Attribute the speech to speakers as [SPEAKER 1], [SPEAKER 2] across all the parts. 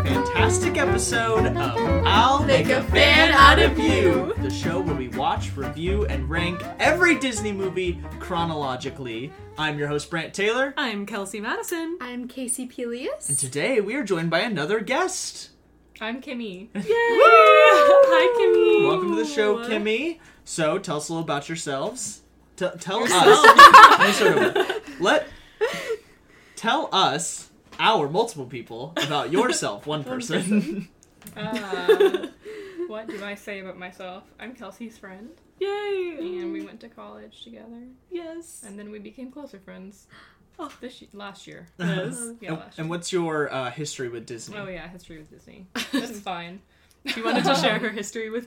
[SPEAKER 1] fantastic episode of I'll Make a Fan Out of You, the show where we watch, review, and rank every Disney movie chronologically. I'm your host, Brant Taylor,
[SPEAKER 2] I'm Kelsey Madison.
[SPEAKER 3] I'm Casey Pelias.
[SPEAKER 1] and today we are joined by another guest.
[SPEAKER 2] I'm Kimmy. Yay! Hi, Kimmy. Uh,
[SPEAKER 1] Welcome to the show, Kimmy. So tell us a little about yourselves. T- tell us. Let me start over. Let tell us our multiple people about yourself, one person.
[SPEAKER 4] Uh, what do I say about myself? I'm Kelsey's friend,
[SPEAKER 2] Yay!
[SPEAKER 4] and we went to college together,
[SPEAKER 2] Yes.
[SPEAKER 4] and then we became closer friends.
[SPEAKER 2] Oh.
[SPEAKER 4] This y- last year. Oh,
[SPEAKER 2] Yes.
[SPEAKER 4] Yeah,
[SPEAKER 1] and,
[SPEAKER 4] last
[SPEAKER 1] and
[SPEAKER 4] year.
[SPEAKER 1] what's your uh, history with Disney?
[SPEAKER 4] Oh yeah, history with Disney. That's fine.
[SPEAKER 2] she wanted to share her history with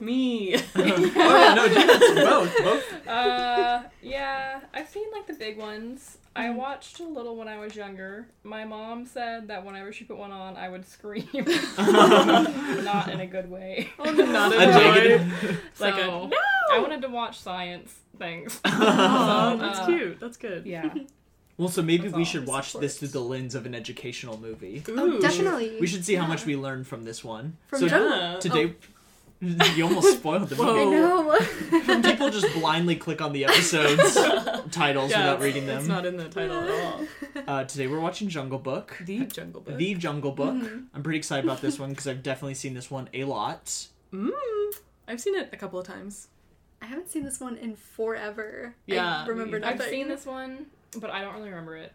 [SPEAKER 2] me.
[SPEAKER 1] oh yeah, no, dude, it's both, both.
[SPEAKER 4] Uh, yeah, I've seen like the big ones.
[SPEAKER 2] Mm.
[SPEAKER 4] I watched a little when I was younger. My mom said that whenever she put one on, I would scream. Not in a good way.
[SPEAKER 2] Not
[SPEAKER 1] A
[SPEAKER 2] a joy.
[SPEAKER 1] negative.
[SPEAKER 2] Like a
[SPEAKER 4] So,
[SPEAKER 2] no.
[SPEAKER 4] I wanted to watch science things.
[SPEAKER 2] Oh, that's
[SPEAKER 4] Uh,
[SPEAKER 2] cute. That's good.
[SPEAKER 4] Yeah.
[SPEAKER 1] Well, so maybe
[SPEAKER 4] That's
[SPEAKER 1] we
[SPEAKER 4] all.
[SPEAKER 1] should
[SPEAKER 4] It's
[SPEAKER 1] watch
[SPEAKER 4] support.
[SPEAKER 1] this through the lens of an educational movie.
[SPEAKER 2] Ooh.
[SPEAKER 3] Oh, Definitely.
[SPEAKER 1] We should see how much we learn from this one.
[SPEAKER 3] From
[SPEAKER 1] so
[SPEAKER 3] Jungle-
[SPEAKER 2] Yeah.
[SPEAKER 1] today, you almost spoiled the
[SPEAKER 2] Whoa.
[SPEAKER 3] I
[SPEAKER 1] movie.
[SPEAKER 3] know.
[SPEAKER 1] People just blindly click on the episodes titles
[SPEAKER 2] Oh, Yeah,
[SPEAKER 1] without
[SPEAKER 2] it's-
[SPEAKER 1] reading them.
[SPEAKER 2] It's not in the title at all.
[SPEAKER 1] Uh, today we're watching Jungle Book.
[SPEAKER 2] The Jungle Book.
[SPEAKER 1] The Jungle Book. I'm pretty excited about this one because I've definitely seen this one a lot.
[SPEAKER 2] Mm. I've seen it a couple of times.
[SPEAKER 3] I haven't seen this one in forever.
[SPEAKER 2] Yeah.
[SPEAKER 3] I remember
[SPEAKER 4] I've
[SPEAKER 3] nothing.
[SPEAKER 4] seen this one, but I don't really remember it.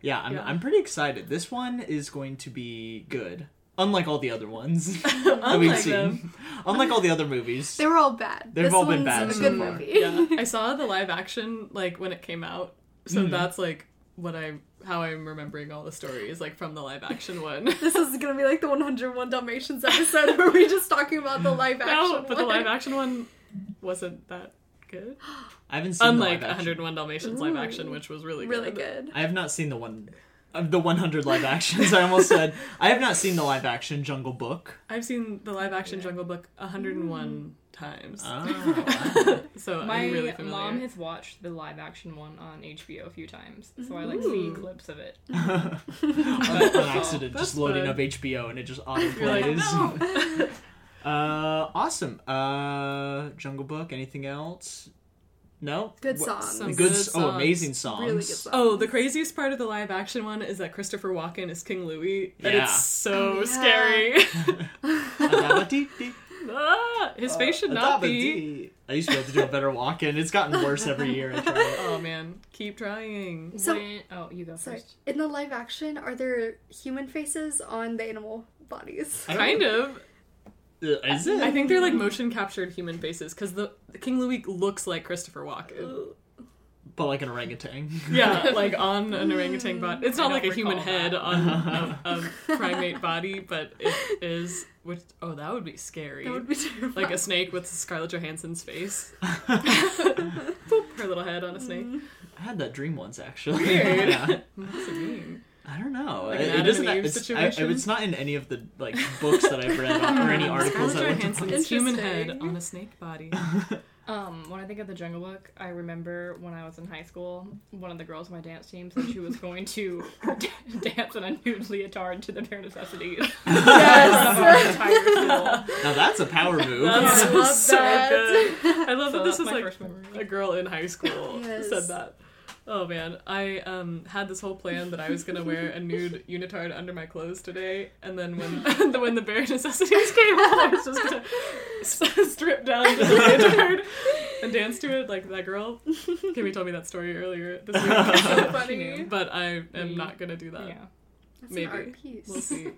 [SPEAKER 1] Yeah, I'm,
[SPEAKER 2] Yeah.
[SPEAKER 1] I'm pretty excited. This one is going to be good. Unlike all the other ones that we've
[SPEAKER 2] Unlike
[SPEAKER 1] seen.
[SPEAKER 2] them.
[SPEAKER 1] Unlike all the other movies.
[SPEAKER 3] They were all bad.
[SPEAKER 1] They've
[SPEAKER 3] this
[SPEAKER 1] all
[SPEAKER 3] one's
[SPEAKER 1] been bad
[SPEAKER 3] A
[SPEAKER 1] so
[SPEAKER 3] good
[SPEAKER 1] far.
[SPEAKER 3] movie.
[SPEAKER 2] yeah i saw the live action like when it came out so
[SPEAKER 1] Mm.
[SPEAKER 2] that's like what i how i'm remembering all the stories like from the live action one
[SPEAKER 3] This is gonna be like the 101 Dalmatians episode where we're just talking about the live action.
[SPEAKER 2] no but the
[SPEAKER 3] one.
[SPEAKER 2] live action one wasn't that good
[SPEAKER 1] I haven't seen
[SPEAKER 2] unlike
[SPEAKER 1] the live action.
[SPEAKER 2] 101 dalmatians live
[SPEAKER 3] Ooh.
[SPEAKER 2] action which was really good
[SPEAKER 3] really good.
[SPEAKER 1] I have not seen the one of the 100 live actions. I almost said I have not seen the live action Jungle Book.
[SPEAKER 2] i've seen the live action jungle book 101 times
[SPEAKER 1] Oh.
[SPEAKER 2] so
[SPEAKER 4] My
[SPEAKER 2] i'm really familiar
[SPEAKER 4] mom has watched the live action one on HBO a few times, so I like see
[SPEAKER 2] Ooh.
[SPEAKER 4] clips of it.
[SPEAKER 1] on, on accident,
[SPEAKER 2] That's
[SPEAKER 1] just loading
[SPEAKER 2] fun.
[SPEAKER 1] up HBO and it just
[SPEAKER 2] You're like,
[SPEAKER 1] autoplays.
[SPEAKER 2] "No."
[SPEAKER 1] Uh, awesome. Uh, Jungle Book. Anything else? No.
[SPEAKER 3] Good
[SPEAKER 1] Wha-
[SPEAKER 3] songs.
[SPEAKER 2] Some
[SPEAKER 1] Good.
[SPEAKER 2] good
[SPEAKER 1] s- Oh,
[SPEAKER 2] songs.
[SPEAKER 1] amazing songs.
[SPEAKER 3] Really good songs.
[SPEAKER 2] Oh, the craziest part of the live action one is that Christopher Walken is King Louis, and
[SPEAKER 1] Yeah.
[SPEAKER 2] it's so
[SPEAKER 3] Oh, yeah.
[SPEAKER 2] scary.
[SPEAKER 1] Adabadi-
[SPEAKER 2] Ah, his face
[SPEAKER 1] Uh,
[SPEAKER 2] should not be.
[SPEAKER 1] Adabadi. I used to be able to do a better walk in. It's gotten worse every year. I try it.
[SPEAKER 2] Oh man, keep trying.
[SPEAKER 3] So-
[SPEAKER 4] When- oh, you go
[SPEAKER 3] Sorry.
[SPEAKER 4] first.
[SPEAKER 3] In the live action, are there human faces on the animal bodies?
[SPEAKER 1] I don't-
[SPEAKER 2] Kind of.
[SPEAKER 1] Uh, Is it?
[SPEAKER 2] I think they're like motion captured human faces because the King Louis looks like Christopher Walken.
[SPEAKER 1] But like an orangutan.
[SPEAKER 2] Yeah, like on an orangutan body. It's
[SPEAKER 4] I
[SPEAKER 2] not
[SPEAKER 4] don't
[SPEAKER 2] like a human
[SPEAKER 4] recall that.
[SPEAKER 2] head on a, a primate body, but it is. Which oh, that would be scary.
[SPEAKER 3] That would be terrifying.
[SPEAKER 2] like a snake with Scarlett Johansson's face. Boop, her little head on a snake.
[SPEAKER 1] I had that dream once actually.
[SPEAKER 2] Weird.
[SPEAKER 1] Yeah.
[SPEAKER 2] What's it mean?
[SPEAKER 1] I don't know.
[SPEAKER 2] Like
[SPEAKER 1] it,
[SPEAKER 2] an
[SPEAKER 1] it
[SPEAKER 2] Adam
[SPEAKER 1] doesn't.
[SPEAKER 2] and Eve
[SPEAKER 1] It's, I,
[SPEAKER 2] situation?
[SPEAKER 1] it's not in any of the like books that I've read or any articles I
[SPEAKER 2] Scarlett
[SPEAKER 1] went to.
[SPEAKER 2] Johansson's human head
[SPEAKER 3] Interesting.
[SPEAKER 2] on a snake body.
[SPEAKER 4] Um, when I think of the Jungle Book, I remember when I was in high school, one of the girls on my dance team said she was going to d- dance in a nude leotard to the Bare Necessities.
[SPEAKER 3] Yes.
[SPEAKER 4] Entire school.
[SPEAKER 1] Now that's a power move.
[SPEAKER 2] That's
[SPEAKER 3] I love
[SPEAKER 2] so
[SPEAKER 3] that.
[SPEAKER 2] good. I love
[SPEAKER 4] So
[SPEAKER 2] that this is
[SPEAKER 4] that's my
[SPEAKER 2] like
[SPEAKER 4] first memory.
[SPEAKER 2] a girl in high school
[SPEAKER 3] Yes.
[SPEAKER 2] said that. Oh man, I um had this whole plan that I was gonna wear a nude unitard under my clothes today, and then when the when the bare necessities came, I was just gonna s- strip down to the unitard and dance to it like that girl. Kimmy told me that story earlier this
[SPEAKER 3] so
[SPEAKER 2] week,
[SPEAKER 3] funny.
[SPEAKER 2] but I am
[SPEAKER 4] Me.
[SPEAKER 2] not gonna do that.
[SPEAKER 4] yeah.
[SPEAKER 3] That's
[SPEAKER 2] Maybe.
[SPEAKER 3] an art piece.
[SPEAKER 2] We'll see.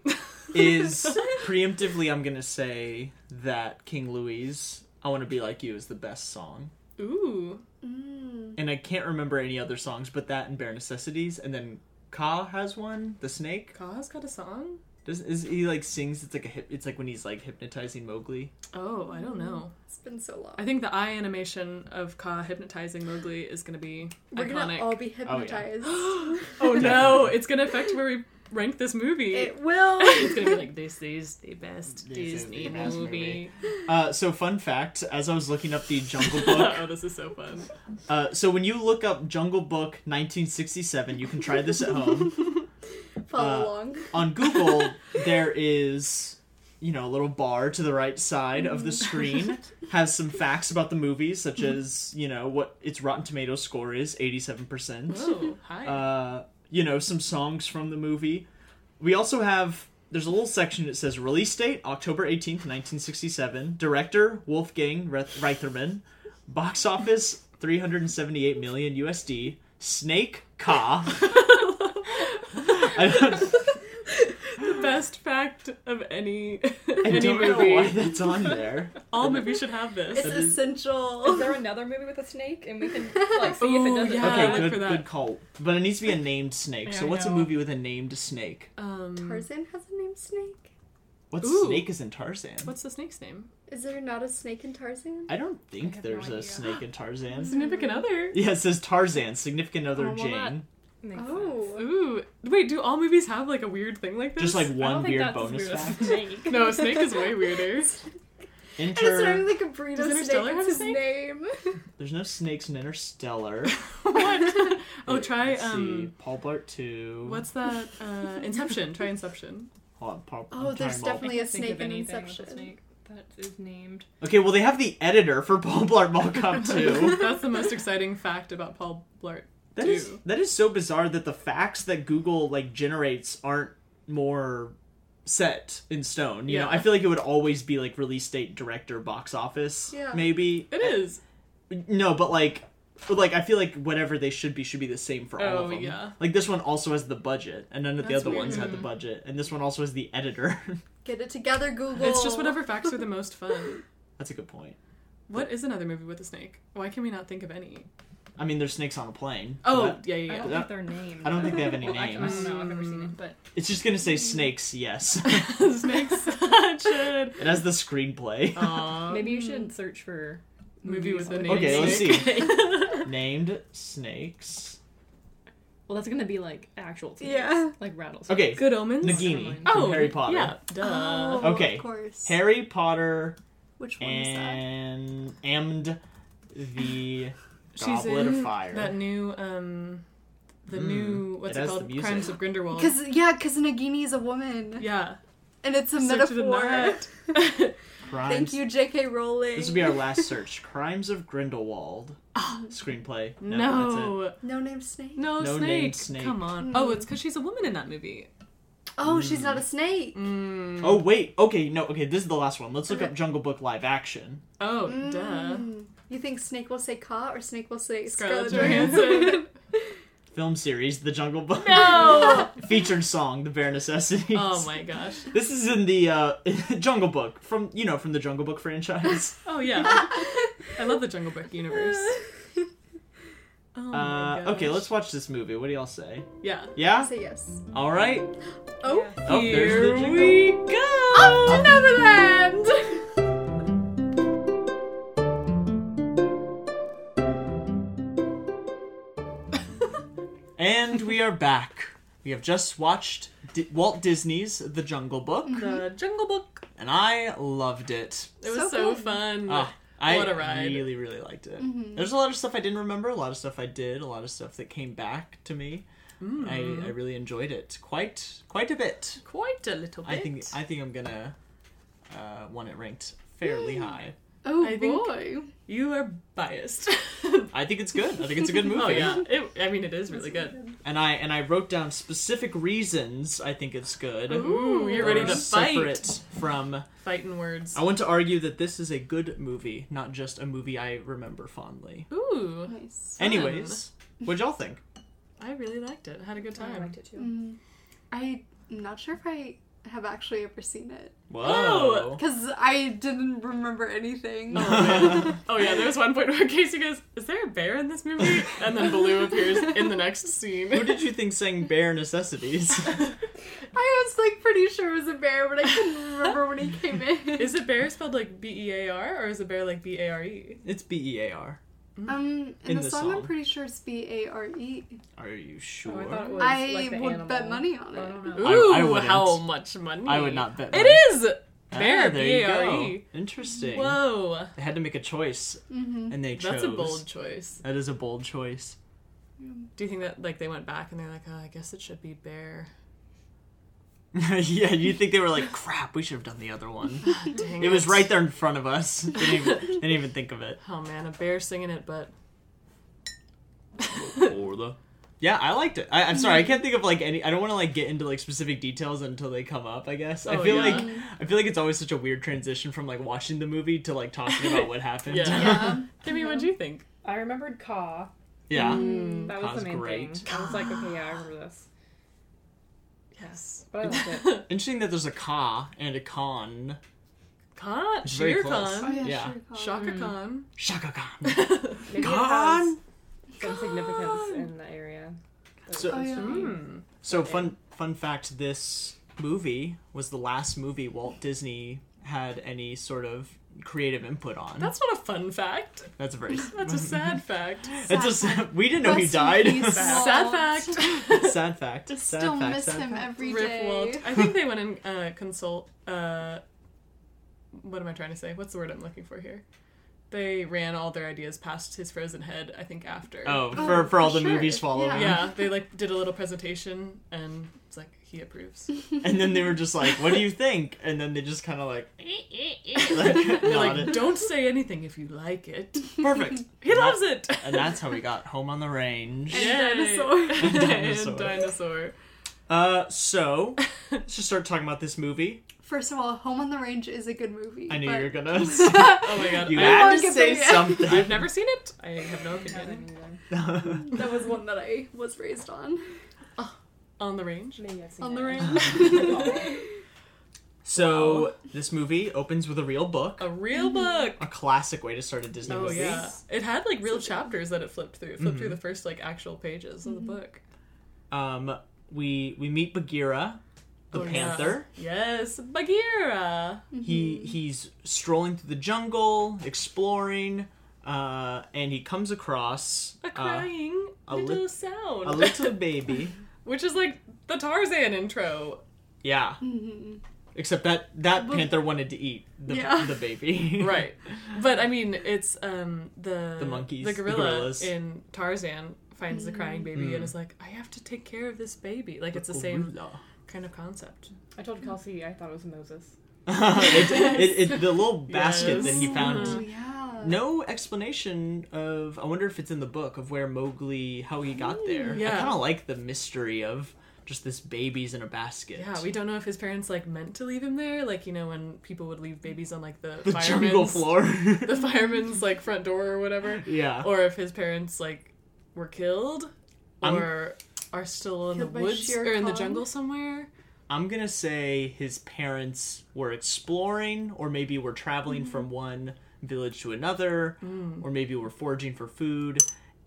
[SPEAKER 1] is preemptively I'm gonna say that King Louis I Wanna Be Like You is the best song.
[SPEAKER 2] Ooh,
[SPEAKER 3] Mm.
[SPEAKER 1] And I can't remember any other songs but that and Bare Necessities and then Ka has one, the snake.
[SPEAKER 2] Ka's got a song.
[SPEAKER 1] Does is he like sings it's like a hip it's like when he's like hypnotizing Mowgli.
[SPEAKER 2] Oh, I don't know.
[SPEAKER 3] It's been so long.
[SPEAKER 2] I think the eye animation of Ka hypnotizing Mowgli is gonna be
[SPEAKER 3] We're
[SPEAKER 2] iconic.
[SPEAKER 3] gonna all be hypnotized.
[SPEAKER 2] oh no, it's gonna affect where we Uh, rank this movie.
[SPEAKER 3] It will.
[SPEAKER 2] it's gonna be like this is the best
[SPEAKER 1] This is
[SPEAKER 2] Disney
[SPEAKER 1] the best
[SPEAKER 2] movie.
[SPEAKER 1] Uh so fun fact, as I was looking up the Jungle Book,
[SPEAKER 2] oh, this is so fun.
[SPEAKER 1] uh so when you look up Jungle Book nineteen sixty seven, you can try this at home.
[SPEAKER 3] Follow
[SPEAKER 1] Uh,
[SPEAKER 3] along.
[SPEAKER 1] On Google there is you know, little bar to the right side of the screen has some facts about the movie, such as, you know, what its Rotten Tomatoes score is 87%.
[SPEAKER 2] Whoa, Oh, hi.
[SPEAKER 1] Uh, you know, some songs from the movie. We also have, there's a little section that says release date October 18th, 1967. Director Wolfgang Reth- Reitherman. Box office 378 million USD. Snake Ka. I don't,
[SPEAKER 2] the best fact of any
[SPEAKER 1] I
[SPEAKER 2] any
[SPEAKER 1] don't know why
[SPEAKER 2] movie.
[SPEAKER 1] that's on there.
[SPEAKER 2] All movies should have
[SPEAKER 3] It's
[SPEAKER 2] this.
[SPEAKER 1] That is-
[SPEAKER 4] Is
[SPEAKER 3] essential.
[SPEAKER 4] there another movie with a snake? And we can like see if it
[SPEAKER 2] Ooh,
[SPEAKER 4] does it.
[SPEAKER 2] yeah.
[SPEAKER 1] Okay,
[SPEAKER 2] look
[SPEAKER 1] good,
[SPEAKER 2] for that.
[SPEAKER 1] good call. But it needs to be a named snake.
[SPEAKER 2] Yeah,
[SPEAKER 1] so
[SPEAKER 2] I
[SPEAKER 1] what's a
[SPEAKER 2] know.
[SPEAKER 1] movie with a named snake?
[SPEAKER 2] Um,
[SPEAKER 3] Tarzan has a named snake.
[SPEAKER 1] What
[SPEAKER 2] Ooh.
[SPEAKER 1] snake is in Tarzan?
[SPEAKER 2] What's the snake's name?
[SPEAKER 3] Is there not a snake in Tarzan?
[SPEAKER 1] I don't
[SPEAKER 4] I
[SPEAKER 1] think
[SPEAKER 4] have no
[SPEAKER 1] there's a
[SPEAKER 4] idea.
[SPEAKER 1] snake in Tarzan.
[SPEAKER 2] Significant
[SPEAKER 3] Mm-hmm.
[SPEAKER 2] other.
[SPEAKER 1] yeah, it says Tarzan, significant other
[SPEAKER 2] Oh, well,
[SPEAKER 1] Jane.
[SPEAKER 2] that-
[SPEAKER 4] Makes sense.
[SPEAKER 3] Oh.
[SPEAKER 2] Ooh, wait. Do all movies have like a weird thing like this?
[SPEAKER 1] Just like
[SPEAKER 4] I don't
[SPEAKER 1] one
[SPEAKER 4] think
[SPEAKER 1] weird
[SPEAKER 4] that's as
[SPEAKER 1] bonus
[SPEAKER 4] weird as
[SPEAKER 1] fact.
[SPEAKER 4] snake.
[SPEAKER 2] No, snake is way weirder.
[SPEAKER 3] And it's sort
[SPEAKER 1] Inter.
[SPEAKER 3] of like a burrito
[SPEAKER 2] Does
[SPEAKER 3] snake.
[SPEAKER 2] Interstellar have
[SPEAKER 3] It's
[SPEAKER 2] a
[SPEAKER 3] his
[SPEAKER 2] snake?
[SPEAKER 3] name.
[SPEAKER 1] There's no snakes in Interstellar.
[SPEAKER 2] what? Oh,
[SPEAKER 1] Wait,
[SPEAKER 2] try
[SPEAKER 1] let's see.
[SPEAKER 2] um.
[SPEAKER 1] Paul Blart Two.
[SPEAKER 2] What's that? Uh, Inception. Try Inception.
[SPEAKER 1] Hold on, Paul,
[SPEAKER 3] Oh,
[SPEAKER 1] I'm
[SPEAKER 3] there's
[SPEAKER 1] trying Paul-
[SPEAKER 3] Definitely
[SPEAKER 4] I
[SPEAKER 3] a
[SPEAKER 4] can't think
[SPEAKER 3] snake
[SPEAKER 4] of
[SPEAKER 3] in
[SPEAKER 4] anything with a
[SPEAKER 3] Inception.
[SPEAKER 4] snake That is named.
[SPEAKER 1] Okay, well they have the editor for Paul Blart Mall Cop Two.
[SPEAKER 2] That's the most exciting fact about Paul Blart.
[SPEAKER 1] That is
[SPEAKER 2] Two.
[SPEAKER 1] that is so bizarre that the facts that Google like generates aren't more set in stone. You know,
[SPEAKER 2] Yeah.
[SPEAKER 1] I feel like it would always be like release date, director, box office.
[SPEAKER 3] Yeah.
[SPEAKER 1] Maybe
[SPEAKER 2] It is.
[SPEAKER 1] no, but like. But like I feel like whatever they should be should be the same for all
[SPEAKER 2] Oh,
[SPEAKER 1] of them.
[SPEAKER 2] yeah.
[SPEAKER 1] Like this one also has the budget, and none of the
[SPEAKER 2] That's
[SPEAKER 1] other
[SPEAKER 2] weird.
[SPEAKER 1] ones had the budget, and this one also has the editor.
[SPEAKER 3] Get it together, Google.
[SPEAKER 2] It's just whatever facts are the most fun.
[SPEAKER 1] That's a good point.
[SPEAKER 2] What is another movie with a snake? Why can we not think of any?
[SPEAKER 1] I mean, there's snakes on a plane.
[SPEAKER 2] Oh,
[SPEAKER 1] but
[SPEAKER 2] yeah, yeah,
[SPEAKER 4] I
[SPEAKER 2] yeah.
[SPEAKER 4] don't think they're named.
[SPEAKER 1] I don't think they have any
[SPEAKER 4] Well, actually,
[SPEAKER 1] names.
[SPEAKER 4] I don't know. I've never seen it, but
[SPEAKER 1] it's just gonna say snakes. Yes,
[SPEAKER 2] Snakes such a
[SPEAKER 1] it has the screenplay
[SPEAKER 2] Aw.
[SPEAKER 4] maybe you should search for
[SPEAKER 2] movie with a name.
[SPEAKER 1] Okay, let's
[SPEAKER 2] snake.
[SPEAKER 1] see. named snakes.
[SPEAKER 4] Well, that's gonna be like actual. Snakes.
[SPEAKER 3] Yeah.
[SPEAKER 4] Like rattles.
[SPEAKER 1] Okay,
[SPEAKER 2] Good Omens. Oh,
[SPEAKER 4] Nagi-
[SPEAKER 1] Nagini
[SPEAKER 4] Never mind.
[SPEAKER 1] from Harry Potter.
[SPEAKER 2] Yeah, duh.
[SPEAKER 3] Oh,
[SPEAKER 1] Okay.
[SPEAKER 3] Of course.
[SPEAKER 1] Harry Potter
[SPEAKER 3] Which one is that?
[SPEAKER 1] and and the
[SPEAKER 2] She's
[SPEAKER 1] Goblet
[SPEAKER 2] in
[SPEAKER 1] of Fire.
[SPEAKER 2] That new, um, the
[SPEAKER 1] Mm,
[SPEAKER 2] new what's
[SPEAKER 1] it
[SPEAKER 2] it,
[SPEAKER 1] has the
[SPEAKER 2] called?
[SPEAKER 1] music.
[SPEAKER 2] Crimes of Grindelwald.
[SPEAKER 3] Because yeah, because Nagini is a woman,
[SPEAKER 2] Yeah,
[SPEAKER 3] and it's a
[SPEAKER 2] Search of the
[SPEAKER 3] metaphor.
[SPEAKER 2] Night.
[SPEAKER 1] Crimes.
[SPEAKER 3] Thank you, J.K. Rowling.
[SPEAKER 1] This will be our last search. Crimes of Grindelwald. Screenplay.
[SPEAKER 2] no,
[SPEAKER 1] That's it.
[SPEAKER 2] no,
[SPEAKER 3] no name snake.
[SPEAKER 1] No named
[SPEAKER 2] snake.
[SPEAKER 1] snake.
[SPEAKER 2] Come on.
[SPEAKER 3] Mm.
[SPEAKER 2] Oh, it's because she's a woman in that movie.
[SPEAKER 3] Oh, she's not a snake.
[SPEAKER 2] Mm.
[SPEAKER 1] Oh wait. Okay. No. Okay. This is the last one. Let's look
[SPEAKER 3] Okay.
[SPEAKER 1] up Jungle Book live action.
[SPEAKER 2] Oh, duh.
[SPEAKER 3] Mm. You think snake will say "ka" or snake will say
[SPEAKER 2] Scarlett
[SPEAKER 3] "Scarlett
[SPEAKER 2] Johansson.
[SPEAKER 3] Johansson"?
[SPEAKER 1] Film series. The Jungle Book.
[SPEAKER 2] No.
[SPEAKER 1] Featured song. The Bare Necessities.
[SPEAKER 2] oh my gosh.
[SPEAKER 1] This is in the uh, Jungle Book from you know from the Jungle Book franchise.
[SPEAKER 2] Oh yeah. I love the Jungle Book universe. Oh my
[SPEAKER 1] uh, okay,
[SPEAKER 2] gosh.
[SPEAKER 1] let's watch this movie. What do y'all say?
[SPEAKER 2] Yeah.
[SPEAKER 1] Yeah.
[SPEAKER 3] say yes.
[SPEAKER 1] All right.
[SPEAKER 3] Oh,
[SPEAKER 1] Oh, there's the
[SPEAKER 2] Here
[SPEAKER 1] jingle.
[SPEAKER 2] we go.
[SPEAKER 3] to Neverland.
[SPEAKER 1] And we are back. We have just watched D- Walt Disney's The Jungle Book,
[SPEAKER 2] The Jungle Book.
[SPEAKER 1] and I loved it.
[SPEAKER 2] It was so,
[SPEAKER 3] So good.
[SPEAKER 2] fun.
[SPEAKER 1] Ah, I
[SPEAKER 2] What a ride.
[SPEAKER 1] really, really liked it. There's a lot of stuff I didn't remember, a lot of stuff I did, a lot of stuff that came back to me.
[SPEAKER 2] Mm-hmm.
[SPEAKER 1] I, I really enjoyed it quite quite a bit.
[SPEAKER 2] Quite a little bit.
[SPEAKER 1] I think I think I'm gonna uh, want it ranked fairly high.
[SPEAKER 3] Oh
[SPEAKER 2] I think-
[SPEAKER 3] boy.
[SPEAKER 2] you are biased.
[SPEAKER 1] I think it's good. I think it's a good movie.
[SPEAKER 2] oh yeah. It, I mean, it is really good.
[SPEAKER 1] And I and I wrote down specific reasons I think it's good.
[SPEAKER 2] Ooh, you're ready
[SPEAKER 1] That
[SPEAKER 2] to
[SPEAKER 1] are
[SPEAKER 2] fight.
[SPEAKER 1] Separate Oh. from
[SPEAKER 2] Fighting words.
[SPEAKER 1] I want to argue that this is a good movie, not just a movie I remember fondly.
[SPEAKER 2] Ooh.
[SPEAKER 3] Nice.
[SPEAKER 2] Fun.
[SPEAKER 1] Anyways, what'd y'all think?
[SPEAKER 2] I really liked it. I had a good
[SPEAKER 4] Oh, I
[SPEAKER 2] time.
[SPEAKER 4] liked it too.
[SPEAKER 3] Mm, I'm not sure if I have actually ever seen it
[SPEAKER 1] Whoa.
[SPEAKER 3] because I didn't remember anything.
[SPEAKER 2] Oh yeah, there was one point where Casey goes, "Is there a bear in this movie?" And then Baloo appears in the next
[SPEAKER 1] Who
[SPEAKER 2] scene.
[SPEAKER 1] did you think sang bare necessities?
[SPEAKER 3] I was like pretty sure it was a bear, but I couldn't remember when he came in.
[SPEAKER 2] Is it bear spelled like B E A R or is it bear like B A R E?
[SPEAKER 1] it's B E A R.
[SPEAKER 3] Um, in,
[SPEAKER 1] In
[SPEAKER 3] the,
[SPEAKER 1] the
[SPEAKER 3] song,
[SPEAKER 1] song.
[SPEAKER 3] I'm pretty sure it's B A R E.
[SPEAKER 1] Are you
[SPEAKER 2] Oh,
[SPEAKER 1] sure?
[SPEAKER 4] Oh, I thought it was
[SPEAKER 3] I
[SPEAKER 4] like the
[SPEAKER 3] would
[SPEAKER 4] animal.
[SPEAKER 3] bet money on
[SPEAKER 4] I
[SPEAKER 3] it.
[SPEAKER 4] don't know.
[SPEAKER 2] Ooh,
[SPEAKER 1] I wouldn't.
[SPEAKER 2] how much money?
[SPEAKER 1] I would not bet. money.
[SPEAKER 2] It is bear
[SPEAKER 1] Ah,
[SPEAKER 2] B
[SPEAKER 1] there
[SPEAKER 2] A
[SPEAKER 1] you
[SPEAKER 2] R
[SPEAKER 1] go.
[SPEAKER 2] E.
[SPEAKER 1] Interesting.
[SPEAKER 2] Whoa,
[SPEAKER 1] They had to make a choice,
[SPEAKER 3] Mm-hmm.
[SPEAKER 1] and they chose.
[SPEAKER 2] that's a bold choice.
[SPEAKER 1] That is a bold choice.
[SPEAKER 2] Do you think that like they went back and they're like, "Oh, I guess it should be bear."
[SPEAKER 1] yeah, you think they were like, crap, we should have done the other one.
[SPEAKER 2] Dang
[SPEAKER 1] It was right there in front of us. Didn't even, didn't even think of it.
[SPEAKER 2] Oh man, a bear singing it, but
[SPEAKER 1] Yeah, I liked it. I, I'm sorry, I
[SPEAKER 2] Mm-hmm.
[SPEAKER 1] can't think of like any. I don't want to like get into like specific details until they come up. I guess I
[SPEAKER 2] Oh,
[SPEAKER 1] feel
[SPEAKER 2] yeah.
[SPEAKER 1] like I feel like it's always such a weird transition from like watching the movie to like talking about what happened.
[SPEAKER 2] Yeah.
[SPEAKER 3] Yeah.
[SPEAKER 2] Kimmy, what'd you think? Hmm.
[SPEAKER 4] I remembered Ka.
[SPEAKER 1] Yeah.
[SPEAKER 3] Mm.
[SPEAKER 4] That
[SPEAKER 1] Ka's
[SPEAKER 4] was the main
[SPEAKER 1] great.
[SPEAKER 4] thing. I was like, okay, yeah, I remember this.
[SPEAKER 2] Yes.
[SPEAKER 4] But I liked it.
[SPEAKER 1] Interesting that there's a ka and a con.
[SPEAKER 2] Khan,
[SPEAKER 1] It's very
[SPEAKER 2] Shere
[SPEAKER 1] close.
[SPEAKER 3] Oh,
[SPEAKER 2] Khan,
[SPEAKER 1] Yeah.
[SPEAKER 2] Shaka Khan.
[SPEAKER 1] Shaka Khan.
[SPEAKER 4] Maybe it has
[SPEAKER 1] Khan.
[SPEAKER 4] some significance in the area.
[SPEAKER 1] So-
[SPEAKER 3] Oh, yeah.
[SPEAKER 4] Hmm.
[SPEAKER 2] Mm.
[SPEAKER 1] So fun fun fact: this movie was the last movie Walt Disney had any sort of creative input on.
[SPEAKER 2] That's not a fun fact.
[SPEAKER 1] That's a very.
[SPEAKER 2] That's a sad fact.
[SPEAKER 1] It's a sad, we didn't know he
[SPEAKER 3] Rest in
[SPEAKER 1] died.
[SPEAKER 3] peace,
[SPEAKER 1] sad,
[SPEAKER 2] Sad
[SPEAKER 3] Walt.
[SPEAKER 2] fact.
[SPEAKER 1] fact. Sad
[SPEAKER 3] Still
[SPEAKER 1] fact.
[SPEAKER 3] miss
[SPEAKER 1] sad
[SPEAKER 3] him
[SPEAKER 1] fact.
[SPEAKER 3] every
[SPEAKER 2] Rip
[SPEAKER 3] day.
[SPEAKER 2] Walt. I think they went and uh, consult. Uh, what am I trying to say? What's the word I'm looking for here? They ran all their ideas past his frozen head. I think after.
[SPEAKER 1] Oh,
[SPEAKER 3] Oh,
[SPEAKER 1] for, for all
[SPEAKER 3] for
[SPEAKER 1] the movies
[SPEAKER 3] sure.
[SPEAKER 1] following.
[SPEAKER 2] Yeah, they like did a little presentation, and it's like he approves.
[SPEAKER 1] And then they were just like, what do you think? And then they just kind of like, like
[SPEAKER 2] They're like,
[SPEAKER 1] nodded.
[SPEAKER 2] don't say anything if you like it.
[SPEAKER 1] Perfect.
[SPEAKER 2] He loves it.
[SPEAKER 1] And that's how we got Home on the Range.
[SPEAKER 3] And
[SPEAKER 2] Yay.
[SPEAKER 3] dinosaur.
[SPEAKER 2] And
[SPEAKER 1] dinosaur.
[SPEAKER 2] dinosaur.
[SPEAKER 1] Uh, so, let's just start talking about this movie.
[SPEAKER 3] First of all, Home on the Range is a good movie.
[SPEAKER 1] I knew
[SPEAKER 3] but-
[SPEAKER 1] you were gonna.
[SPEAKER 2] Oh my god.
[SPEAKER 1] you
[SPEAKER 2] I,
[SPEAKER 1] had to
[SPEAKER 3] Mark it
[SPEAKER 1] say
[SPEAKER 3] there.
[SPEAKER 1] something.
[SPEAKER 2] I've never seen it. I have no
[SPEAKER 4] I haven't
[SPEAKER 2] opinion.
[SPEAKER 4] either.
[SPEAKER 3] That was one that I was raised on.
[SPEAKER 2] On the range.
[SPEAKER 4] Maybe I've seen
[SPEAKER 3] On the
[SPEAKER 4] it.
[SPEAKER 3] Range.
[SPEAKER 1] so, this movie opens with a real book.
[SPEAKER 2] A real book.
[SPEAKER 1] A classic way to start a Disney
[SPEAKER 2] Oh
[SPEAKER 1] movie.
[SPEAKER 2] yeah. It had like real
[SPEAKER 3] So-
[SPEAKER 2] chapters that it flipped through. It flipped
[SPEAKER 1] Mm-hmm.
[SPEAKER 2] through the first like actual pages of the book.
[SPEAKER 1] Um, we we meet Bagheera, the
[SPEAKER 2] Oh, yeah.
[SPEAKER 1] panther.
[SPEAKER 2] Yes, Bagheera.
[SPEAKER 1] He he's strolling through the jungle, exploring, uh, and he comes across
[SPEAKER 2] A
[SPEAKER 1] uh,
[SPEAKER 2] crying
[SPEAKER 1] a
[SPEAKER 2] little
[SPEAKER 1] lit-
[SPEAKER 2] sound.
[SPEAKER 1] a little baby.
[SPEAKER 2] Which is like the Tarzan intro.
[SPEAKER 1] Yeah.
[SPEAKER 2] Mm-hmm.
[SPEAKER 1] Except that that panther wanted to eat the,
[SPEAKER 3] Yeah.
[SPEAKER 1] the baby.
[SPEAKER 2] right but i mean it's um the
[SPEAKER 1] The monkeys,
[SPEAKER 2] the
[SPEAKER 1] the
[SPEAKER 2] gorilla
[SPEAKER 1] gorillas. Mm.
[SPEAKER 2] in tarzan finds the crying baby and is like i have to take care of this baby like it's the same
[SPEAKER 1] Gorilla.
[SPEAKER 2] kind of concept
[SPEAKER 4] I told Kelsey I thought it was Moses.
[SPEAKER 1] it, it, it, the little basket that he
[SPEAKER 2] Yes. Mm-hmm.
[SPEAKER 1] found.
[SPEAKER 3] Oh, yeah.
[SPEAKER 1] No explanation of. I wonder if it's in the book of where Mowgli, how he got there. I
[SPEAKER 2] Mm, yeah.
[SPEAKER 1] kind of like the mystery of just this baby's in a basket.
[SPEAKER 2] yeah we don't know if his parents like meant to leave him there like you know when people would leave babies on like the,
[SPEAKER 1] the
[SPEAKER 2] fireman's
[SPEAKER 1] jungle floor.
[SPEAKER 2] the fireman's like front door or whatever
[SPEAKER 1] yeah.
[SPEAKER 2] or if his parents like were killed
[SPEAKER 1] I'm-
[SPEAKER 2] or are still in the
[SPEAKER 3] Killed by
[SPEAKER 2] woods
[SPEAKER 3] Shere
[SPEAKER 2] or in the
[SPEAKER 3] Khan?
[SPEAKER 2] jungle somewhere
[SPEAKER 1] I'm gonna say his parents were exploring, or maybe were traveling
[SPEAKER 2] Mm-hmm.
[SPEAKER 1] from one village to another,
[SPEAKER 2] Mm.
[SPEAKER 1] or maybe were foraging for food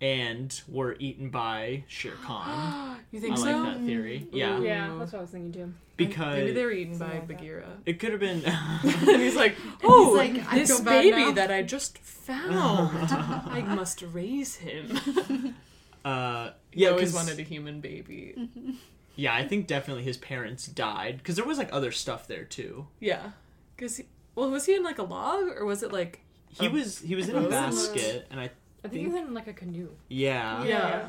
[SPEAKER 1] and were eaten by Shere Khan.
[SPEAKER 2] you
[SPEAKER 1] I
[SPEAKER 2] think so
[SPEAKER 1] like that theory. Yeah,
[SPEAKER 2] Ooh.
[SPEAKER 4] Yeah, that's what I was thinking too.
[SPEAKER 1] because
[SPEAKER 2] maybe they were eaten by
[SPEAKER 4] Something like that.
[SPEAKER 2] bagheera
[SPEAKER 1] it could have been. uh,
[SPEAKER 2] and he's like, "Oh,
[SPEAKER 3] And he's like, I
[SPEAKER 2] this
[SPEAKER 3] feel bad
[SPEAKER 2] baby
[SPEAKER 3] now."
[SPEAKER 2] that I just found, I must raise him."
[SPEAKER 1] uh,
[SPEAKER 2] He
[SPEAKER 1] yeah,
[SPEAKER 2] always
[SPEAKER 1] 'cause-
[SPEAKER 2] wanted a human
[SPEAKER 3] Mm.
[SPEAKER 2] baby.
[SPEAKER 1] Yeah, I think definitely his parents died because there was like other stuff there too.
[SPEAKER 2] Yeah, because well, was he in like a log or was it like
[SPEAKER 1] He
[SPEAKER 2] Um,
[SPEAKER 1] was he was in
[SPEAKER 2] it
[SPEAKER 1] a
[SPEAKER 2] was in a-
[SPEAKER 1] basket, and I
[SPEAKER 4] I think it was in like a canoe.
[SPEAKER 1] yeah,
[SPEAKER 2] yeah?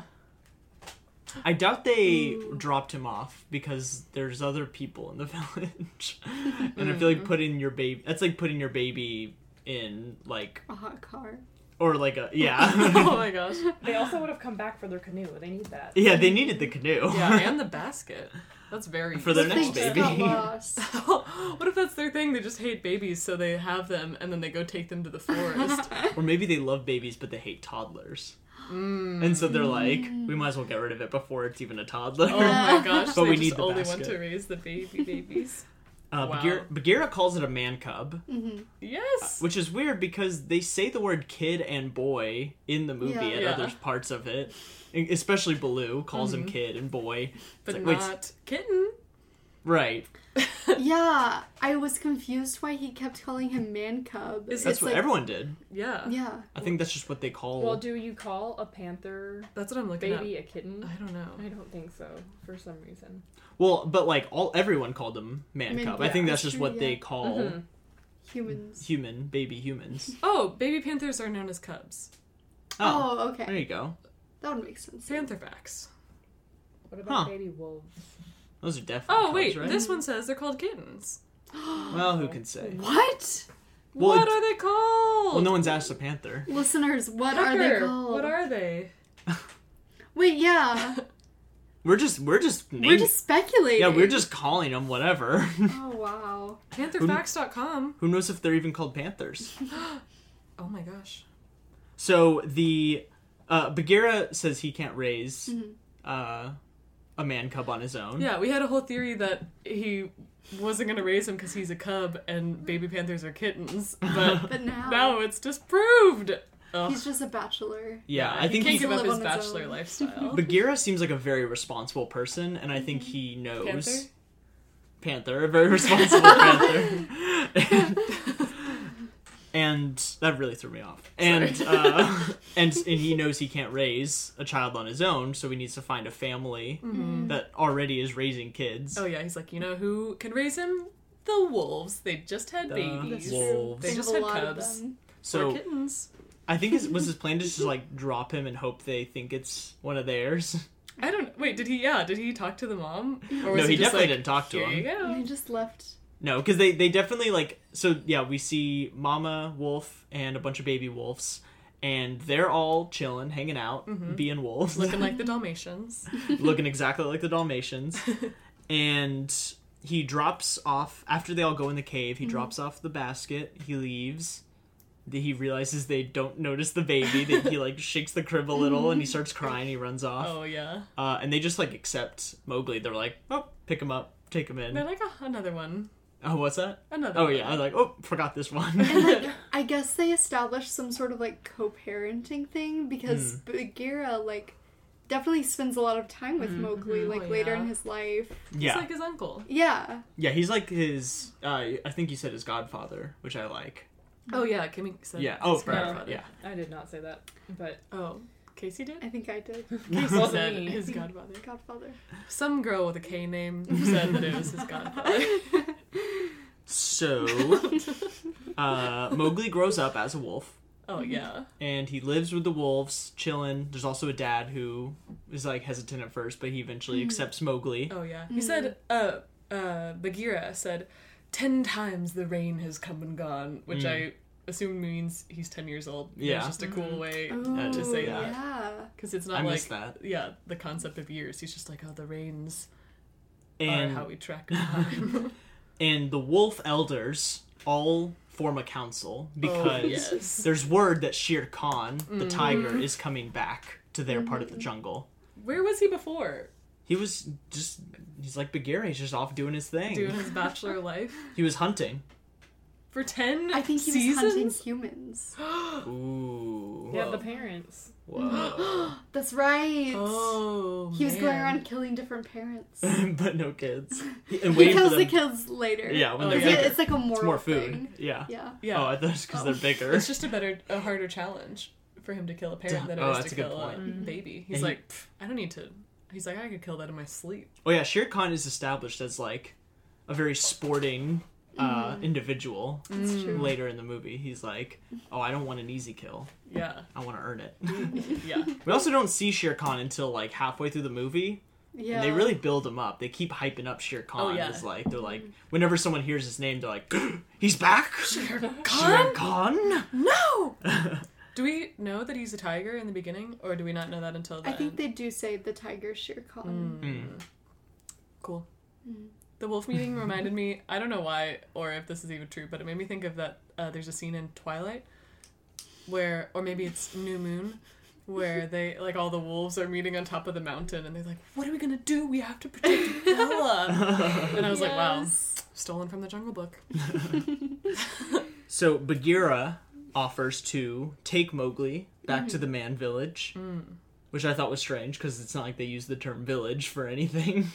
[SPEAKER 1] I doubt they
[SPEAKER 2] Mm.
[SPEAKER 1] dropped him off because there's other people in the village, and I feel
[SPEAKER 2] Mm.
[SPEAKER 1] like putting your baby that's like putting your baby in like
[SPEAKER 3] A hot car.
[SPEAKER 1] or like a
[SPEAKER 2] oh
[SPEAKER 1] yeah
[SPEAKER 2] my gosh!
[SPEAKER 4] They also would have come back for their canoe. They need that.
[SPEAKER 1] yeah they needed the canoe
[SPEAKER 2] Yeah, and the basket. That's very
[SPEAKER 1] For their
[SPEAKER 3] The
[SPEAKER 1] next
[SPEAKER 3] thing just
[SPEAKER 1] baby.
[SPEAKER 3] got lost.
[SPEAKER 2] what if that's their thing? They just hate babies, so they have them, and then they go take them to the forest.
[SPEAKER 1] or maybe they love babies but they hate toddlers.
[SPEAKER 2] Mm.
[SPEAKER 1] And so they're like, we might as well get rid of it before it's even a toddler. Uh,
[SPEAKER 2] oh my gosh!
[SPEAKER 1] But we
[SPEAKER 2] they just
[SPEAKER 1] need the
[SPEAKER 2] only want
[SPEAKER 1] basket.
[SPEAKER 2] to raise the baby babies.
[SPEAKER 1] Uh,
[SPEAKER 2] Wow.
[SPEAKER 1] Bagheera, Bagheera calls it a man cub,
[SPEAKER 2] Yes.
[SPEAKER 1] Uh, which is weird because they say the word kid and boy in the movie
[SPEAKER 3] Yeah.
[SPEAKER 1] at
[SPEAKER 2] Yeah. Mm-hmm.
[SPEAKER 1] other parts of it. E- Especially Baloo calls him kid and boy. It's
[SPEAKER 2] But
[SPEAKER 1] like, wait,
[SPEAKER 2] not kitten.
[SPEAKER 1] right.
[SPEAKER 3] yeah, I was confused why he kept calling him man cub.
[SPEAKER 2] Is
[SPEAKER 1] That's
[SPEAKER 3] It's
[SPEAKER 1] what
[SPEAKER 3] like-
[SPEAKER 1] everyone did.
[SPEAKER 2] Yeah.
[SPEAKER 3] Yeah.
[SPEAKER 1] I think that's just what they call.
[SPEAKER 4] Well, do you call a panther
[SPEAKER 2] That's what I'm looking
[SPEAKER 4] baby a kitten?
[SPEAKER 2] at. I don't know.
[SPEAKER 4] I don't think so, for some reason.
[SPEAKER 1] well, but like all everyone called him man
[SPEAKER 3] Man
[SPEAKER 1] cub. I
[SPEAKER 3] cub.
[SPEAKER 1] think that's
[SPEAKER 3] That's
[SPEAKER 1] just
[SPEAKER 3] true,
[SPEAKER 1] what they
[SPEAKER 3] yeah. Mm-hmm.
[SPEAKER 1] call
[SPEAKER 4] Mm-hmm.
[SPEAKER 3] Humans.
[SPEAKER 1] human baby humans.
[SPEAKER 2] Oh, baby panthers are known as cubs.
[SPEAKER 1] Oh,
[SPEAKER 3] Oh,
[SPEAKER 1] there
[SPEAKER 3] okay.
[SPEAKER 1] you go.
[SPEAKER 3] That would make sense.
[SPEAKER 2] Panther facts.
[SPEAKER 4] What about
[SPEAKER 1] Huh.
[SPEAKER 4] baby wolves?
[SPEAKER 1] Those are definitely.
[SPEAKER 2] Oh wait,
[SPEAKER 1] cubs, right?
[SPEAKER 2] this one says they're called kittens.
[SPEAKER 1] Well, who can say?
[SPEAKER 3] What?
[SPEAKER 1] Well,
[SPEAKER 2] what
[SPEAKER 1] it-
[SPEAKER 2] are they called?
[SPEAKER 1] Well, no one's asked a panther.
[SPEAKER 3] Listeners, what are they
[SPEAKER 2] Tucker,
[SPEAKER 3] called?
[SPEAKER 2] What are they?
[SPEAKER 3] Wait, yeah.
[SPEAKER 1] We're just we're just
[SPEAKER 3] We're
[SPEAKER 1] naming.
[SPEAKER 3] just speculating.
[SPEAKER 1] yeah, we're just calling them whatever.
[SPEAKER 3] Oh, wow.
[SPEAKER 2] Pantherfacts.com.
[SPEAKER 1] Who knows if they're even called panthers?
[SPEAKER 2] Oh my gosh.
[SPEAKER 1] So the uh, Bagheera says he can't raise
[SPEAKER 3] Mm-hmm.
[SPEAKER 1] uh, a man cub on his own.
[SPEAKER 2] Yeah, we had a whole theory that he wasn't gonna raise him because he's a cub and baby panthers are kittens, but
[SPEAKER 3] But now,
[SPEAKER 2] now it's disproved. Ugh.
[SPEAKER 3] he's just a bachelor.
[SPEAKER 1] Yeah, I think
[SPEAKER 2] he
[SPEAKER 1] he,
[SPEAKER 2] can't give
[SPEAKER 3] He's
[SPEAKER 2] up
[SPEAKER 3] a
[SPEAKER 2] his
[SPEAKER 3] live on his
[SPEAKER 2] bachelor
[SPEAKER 3] own.
[SPEAKER 2] lifestyle.
[SPEAKER 1] Bagheera seems like a very responsible person, and I think he knows.
[SPEAKER 2] Panther?
[SPEAKER 1] Panther, a very responsible Panther. And, and that really threw me off. And uh, and and he knows he can't raise a child on his own, so he needs to find a family
[SPEAKER 2] Hmm. Mm-hmm.
[SPEAKER 3] Hmm.
[SPEAKER 1] that already is raising kids.
[SPEAKER 2] Oh yeah, he's like, you know who can raise him? The wolves. They just had
[SPEAKER 1] The
[SPEAKER 2] babies.
[SPEAKER 1] wolves. Wolves.
[SPEAKER 2] They
[SPEAKER 3] They
[SPEAKER 2] just
[SPEAKER 3] have a
[SPEAKER 2] had
[SPEAKER 3] lot of
[SPEAKER 2] cubs.
[SPEAKER 3] them.
[SPEAKER 2] So
[SPEAKER 1] so
[SPEAKER 2] kittens.
[SPEAKER 1] I think his was his plan to just like drop him and hope they think it's one of theirs.
[SPEAKER 2] I don't wait. Did he? Yeah. Did he talk to the mom? Or
[SPEAKER 1] No, he
[SPEAKER 2] just
[SPEAKER 1] definitely didn't talk to
[SPEAKER 2] Here you
[SPEAKER 1] him.
[SPEAKER 2] go.
[SPEAKER 3] They just left.
[SPEAKER 1] No, because they they definitely like so yeah we see Mama Wolf and a bunch of baby wolves, and they're all chilling, hanging out, being wolves,
[SPEAKER 2] Mm-hmm. Looking like the Dalmatians.
[SPEAKER 1] looking exactly like the Dalmatians, and he drops off after they all go in the cave.
[SPEAKER 2] Mm-hmm.
[SPEAKER 1] He drops off the basket. He leaves. Th- He realizes they don't notice the baby. That he like shakes the crib a little and he starts crying. He runs off,
[SPEAKER 2] Oh yeah.
[SPEAKER 1] uh, and they just like accept Mowgli. They're like, oh, pick him up, take him in.
[SPEAKER 2] They're like oh, another one.
[SPEAKER 1] Oh, what's that?
[SPEAKER 2] Another.
[SPEAKER 1] Oh
[SPEAKER 2] one."
[SPEAKER 1] yeah, I like oh forgot this one.
[SPEAKER 3] And like, I guess they established some sort of like co-parenting thing because
[SPEAKER 2] Hmm.
[SPEAKER 3] Bagheera like definitely spends a lot of time with Mowgli like
[SPEAKER 2] Oh,
[SPEAKER 3] later
[SPEAKER 2] yeah.
[SPEAKER 3] in his life.
[SPEAKER 2] He's
[SPEAKER 1] yeah,
[SPEAKER 2] like his uncle.
[SPEAKER 3] Yeah.
[SPEAKER 1] Yeah, he's like his. Uh, I think you said his godfather, which I like.
[SPEAKER 2] Oh yeah, Kimmy said.
[SPEAKER 1] Yeah. Oh,
[SPEAKER 2] his
[SPEAKER 1] right.
[SPEAKER 2] godfather.
[SPEAKER 1] Yeah.
[SPEAKER 4] I did not say that, but
[SPEAKER 2] Oh, Casey did.
[SPEAKER 3] I think I did.
[SPEAKER 2] Casey
[SPEAKER 4] Wasn't
[SPEAKER 2] said
[SPEAKER 4] me.
[SPEAKER 2] his godfather.
[SPEAKER 3] Godfather.
[SPEAKER 2] Some girl with a K name said that it was his godfather.
[SPEAKER 1] So, uh, Mowgli grows up as a wolf,
[SPEAKER 2] Oh yeah.
[SPEAKER 1] and he lives with the wolves, chilling. There's also a dad who is like hesitant at first, but he eventually accepts Mowgli.
[SPEAKER 2] Mm-hmm. Oh yeah. He said, uh, uh, Bagheera said, ten times the rain has come and gone, which I assume means he's ten years old.
[SPEAKER 1] Mm. Yeah.
[SPEAKER 2] It's just a cool way
[SPEAKER 1] Yeah,
[SPEAKER 2] to say
[SPEAKER 1] yeah.
[SPEAKER 2] that.
[SPEAKER 3] Yeah.
[SPEAKER 2] Because it's
[SPEAKER 1] I
[SPEAKER 2] not like
[SPEAKER 1] missed that.
[SPEAKER 2] yeah the concept of years. He's just like oh the rains
[SPEAKER 1] And
[SPEAKER 2] are uh, how we track time. Oh,
[SPEAKER 1] and the wolf elders all form a council because
[SPEAKER 2] Oh, yes. Mm-hmm.
[SPEAKER 1] there's word that Shere Khan, the tiger, is coming back to their part of the jungle.
[SPEAKER 2] Where was he before?
[SPEAKER 1] He was just he's like Bagheera, he's just off doing his thing.
[SPEAKER 2] Doing his bachelor life
[SPEAKER 1] He was hunting.
[SPEAKER 2] for ten.
[SPEAKER 3] I think he was
[SPEAKER 2] seasons.
[SPEAKER 3] hunting humans.
[SPEAKER 1] Ooh.
[SPEAKER 4] yeah, the parents.
[SPEAKER 1] Whoa.
[SPEAKER 3] That's right.
[SPEAKER 2] Oh,
[SPEAKER 3] he was going
[SPEAKER 2] man.
[SPEAKER 3] around killing different parents.
[SPEAKER 1] but no kids. And
[SPEAKER 3] he
[SPEAKER 1] waiting for
[SPEAKER 3] kills
[SPEAKER 1] them.
[SPEAKER 3] the kids later.
[SPEAKER 1] Yeah, when
[SPEAKER 2] Oh,
[SPEAKER 1] they're
[SPEAKER 3] It's,
[SPEAKER 2] yeah.
[SPEAKER 3] like-
[SPEAKER 1] bigger.
[SPEAKER 3] it's like a moral
[SPEAKER 1] It's more food.
[SPEAKER 3] thing.
[SPEAKER 1] Yeah.
[SPEAKER 3] Yeah.
[SPEAKER 2] Yeah,
[SPEAKER 1] Oh, I thought it's because they're bigger.
[SPEAKER 2] it's just a better, a harder challenge for him to kill a parent than it
[SPEAKER 1] Oh,
[SPEAKER 2] is
[SPEAKER 1] that's
[SPEAKER 2] to
[SPEAKER 1] a good
[SPEAKER 2] kill a
[SPEAKER 3] Mm-hmm.
[SPEAKER 1] point.
[SPEAKER 2] baby.
[SPEAKER 1] And
[SPEAKER 2] He's
[SPEAKER 1] he-
[SPEAKER 2] like, "Pff, I don't need to. He's like, I could kill that in my sleep.
[SPEAKER 1] oh yeah, Shere Khan is established as like a very sporting uh, individual.
[SPEAKER 3] That's true.
[SPEAKER 1] Later in the movie, he's like, "Oh, I don't want an easy kill.
[SPEAKER 2] Yeah,
[SPEAKER 1] I want to earn it."
[SPEAKER 2] yeah.
[SPEAKER 1] we also don't see Shere Khan until like halfway through the movie,
[SPEAKER 3] Yeah.
[SPEAKER 1] and they really build him up. They keep hyping up Shere Khan
[SPEAKER 2] yeah.
[SPEAKER 1] as like they're like, whenever someone hears his name, they're like, "He's back, Shere Khan."
[SPEAKER 2] No. do we know that he's a tiger in the beginning, or do we not know that until the
[SPEAKER 3] I think
[SPEAKER 2] end?
[SPEAKER 3] they do say the tiger Shere Khan.
[SPEAKER 1] Mm.
[SPEAKER 2] Cool. The wolf meeting reminded me, I don't know why or if this is even true, but it made me think of that uh, there's a scene in Twilight where, or maybe it's New Moon, where they, like, all the wolves are meeting on top of the mountain and they're like, what are we gonna do? We have to protect Bella. and I was like, wow, stolen from the jungle book.
[SPEAKER 1] So Bagheera offers to take Mowgli back to the man village, which I thought was strange because it's not like they use the term village for anything.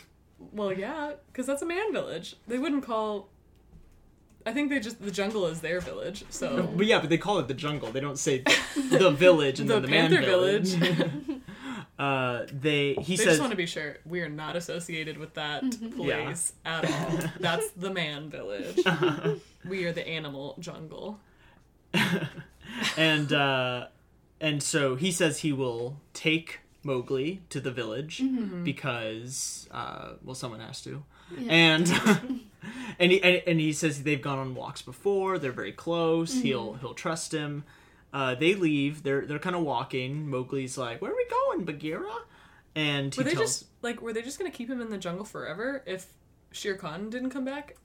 [SPEAKER 2] Well, yeah, because that's a man village. They wouldn't call. I think they just, the jungle is their village, so.
[SPEAKER 1] But yeah, but they call it the jungle. They don't say the village and
[SPEAKER 2] The
[SPEAKER 1] then the man
[SPEAKER 2] Panther
[SPEAKER 1] village. uh, they he
[SPEAKER 2] They
[SPEAKER 1] says
[SPEAKER 2] just want to be sure we are not associated with that place at all. That's the man village. we are the animal jungle.
[SPEAKER 1] and uh, and so he says he will take Mowgli to the village
[SPEAKER 2] Mhm.
[SPEAKER 1] because uh, well someone has to
[SPEAKER 3] Yeah.
[SPEAKER 1] and and he and, and he says they've gone on walks before they're very close
[SPEAKER 2] Mm-hmm.
[SPEAKER 1] he'll he'll trust him uh, they leave they're they're kind of walking Mowgli's like where are we going Bagheera and he
[SPEAKER 2] Were they
[SPEAKER 1] tells
[SPEAKER 2] just like were they just gonna keep him in the jungle forever if Shere Khan didn't come back?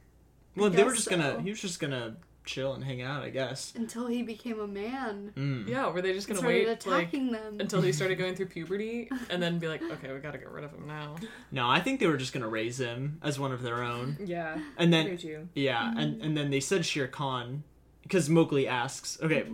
[SPEAKER 1] Mm-hmm. well they were
[SPEAKER 3] guess
[SPEAKER 1] just gonna
[SPEAKER 3] so.
[SPEAKER 1] he was just gonna chill and hang out I guess
[SPEAKER 3] until he became a man
[SPEAKER 1] mm.
[SPEAKER 2] Yeah, were they just
[SPEAKER 3] and
[SPEAKER 2] gonna
[SPEAKER 3] started
[SPEAKER 2] wait like
[SPEAKER 3] attacking them.
[SPEAKER 2] until he started going through puberty and then be like, okay, we gotta get rid of him now.
[SPEAKER 1] no I think they were just gonna raise him as one of their own
[SPEAKER 4] Yeah.
[SPEAKER 1] and then
[SPEAKER 4] I do too.
[SPEAKER 1] Yeah,
[SPEAKER 2] Mm-hmm.
[SPEAKER 1] and and then they said Shere Khan because Mowgli asks. Okay,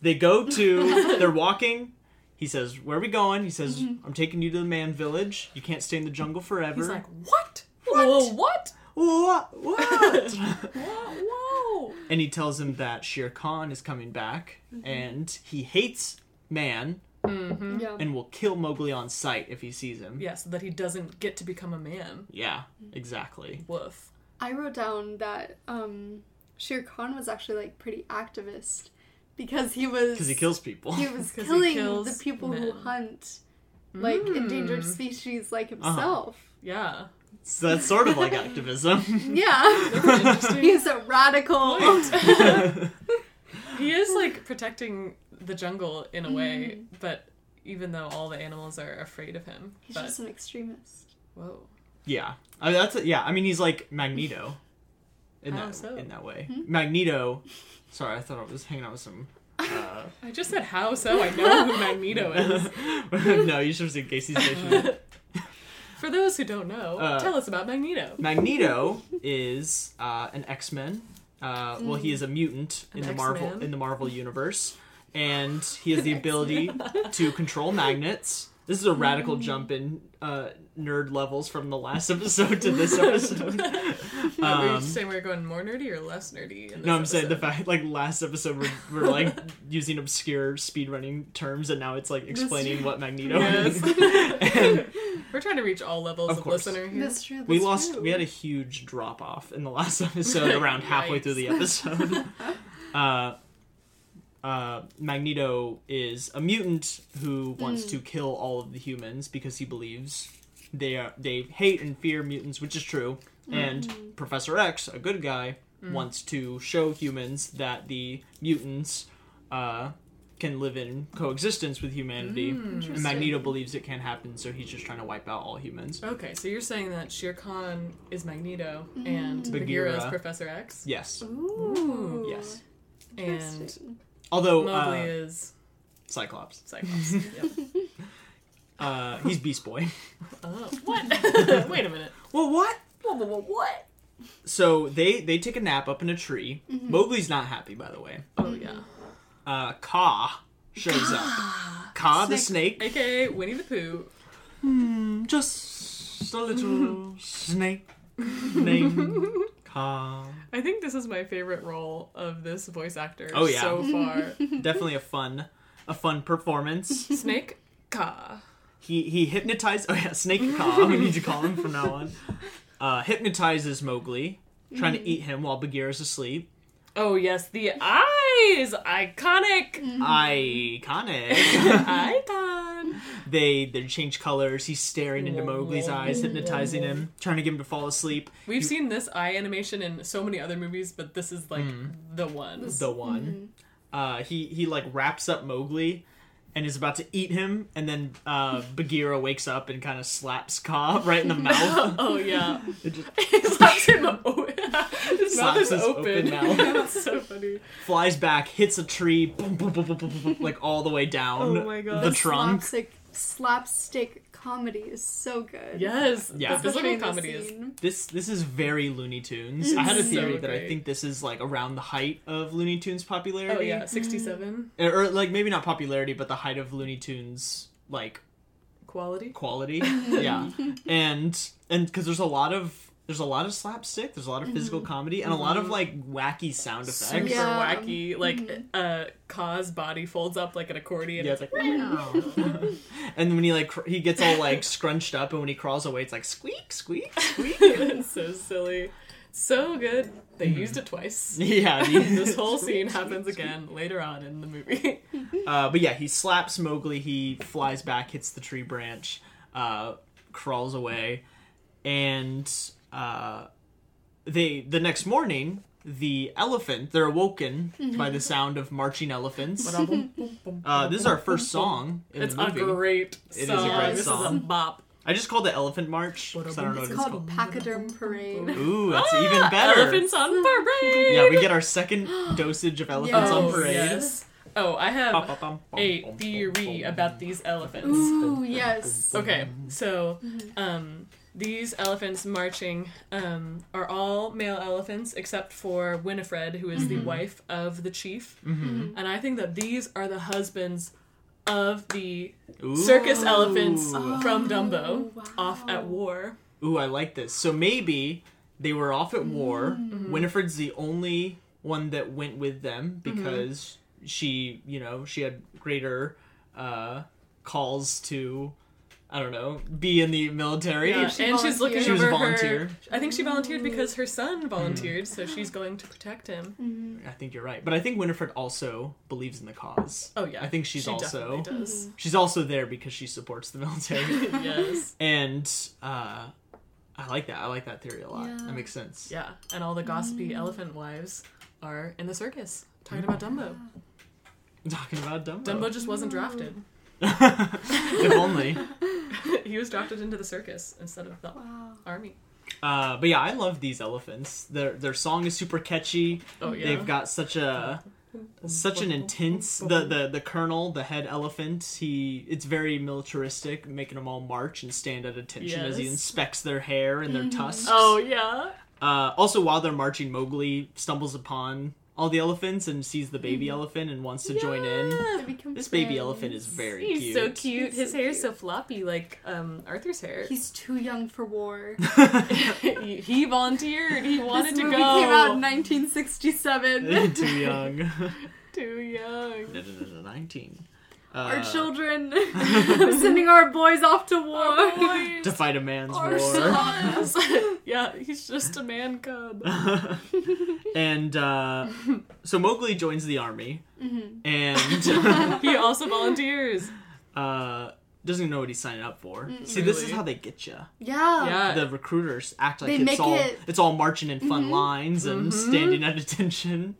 [SPEAKER 1] they go to they're walking. He says, "Where are we going?" He says, "I'm taking you to the Man Village. You can't stay in the jungle forever."
[SPEAKER 2] Mm-hmm. He's like, what? Whoa, what?
[SPEAKER 1] "Wha- what?"
[SPEAKER 2] Whoa, whoa.
[SPEAKER 1] and he tells him that Shere Khan is coming back, and he hates man
[SPEAKER 2] Mm-hmm.
[SPEAKER 3] yeah.
[SPEAKER 1] and will kill Mowgli on sight if he sees him.
[SPEAKER 2] Yeah, so that he doesn't get to become a man.
[SPEAKER 1] Yeah, exactly.
[SPEAKER 2] Woof.
[SPEAKER 3] I wrote down that um, Shere Khan was actually like pretty activist because he was
[SPEAKER 1] Because he kills people.
[SPEAKER 3] he was
[SPEAKER 2] 'Cause he
[SPEAKER 3] killing
[SPEAKER 2] kills
[SPEAKER 3] the people who
[SPEAKER 2] men.
[SPEAKER 3] hunt like
[SPEAKER 1] Hmm.
[SPEAKER 2] Mm.
[SPEAKER 3] endangered species like himself.
[SPEAKER 2] Yeah.
[SPEAKER 1] so that's sort of like activism.
[SPEAKER 3] Yeah,
[SPEAKER 2] Interesting.
[SPEAKER 3] he's a radical.
[SPEAKER 2] he is like protecting the jungle in a way, but even though all the animals are afraid of him.
[SPEAKER 3] Mm-hmm. He's
[SPEAKER 2] but
[SPEAKER 3] just an extremist.
[SPEAKER 2] whoa.
[SPEAKER 1] Yeah, I mean, that's a, yeah. I mean, he's like Magneto, in
[SPEAKER 2] How
[SPEAKER 1] that
[SPEAKER 2] Oh, so? Hmm?
[SPEAKER 1] in that way. Magneto. Sorry, I thought I was hanging out with some. Uh,
[SPEAKER 2] I just said how so I know who Magneto is.
[SPEAKER 1] no, you should have seen Casey's vision.
[SPEAKER 2] For those who don't know,
[SPEAKER 1] Uh,
[SPEAKER 2] tell us about Magneto.
[SPEAKER 1] Magneto is uh, an X Men. Uh, well, he is a mutant in
[SPEAKER 2] Hmm. An
[SPEAKER 1] the Marvel
[SPEAKER 2] X-Man.
[SPEAKER 1] in the Marvel universe, and he has the ability to control magnets. This is a radical
[SPEAKER 2] Hmm.
[SPEAKER 1] jump in uh, nerd levels from the last episode to this episode.
[SPEAKER 2] Uh, were you
[SPEAKER 1] Um,
[SPEAKER 2] saying we're going more nerdy or less nerdy? In this
[SPEAKER 1] No, I'm saying the
[SPEAKER 2] episode?
[SPEAKER 1] fact like last episode we're, we're like using obscure speedrunning terms and now it's like explaining what Magneto is.
[SPEAKER 2] Yes.
[SPEAKER 1] And
[SPEAKER 2] we're trying to reach all levels
[SPEAKER 1] Of
[SPEAKER 2] of,
[SPEAKER 1] course.
[SPEAKER 2] listener here.
[SPEAKER 3] That's true.
[SPEAKER 1] we
[SPEAKER 3] that's
[SPEAKER 1] lost
[SPEAKER 3] true.
[SPEAKER 1] we had a huge drop off in the last episode around halfway through the episode. Uh uh, Magneto is a mutant who wants to kill all of the humans because he believes they are they hate and fear mutants, which is true. And Professor X, a good guy, wants to show humans that the mutants uh, can live in coexistence with humanity.
[SPEAKER 2] Hmm,
[SPEAKER 1] And
[SPEAKER 3] Interesting.
[SPEAKER 1] Magneto believes it can happen, so he's just trying to wipe out all humans.
[SPEAKER 2] Okay, so you're saying that Shere Khan is Magneto and
[SPEAKER 3] Mm.
[SPEAKER 2] Bagheera is
[SPEAKER 1] Bagheera.
[SPEAKER 2] Professor X,
[SPEAKER 1] Yes.
[SPEAKER 3] Ooh.
[SPEAKER 1] Yes.
[SPEAKER 2] and
[SPEAKER 3] Interesting.
[SPEAKER 1] Although
[SPEAKER 2] Mowgli
[SPEAKER 1] uh,
[SPEAKER 2] is
[SPEAKER 1] Cyclops,
[SPEAKER 2] Cyclops. Yep.
[SPEAKER 1] uh, he's Beast Boy.
[SPEAKER 2] Oh, what? Wait a minute.
[SPEAKER 1] well, what?
[SPEAKER 2] Whoa, whoa, whoa, what?
[SPEAKER 1] So they they take a nap up in a tree. Mowgli's not happy, by the way.
[SPEAKER 2] Oh yeah.
[SPEAKER 1] Uh, Ka shows up. Ka the snake,
[SPEAKER 2] AKA Winnie the Pooh.
[SPEAKER 1] Mm, just a little snake named Ka.
[SPEAKER 2] I think this is my favorite role of this voice actor
[SPEAKER 1] Oh, yeah.
[SPEAKER 2] so far.
[SPEAKER 1] Definitely a fun a fun performance.
[SPEAKER 2] Snake Ka.
[SPEAKER 1] He he hypnotized. Oh yeah, Snake Ka. We need to call him from now on. Uh, hypnotizes Mowgli, trying to eat him while Bagheera's asleep.
[SPEAKER 2] Oh yes, the eyes. Iconic.
[SPEAKER 1] Iconic.
[SPEAKER 2] Icon.
[SPEAKER 1] they they change colors. He's staring into Mowgli's eyes, hypnotizing him, trying to get him to fall asleep.
[SPEAKER 2] We've seen this eye animation in so many other movies, but this is like the one.
[SPEAKER 1] Mm. the
[SPEAKER 3] Mm-hmm.
[SPEAKER 1] one. Uh, he he like wraps up Mowgli and is about to eat him, and then uh, Bagheera wakes up and kind of slaps Ka right in the mouth.
[SPEAKER 2] oh yeah.
[SPEAKER 1] It just
[SPEAKER 2] He slaps him open. His mouth
[SPEAKER 1] Slaps
[SPEAKER 2] is
[SPEAKER 1] his
[SPEAKER 2] open.
[SPEAKER 1] open mouth.
[SPEAKER 2] That's so funny.
[SPEAKER 1] flies back, hits a tree, boom, boom, boom, boom, boom, boom, boom, like all the way down
[SPEAKER 2] Oh my God.
[SPEAKER 1] the trunk.
[SPEAKER 3] Slapstick, slapstick comedy is so good.
[SPEAKER 2] Yes.
[SPEAKER 1] Yeah.
[SPEAKER 2] The
[SPEAKER 3] Especially
[SPEAKER 2] physical
[SPEAKER 3] in this
[SPEAKER 2] comedy is
[SPEAKER 3] scene.
[SPEAKER 1] This this is very Looney Tunes. I had a
[SPEAKER 2] So
[SPEAKER 1] theory that I
[SPEAKER 2] great.
[SPEAKER 1] think this is like around the height of Looney Tunes popularity.
[SPEAKER 2] Oh yeah, sixty-seven
[SPEAKER 1] or, or, like maybe not popularity, but the height of Looney Tunes like
[SPEAKER 2] quality.
[SPEAKER 1] quality. yeah, and and because there's a lot of there's a lot of slapstick, there's a lot of physical comedy, and a lot of like wacky sound effects.
[SPEAKER 2] Super
[SPEAKER 3] Yeah. um, mm-hmm.
[SPEAKER 2] wacky. Like uh, Ka's body folds up like an accordion.
[SPEAKER 1] Yeah, it's like, and when he like cr- he gets all like Mm-hmm. scrunched up, and when he crawls away, it's like squeak, squeak, squeak.
[SPEAKER 2] it's so silly. so good. They used it twice.
[SPEAKER 1] yeah.
[SPEAKER 2] this
[SPEAKER 1] He,
[SPEAKER 2] whole scene happens again later on in the movie.
[SPEAKER 1] uh, but yeah, he slaps Mowgli. He flies back, hits the tree branch, uh, crawls away, and uh, they the next morning. The elephant, they're awoken
[SPEAKER 3] Mm-hmm.
[SPEAKER 1] by the sound of marching elephants. Uh, this is our first song in
[SPEAKER 2] it's
[SPEAKER 1] the
[SPEAKER 2] a
[SPEAKER 1] movie.
[SPEAKER 2] great
[SPEAKER 1] is a
[SPEAKER 2] song.
[SPEAKER 1] great
[SPEAKER 2] this is a
[SPEAKER 1] song.
[SPEAKER 2] bop.
[SPEAKER 1] I just called it Elephant March. 'cause I don't know what
[SPEAKER 3] It's
[SPEAKER 1] it's
[SPEAKER 3] called
[SPEAKER 1] called.
[SPEAKER 3] Pachyderm Parade.
[SPEAKER 1] Ooh, that's
[SPEAKER 2] Ah,
[SPEAKER 1] even better.
[SPEAKER 2] Elephants on parade.
[SPEAKER 1] Yeah, we get our second dosage of elephants
[SPEAKER 2] oh,
[SPEAKER 1] on parade.
[SPEAKER 2] Yes. Oh, I
[SPEAKER 1] Bum,
[SPEAKER 2] have
[SPEAKER 1] bum, bum, bum,
[SPEAKER 2] a
[SPEAKER 1] bum,
[SPEAKER 2] theory
[SPEAKER 1] bum,
[SPEAKER 2] about these elephants.
[SPEAKER 3] Ooh, yes.
[SPEAKER 2] Okay,
[SPEAKER 1] Mm-hmm.
[SPEAKER 2] so um, these elephants marching um, are all male elephants except for Winifred, who is
[SPEAKER 1] Mm-hmm.
[SPEAKER 2] the wife of the chief.
[SPEAKER 1] Mhm.
[SPEAKER 2] And I think that these are the husbands of the
[SPEAKER 1] bum. Ooh. Oh,
[SPEAKER 2] circus elephants Uh-huh.
[SPEAKER 1] Ooh.
[SPEAKER 2] from Dumbo
[SPEAKER 3] wow.
[SPEAKER 2] off at war.
[SPEAKER 1] Ooh, I like this. So maybe they were off at war.
[SPEAKER 2] Mm-hmm.
[SPEAKER 1] Winifred's the only one that went with them
[SPEAKER 2] Mm-hmm.
[SPEAKER 1] because she, you know, she had greater uh, calls to, I don't know, be in the military.
[SPEAKER 2] Yeah,
[SPEAKER 3] she
[SPEAKER 2] and she's
[SPEAKER 3] volunteered.
[SPEAKER 2] looking
[SPEAKER 1] She was
[SPEAKER 2] over
[SPEAKER 1] a volunteer. Mm-hmm.
[SPEAKER 2] her. I think she volunteered because her son volunteered, so she's going to protect him.
[SPEAKER 3] Mm-hmm.
[SPEAKER 1] I think you're right, but I think Winifred also believes in the cause.
[SPEAKER 2] Oh yeah,
[SPEAKER 1] I think she's
[SPEAKER 2] she
[SPEAKER 1] also-
[SPEAKER 2] definitely does.
[SPEAKER 1] She's also there because she supports the military.
[SPEAKER 2] yes.
[SPEAKER 1] and uh, I like that. I like that theory a lot.
[SPEAKER 3] Yeah.
[SPEAKER 1] That makes sense.
[SPEAKER 2] Yeah, and all the gossipy
[SPEAKER 3] Mm.
[SPEAKER 2] elephant wives are in the circus talking about Dumbo.
[SPEAKER 1] Talking about Dumbo.
[SPEAKER 2] Dumbo just wasn't drafted.
[SPEAKER 1] if only.
[SPEAKER 2] he was drafted into the circus instead of the
[SPEAKER 3] Wow.
[SPEAKER 2] army.
[SPEAKER 1] Uh, but yeah, I love these elephants. Their their song is super catchy.
[SPEAKER 2] Oh yeah.
[SPEAKER 1] They've got such a such an intense the, the the colonel, the head elephant. He it's very militaristic, making them all march and stand at attention as he
[SPEAKER 2] Yes.
[SPEAKER 1] inspects their hair and their tusks.
[SPEAKER 2] Oh yeah.
[SPEAKER 1] Uh, also, while they're marching, Mowgli stumbles upon all the elephants and sees the baby
[SPEAKER 2] Mm-hmm.
[SPEAKER 1] elephant and wants to join in.
[SPEAKER 3] They become
[SPEAKER 1] This baby
[SPEAKER 3] friends.
[SPEAKER 1] elephant is very
[SPEAKER 2] He's
[SPEAKER 1] cute.
[SPEAKER 2] so cute.
[SPEAKER 3] He's
[SPEAKER 2] His
[SPEAKER 3] so
[SPEAKER 2] hair is so
[SPEAKER 3] cute.
[SPEAKER 2] floppy, like um, Arthur's hair.
[SPEAKER 3] He's too young for war.
[SPEAKER 2] he, he volunteered. He wanted
[SPEAKER 3] this
[SPEAKER 2] to
[SPEAKER 3] movie
[SPEAKER 2] go.
[SPEAKER 3] came out in 1967.
[SPEAKER 1] Too young.
[SPEAKER 2] Too young.
[SPEAKER 1] Nineteen.
[SPEAKER 3] our
[SPEAKER 1] Uh,
[SPEAKER 3] children. We're sending our boys off to war.
[SPEAKER 2] Boys.
[SPEAKER 1] to fight a man's
[SPEAKER 3] Our
[SPEAKER 1] war.
[SPEAKER 3] sons.
[SPEAKER 2] yeah, he's just a man cub.
[SPEAKER 1] and uh, so Mowgli joins the army
[SPEAKER 3] Mm-hmm.
[SPEAKER 1] and
[SPEAKER 2] he also volunteers.
[SPEAKER 1] uh, doesn't even know what he's signing up for. See, this is
[SPEAKER 2] Really?
[SPEAKER 1] how they get you.
[SPEAKER 3] Yeah.
[SPEAKER 2] yeah.
[SPEAKER 1] The recruiters act like
[SPEAKER 3] Uh, They
[SPEAKER 1] it's
[SPEAKER 3] make
[SPEAKER 1] all
[SPEAKER 3] it- Mm-hmm.
[SPEAKER 1] it's all marching in fun lines and standing at attention,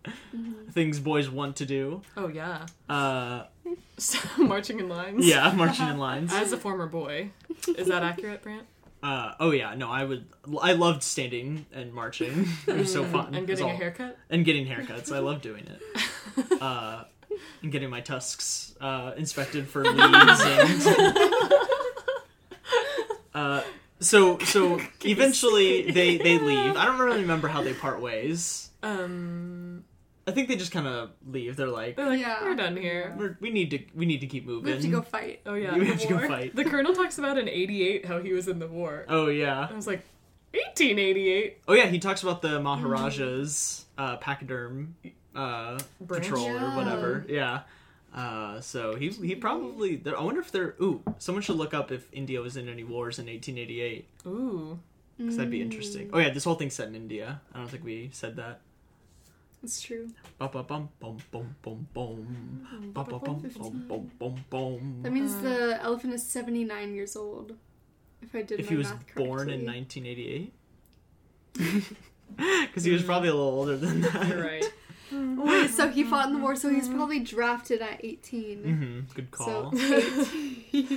[SPEAKER 1] things boys want to do.
[SPEAKER 2] oh yeah.
[SPEAKER 1] Uh,
[SPEAKER 2] So, marching in lines.
[SPEAKER 1] yeah, marching in lines.
[SPEAKER 2] As a former boy, is that accurate, Brant?
[SPEAKER 1] Uh, oh yeah, no, I would. I loved standing and marching. It was
[SPEAKER 3] Mm-hmm.
[SPEAKER 1] so fun.
[SPEAKER 2] And
[SPEAKER 1] It was
[SPEAKER 2] getting a
[SPEAKER 1] all-
[SPEAKER 2] haircut.
[SPEAKER 1] and getting haircuts. I love doing it. Uh, and getting my tusks uh, inspected for leaves. And, uh, so so eventually they they leave. I don't really remember how they part ways.
[SPEAKER 2] Um,
[SPEAKER 1] I think they just kind of leave. They're like,
[SPEAKER 2] they're like,
[SPEAKER 3] Yeah.
[SPEAKER 2] we're done here.
[SPEAKER 1] We're, we need to we need to keep moving.
[SPEAKER 3] We have to go fight.
[SPEAKER 2] Oh yeah.
[SPEAKER 1] We have to go
[SPEAKER 3] war.
[SPEAKER 1] fight.
[SPEAKER 2] The colonel talks about in '88 how he was in the war.
[SPEAKER 1] Oh yeah.
[SPEAKER 2] I was like, 1888.
[SPEAKER 1] Oh yeah, he talks about the Maharaja's uh, pachyderm uh,
[SPEAKER 2] Branch?
[SPEAKER 1] patrol or
[SPEAKER 3] Yeah.
[SPEAKER 1] whatever. Yeah. Uh, so he he probably. there- I wonder if they're. Ooh, someone should look up if India was in any wars in 1888
[SPEAKER 2] Ooh.
[SPEAKER 1] because that'd
[SPEAKER 3] Mm.
[SPEAKER 1] be
[SPEAKER 3] Mm-hmm.
[SPEAKER 1] interesting. Oh yeah, this whole thing's set in India. I don't think we said that.
[SPEAKER 3] It's true.
[SPEAKER 1] Bum bum bum bum bum bum bum bum bum bum bum bum bum
[SPEAKER 3] That
[SPEAKER 1] bum.
[SPEAKER 3] means
[SPEAKER 2] Uh.
[SPEAKER 3] the elephant is 79 years old. If I did
[SPEAKER 1] If
[SPEAKER 3] my
[SPEAKER 1] he was
[SPEAKER 3] math correctly.
[SPEAKER 1] born in 1988. Because he was probably a little older than that.
[SPEAKER 2] You're right.
[SPEAKER 3] Wait, so he fought in the war, so he's
[SPEAKER 2] Mm-hmm.
[SPEAKER 3] probably drafted at 18.
[SPEAKER 1] hmm Good
[SPEAKER 3] So
[SPEAKER 1] call.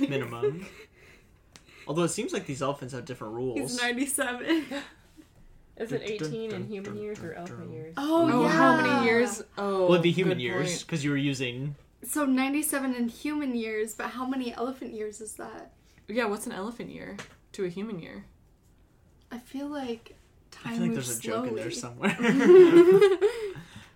[SPEAKER 1] minimum. Although it seems like these elephants have different rules.
[SPEAKER 3] he's 97.
[SPEAKER 4] Is it 18 in human years or elephant years?
[SPEAKER 3] Oh,
[SPEAKER 2] Oh,
[SPEAKER 3] yeah.
[SPEAKER 2] how many years? Oh,
[SPEAKER 1] well, it'd be human
[SPEAKER 2] good
[SPEAKER 1] years
[SPEAKER 2] point.
[SPEAKER 1] because you were using.
[SPEAKER 3] So 97 in human years, but how many elephant years is that?
[SPEAKER 2] Yeah, what's an elephant year to a human year?
[SPEAKER 3] I feel like
[SPEAKER 1] I
[SPEAKER 3] time
[SPEAKER 1] feel like
[SPEAKER 3] moves
[SPEAKER 1] there's a joke in there
[SPEAKER 3] slowly.
[SPEAKER 1] somewhere.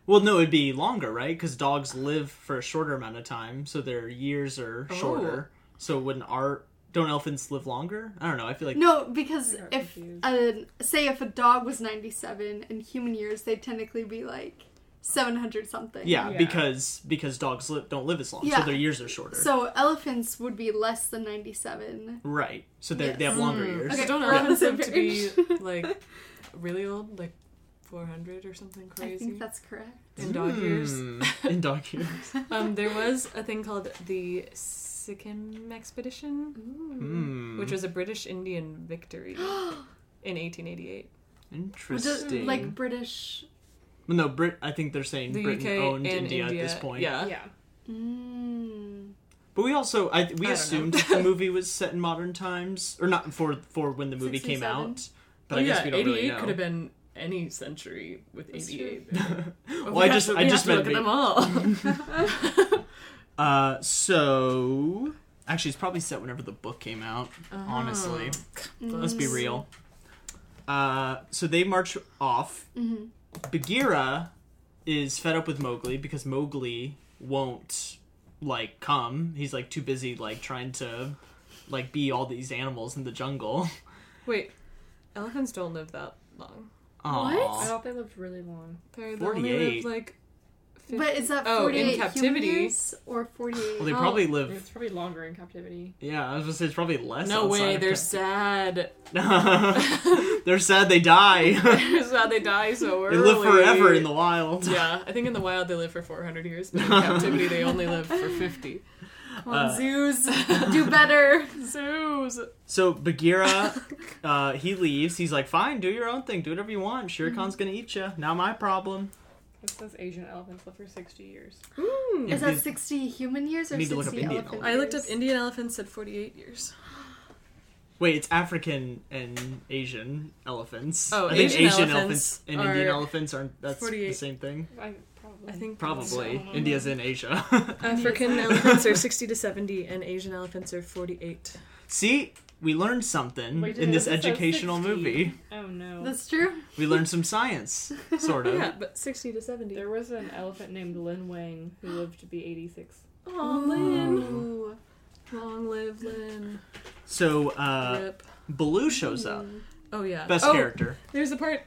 [SPEAKER 1] well, no, it'd be longer, right? Because dogs live for a shorter amount of time, so their years are
[SPEAKER 2] Oh.
[SPEAKER 1] shorter. So wouldn't our don't elephants live longer? I don't know. I feel like
[SPEAKER 3] No, because
[SPEAKER 4] I got
[SPEAKER 3] if
[SPEAKER 4] confused.
[SPEAKER 3] a, say if a dog was 97 in human years, they'd technically be like 700 something.
[SPEAKER 1] yeah,
[SPEAKER 4] Yeah.
[SPEAKER 1] because because dogs li- don't live as long, so
[SPEAKER 3] Yeah.
[SPEAKER 1] their years are shorter.
[SPEAKER 3] So elephants would be less than 97.
[SPEAKER 1] right, so they they
[SPEAKER 3] Yes.
[SPEAKER 1] have longer
[SPEAKER 2] Hmm.
[SPEAKER 1] years.
[SPEAKER 2] So
[SPEAKER 3] Okay,
[SPEAKER 2] don't
[SPEAKER 3] we're on
[SPEAKER 2] elephants
[SPEAKER 3] the
[SPEAKER 2] live to
[SPEAKER 3] same
[SPEAKER 2] be like really old, like 400 or something
[SPEAKER 3] I
[SPEAKER 2] crazy
[SPEAKER 3] think that's correct.
[SPEAKER 2] in dog years.
[SPEAKER 1] Mm, in dog years.
[SPEAKER 2] Um, there was a thing called the Sikkim Expedition, Hmm.
[SPEAKER 3] Ooh.
[SPEAKER 1] Mm,
[SPEAKER 2] which was a British Indian victory in 1888.
[SPEAKER 3] Was it,
[SPEAKER 1] interesting.
[SPEAKER 3] like British.
[SPEAKER 1] Well, no, Brit. I think they're saying
[SPEAKER 2] The
[SPEAKER 1] Britain
[SPEAKER 2] UK
[SPEAKER 1] owned
[SPEAKER 2] and
[SPEAKER 1] India, at this
[SPEAKER 2] India,
[SPEAKER 1] point.
[SPEAKER 2] yeah.
[SPEAKER 4] yeah.
[SPEAKER 3] Mm.
[SPEAKER 1] But we also, I, we
[SPEAKER 2] know.
[SPEAKER 1] assumed that the movie was set in modern times, or not for for when the movie came
[SPEAKER 3] 67.
[SPEAKER 1] out. But I guess we don't
[SPEAKER 2] 88
[SPEAKER 1] really
[SPEAKER 2] could have
[SPEAKER 1] know.
[SPEAKER 2] been any century with
[SPEAKER 3] That's
[SPEAKER 2] 88.
[SPEAKER 1] well, I just, I just meant.
[SPEAKER 2] look at them all.
[SPEAKER 1] be- Uh, so actually, it's probably set whenever the book came out.
[SPEAKER 2] Uh-huh.
[SPEAKER 1] Honestly, let's
[SPEAKER 2] Mm.
[SPEAKER 1] be real. Uh, so they march off.
[SPEAKER 3] Mm-hmm.
[SPEAKER 1] Bagheera is fed up with Mowgli because Mowgli won't like come. He's like too busy like trying to like be all these animals in the jungle.
[SPEAKER 2] Wait, elephants don't live that long.
[SPEAKER 4] I
[SPEAKER 1] Aw.
[SPEAKER 4] thought they lived really long.
[SPEAKER 2] They're they only
[SPEAKER 1] 48.
[SPEAKER 2] live like. 50.
[SPEAKER 3] But is that
[SPEAKER 2] Oh, in
[SPEAKER 3] 48 human
[SPEAKER 2] captivity.
[SPEAKER 3] years or 48?
[SPEAKER 1] Well, they
[SPEAKER 2] Oh.
[SPEAKER 1] probably
[SPEAKER 4] It's
[SPEAKER 1] live.
[SPEAKER 4] probably longer in captivity.
[SPEAKER 1] Yeah, I was gonna say it's probably less.
[SPEAKER 2] no way, they're
[SPEAKER 1] outside of
[SPEAKER 2] sad.
[SPEAKER 1] ca- they're sad they die.
[SPEAKER 2] they're sad they die so
[SPEAKER 1] they
[SPEAKER 2] early.
[SPEAKER 1] live forever in the wild.
[SPEAKER 2] Yeah, I think in the wild they live for 400 years, but in captivity they only live for 50.
[SPEAKER 3] Come
[SPEAKER 2] Uh,
[SPEAKER 3] on, zoos, do better.
[SPEAKER 2] Zoos!
[SPEAKER 1] So Bagheera, uh, he leaves. He's like, "Fine, do your own thing. Do whatever you want.
[SPEAKER 2] Mm-hmm.
[SPEAKER 1] Shere Khan's gonna eat you. Not my problem."
[SPEAKER 4] It says Asian elephants live for 60 years.
[SPEAKER 1] Yeah,
[SPEAKER 3] Is that
[SPEAKER 1] because-
[SPEAKER 3] 60 human years or
[SPEAKER 1] We need
[SPEAKER 3] 60
[SPEAKER 1] to look up Indian
[SPEAKER 3] elephant
[SPEAKER 2] I looked up
[SPEAKER 3] years?
[SPEAKER 2] Indian elephants said 48 years.
[SPEAKER 1] Wait, it's African and Asian elephants.
[SPEAKER 2] Oh,
[SPEAKER 1] I think
[SPEAKER 2] Asian
[SPEAKER 1] Asian elephants
[SPEAKER 2] elephants
[SPEAKER 1] and Indian
[SPEAKER 2] are
[SPEAKER 1] elephants aren't. That's the
[SPEAKER 2] 48.
[SPEAKER 1] same thing.
[SPEAKER 4] I probably.
[SPEAKER 2] I think
[SPEAKER 1] Probably.
[SPEAKER 4] So-
[SPEAKER 1] India's in Asia.
[SPEAKER 2] African elephants are 60 to 70 and Asian elephants are 48.
[SPEAKER 1] See, we learned something
[SPEAKER 4] Wait,
[SPEAKER 1] in this
[SPEAKER 4] it says
[SPEAKER 1] educational
[SPEAKER 4] 60.
[SPEAKER 1] movie.
[SPEAKER 4] Oh no.
[SPEAKER 3] That's true.
[SPEAKER 1] We learned some science, sort of.
[SPEAKER 2] Yeah, but 60 to 70.
[SPEAKER 4] There was an elephant named Lin Wang who lived to be 86.
[SPEAKER 2] Oh, Lynn.
[SPEAKER 3] Ooh.
[SPEAKER 2] Long live Lynn.
[SPEAKER 1] So uh,
[SPEAKER 2] Rip.
[SPEAKER 1] Baloo shows up,
[SPEAKER 2] Oh, yeah.
[SPEAKER 1] best
[SPEAKER 2] oh,
[SPEAKER 1] character.
[SPEAKER 2] There's a part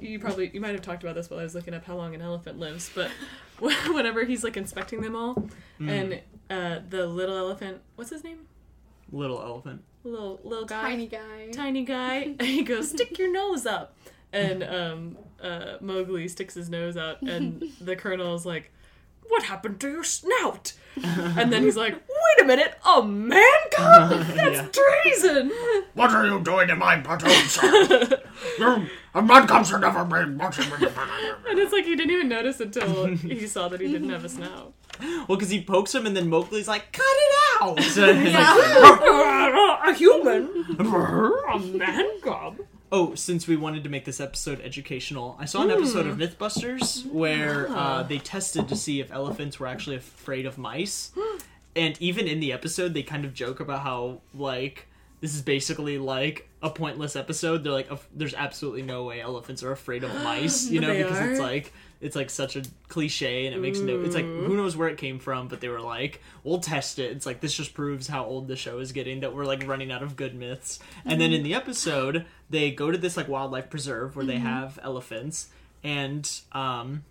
[SPEAKER 2] you probably you might have talked about this while I was looking up how long an elephant lives, but whenever he's like inspecting them all,
[SPEAKER 1] Hmm.
[SPEAKER 2] and uh, the little elephant, what's his name?
[SPEAKER 1] Little elephant.
[SPEAKER 2] Little little guy,
[SPEAKER 3] Tiny guy.
[SPEAKER 2] tiny guy. And he goes, "Stick your nose up," and um, uh, Mowgli sticks his nose out, and the colonel's like, "What happened to your snout?" and then he's like, "Wait a minute, a man cub?
[SPEAKER 1] yeah.
[SPEAKER 2] That's treason!"
[SPEAKER 5] What are you doing in my bottom, sir? you, a man comes to never bring bottom in the
[SPEAKER 2] And it's like he didn't even notice until he saw that he didn't have a snout.
[SPEAKER 1] Well, because he pokes him, and then Mowgli's like, "Cut it out!" So he's like,
[SPEAKER 2] a human, a man cub.
[SPEAKER 1] Oh, since we wanted to make this episode educational, I saw an episode
[SPEAKER 2] Hmm.
[SPEAKER 1] of Mythbusters where uh, they tested to see if elephants were actually afraid of mice. and even in the episode, they kind of joke about how, like, this is basically like a pointless episode. They're like, "Of- there's absolutely no way elephants are afraid of mice, you
[SPEAKER 2] But
[SPEAKER 1] know,
[SPEAKER 2] they
[SPEAKER 1] because it's
[SPEAKER 2] are.
[SPEAKER 1] like. It's like such a cliche, and it makes no. It's like who knows where it came from, but they were like, "We'll test it." It's like this just proves how old the show is getting that we're like running out of good myths. And then in the episode, they go to this like wildlife preserve where they
[SPEAKER 2] Mm-hmm.
[SPEAKER 1] have elephants, and um,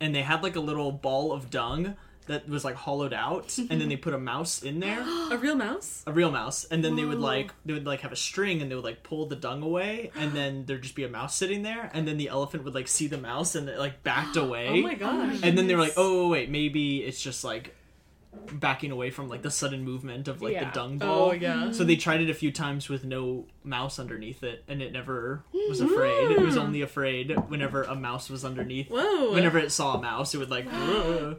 [SPEAKER 1] and they had like a little ball of dung that was like hollowed out, and then they put a mouse in there,
[SPEAKER 2] A real mouse?
[SPEAKER 1] a real mouse, and then they would like they would like have a string and they would like pull the dung away, and then there'd just be a mouse sitting there, and then the elephant would like see the mouse and it like backed away.
[SPEAKER 2] Oh my gosh.
[SPEAKER 1] And then they were like, "Oh wait, maybe it's just like backing away from like the sudden movement of like
[SPEAKER 4] Yeah.
[SPEAKER 1] the dung ball."
[SPEAKER 2] Oh yeah.
[SPEAKER 1] So they tried it a few times with no mouse underneath it, and it never was afraid. It was
[SPEAKER 2] Hmm.
[SPEAKER 1] only afraid whenever a mouse was underneath.
[SPEAKER 2] Whoa.
[SPEAKER 1] Whenever it saw a mouse, it would like "Whoa."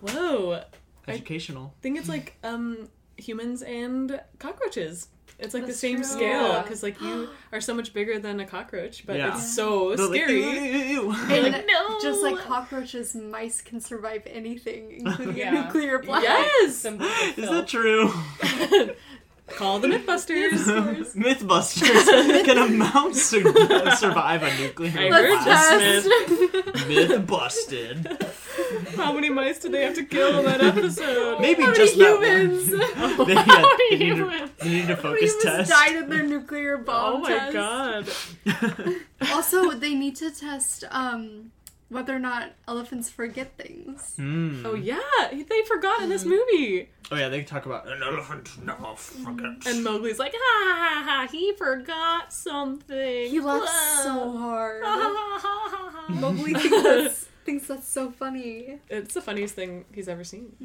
[SPEAKER 2] Whoa. I-
[SPEAKER 1] educational.
[SPEAKER 2] think it's like um humans and cockroaches. It's like
[SPEAKER 3] That's
[SPEAKER 2] the same
[SPEAKER 3] true.
[SPEAKER 2] scale
[SPEAKER 3] Yeah.
[SPEAKER 2] because like you are so much bigger than a cockroach, but
[SPEAKER 1] Yeah.
[SPEAKER 2] it's so
[SPEAKER 1] They're like,
[SPEAKER 2] scary.
[SPEAKER 1] "Ew, ew, ew, ew."
[SPEAKER 3] And
[SPEAKER 2] Like, no.
[SPEAKER 3] just like cockroaches, mice can survive anything, including
[SPEAKER 4] Yeah.
[SPEAKER 3] a nuclear blast.
[SPEAKER 2] yes.
[SPEAKER 4] Symbol of
[SPEAKER 1] Is
[SPEAKER 4] filth.
[SPEAKER 1] that true?
[SPEAKER 2] Call the MythBusters.
[SPEAKER 1] Mythbusters. Can a mouse sur- uh, survive a nuclear
[SPEAKER 2] I
[SPEAKER 3] Let's
[SPEAKER 1] blast?
[SPEAKER 2] Yes,
[SPEAKER 3] test.
[SPEAKER 1] Myth busted.
[SPEAKER 2] How many mice did they have to kill in that episode?
[SPEAKER 1] Maybe
[SPEAKER 3] How many
[SPEAKER 1] just
[SPEAKER 3] humans?
[SPEAKER 1] that one.
[SPEAKER 2] How
[SPEAKER 1] They- yeah,
[SPEAKER 2] many
[SPEAKER 1] they need to-
[SPEAKER 2] humans?
[SPEAKER 1] They need to
[SPEAKER 3] How many
[SPEAKER 1] focus
[SPEAKER 3] humans
[SPEAKER 1] test.
[SPEAKER 3] died in their nuclear bomb
[SPEAKER 2] Oh my
[SPEAKER 3] test?
[SPEAKER 2] god.
[SPEAKER 3] Also, they need to test um whether or not elephants forget things.
[SPEAKER 1] Mm.
[SPEAKER 2] Oh yeah, they forgot in this
[SPEAKER 3] Mm-hmm.
[SPEAKER 2] movie.
[SPEAKER 1] Oh yeah, they can talk about.
[SPEAKER 5] An elephant never forgets.
[SPEAKER 2] And Mowgli's like, ha ha ha, he forgot something.
[SPEAKER 3] He laughs so hard.
[SPEAKER 2] hard.
[SPEAKER 3] Mowgli thinks that's, thinks that's so funny.
[SPEAKER 2] it's the funniest thing he's ever seen.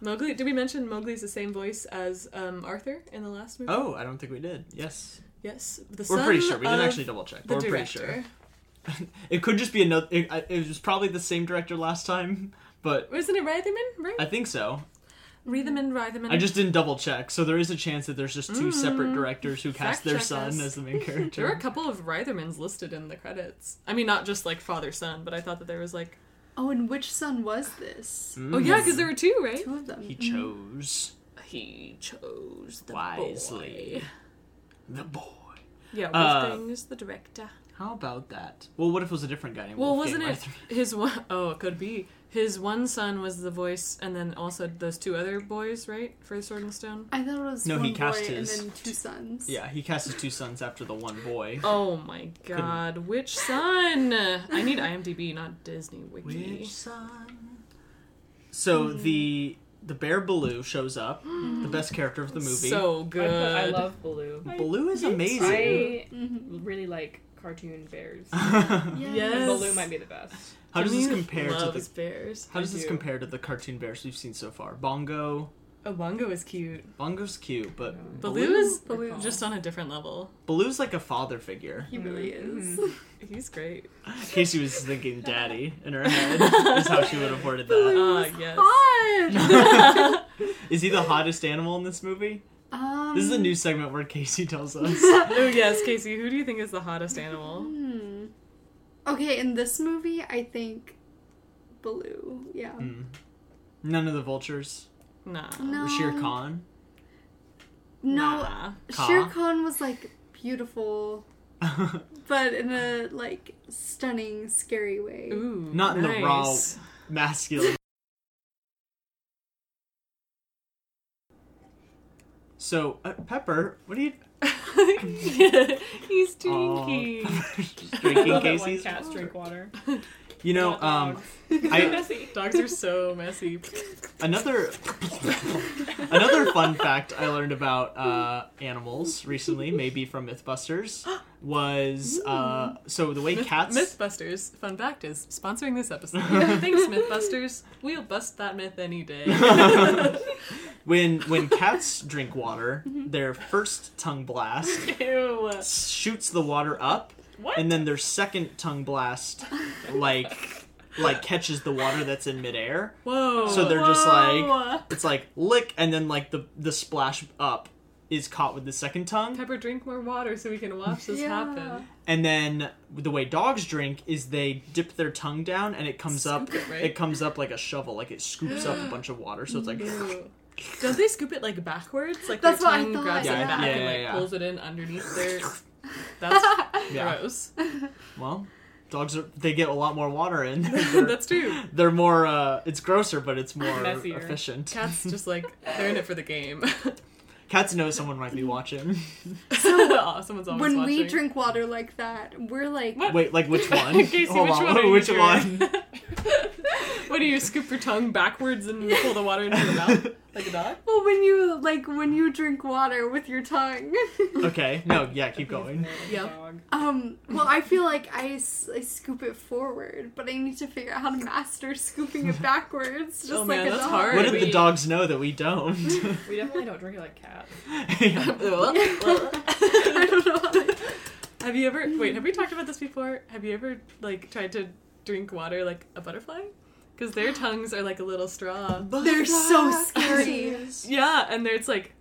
[SPEAKER 2] Mowgli, did we mention Mowgli's the same voice as um, Arthur in the last movie?
[SPEAKER 1] Oh, I don't think we did. Yes,
[SPEAKER 2] Yes, the
[SPEAKER 1] we're
[SPEAKER 2] son
[SPEAKER 1] pretty sure. We didn't
[SPEAKER 2] of
[SPEAKER 1] actually double check.
[SPEAKER 2] the
[SPEAKER 1] But we're pretty
[SPEAKER 2] director.
[SPEAKER 1] sure. It could just be another. It, I- it was probably the same director last time, but
[SPEAKER 2] Wasn't it Rytherman? Right?
[SPEAKER 1] I think so.
[SPEAKER 2] Rytherman, Rytherman.
[SPEAKER 1] I just didn't double check, so there is a chance that there's just two separate directors who cast
[SPEAKER 2] Mm-hmm. Fact
[SPEAKER 1] their
[SPEAKER 2] check
[SPEAKER 1] son
[SPEAKER 2] us.
[SPEAKER 1] as the main
[SPEAKER 2] There were a
[SPEAKER 1] character.
[SPEAKER 2] couple of Rythermans listed in the credits. I mean, not just like father son, but I thought that there was like.
[SPEAKER 3] Oh, and which son was this?
[SPEAKER 2] Oh yeah,
[SPEAKER 1] Mm-hmm.
[SPEAKER 2] because there were two, right?
[SPEAKER 3] Two of them.
[SPEAKER 1] he chose
[SPEAKER 2] He chose the
[SPEAKER 1] wisely.
[SPEAKER 2] boy.
[SPEAKER 1] The boy.
[SPEAKER 2] Yeah,
[SPEAKER 1] Uh,
[SPEAKER 2] Wolfgang is the director.
[SPEAKER 1] How about that? Well, what if it was a different guy named
[SPEAKER 2] Well,
[SPEAKER 1] Wolfgang
[SPEAKER 2] wasn't it
[SPEAKER 1] Arthur?
[SPEAKER 2] his one oh it could be his one son was the voice, and then also those two other boys, right, for the Sword and Stone.
[SPEAKER 3] I thought it was
[SPEAKER 1] No,
[SPEAKER 3] one
[SPEAKER 1] he cast
[SPEAKER 3] boy
[SPEAKER 1] his-
[SPEAKER 3] and then two sons.
[SPEAKER 1] Yeah, he cast his two sons after the one boy.
[SPEAKER 2] Oh my God! Which son? I need IMDb, not Disney Wiki.
[SPEAKER 1] son? So the the bear Baloo shows up,
[SPEAKER 3] Mm-hmm.
[SPEAKER 1] the best character of the movie.
[SPEAKER 2] So
[SPEAKER 4] I,
[SPEAKER 2] good.
[SPEAKER 4] put, I love Baloo.
[SPEAKER 1] Baloo is amazing.
[SPEAKER 4] I
[SPEAKER 3] Mm-hmm.
[SPEAKER 4] really like cartoon bears.
[SPEAKER 2] Yes.
[SPEAKER 4] Baloo might be the best.
[SPEAKER 1] How does this
[SPEAKER 2] Jimmy
[SPEAKER 1] compare to
[SPEAKER 2] loves
[SPEAKER 1] the
[SPEAKER 2] bears?
[SPEAKER 1] How does this
[SPEAKER 4] do.
[SPEAKER 1] compare to the cartoon bears we've seen so far? Bongo,
[SPEAKER 2] Oh, Bongo is cute.
[SPEAKER 1] Bongo's cute, but
[SPEAKER 2] Baloo is
[SPEAKER 3] Baloo.
[SPEAKER 2] just on a different level.
[SPEAKER 1] Baloo's like a father figure.
[SPEAKER 3] He really
[SPEAKER 1] Mm-hmm.
[SPEAKER 3] is.
[SPEAKER 2] He's great.
[SPEAKER 1] Casey was thinking daddy in her head. That's how she would have worded that.
[SPEAKER 2] Ah, yes.
[SPEAKER 3] Odd.
[SPEAKER 1] Is he the hottest animal in this movie?
[SPEAKER 3] um,
[SPEAKER 1] This is a new segment where Casey tells us.
[SPEAKER 2] Oh yes, Casey. Who do you think is the hottest animal?
[SPEAKER 3] hmm. Okay, in this movie, I think Baloo. Yeah.
[SPEAKER 1] Hmm. None of the vultures.
[SPEAKER 2] Nah.
[SPEAKER 3] No.
[SPEAKER 1] Rashir Khan.
[SPEAKER 3] No,
[SPEAKER 2] Nah.
[SPEAKER 3] Shere
[SPEAKER 1] Ka.
[SPEAKER 3] Khan was like beautiful, but in a like stunning, scary way.
[SPEAKER 2] Ooh.
[SPEAKER 1] Not in the raw-
[SPEAKER 2] nice.
[SPEAKER 1] masculine. So, uh, Pepper, what are you
[SPEAKER 2] He's
[SPEAKER 1] Aw,
[SPEAKER 2] drinking.
[SPEAKER 1] Oh, Pepper's just
[SPEAKER 4] I
[SPEAKER 1] drinking,
[SPEAKER 4] love that one
[SPEAKER 1] Casey's?
[SPEAKER 4] cats drink water.
[SPEAKER 1] You know,
[SPEAKER 4] Not
[SPEAKER 1] um,
[SPEAKER 4] dogs.
[SPEAKER 1] I,
[SPEAKER 2] Dogs are so messy.
[SPEAKER 1] another another fun fact I learned about uh, animals recently, maybe from MythBusters, was uh, so the way
[SPEAKER 2] Myth-
[SPEAKER 1] cats.
[SPEAKER 2] MythBusters, fun fact, is sponsoring this episode. Thanks, MythBusters. We'll bust that myth any day.
[SPEAKER 1] when when cats drink water,
[SPEAKER 2] Mm-hmm.
[SPEAKER 1] their first tongue blast
[SPEAKER 2] Ew.
[SPEAKER 1] shoots the water up,
[SPEAKER 2] What?
[SPEAKER 1] and then their second tongue blast, like, like catches the water that's in midair.
[SPEAKER 2] Whoa.
[SPEAKER 1] So they're just
[SPEAKER 2] Whoa.
[SPEAKER 1] It's like lick, and then like the the splash up is caught with the second tongue,
[SPEAKER 2] Pepper, drink more water so we can watch this
[SPEAKER 3] Yeah.
[SPEAKER 2] happen.
[SPEAKER 1] and then the way dogs drink is they dip their tongue down, and it comes up.
[SPEAKER 2] Scoop it, right?
[SPEAKER 1] It comes up like a shovel, like it scoops up a bunch of water. So it's like,
[SPEAKER 2] Ew. Don't they scoop it like backwards? Like
[SPEAKER 3] That's
[SPEAKER 2] their
[SPEAKER 3] what I
[SPEAKER 2] tongue
[SPEAKER 3] thought,
[SPEAKER 2] grabs
[SPEAKER 1] yeah.
[SPEAKER 2] it back
[SPEAKER 1] Yeah,
[SPEAKER 2] and
[SPEAKER 1] yeah,
[SPEAKER 2] like
[SPEAKER 1] yeah.
[SPEAKER 2] pulls it in underneath their. That's
[SPEAKER 1] yeah.
[SPEAKER 2] gross.
[SPEAKER 1] Well, dogs are they get a lot more water in. They're,
[SPEAKER 2] That's true.
[SPEAKER 1] they're more. uh It's grosser, but it's more
[SPEAKER 4] Messier.
[SPEAKER 1] efficient.
[SPEAKER 2] Cats just like they're in it for the game.
[SPEAKER 1] Cats know someone might be watching.
[SPEAKER 2] Aw, someone's always
[SPEAKER 3] when we
[SPEAKER 2] watching.
[SPEAKER 3] drink water like that, we're like
[SPEAKER 2] What?
[SPEAKER 1] Wait, like which one?
[SPEAKER 2] Casey, which one? are you
[SPEAKER 1] which
[SPEAKER 2] doing?
[SPEAKER 1] one?
[SPEAKER 2] what do you scoop your tongue backwards and pull the water into your mouth like a dog?
[SPEAKER 3] well when you like when you drink water with your tongue.
[SPEAKER 1] okay, no, yeah, keep going.
[SPEAKER 2] Yeah.
[SPEAKER 4] Dog.
[SPEAKER 3] um well I feel like I, s- I scoop it forward, but I need to figure out how to master scooping it backwards just
[SPEAKER 2] Oh,
[SPEAKER 3] like
[SPEAKER 2] man,
[SPEAKER 3] a
[SPEAKER 2] that's
[SPEAKER 3] dog.
[SPEAKER 2] hard.
[SPEAKER 1] What did the
[SPEAKER 2] we-
[SPEAKER 1] dogs know that we don't?
[SPEAKER 4] We definitely don't drink it like cats.
[SPEAKER 1] Yeah.
[SPEAKER 3] I don't know. how to-
[SPEAKER 2] have you ever wait? Have we talked about this before? Have you ever like tried to drink water like a butterfly? Because their tongues are like a little straw.
[SPEAKER 3] They're so scary.
[SPEAKER 2] Yeah, and there's like.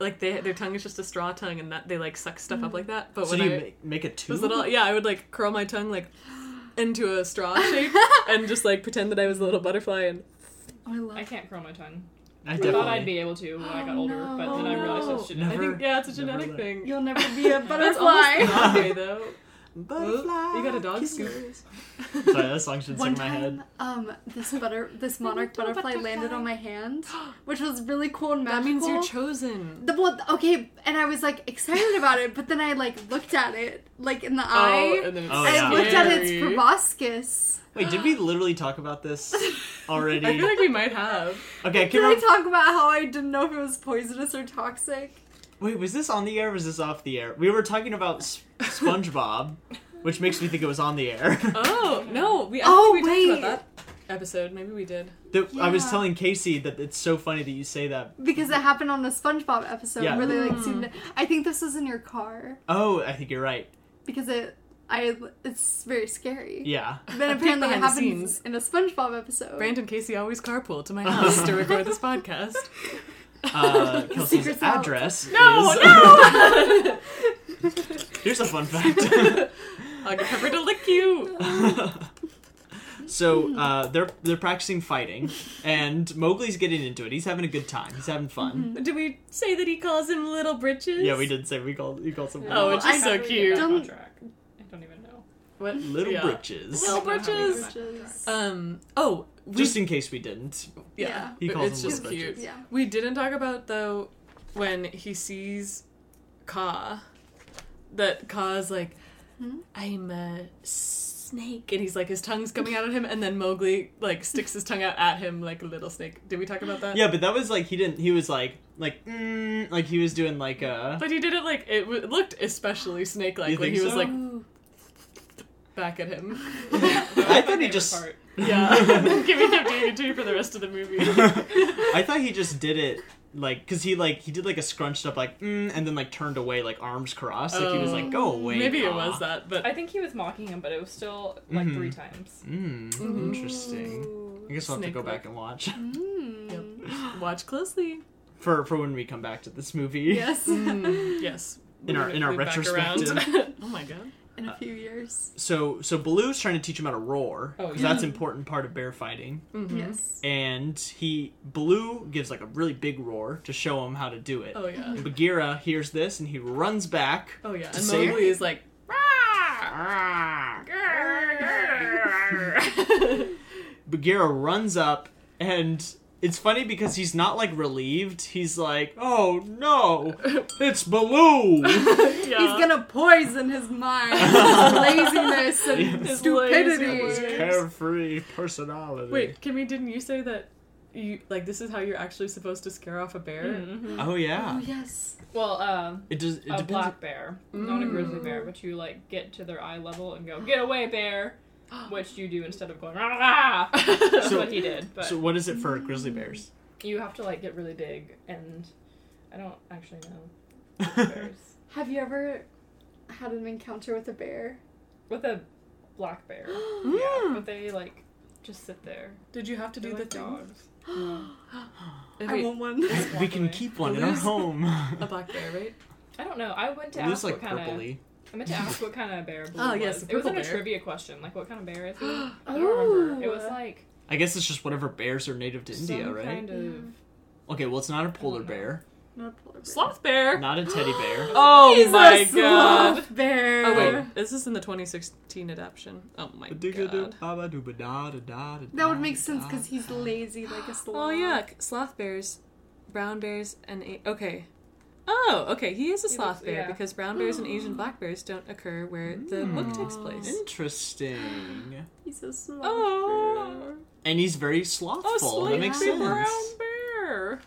[SPEAKER 2] Like they, their tongue is just a straw tongue, and that they like suck stuff up like that. But
[SPEAKER 1] So
[SPEAKER 2] when
[SPEAKER 1] do you
[SPEAKER 2] I,
[SPEAKER 1] make, make a tube?
[SPEAKER 2] Those little, yeah, I would like curl my tongue like into a straw shape and just like pretend that I was a little butterfly. And
[SPEAKER 3] Oh, I love
[SPEAKER 4] I can't curl my tongue.
[SPEAKER 1] I
[SPEAKER 4] I
[SPEAKER 1] definitely.
[SPEAKER 4] thought I'd be able to when I got
[SPEAKER 3] Oh,
[SPEAKER 4] older, but then I
[SPEAKER 2] no.
[SPEAKER 4] realized that's
[SPEAKER 1] Never-
[SPEAKER 4] genetic.
[SPEAKER 2] I think yeah, it's a
[SPEAKER 1] never
[SPEAKER 2] genetic
[SPEAKER 1] let-
[SPEAKER 2] thing.
[SPEAKER 3] You'll never be a
[SPEAKER 2] That's almost
[SPEAKER 3] butterfly.
[SPEAKER 2] the wrong way though.
[SPEAKER 1] Butterfly.
[SPEAKER 2] you got a dog
[SPEAKER 1] kisses. Sorry, that song should sing
[SPEAKER 3] One
[SPEAKER 1] in my
[SPEAKER 3] time,
[SPEAKER 1] head.
[SPEAKER 3] um, this butter, this monarch butterfly landed on my hand, which was really cool and
[SPEAKER 2] That
[SPEAKER 3] magical.
[SPEAKER 2] means you're chosen.
[SPEAKER 3] the well, okay, and I was like excited about it, but then I like looked at it like in the eye,
[SPEAKER 2] oh, and then it's
[SPEAKER 1] Oh,
[SPEAKER 3] and
[SPEAKER 1] yeah.
[SPEAKER 3] I looked at its
[SPEAKER 2] scary.
[SPEAKER 3] proboscis.
[SPEAKER 1] Wait, did we literally talk about this already?
[SPEAKER 2] I feel like we might have.
[SPEAKER 1] okay, I
[SPEAKER 3] Did
[SPEAKER 1] can
[SPEAKER 3] I
[SPEAKER 1] rem-
[SPEAKER 3] talk about how I didn't know if it was poisonous or toxic?
[SPEAKER 1] Wait, was this on the air or was this off the air? We were talking about S- SpongeBob, which makes me think it was on the air.
[SPEAKER 2] Oh no, we. I
[SPEAKER 3] Oh,
[SPEAKER 2] think we talked
[SPEAKER 3] wait.
[SPEAKER 2] about that episode. Maybe we did.
[SPEAKER 1] The- I was
[SPEAKER 3] Yeah.
[SPEAKER 1] telling Casey that it's so funny that you say that.
[SPEAKER 3] Because it happened on the SpongeBob episode
[SPEAKER 1] Yeah.
[SPEAKER 3] where they like zoomed.
[SPEAKER 2] Hmm.
[SPEAKER 3] in. I think this was in your car
[SPEAKER 1] Oh, I think you're right.
[SPEAKER 3] because it, I, it's very scary.
[SPEAKER 1] Yeah.
[SPEAKER 3] Then apparently it
[SPEAKER 2] behind the
[SPEAKER 3] happens
[SPEAKER 2] scenes.
[SPEAKER 3] in a SpongeBob episode.
[SPEAKER 2] Brandon Casey always carpool to my house to record this podcast.
[SPEAKER 1] Uh, Kelsey's
[SPEAKER 3] Secret's out.
[SPEAKER 1] address
[SPEAKER 2] No,
[SPEAKER 1] is... Here's a fun fact.
[SPEAKER 2] I'll get Pepper to lick you.
[SPEAKER 1] so uh, they're they're practicing fighting, and Mowgli's getting into it. He's having a good time. He's having fun.
[SPEAKER 2] Did we say that he calls him Little Britches?
[SPEAKER 1] Yeah, we did say we called you called some
[SPEAKER 2] Oh, it's just
[SPEAKER 3] I
[SPEAKER 2] so
[SPEAKER 4] How do we
[SPEAKER 2] cute.
[SPEAKER 4] get back on
[SPEAKER 3] Don't-
[SPEAKER 4] track? I don't even know.
[SPEAKER 2] What?
[SPEAKER 1] little
[SPEAKER 2] yeah.
[SPEAKER 1] britches.
[SPEAKER 2] Little
[SPEAKER 4] I don't know how we
[SPEAKER 2] britches.
[SPEAKER 4] get back on track.
[SPEAKER 3] Uh,
[SPEAKER 2] Um. Oh, we,
[SPEAKER 1] Just in case we didn't.
[SPEAKER 2] yeah.
[SPEAKER 3] Yeah.
[SPEAKER 1] He calls
[SPEAKER 2] it's
[SPEAKER 1] him
[SPEAKER 2] just
[SPEAKER 1] Little
[SPEAKER 2] cute.
[SPEAKER 3] Yeah.
[SPEAKER 2] We didn't talk about though when he sees Ka, that Ka's like, Hmm? I'm a snake, and he's like his tongue's coming out at him, and then Mowgli like sticks his tongue out at him like a little snake. Did we talk about that?
[SPEAKER 1] Yeah, but that was like he didn't. He was like like mm, like he was doing like a.
[SPEAKER 2] But he did it like it w- looked especially snake-like
[SPEAKER 1] You
[SPEAKER 2] when
[SPEAKER 1] think
[SPEAKER 2] he was
[SPEAKER 1] so?
[SPEAKER 2] like back at him.
[SPEAKER 1] I
[SPEAKER 4] That's my
[SPEAKER 1] thought he
[SPEAKER 4] favorite
[SPEAKER 1] just.
[SPEAKER 4] part.
[SPEAKER 2] Yeah, Kimmy kept doing it to you for the rest of the movie.
[SPEAKER 1] I thought he just did it like because he like he did like a scrunched up like mm, and then like turned away like arms crossed like he was
[SPEAKER 2] Oh.
[SPEAKER 1] like go away.
[SPEAKER 2] Maybe it
[SPEAKER 1] aw."
[SPEAKER 2] was that, but
[SPEAKER 4] I think he was mocking him, but it was still like
[SPEAKER 1] Mhm.
[SPEAKER 4] three times.
[SPEAKER 1] Mm, Interesting. I guess I'll have to go
[SPEAKER 2] Snake-like.
[SPEAKER 1] back and watch
[SPEAKER 3] Mm.
[SPEAKER 2] watch closely.
[SPEAKER 1] for for when we come back to this movie.
[SPEAKER 3] Yes. Hmm.
[SPEAKER 2] yes.
[SPEAKER 1] In our- in our
[SPEAKER 2] We're back around. oh my god.
[SPEAKER 3] In a few years.
[SPEAKER 1] So so Baloo's trying to teach him how to roar.
[SPEAKER 4] Oh,
[SPEAKER 1] 'cause
[SPEAKER 4] yeah.
[SPEAKER 1] that's an important part of bear fighting.
[SPEAKER 2] Mhm.
[SPEAKER 3] Yes.
[SPEAKER 1] and he Blue gives like a really big roar to show him how to do it.
[SPEAKER 2] Oh
[SPEAKER 3] Mm-hmm.
[SPEAKER 2] yeah.
[SPEAKER 1] And Bagheera hears this and he runs back.
[SPEAKER 2] Oh yeah. And
[SPEAKER 1] Save-
[SPEAKER 2] Mowgli is like.
[SPEAKER 1] Bagheera runs up and it's funny because he's not like relieved. He's like, "Oh no, it's Baloo!"
[SPEAKER 2] yeah.
[SPEAKER 3] He's gonna poison his mind, his laziness and
[SPEAKER 1] His
[SPEAKER 2] laziness.
[SPEAKER 3] stupidity.
[SPEAKER 1] Carefree personality.
[SPEAKER 2] Wait, Kimmy, didn't you say that? You like this is how you're actually supposed to scare off a bear?
[SPEAKER 4] Mhm.
[SPEAKER 1] Oh
[SPEAKER 3] Oh
[SPEAKER 1] yeah.
[SPEAKER 3] yes.
[SPEAKER 4] Well, um,
[SPEAKER 1] It does. It
[SPEAKER 4] a
[SPEAKER 1] depends.
[SPEAKER 4] black bear, not a grizzly
[SPEAKER 2] Mm.
[SPEAKER 4] bear, but you like get to their eye level and go, "Get away, bear,"
[SPEAKER 3] Mm.
[SPEAKER 4] which you do instead of going, "Rah, rah, rah." That's
[SPEAKER 1] So-
[SPEAKER 4] what he did. But
[SPEAKER 1] So what is it for grizzly bears?
[SPEAKER 4] you have to like get really big, and I don't actually know bears
[SPEAKER 3] Have you ever had an encounter with a bear?
[SPEAKER 4] with a black bear,
[SPEAKER 2] Mm.
[SPEAKER 4] but they like just sit there.
[SPEAKER 2] Did you have to do
[SPEAKER 3] Oh
[SPEAKER 4] They're
[SPEAKER 2] the
[SPEAKER 4] like
[SPEAKER 2] thing?
[SPEAKER 4] dogs.
[SPEAKER 2] And
[SPEAKER 3] I
[SPEAKER 2] wait,
[SPEAKER 3] want one.
[SPEAKER 4] Just
[SPEAKER 1] we
[SPEAKER 4] walk
[SPEAKER 1] can
[SPEAKER 4] away.
[SPEAKER 1] keep one in our
[SPEAKER 2] Baloo's-
[SPEAKER 1] home.
[SPEAKER 2] a black bear, right?
[SPEAKER 4] I don't know. I went to
[SPEAKER 1] Baloo's
[SPEAKER 4] ask
[SPEAKER 1] like
[SPEAKER 4] what kind of.
[SPEAKER 1] purpley.
[SPEAKER 4] I meant to ask what kind of bear Blue
[SPEAKER 2] Oh,
[SPEAKER 4] was.
[SPEAKER 2] yes, the
[SPEAKER 4] it was in
[SPEAKER 2] purple
[SPEAKER 4] a
[SPEAKER 2] bear.
[SPEAKER 4] trivia question, like what kind of bear is he? I don't remember. It was
[SPEAKER 3] Oh.
[SPEAKER 4] like
[SPEAKER 1] I guess it's just whatever bears are native to India,
[SPEAKER 4] some
[SPEAKER 1] right?
[SPEAKER 4] kind of.
[SPEAKER 1] Okay, well, it's not a polar
[SPEAKER 4] know.
[SPEAKER 1] bear,
[SPEAKER 3] Not a polar bear.
[SPEAKER 2] Sloth bear.
[SPEAKER 1] not a teddy bear.
[SPEAKER 2] Oh
[SPEAKER 3] He's
[SPEAKER 2] my
[SPEAKER 3] a
[SPEAKER 2] god.
[SPEAKER 3] sloth bear.
[SPEAKER 2] Oh wait, is this in the 2016 adaptation? Oh my god.
[SPEAKER 3] That would make sense because he's lazy like a sloth.
[SPEAKER 2] Oh yeah, sloth bears, brown bears, and a- okay. Oh, okay. He is a
[SPEAKER 4] He
[SPEAKER 2] sloth
[SPEAKER 4] looks-
[SPEAKER 2] bear
[SPEAKER 4] yeah.
[SPEAKER 2] because brown bears and Asian black bears don't occur where the book takes place.
[SPEAKER 1] interesting.
[SPEAKER 3] He's a sloth.
[SPEAKER 2] Oh,
[SPEAKER 1] And he's very slothful.
[SPEAKER 2] oh,
[SPEAKER 1] that
[SPEAKER 2] sleepy
[SPEAKER 1] makes
[SPEAKER 3] sleepy
[SPEAKER 1] sense.
[SPEAKER 2] brown bear,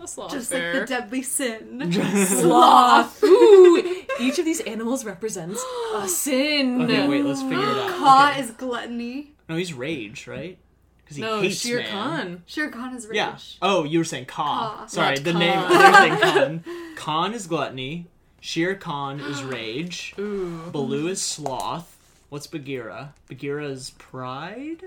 [SPEAKER 2] a sloth
[SPEAKER 3] Just like
[SPEAKER 2] bear.
[SPEAKER 3] the deadly sin.
[SPEAKER 2] sloth. Ooh, each of these animals represents a sin.
[SPEAKER 1] Okay, wait, let's figure it out.
[SPEAKER 3] Ka
[SPEAKER 1] Okay.
[SPEAKER 3] is gluttony.
[SPEAKER 1] No, he's rage, right? Because he
[SPEAKER 2] No,
[SPEAKER 1] hates
[SPEAKER 2] Shere
[SPEAKER 1] man.
[SPEAKER 2] Khan.
[SPEAKER 3] Shere Khan is rich.
[SPEAKER 1] Yeah. Oh, you were saying Ka.
[SPEAKER 3] Ka.
[SPEAKER 1] Sorry,
[SPEAKER 2] Not
[SPEAKER 1] the
[SPEAKER 2] Khan.
[SPEAKER 1] name. You were saying Khan. Khan is gluttony. Shere Khan is rage.
[SPEAKER 2] Ooh,
[SPEAKER 1] Baloo is sloth. What's Bagheera? Bagheera is pride.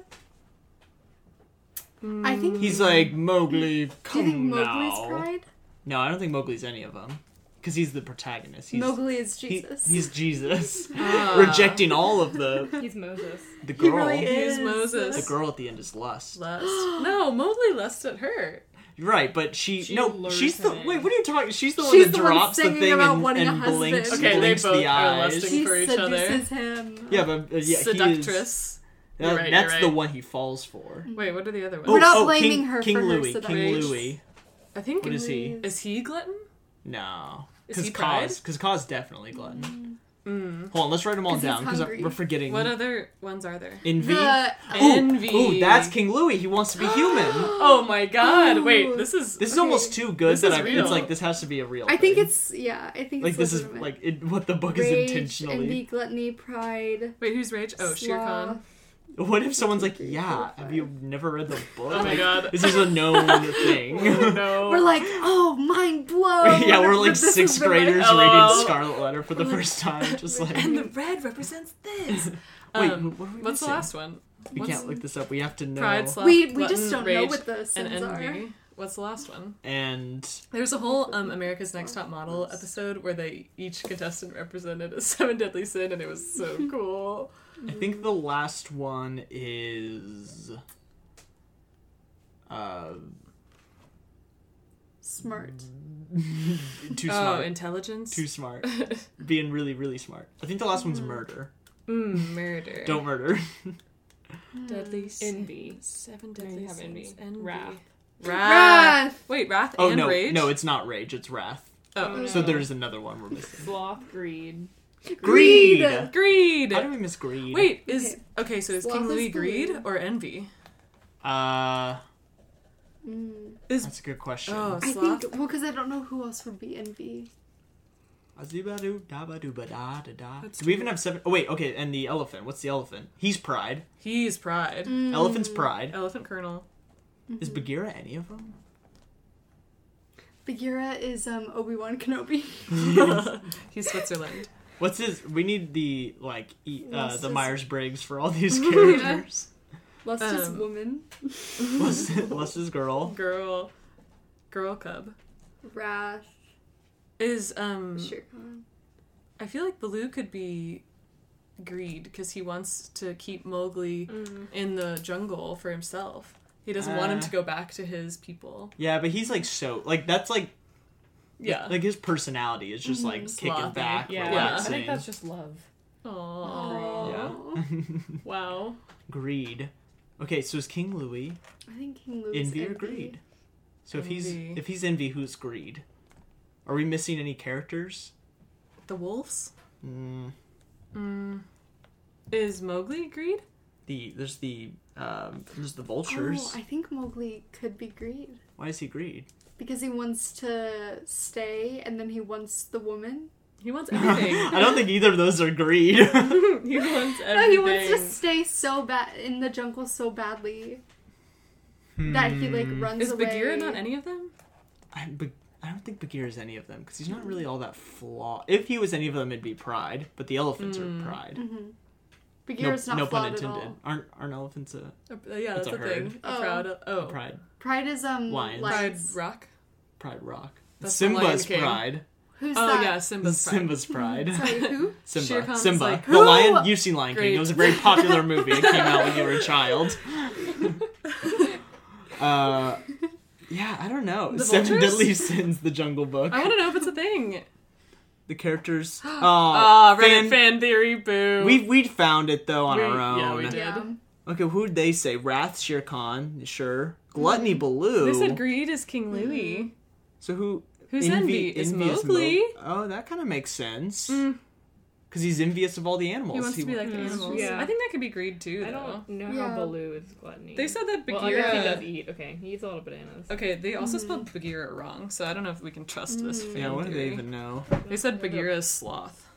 [SPEAKER 3] I think.
[SPEAKER 1] He's like Mowgli.
[SPEAKER 3] do
[SPEAKER 1] Come
[SPEAKER 3] you think Mowgli's
[SPEAKER 1] now.
[SPEAKER 3] pride?
[SPEAKER 1] No, I don't think Mowgli's any of them. Because he's the protagonist. He's,
[SPEAKER 3] Mowgli is
[SPEAKER 1] he-
[SPEAKER 3] Jesus.
[SPEAKER 1] he's Jesus.
[SPEAKER 2] Ah.
[SPEAKER 1] Rejecting all of the
[SPEAKER 4] He's Moses.
[SPEAKER 1] the girl.
[SPEAKER 3] really
[SPEAKER 2] he's
[SPEAKER 3] is.
[SPEAKER 1] The
[SPEAKER 2] Moses.
[SPEAKER 1] girl at the end is lust.
[SPEAKER 2] Lust. No, Mowgli lusts at her.
[SPEAKER 1] Right, but she,
[SPEAKER 4] She
[SPEAKER 1] no,
[SPEAKER 4] lures
[SPEAKER 1] she's the
[SPEAKER 4] him in.
[SPEAKER 1] wait. What are you talking? She's the
[SPEAKER 3] She's
[SPEAKER 1] one that
[SPEAKER 3] the one
[SPEAKER 1] drops the
[SPEAKER 3] singing
[SPEAKER 1] thing
[SPEAKER 3] about
[SPEAKER 1] and,
[SPEAKER 3] wanting a
[SPEAKER 1] and blinks,
[SPEAKER 3] husband.
[SPEAKER 2] Okay, they
[SPEAKER 1] blinks
[SPEAKER 2] both
[SPEAKER 1] the
[SPEAKER 2] are
[SPEAKER 1] eyes.
[SPEAKER 2] lusting.
[SPEAKER 3] She
[SPEAKER 2] for each other.
[SPEAKER 3] seduces him.
[SPEAKER 1] Yeah, but uh, yeah, He is,
[SPEAKER 2] Seductress.
[SPEAKER 1] that-
[SPEAKER 2] You're right,
[SPEAKER 1] that's
[SPEAKER 2] you're
[SPEAKER 1] the
[SPEAKER 2] right.
[SPEAKER 1] one he falls for. Oh,
[SPEAKER 2] Wait, what are the other ones?
[SPEAKER 3] We're not
[SPEAKER 1] King-
[SPEAKER 3] blaming her
[SPEAKER 1] King
[SPEAKER 3] for her
[SPEAKER 1] Louis. King
[SPEAKER 3] seductress.
[SPEAKER 1] Louis.
[SPEAKER 2] I think
[SPEAKER 1] What is he?
[SPEAKER 2] is he glutton?
[SPEAKER 1] No.
[SPEAKER 2] Is
[SPEAKER 1] Because
[SPEAKER 2] he pride?
[SPEAKER 1] cause, because cause definitely glutton.
[SPEAKER 2] Hmm.
[SPEAKER 1] Hold on, let's write them all
[SPEAKER 3] Mm. 'Cause he's
[SPEAKER 1] down because
[SPEAKER 3] hungry.
[SPEAKER 1] we're forgetting.
[SPEAKER 2] What other ones are there?
[SPEAKER 1] Envy.
[SPEAKER 3] The,
[SPEAKER 1] Ooh,
[SPEAKER 2] Envy.
[SPEAKER 1] Ooh, that's King Louis. He wants to be human.
[SPEAKER 2] Oh my god! Wait,
[SPEAKER 3] Ooh.
[SPEAKER 2] this is
[SPEAKER 1] This is
[SPEAKER 3] Okay.
[SPEAKER 1] almost too good
[SPEAKER 2] This
[SPEAKER 1] that
[SPEAKER 2] is
[SPEAKER 1] I,
[SPEAKER 2] real.
[SPEAKER 1] it's like this has to be a real.
[SPEAKER 3] I think
[SPEAKER 1] thing.
[SPEAKER 3] it's yeah. I think
[SPEAKER 1] like
[SPEAKER 3] it's
[SPEAKER 1] this is
[SPEAKER 3] legitimate.
[SPEAKER 1] like it, what the book
[SPEAKER 3] rage,
[SPEAKER 1] is intentionally.
[SPEAKER 3] envy, gluttony, pride.
[SPEAKER 2] wait. Who's Rage? Oh, Shere Khan.
[SPEAKER 3] sloth.
[SPEAKER 1] What if someone's like,
[SPEAKER 3] Three,
[SPEAKER 1] "Yeah,
[SPEAKER 3] four,
[SPEAKER 1] have you never read the book?
[SPEAKER 2] Oh my
[SPEAKER 1] Like,
[SPEAKER 2] God.
[SPEAKER 1] this is a known thing."
[SPEAKER 2] Oh no.
[SPEAKER 3] We're like, oh, mind blown.
[SPEAKER 1] yeah, we're like
[SPEAKER 3] This has
[SPEAKER 1] sixth
[SPEAKER 3] been, like,
[SPEAKER 1] graders
[SPEAKER 2] Oh.
[SPEAKER 1] reading Scarlet Letter for the first time. Just like,
[SPEAKER 2] and the red represents this.
[SPEAKER 1] wait,
[SPEAKER 2] Um,
[SPEAKER 1] what are we
[SPEAKER 2] What's the
[SPEAKER 1] missing?
[SPEAKER 2] last one?
[SPEAKER 1] We
[SPEAKER 2] What's-
[SPEAKER 1] can't look this up. We have to know.
[SPEAKER 2] Pride, sloth,
[SPEAKER 3] We- we
[SPEAKER 2] glutton,
[SPEAKER 3] just don't know
[SPEAKER 2] rage,
[SPEAKER 3] what the sins
[SPEAKER 2] and envy.
[SPEAKER 3] are.
[SPEAKER 2] What's the last one?
[SPEAKER 1] and
[SPEAKER 2] There's a whole um, America's Next Top Model episode where they each contestant represented a seven deadly sin, and it was so cool.
[SPEAKER 1] I think the last one is. Uh,
[SPEAKER 3] smart.
[SPEAKER 1] too
[SPEAKER 2] oh,
[SPEAKER 1] smart.
[SPEAKER 2] intelligence.
[SPEAKER 1] Too smart. Being really, really smart. I think the last
[SPEAKER 2] Mm-hmm.
[SPEAKER 1] one's murder.
[SPEAKER 2] Mm, murder.
[SPEAKER 1] Don't murder.
[SPEAKER 2] deadly sin.
[SPEAKER 4] Envy.
[SPEAKER 2] Seven
[SPEAKER 4] you
[SPEAKER 2] deadly
[SPEAKER 4] have envy.
[SPEAKER 2] sins. Envy.
[SPEAKER 4] Wrath.
[SPEAKER 2] Ah. Wrath.
[SPEAKER 3] Wrath.
[SPEAKER 2] Wait, wrath
[SPEAKER 1] Oh
[SPEAKER 2] and
[SPEAKER 1] no,
[SPEAKER 2] rage.
[SPEAKER 1] no, it's not rage. It's wrath.
[SPEAKER 2] Oh,
[SPEAKER 4] no.
[SPEAKER 1] So there's another one we're missing.
[SPEAKER 4] Mm. Sloth, greed.
[SPEAKER 1] Greed.
[SPEAKER 2] greed.
[SPEAKER 1] How do we miss greed?
[SPEAKER 2] Wait, is okay? So is
[SPEAKER 3] Sloth
[SPEAKER 2] King
[SPEAKER 3] is
[SPEAKER 2] Louis
[SPEAKER 3] the
[SPEAKER 2] greed
[SPEAKER 3] leader.
[SPEAKER 2] or envy?
[SPEAKER 1] Uh,
[SPEAKER 3] Mm.
[SPEAKER 2] Is
[SPEAKER 1] that's a good question.
[SPEAKER 2] oh,
[SPEAKER 3] I
[SPEAKER 2] sloth.
[SPEAKER 3] think well, because I don't know who else would be envy.
[SPEAKER 1] Azubadoo, dabadooba, da, da, da.
[SPEAKER 2] Let's
[SPEAKER 1] Do we
[SPEAKER 2] do
[SPEAKER 1] even have seven oh wait, okay, and the elephant. What's the elephant? He's pride.
[SPEAKER 2] He's pride.
[SPEAKER 3] Mm.
[SPEAKER 1] Mm. Elephant's pride.
[SPEAKER 2] Elephant Colonel.
[SPEAKER 1] Is Bagheera any of them?
[SPEAKER 3] Bagheera is um Obi Wan Kenobi.
[SPEAKER 2] He's Switzerland.
[SPEAKER 1] What's his? We need the like e, uh,
[SPEAKER 3] What's
[SPEAKER 1] the
[SPEAKER 3] his-
[SPEAKER 1] Myers Briggs for all these characters.
[SPEAKER 3] Lust is
[SPEAKER 2] Um,
[SPEAKER 3] woman.
[SPEAKER 1] What's what's his girl?
[SPEAKER 2] Girl. Girl cub.
[SPEAKER 3] Wrath.
[SPEAKER 2] Is um.
[SPEAKER 1] mm.
[SPEAKER 3] Shere Khan.
[SPEAKER 2] I feel like Baloo could be greed because he wants to keep Mowgli
[SPEAKER 3] Mm.
[SPEAKER 2] in the jungle for himself. He doesn't want him
[SPEAKER 1] Uh.
[SPEAKER 2] to go back to his people.
[SPEAKER 1] Yeah, but he's like so like that's like
[SPEAKER 2] Yeah.
[SPEAKER 1] like his personality is just like kicking
[SPEAKER 2] Sloppy,
[SPEAKER 1] back,
[SPEAKER 4] Yeah. I
[SPEAKER 1] relaxing.
[SPEAKER 4] think that's just love.
[SPEAKER 2] Aww. Wow.
[SPEAKER 1] greed. Okay, so is King Louis
[SPEAKER 3] I think King Louis. is
[SPEAKER 1] envy or greed? So if he's
[SPEAKER 2] Envy.
[SPEAKER 1] if he's envy, who's greed? Are we missing any characters?
[SPEAKER 2] The wolves?
[SPEAKER 1] Mm,
[SPEAKER 2] Is Mowgli greed?
[SPEAKER 1] the there's the um, there's the vultures.
[SPEAKER 3] Oh, I think Mowgli could be greed
[SPEAKER 1] Why is he greed?
[SPEAKER 3] because he wants to stay, and then he wants the woman.
[SPEAKER 2] He wants everything.
[SPEAKER 1] I don't think either of those are greed.
[SPEAKER 2] he wants everything.
[SPEAKER 3] No, he wants to stay so bad in the jungle so badly that he like
[SPEAKER 1] Hmm.
[SPEAKER 3] runs
[SPEAKER 2] Is
[SPEAKER 3] away.
[SPEAKER 2] Bagheera not any of them?
[SPEAKER 1] I, Ba- I don't think Bagheera is any of them because he's not really all that flawed. If he was any of them, it'd be pride. But the elephants
[SPEAKER 2] Mm.
[SPEAKER 1] are pride.
[SPEAKER 3] Mm-hmm. Bagheera's
[SPEAKER 1] no,
[SPEAKER 3] not
[SPEAKER 1] no
[SPEAKER 3] flawed
[SPEAKER 1] pun
[SPEAKER 3] at
[SPEAKER 1] intended.
[SPEAKER 3] all.
[SPEAKER 1] Aren't aren't elephants a
[SPEAKER 2] Uh, yeah,
[SPEAKER 1] That's
[SPEAKER 2] that's,
[SPEAKER 1] a
[SPEAKER 2] the thing. A
[SPEAKER 3] herd.
[SPEAKER 2] proud. oh,
[SPEAKER 1] pride?
[SPEAKER 3] Pride is um
[SPEAKER 1] Lions.
[SPEAKER 2] Pride
[SPEAKER 3] lions.
[SPEAKER 2] rock.
[SPEAKER 1] Pride rock.
[SPEAKER 2] That's the Lion
[SPEAKER 1] Simba's
[SPEAKER 2] King.
[SPEAKER 1] pride.
[SPEAKER 3] Who's
[SPEAKER 2] oh
[SPEAKER 3] that?
[SPEAKER 2] yeah, Simba's pride.
[SPEAKER 1] Simba's pride.
[SPEAKER 3] Sorry, who?
[SPEAKER 2] Shere
[SPEAKER 1] Simba.
[SPEAKER 2] Khan's
[SPEAKER 1] Simba.
[SPEAKER 2] like,
[SPEAKER 1] the
[SPEAKER 3] "Who?"
[SPEAKER 1] lion. You've seen Lion King.
[SPEAKER 2] Great.
[SPEAKER 1] It was a very popular movie. It came out when you were a child. uh, yeah, I don't know.
[SPEAKER 2] The
[SPEAKER 1] Seven
[SPEAKER 2] vultures?
[SPEAKER 1] Deadly Sins, The Jungle Book.
[SPEAKER 2] I want to know if it's a thing.
[SPEAKER 1] the characters. Oh,
[SPEAKER 2] Ah,
[SPEAKER 1] Uh, fan-
[SPEAKER 2] Reddit fan theory. Boo.
[SPEAKER 1] We we found it though on
[SPEAKER 2] We-
[SPEAKER 1] our own.
[SPEAKER 2] yeah, we did.
[SPEAKER 3] Yeah.
[SPEAKER 1] Okay, who'd they say? Wrath, Shere Khan, sure. Gluttony, Baloo.
[SPEAKER 2] They Hmm. said greed is King Louis.
[SPEAKER 4] Mm-hmm.
[SPEAKER 1] So who?
[SPEAKER 2] Who's envy? Is Mowgli? Mm.
[SPEAKER 1] Mo- oh, that kind of makes sense. Because he's envious of all the animals.
[SPEAKER 2] He wants to be
[SPEAKER 1] wa-
[SPEAKER 2] like the
[SPEAKER 4] Mm,
[SPEAKER 2] animals.
[SPEAKER 4] yeah.
[SPEAKER 2] I think that could be greed too. Though.
[SPEAKER 4] I don't know
[SPEAKER 3] Yeah.
[SPEAKER 4] how Baloo is gluttony.
[SPEAKER 2] They said that
[SPEAKER 4] Well, I guess he
[SPEAKER 2] Bagheera.
[SPEAKER 4] does eat. Okay, he eats a lot of bananas.
[SPEAKER 2] okay, they also
[SPEAKER 4] Mm-hmm.
[SPEAKER 2] spelled Bagheera wrong, so I don't know if we can trust this. Fan
[SPEAKER 1] Yeah, what do
[SPEAKER 2] theory.
[SPEAKER 1] they even know?
[SPEAKER 2] They said Bagheera is sloth.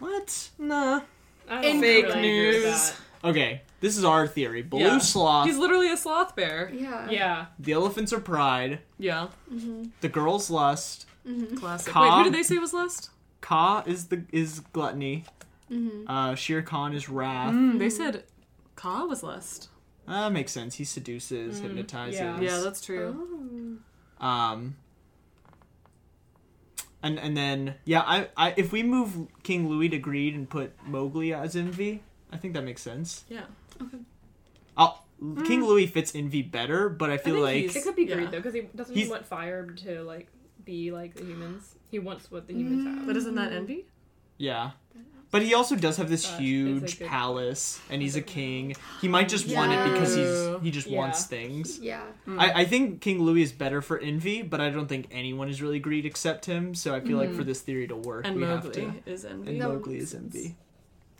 [SPEAKER 1] What? Nah.
[SPEAKER 4] I
[SPEAKER 3] In
[SPEAKER 4] don't
[SPEAKER 3] fake
[SPEAKER 4] agree with
[SPEAKER 2] news.
[SPEAKER 1] Okay, this is our theory. Baloo
[SPEAKER 2] Yeah.
[SPEAKER 1] sloth.
[SPEAKER 2] He's literally a sloth bear.
[SPEAKER 3] Yeah.
[SPEAKER 4] that. Yeah.
[SPEAKER 1] The elephants are pride.
[SPEAKER 2] Yeah,
[SPEAKER 1] The girls lust.
[SPEAKER 2] classic.
[SPEAKER 1] Ka.
[SPEAKER 2] Wait, who did they say was last?
[SPEAKER 1] Ka is the is gluttony.
[SPEAKER 2] Mm-hmm.
[SPEAKER 1] Uh, Shere Khan is wrath.
[SPEAKER 2] Mm, they said Ka was last.
[SPEAKER 1] That makes sense. He seduces, hypnotizes.
[SPEAKER 4] yeah.
[SPEAKER 2] Mm-hmm. Yeah, that's true.
[SPEAKER 3] Oh.
[SPEAKER 1] Um, and and then yeah, I, I if we move King Louis to greed and put Mowgli as envy, I think that makes sense.
[SPEAKER 2] Yeah.
[SPEAKER 1] I'll King Louis fits envy better, but I feel
[SPEAKER 2] think
[SPEAKER 1] like
[SPEAKER 2] he's-
[SPEAKER 4] It could be
[SPEAKER 2] Yeah.
[SPEAKER 4] greed though, because he doesn't
[SPEAKER 1] He's-
[SPEAKER 4] want fire to like be like the humans. He wants what the humans have.
[SPEAKER 2] But isn't that envy?
[SPEAKER 1] yeah. But he also does have this
[SPEAKER 4] But it's a
[SPEAKER 1] huge
[SPEAKER 4] good-
[SPEAKER 1] palace, and he's a king. He might just want it because he's he just
[SPEAKER 4] Yeah.
[SPEAKER 1] wants things.
[SPEAKER 3] Yeah.
[SPEAKER 1] I, I think King Louis is better for envy, but I don't think anyone is really greed except him. So I feel like for this theory to work,
[SPEAKER 2] And
[SPEAKER 1] we have to.
[SPEAKER 2] Mowgli is
[SPEAKER 1] And
[SPEAKER 2] envy.
[SPEAKER 3] That
[SPEAKER 1] Mowgli
[SPEAKER 3] makes
[SPEAKER 1] is
[SPEAKER 3] sense.
[SPEAKER 1] envy.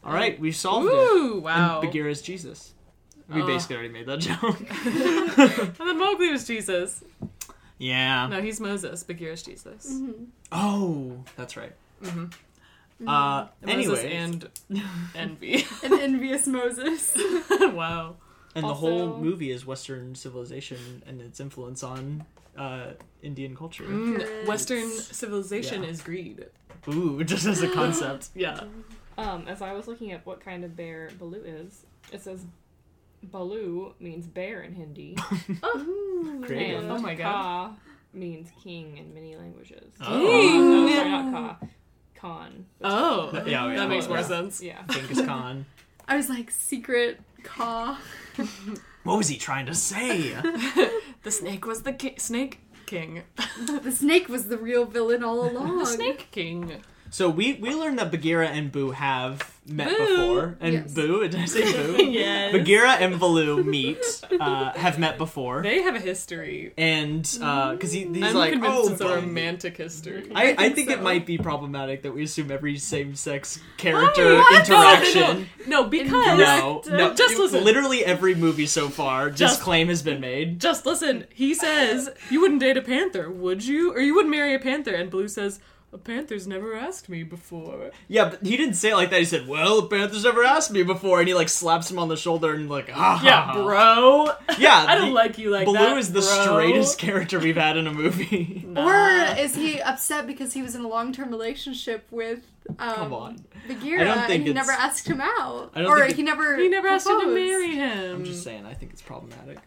[SPEAKER 1] All right, we solved it.
[SPEAKER 2] Ooh, wow.
[SPEAKER 1] And
[SPEAKER 2] And,
[SPEAKER 1] Bagheera is Jesus. We
[SPEAKER 2] Ugh.
[SPEAKER 1] basically already made that joke.
[SPEAKER 2] then Mowgli was Jesus.
[SPEAKER 1] yeah.
[SPEAKER 2] No, he's Moses. Bagheera's Jesus.
[SPEAKER 3] Mm-hmm.
[SPEAKER 2] Mm-hmm.
[SPEAKER 1] Oh, that's right. Uh,
[SPEAKER 2] Moses
[SPEAKER 1] anyway, and,
[SPEAKER 2] and envy.
[SPEAKER 3] An envious Moses.
[SPEAKER 2] wow.
[SPEAKER 1] the whole
[SPEAKER 4] Also-
[SPEAKER 1] movie is Western civilization and its influence on uh, Indian culture.
[SPEAKER 2] Mm, Western civilization
[SPEAKER 1] Yeah.
[SPEAKER 2] is greed.
[SPEAKER 1] Ooh, just as a concept.
[SPEAKER 2] Yeah.
[SPEAKER 4] Um, as I was looking at what kind of bear Baloo is, it says Baloo means bear in Hindi,
[SPEAKER 1] Creative.
[SPEAKER 4] and
[SPEAKER 2] Oh my
[SPEAKER 4] Ka means king in many languages.
[SPEAKER 1] Oh.
[SPEAKER 4] No, sorry, not Ka. Khan.
[SPEAKER 2] Oh.
[SPEAKER 1] Yeah, yeah,
[SPEAKER 2] that makes more
[SPEAKER 1] yeah.
[SPEAKER 2] sense.
[SPEAKER 4] Yeah.
[SPEAKER 1] Genghis Khan.
[SPEAKER 3] I was like secret caw.
[SPEAKER 1] What was he trying to say?
[SPEAKER 2] The snake was the ki- snake king.
[SPEAKER 3] The snake was the real villain all along.
[SPEAKER 2] The snake king.
[SPEAKER 1] so we we learned that Bagheera and Boo have met
[SPEAKER 2] Boo.
[SPEAKER 1] before, and
[SPEAKER 3] Yes.
[SPEAKER 1] Boo did I say Boo?
[SPEAKER 2] Yes.
[SPEAKER 1] Bagheera and Baloo meet, uh, have met before,
[SPEAKER 2] They have a history.
[SPEAKER 1] and because he, he's
[SPEAKER 2] I'm
[SPEAKER 1] like,
[SPEAKER 2] convinced
[SPEAKER 1] oh,
[SPEAKER 2] it's a
[SPEAKER 1] Baloo."
[SPEAKER 2] romantic history.
[SPEAKER 1] I, I think,
[SPEAKER 3] think
[SPEAKER 1] it
[SPEAKER 3] so.
[SPEAKER 1] might be problematic that we assume every same sex character interaction.
[SPEAKER 2] No, because
[SPEAKER 1] No,
[SPEAKER 2] Correct.
[SPEAKER 1] no,
[SPEAKER 2] Just
[SPEAKER 1] you-
[SPEAKER 2] listen.
[SPEAKER 1] Literally every movie so far, this
[SPEAKER 2] Just-
[SPEAKER 1] claim has been made.
[SPEAKER 2] just listen. He says you wouldn't date a panther, would you? Or you wouldn't marry a panther? And Blue says a panther's never asked me before.
[SPEAKER 1] Yeah, but he didn't say it like that. He said, "Well, the Panthers never asked me before," and he like slaps him on the shoulder and like, ah,
[SPEAKER 2] Yeah, bro.
[SPEAKER 1] yeah."
[SPEAKER 2] I don't
[SPEAKER 1] the-
[SPEAKER 2] like you like
[SPEAKER 1] Blue
[SPEAKER 2] that.
[SPEAKER 1] is the
[SPEAKER 2] bro.
[SPEAKER 1] straightest character we've had in a movie.
[SPEAKER 3] Or is he upset because he was in a long term relationship with um,
[SPEAKER 1] Come on,
[SPEAKER 3] Bagheera
[SPEAKER 1] I don't think
[SPEAKER 3] and he
[SPEAKER 1] it's-
[SPEAKER 3] never asked him out?
[SPEAKER 1] I don't
[SPEAKER 3] or
[SPEAKER 1] think it-
[SPEAKER 3] he never
[SPEAKER 2] He never asked you to
[SPEAKER 3] proposed.
[SPEAKER 2] marry him.
[SPEAKER 1] I'm just saying. I think it's problematic.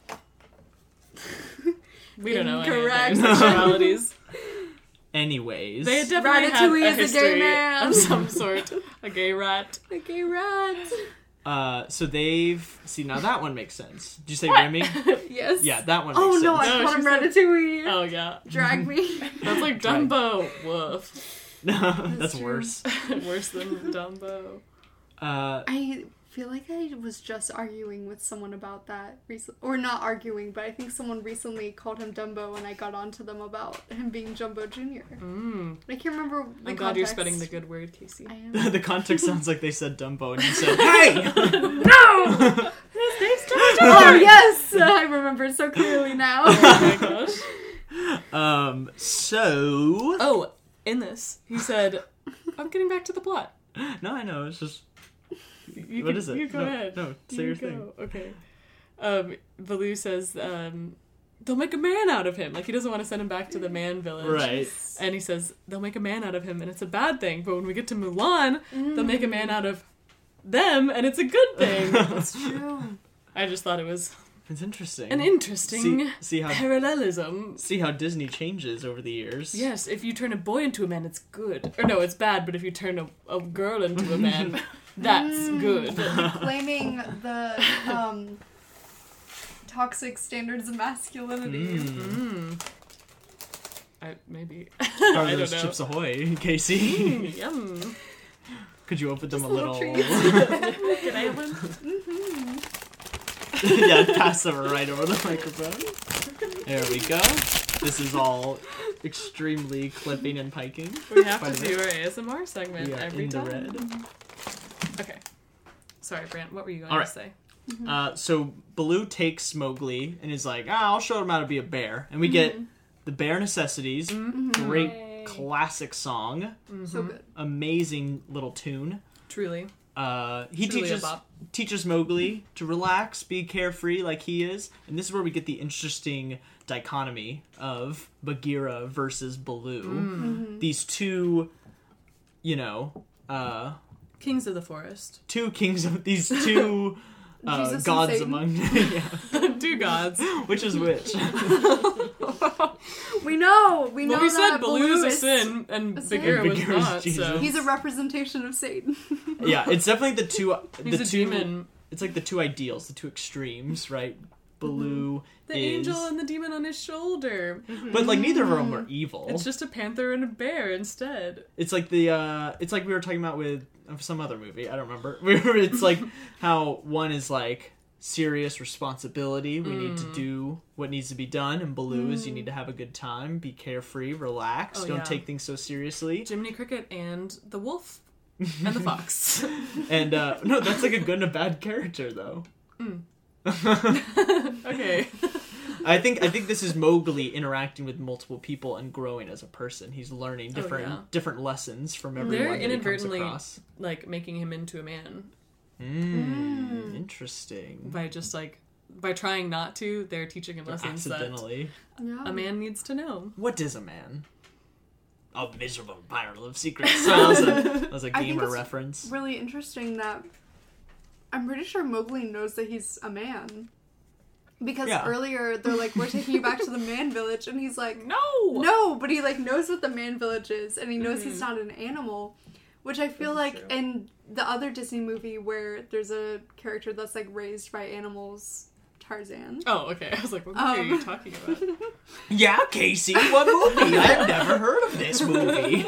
[SPEAKER 2] we don't know
[SPEAKER 3] Incorrect.
[SPEAKER 2] any of their sexualities.
[SPEAKER 1] Anyways,
[SPEAKER 2] They definitely have
[SPEAKER 3] Ratatouille
[SPEAKER 2] a
[SPEAKER 3] is a gay
[SPEAKER 2] history
[SPEAKER 3] man.
[SPEAKER 2] of some sort. A gay rat.
[SPEAKER 3] Okay, rat.
[SPEAKER 1] uh, so they've see now that one makes sense. Did you say Remy?
[SPEAKER 3] Yes.
[SPEAKER 1] Yeah, that one.
[SPEAKER 3] Oh
[SPEAKER 1] makes
[SPEAKER 3] no,
[SPEAKER 1] sense.
[SPEAKER 3] I
[SPEAKER 2] No,
[SPEAKER 3] called
[SPEAKER 2] she
[SPEAKER 3] him
[SPEAKER 2] said-
[SPEAKER 3] Ratatouille.
[SPEAKER 1] um,
[SPEAKER 2] Oh yeah,
[SPEAKER 3] Drag me.
[SPEAKER 2] that's like
[SPEAKER 1] Right.
[SPEAKER 2] Dumbo. Woof.
[SPEAKER 1] that's
[SPEAKER 3] true.
[SPEAKER 1] worse.
[SPEAKER 2] Worse than Dumbo.
[SPEAKER 1] Uh,
[SPEAKER 3] I feel like I was just arguing with someone about that recently, or not arguing, but I think someone recently called him Dumbo, and I got on to them about him being Jumbo Junior.
[SPEAKER 2] Mm.
[SPEAKER 3] I can't remember. The
[SPEAKER 2] I'm glad you're
[SPEAKER 3] context.
[SPEAKER 2] spreading the good word, Casey.
[SPEAKER 3] I am.
[SPEAKER 1] the context sounds like they said Dumbo and you said, hey!
[SPEAKER 2] His name's
[SPEAKER 3] oh yes, I remember so clearly now.
[SPEAKER 2] oh my gosh.
[SPEAKER 1] um, so.
[SPEAKER 2] Oh, in this, he said, "I'm getting back to the plot."
[SPEAKER 1] No, I know, it's just.
[SPEAKER 2] You
[SPEAKER 1] what
[SPEAKER 2] can-
[SPEAKER 1] is it?
[SPEAKER 2] You go
[SPEAKER 1] no,
[SPEAKER 2] ahead.
[SPEAKER 1] No, say
[SPEAKER 2] you
[SPEAKER 1] your
[SPEAKER 2] go.
[SPEAKER 1] thing.
[SPEAKER 2] Okay. Um, Baloo says, um, "They'll make a man out of him." Like he doesn't want to send him back to the man village.
[SPEAKER 1] Right.
[SPEAKER 2] And he says they'll make a man out of him, and it's a bad thing. But when we get to Mulan, they'll make a man out of them, and it's a good thing.
[SPEAKER 3] That's Mm, true.
[SPEAKER 2] I just thought it was
[SPEAKER 1] It's interesting.
[SPEAKER 2] an interesting
[SPEAKER 1] see, uh, see how
[SPEAKER 2] parallelism.
[SPEAKER 1] see how Disney changes over the years.
[SPEAKER 2] Yes, if you turn a boy into a man, it's good. Or no, it's bad. But if you turn a, a girl into a man, that's good.
[SPEAKER 3] Mm. Claiming the um, toxic standards of masculinity.
[SPEAKER 1] Mm.
[SPEAKER 2] I, maybe.
[SPEAKER 1] Are
[SPEAKER 2] I
[SPEAKER 1] those
[SPEAKER 2] don't know.
[SPEAKER 1] Chips Ahoy,
[SPEAKER 2] Mm.
[SPEAKER 1] Casey?
[SPEAKER 2] Yum.
[SPEAKER 1] Could you open them a
[SPEAKER 3] little
[SPEAKER 1] little?
[SPEAKER 2] Can I have one?
[SPEAKER 1] yeah, pass them right over the microphone. There we go. This is all extremely clipping and piking.
[SPEAKER 2] We have
[SPEAKER 1] By
[SPEAKER 2] to
[SPEAKER 1] the
[SPEAKER 2] do our ASMR segment
[SPEAKER 1] We are
[SPEAKER 2] every
[SPEAKER 1] in the
[SPEAKER 2] time. Mm-hmm.
[SPEAKER 1] red.
[SPEAKER 2] Okay. Sorry, Brant. What were you going
[SPEAKER 1] All right.
[SPEAKER 2] to say?
[SPEAKER 1] Uh, so Baloo takes Mowgli and is like, ah, I'll show him how to be a bear. And we get
[SPEAKER 2] Mm-hmm.
[SPEAKER 1] the Bear Necessities, great
[SPEAKER 4] Yay.
[SPEAKER 1] classic song,
[SPEAKER 3] So good.
[SPEAKER 1] amazing little tune.
[SPEAKER 2] Truly.
[SPEAKER 1] Uh, he
[SPEAKER 2] Truly a
[SPEAKER 1] teaches
[SPEAKER 2] bop.
[SPEAKER 1] teaches Mowgli to relax, be carefree like he is, and this is where we get the interesting dichotomy of Bagheera versus Baloo.
[SPEAKER 3] Mm-hmm.
[SPEAKER 1] These two, you know, uh,
[SPEAKER 2] Kings of the Forest.
[SPEAKER 1] two kings of these two uh,
[SPEAKER 3] Jesus and
[SPEAKER 1] gods
[SPEAKER 3] Satan.
[SPEAKER 1] among, yeah,
[SPEAKER 2] Two gods.
[SPEAKER 1] which is which.
[SPEAKER 3] We know. We know
[SPEAKER 2] Well, we
[SPEAKER 3] that
[SPEAKER 2] said Baloo is a sin, and
[SPEAKER 3] a sin.
[SPEAKER 2] Bagheera was
[SPEAKER 1] Bagheera is
[SPEAKER 2] not, so...
[SPEAKER 1] Jesus.
[SPEAKER 3] He's a representation of Satan.
[SPEAKER 1] yeah, it's definitely the two.
[SPEAKER 2] He's
[SPEAKER 1] the
[SPEAKER 2] a
[SPEAKER 1] two,
[SPEAKER 2] demon.
[SPEAKER 1] it's like the two ideals, the two extremes, right?
[SPEAKER 3] Mm-hmm.
[SPEAKER 1] Baloo
[SPEAKER 2] The
[SPEAKER 1] is,
[SPEAKER 2] angel and the demon on his shoulder.
[SPEAKER 1] but like neither of them are
[SPEAKER 3] Mm-hmm.
[SPEAKER 1] evil.
[SPEAKER 2] It's just a panther and a bear instead.
[SPEAKER 1] It's like the uh it's like we were talking about with some other movie, I don't remember. We were, it's like how one is like serious responsibility. We need
[SPEAKER 2] Mm.
[SPEAKER 1] to do what needs to be done and Baloo is you need to have a good time, be carefree, relax,
[SPEAKER 2] Oh,
[SPEAKER 1] don't
[SPEAKER 2] yeah.
[SPEAKER 1] take things so seriously.
[SPEAKER 2] Jiminy Cricket and the wolf and the fox.
[SPEAKER 1] And uh no, that's like a good and a bad character though.
[SPEAKER 2] Mm. okay.
[SPEAKER 1] I think I think this is Mowgli interacting with multiple people and growing as a person. He's learning
[SPEAKER 2] Oh,
[SPEAKER 1] different
[SPEAKER 2] yeah.
[SPEAKER 1] different lessons from everyone
[SPEAKER 2] They're
[SPEAKER 1] that
[SPEAKER 2] inadvertently
[SPEAKER 1] he comes across.
[SPEAKER 2] like making him into a man
[SPEAKER 1] Mm, Interesting.
[SPEAKER 2] by just like by trying not to, they're teaching him lessons that
[SPEAKER 1] Accidentally.
[SPEAKER 3] Yeah.
[SPEAKER 2] a man needs to know.
[SPEAKER 1] What is a man? A miserable pile of secrets. So that, was a, that was a
[SPEAKER 3] I think
[SPEAKER 1] gamer
[SPEAKER 3] it's
[SPEAKER 1] reference.
[SPEAKER 3] Really interesting that I'm pretty sure Mowgli knows that he's a man. Because
[SPEAKER 1] Yeah.
[SPEAKER 3] earlier they're like, We're taking you back to the man village and he's like,
[SPEAKER 2] No.
[SPEAKER 3] No, but he like knows what the man village is and he knows he's not an animal. Which I feel like
[SPEAKER 4] true.
[SPEAKER 3] in the other Disney movie where there's a character that's like raised by animals, Tarzan.
[SPEAKER 2] Oh, okay. I was like, what movie are you
[SPEAKER 3] Um.
[SPEAKER 2] talking about?
[SPEAKER 1] Yeah, Casey, what movie? I've never heard of this movie.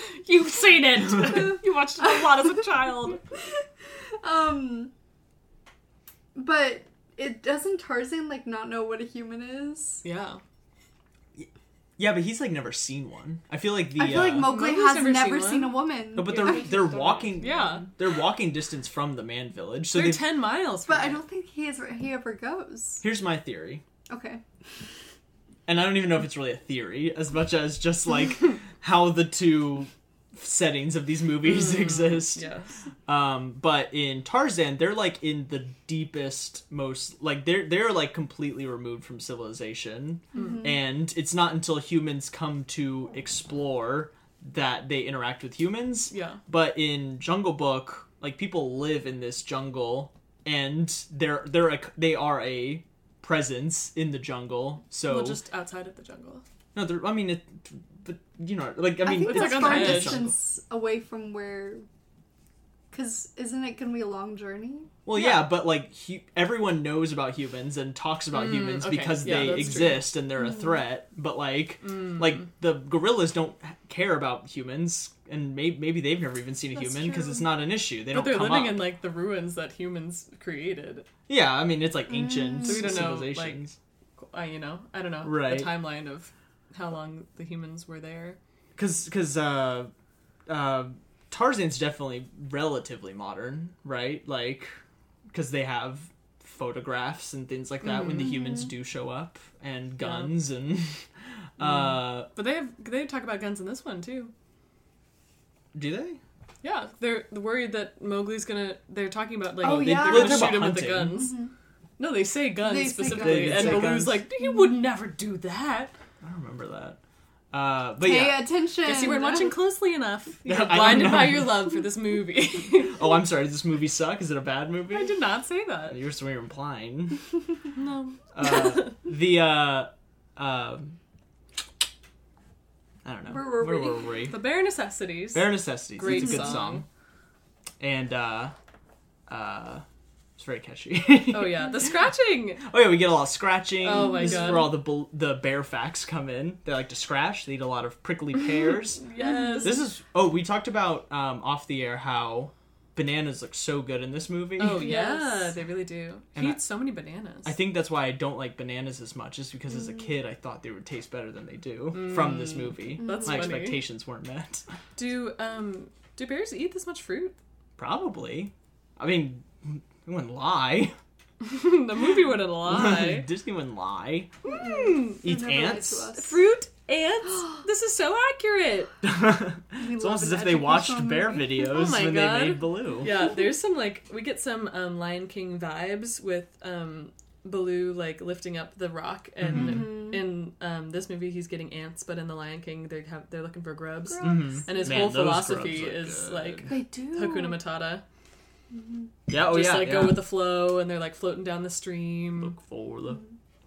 [SPEAKER 2] You've seen it. you watched it a lot as a child.
[SPEAKER 3] Um But it doesn't Tarzan like not know what a human is?
[SPEAKER 2] Yeah.
[SPEAKER 1] Yeah, but he's like never seen one. I feel like the.
[SPEAKER 3] I feel like
[SPEAKER 1] uh,
[SPEAKER 3] Mowgli
[SPEAKER 2] Mowgli's
[SPEAKER 3] has
[SPEAKER 2] never
[SPEAKER 3] never,
[SPEAKER 2] seen
[SPEAKER 3] seen,
[SPEAKER 2] one.
[SPEAKER 3] a woman.
[SPEAKER 1] no, but
[SPEAKER 4] Yeah.
[SPEAKER 1] they're they're
[SPEAKER 4] Yeah.
[SPEAKER 1] walking.
[SPEAKER 2] Yeah.
[SPEAKER 1] They're walking distance from the man village. So
[SPEAKER 2] They're
[SPEAKER 1] they.
[SPEAKER 2] ten miles. From
[SPEAKER 3] But I
[SPEAKER 2] it.
[SPEAKER 3] don't think he is he ever goes.
[SPEAKER 1] Here's my theory.
[SPEAKER 3] Okay.
[SPEAKER 1] and I don't even know if it's really a theory as much as just like how the two settings of these movies exist.
[SPEAKER 4] Yes.
[SPEAKER 1] Um, but in Tarzan, they're like in the deepest, most like they're they're like completely removed from civilization, and it's not until humans come to explore that they interact with humans.
[SPEAKER 2] Yeah.
[SPEAKER 1] But in Jungle Book, like people live in this jungle, and they're they're a, they are a presence in the jungle. So
[SPEAKER 2] Well, just outside of the jungle.
[SPEAKER 1] no, there, I mean, it, but you know, like I
[SPEAKER 3] I,
[SPEAKER 1] mean,
[SPEAKER 3] think
[SPEAKER 1] it's
[SPEAKER 3] that's
[SPEAKER 2] like on
[SPEAKER 3] far
[SPEAKER 2] the edge.
[SPEAKER 3] distance away from where. Because isn't it going to be a long journey?
[SPEAKER 1] well, yeah, but like hu- everyone knows about humans and talks about humans
[SPEAKER 2] Mm, okay,
[SPEAKER 1] because
[SPEAKER 2] yeah,
[SPEAKER 1] they
[SPEAKER 2] that's true. Mm.
[SPEAKER 1] exist and they're a threat. But like, like the gorillas don't care about humans, and maybe maybe they've never even seen a
[SPEAKER 3] That's
[SPEAKER 1] human because
[SPEAKER 3] true.
[SPEAKER 1] it's not an issue. They don't
[SPEAKER 2] But they're
[SPEAKER 1] come
[SPEAKER 2] living
[SPEAKER 1] up.
[SPEAKER 2] in like the ruins that humans created.
[SPEAKER 1] yeah, I mean, it's like ancient
[SPEAKER 2] Mm. So we don't know, like-
[SPEAKER 1] civilizations.
[SPEAKER 2] I, you know, I don't know
[SPEAKER 1] Right.
[SPEAKER 2] the timeline of how long the humans were there.
[SPEAKER 1] Because because uh, uh, Tarzan's definitely relatively modern, right? Like, because they have photographs and things like that
[SPEAKER 3] Mm-hmm.
[SPEAKER 1] when the humans do show up, and guns and. Uh,
[SPEAKER 3] Mm.
[SPEAKER 2] But they have they talk about guns in this one too.
[SPEAKER 1] do they?
[SPEAKER 2] Yeah, they're worried that Mowgli's gonna. They're talking about like
[SPEAKER 3] Oh,
[SPEAKER 2] they,
[SPEAKER 3] yeah.
[SPEAKER 2] are
[SPEAKER 3] Well,
[SPEAKER 2] gonna
[SPEAKER 1] they're
[SPEAKER 2] shoot
[SPEAKER 1] about
[SPEAKER 2] him with the
[SPEAKER 1] hunting.
[SPEAKER 2] guns. No, they say guns
[SPEAKER 3] They say
[SPEAKER 1] guns.
[SPEAKER 2] specifically,
[SPEAKER 1] They
[SPEAKER 2] and
[SPEAKER 1] say
[SPEAKER 2] Baloo's
[SPEAKER 1] guns.
[SPEAKER 2] like, "You would never do that."
[SPEAKER 1] I don't remember that. Uh, but
[SPEAKER 3] Pay
[SPEAKER 1] yeah.
[SPEAKER 3] attention!
[SPEAKER 2] Guess you weren't watching closely enough. You're
[SPEAKER 1] I don't
[SPEAKER 2] blinded
[SPEAKER 1] know.
[SPEAKER 2] by your love for this movie.
[SPEAKER 1] Oh,
[SPEAKER 3] uh,
[SPEAKER 1] I'm sorry. Does this movie suck? Is it a bad movie?
[SPEAKER 2] I did not say that.
[SPEAKER 1] You're so you're implying.
[SPEAKER 2] No.
[SPEAKER 1] Uh, the uh, uh, I don't know.
[SPEAKER 3] Where were
[SPEAKER 1] Where
[SPEAKER 3] we?
[SPEAKER 1] were we?
[SPEAKER 2] The bare necessities.
[SPEAKER 1] Bare Necessities.
[SPEAKER 2] Great
[SPEAKER 1] it's a good
[SPEAKER 2] song.
[SPEAKER 1] song. And uh uh it's very catchy.
[SPEAKER 2] Oh yeah, the scratching.
[SPEAKER 1] Oh, yeah, we get a lot of scratching.
[SPEAKER 2] Oh, my
[SPEAKER 1] this is
[SPEAKER 2] God.
[SPEAKER 1] where all the bul- the bear facts come in. They like to scratch. They eat a lot of prickly pears.
[SPEAKER 2] Yes.
[SPEAKER 1] this is oh, we talked about um off the air how bananas look so good in this movie.
[SPEAKER 2] Oh yeah,
[SPEAKER 4] Yes.
[SPEAKER 2] they really do.
[SPEAKER 1] And
[SPEAKER 2] he
[SPEAKER 1] I-
[SPEAKER 2] eats so many bananas.
[SPEAKER 1] I think that's why I don't like bananas as much, is because
[SPEAKER 2] Mm.
[SPEAKER 1] as a kid I thought they would taste better than they do from this movie.
[SPEAKER 3] Mm-hmm.
[SPEAKER 2] That's
[SPEAKER 1] My
[SPEAKER 2] funny.
[SPEAKER 1] expectations weren't met.
[SPEAKER 2] Do um do bears eat this much fruit?
[SPEAKER 1] Probably. I mean, I wouldn't lie.
[SPEAKER 2] the movie wouldn't lie.
[SPEAKER 1] Disney wouldn't lie. Eats
[SPEAKER 3] Never lied to
[SPEAKER 1] ants.
[SPEAKER 3] us.
[SPEAKER 2] fruit ants. this is so accurate.
[SPEAKER 3] We
[SPEAKER 1] It's
[SPEAKER 3] love
[SPEAKER 1] almost as
[SPEAKER 3] an
[SPEAKER 1] if they watched
[SPEAKER 3] educational
[SPEAKER 1] bear
[SPEAKER 3] movie.
[SPEAKER 1] videos
[SPEAKER 2] Oh my
[SPEAKER 1] when
[SPEAKER 2] God.
[SPEAKER 1] they made Baloo.
[SPEAKER 2] Yeah, there's some like we get some um, Lion King vibes with um Baloo like lifting up the rock and. In um, this movie, he's getting ants, but in The Lion King, they have they're looking for grubs,
[SPEAKER 1] Mhm.
[SPEAKER 2] and his
[SPEAKER 1] Man,
[SPEAKER 2] whole
[SPEAKER 1] those grubs
[SPEAKER 2] philosophy
[SPEAKER 1] look
[SPEAKER 2] is
[SPEAKER 1] good.
[SPEAKER 2] like
[SPEAKER 3] They do.
[SPEAKER 2] Hakuna Matata,
[SPEAKER 1] Yeah, oh
[SPEAKER 2] just
[SPEAKER 1] yeah.
[SPEAKER 2] like
[SPEAKER 1] yeah.
[SPEAKER 2] go with the flow, and they're like floating down the stream.
[SPEAKER 1] Look for the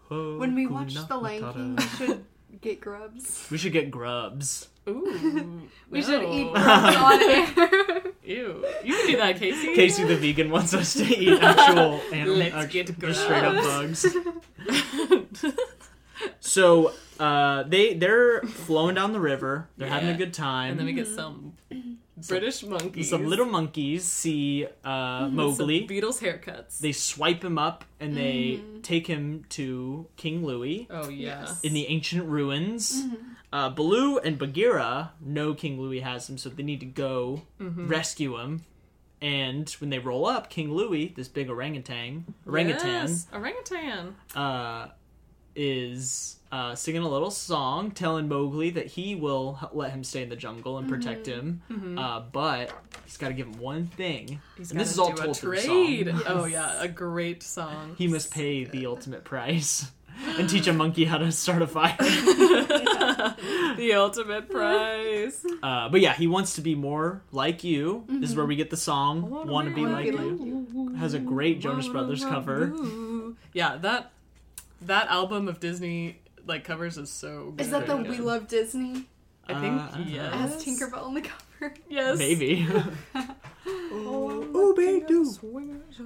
[SPEAKER 3] Mm. When we
[SPEAKER 1] Hakuna
[SPEAKER 3] watch The Lion
[SPEAKER 1] Matata.
[SPEAKER 3] King, we should get grubs.
[SPEAKER 1] We should get grubs.
[SPEAKER 2] Ooh,
[SPEAKER 3] We should
[SPEAKER 2] no.
[SPEAKER 3] eat grubs on air.
[SPEAKER 2] Ew. You can do that, Casey.
[SPEAKER 1] Casey the vegan wants us to eat actual animals.
[SPEAKER 2] Let's get
[SPEAKER 1] just straight up
[SPEAKER 2] gross.
[SPEAKER 1] bugs. So uh, they they're flowing down the river. They're having a
[SPEAKER 2] Yeah.
[SPEAKER 1] good time.
[SPEAKER 2] and then we
[SPEAKER 3] Mm-hmm.
[SPEAKER 2] get some British monkeys.
[SPEAKER 1] some little monkeys see uh,
[SPEAKER 2] with some
[SPEAKER 1] Mowgli.
[SPEAKER 2] Beatles haircuts.
[SPEAKER 1] They swipe him up and they take him to King Louis
[SPEAKER 2] oh, yeah.
[SPEAKER 3] Yes.
[SPEAKER 1] in the ancient ruins. Uh, Baloo and Bagheera know King Louis has him, so they need to go rescue him. And when they roll up, King Louis, this big orangutan, orangutan,
[SPEAKER 2] Yes, orangutan.
[SPEAKER 1] uh, is uh, singing a little song telling Mowgli that he will h- let him stay in the jungle and protect him, uh, but he's got to give him one thing.
[SPEAKER 2] He's
[SPEAKER 1] And this is all
[SPEAKER 2] gotta do a
[SPEAKER 1] told through song.
[SPEAKER 2] trade. Oh yeah, a great song.
[SPEAKER 1] He must pay the ultimate price and teach a monkey how to start a fire.
[SPEAKER 2] the ultimate prize.
[SPEAKER 1] Uh, but yeah, he wants to be more like you. This is where we get the song
[SPEAKER 2] Wanna
[SPEAKER 1] "Want to
[SPEAKER 2] be
[SPEAKER 1] Be
[SPEAKER 3] wanna
[SPEAKER 1] Like
[SPEAKER 3] be
[SPEAKER 1] You." Has a great Jonas Brothers cover.
[SPEAKER 2] Yeah, that that album of Disney like covers is so good.
[SPEAKER 3] Is that the
[SPEAKER 1] Very
[SPEAKER 3] We
[SPEAKER 1] good.
[SPEAKER 3] Love Disney?
[SPEAKER 2] I think
[SPEAKER 1] Uh,
[SPEAKER 3] It
[SPEAKER 2] yes.
[SPEAKER 3] has Tinkerbell on the cover.
[SPEAKER 2] Yes.
[SPEAKER 1] Maybe.
[SPEAKER 2] Oh,
[SPEAKER 1] baby, do.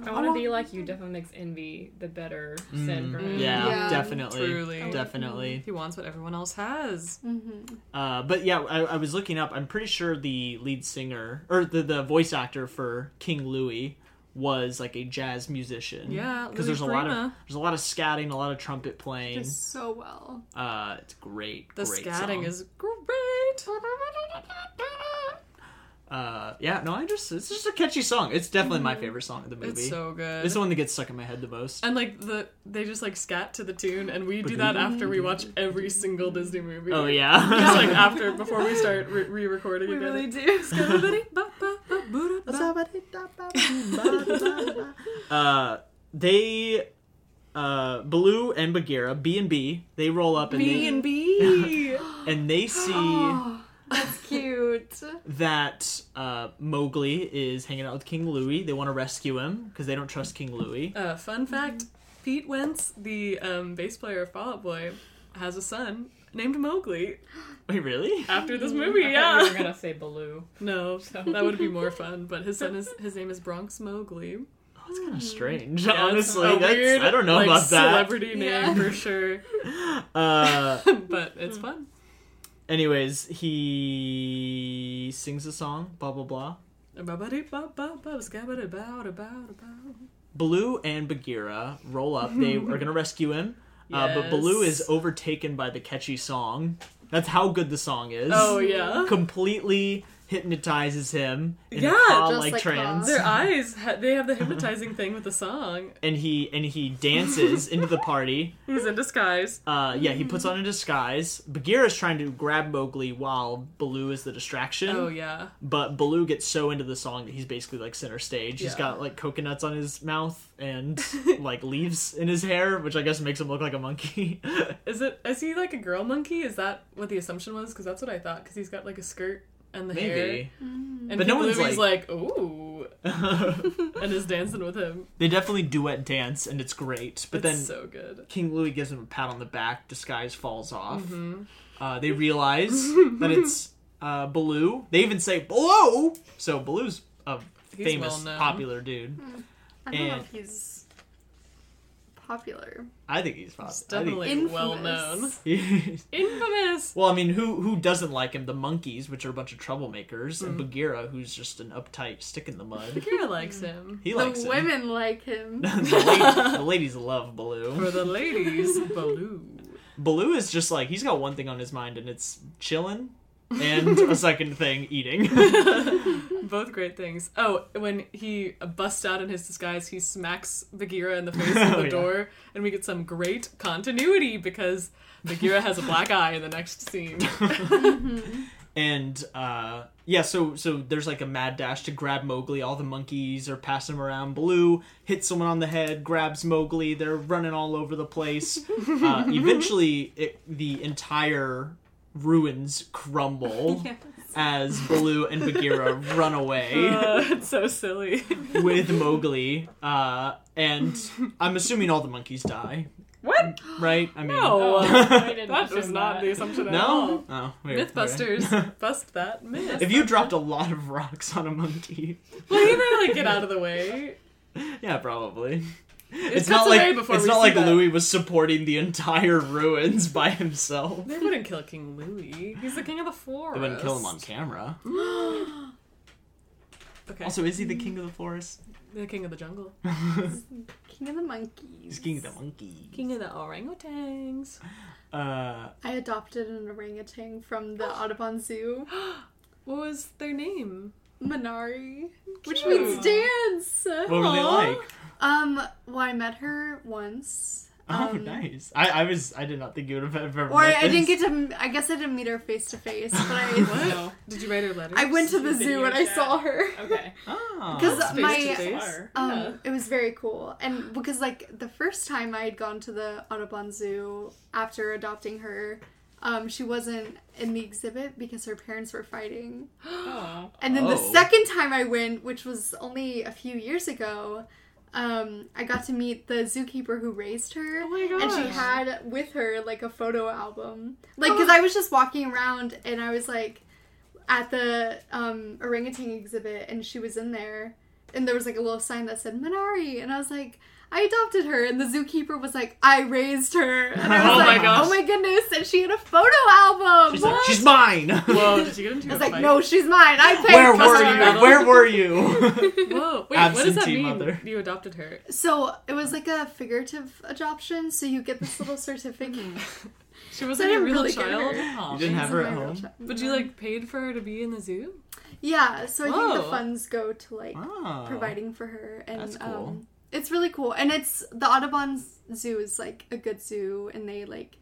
[SPEAKER 4] I want to be like you. Definitely makes envy the better sin for him.
[SPEAKER 1] Mm. Yeah,
[SPEAKER 3] Yeah,
[SPEAKER 1] definitely,
[SPEAKER 2] truly.
[SPEAKER 1] definitely.
[SPEAKER 2] He wants what everyone else has.
[SPEAKER 3] Mm-hmm.
[SPEAKER 1] Uh, but yeah, I, I was looking up. I'm pretty sure the lead singer or the, the voice actor for King Louis was like a jazz musician.
[SPEAKER 2] Yeah, Louis
[SPEAKER 1] there's a lot of
[SPEAKER 2] Prima.
[SPEAKER 1] there's a lot of scatting, a lot of trumpet playing.
[SPEAKER 3] Just so well.
[SPEAKER 1] Uh, it's great.
[SPEAKER 2] The
[SPEAKER 1] great
[SPEAKER 2] scatting
[SPEAKER 1] song.
[SPEAKER 2] is great.
[SPEAKER 1] Uh, yeah, no, I just it's just a catchy song. It's definitely my favorite song of the movie.
[SPEAKER 2] Mm-hmm. It's so good.
[SPEAKER 1] It's the one that gets stuck in my head the most.
[SPEAKER 2] And like the they just like scat to the tune, and we do that after we watch every single Disney movie.
[SPEAKER 1] Oh yeah,
[SPEAKER 2] just like after before we start re- re-recording
[SPEAKER 3] We
[SPEAKER 2] again.
[SPEAKER 3] really do.
[SPEAKER 1] uh, they uh, Baloo and Bagheera B and B they roll up and
[SPEAKER 2] B
[SPEAKER 1] they
[SPEAKER 2] and B.
[SPEAKER 1] and they see.
[SPEAKER 3] Oh, that's cute.
[SPEAKER 1] that uh, Mowgli is hanging out with King Louie. They want to rescue him because they don't trust King Louie.
[SPEAKER 2] Uh, fun fact: Pete Wentz, the um, bass player of Fall Out Boy, has a son named Mowgli.
[SPEAKER 1] Wait, really?
[SPEAKER 2] After this movie,
[SPEAKER 4] Mm. I
[SPEAKER 2] yeah.
[SPEAKER 4] thought you were gonna say Baloo.
[SPEAKER 2] No, that would be more fun. But his son is his name is Bronx Mowgli.
[SPEAKER 1] That's kind of strange.
[SPEAKER 2] Mm. Yeah, it's
[SPEAKER 1] Honestly,
[SPEAKER 2] a
[SPEAKER 1] that's
[SPEAKER 2] weird,
[SPEAKER 1] I don't know
[SPEAKER 2] like,
[SPEAKER 1] about that.
[SPEAKER 2] Celebrity name
[SPEAKER 3] Yeah.
[SPEAKER 2] for sure,
[SPEAKER 1] Uh,
[SPEAKER 2] but it's fun.
[SPEAKER 1] anyways, he sings a song. Blah blah blah.
[SPEAKER 2] Ba-ba-dee-ba-ba-ba, scabba-da-bow-da-bow-da-bow.
[SPEAKER 1] Baloo and Bagheera roll up. They are gonna rescue him, uh, but Baloo
[SPEAKER 2] Yes.
[SPEAKER 1] is overtaken by the catchy song. That's how good the song is.
[SPEAKER 2] Oh yeah,
[SPEAKER 1] completely hypnotizes him in
[SPEAKER 2] Yeah,
[SPEAKER 1] a
[SPEAKER 2] just uh,
[SPEAKER 1] Ka-like
[SPEAKER 3] like Ka.
[SPEAKER 1] trance.
[SPEAKER 2] their eyes ha- they have the hypnotizing thing with the song.
[SPEAKER 1] and he and he dances into the party.
[SPEAKER 2] He's in disguise.
[SPEAKER 1] Uh, yeah, he
[SPEAKER 2] Mm-hmm.
[SPEAKER 1] puts on a disguise. Bagheera's trying to grab Mowgli while Baloo is the distraction.
[SPEAKER 2] Oh yeah.
[SPEAKER 1] But Baloo gets so into the song that he's basically like center stage. He's
[SPEAKER 2] Yeah.
[SPEAKER 1] got like coconuts on his mouth and like leaves in his hair, which I guess makes him look like a monkey.
[SPEAKER 2] Is it? Is he like a girl monkey? Is that what the assumption was? Because that's what I thought. Because he's got like a skirt and the hair.
[SPEAKER 1] Maybe.
[SPEAKER 2] And
[SPEAKER 1] But no
[SPEAKER 2] Pete
[SPEAKER 1] one's
[SPEAKER 2] Louie's like, ooh, and is dancing with him.
[SPEAKER 1] they definitely duet dance and it's great. But
[SPEAKER 2] It's
[SPEAKER 1] then
[SPEAKER 2] so good.
[SPEAKER 1] King Louis gives him a pat on the back. Disguise falls off.
[SPEAKER 2] Mm-hmm.
[SPEAKER 1] Uh, they realize that it's uh, Baloo. They even say Baloo. So Baloo's a
[SPEAKER 2] He's
[SPEAKER 1] famous,
[SPEAKER 2] well-known.
[SPEAKER 1] popular dude.
[SPEAKER 3] I don't know
[SPEAKER 1] And-
[SPEAKER 3] if he's popular.
[SPEAKER 1] I think he's popular.
[SPEAKER 2] He's definitely
[SPEAKER 3] Infamous.
[SPEAKER 2] well known.
[SPEAKER 1] He's...
[SPEAKER 2] Infamous.
[SPEAKER 1] well, I mean, who who doesn't like him? The monkeys, which are a bunch of troublemakers, and Bagheera, who's just an uptight stick in the mud.
[SPEAKER 2] Bagheera likes him.
[SPEAKER 1] He
[SPEAKER 3] The
[SPEAKER 1] likes him.
[SPEAKER 3] women like him.
[SPEAKER 1] the, la- the ladies love Baloo.
[SPEAKER 2] For the ladies, Baloo.
[SPEAKER 1] Baloo is just like he's got one thing on his mind, and it's chilling, and a second thing, eating.
[SPEAKER 2] Both great things. Oh, when he busts out in his disguise, he smacks Bagheera in the face with
[SPEAKER 1] Oh,
[SPEAKER 2] the
[SPEAKER 1] yeah.
[SPEAKER 2] door, and we get some great continuity because Bagheera has a black eye in the next scene.
[SPEAKER 1] And uh yeah, so so there's like a mad dash to grab Mowgli. All the monkeys are passing him around. Baloo hits someone on the head, grabs Mowgli. They're running all over the place. uh, eventually, it, the entire ruins crumble as Baloo and Bagheera run away
[SPEAKER 2] Uh, it's so silly.
[SPEAKER 1] with Mowgli. Uh, and I'm assuming all the monkeys die.
[SPEAKER 4] What?
[SPEAKER 1] right? I mean,
[SPEAKER 2] No.
[SPEAKER 4] Oh, I didn't
[SPEAKER 2] Oh. That was
[SPEAKER 4] assume
[SPEAKER 2] not
[SPEAKER 4] that.
[SPEAKER 2] the assumption at all.
[SPEAKER 1] no, oh, weird. Okay.
[SPEAKER 2] Mythbusters bust that myth.
[SPEAKER 1] if you dropped a lot of rocks on a monkey,
[SPEAKER 2] well, you better like get out of the way.
[SPEAKER 1] yeah, probably.
[SPEAKER 2] It
[SPEAKER 1] It's
[SPEAKER 2] cuts
[SPEAKER 1] not like
[SPEAKER 2] away before
[SPEAKER 1] it's
[SPEAKER 2] we
[SPEAKER 1] not
[SPEAKER 2] see
[SPEAKER 1] like
[SPEAKER 2] that.
[SPEAKER 1] Louis was supporting the entire ruins by himself.
[SPEAKER 2] They wouldn't kill King Louis. He's the king of the forest.
[SPEAKER 1] They wouldn't kill him on camera.
[SPEAKER 2] Okay.
[SPEAKER 1] Also, is he the king of the forest?
[SPEAKER 2] the king of the jungle.
[SPEAKER 3] King of the monkeys.
[SPEAKER 1] He's king of the monkey.
[SPEAKER 2] King of the orangutans.
[SPEAKER 1] Uh,
[SPEAKER 3] I adopted an orangutan from the Audubon Zoo.
[SPEAKER 2] What was their name?
[SPEAKER 3] Minari. Which
[SPEAKER 2] Cute.
[SPEAKER 3] means dance.
[SPEAKER 1] what were they
[SPEAKER 2] Aw.
[SPEAKER 1] like?
[SPEAKER 3] Um, well, I met her once.
[SPEAKER 1] Oh,
[SPEAKER 3] um,
[SPEAKER 1] nice. I, I was I did not think you would have ever.
[SPEAKER 3] Or
[SPEAKER 1] met
[SPEAKER 3] I, I didn't
[SPEAKER 1] this.
[SPEAKER 3] get to. I guess I didn't meet her face to face, but I,
[SPEAKER 2] No. Did you write her letters?
[SPEAKER 3] I went to the
[SPEAKER 4] Video
[SPEAKER 3] zoo and I
[SPEAKER 4] chat.
[SPEAKER 3] saw her.
[SPEAKER 4] Okay.
[SPEAKER 1] Oh.
[SPEAKER 3] Because
[SPEAKER 2] That's
[SPEAKER 3] my
[SPEAKER 2] face-to-face.
[SPEAKER 4] Are.
[SPEAKER 3] Um,
[SPEAKER 4] Yeah.
[SPEAKER 3] It was very cool. And because, like, the first time I had gone to the Audubon Zoo after adopting her, um, she wasn't in the exhibit because her parents were fighting.
[SPEAKER 4] Oh.
[SPEAKER 3] And then the
[SPEAKER 1] Oh.
[SPEAKER 3] second time I went, which was only a few years ago, um, I got to meet the zookeeper who raised her.
[SPEAKER 2] Oh my
[SPEAKER 3] And she
[SPEAKER 2] gosh.
[SPEAKER 3] had with her like a photo album. Like,
[SPEAKER 1] Oh.
[SPEAKER 3] because I was just walking around and I was like at the um, orangutan exhibit and she was in there. And there was like a little sign that said Minari. And I was like, I adopted her. And the zookeeper was like, I raised her. And I was
[SPEAKER 1] Oh my
[SPEAKER 3] like,
[SPEAKER 2] gosh.
[SPEAKER 3] oh my goodness. And she had a photo album.
[SPEAKER 1] She's
[SPEAKER 3] What?
[SPEAKER 1] like, she's mine.
[SPEAKER 2] Whoa, did you get into
[SPEAKER 3] I
[SPEAKER 2] a
[SPEAKER 3] was like,
[SPEAKER 2] fight?
[SPEAKER 3] no, she's mine. I paid
[SPEAKER 1] Where
[SPEAKER 3] for
[SPEAKER 1] were
[SPEAKER 2] Custody
[SPEAKER 3] her."
[SPEAKER 1] you?
[SPEAKER 2] battle.
[SPEAKER 1] Where were you?
[SPEAKER 2] Whoa, wait, what does that
[SPEAKER 1] Absentee
[SPEAKER 2] mean?
[SPEAKER 1] mother.
[SPEAKER 2] You adopted her.
[SPEAKER 3] So it was like a figurative adoption. So you get this little certificate.
[SPEAKER 2] She wasn't
[SPEAKER 3] I
[SPEAKER 2] your
[SPEAKER 3] didn't
[SPEAKER 2] real
[SPEAKER 3] really get
[SPEAKER 2] child.
[SPEAKER 3] her.
[SPEAKER 2] Aw.
[SPEAKER 1] You didn't have her at
[SPEAKER 3] Something I
[SPEAKER 1] home?
[SPEAKER 3] wrote.
[SPEAKER 2] But you like paid for her to be in the zoo?
[SPEAKER 3] Yeah. So I think
[SPEAKER 2] Whoa.
[SPEAKER 3] the funds go to like
[SPEAKER 1] Oh.
[SPEAKER 3] providing for her, and
[SPEAKER 1] That's cool.
[SPEAKER 3] um, it's really cool. And it's the Audubon Zoo is like a good zoo, and they like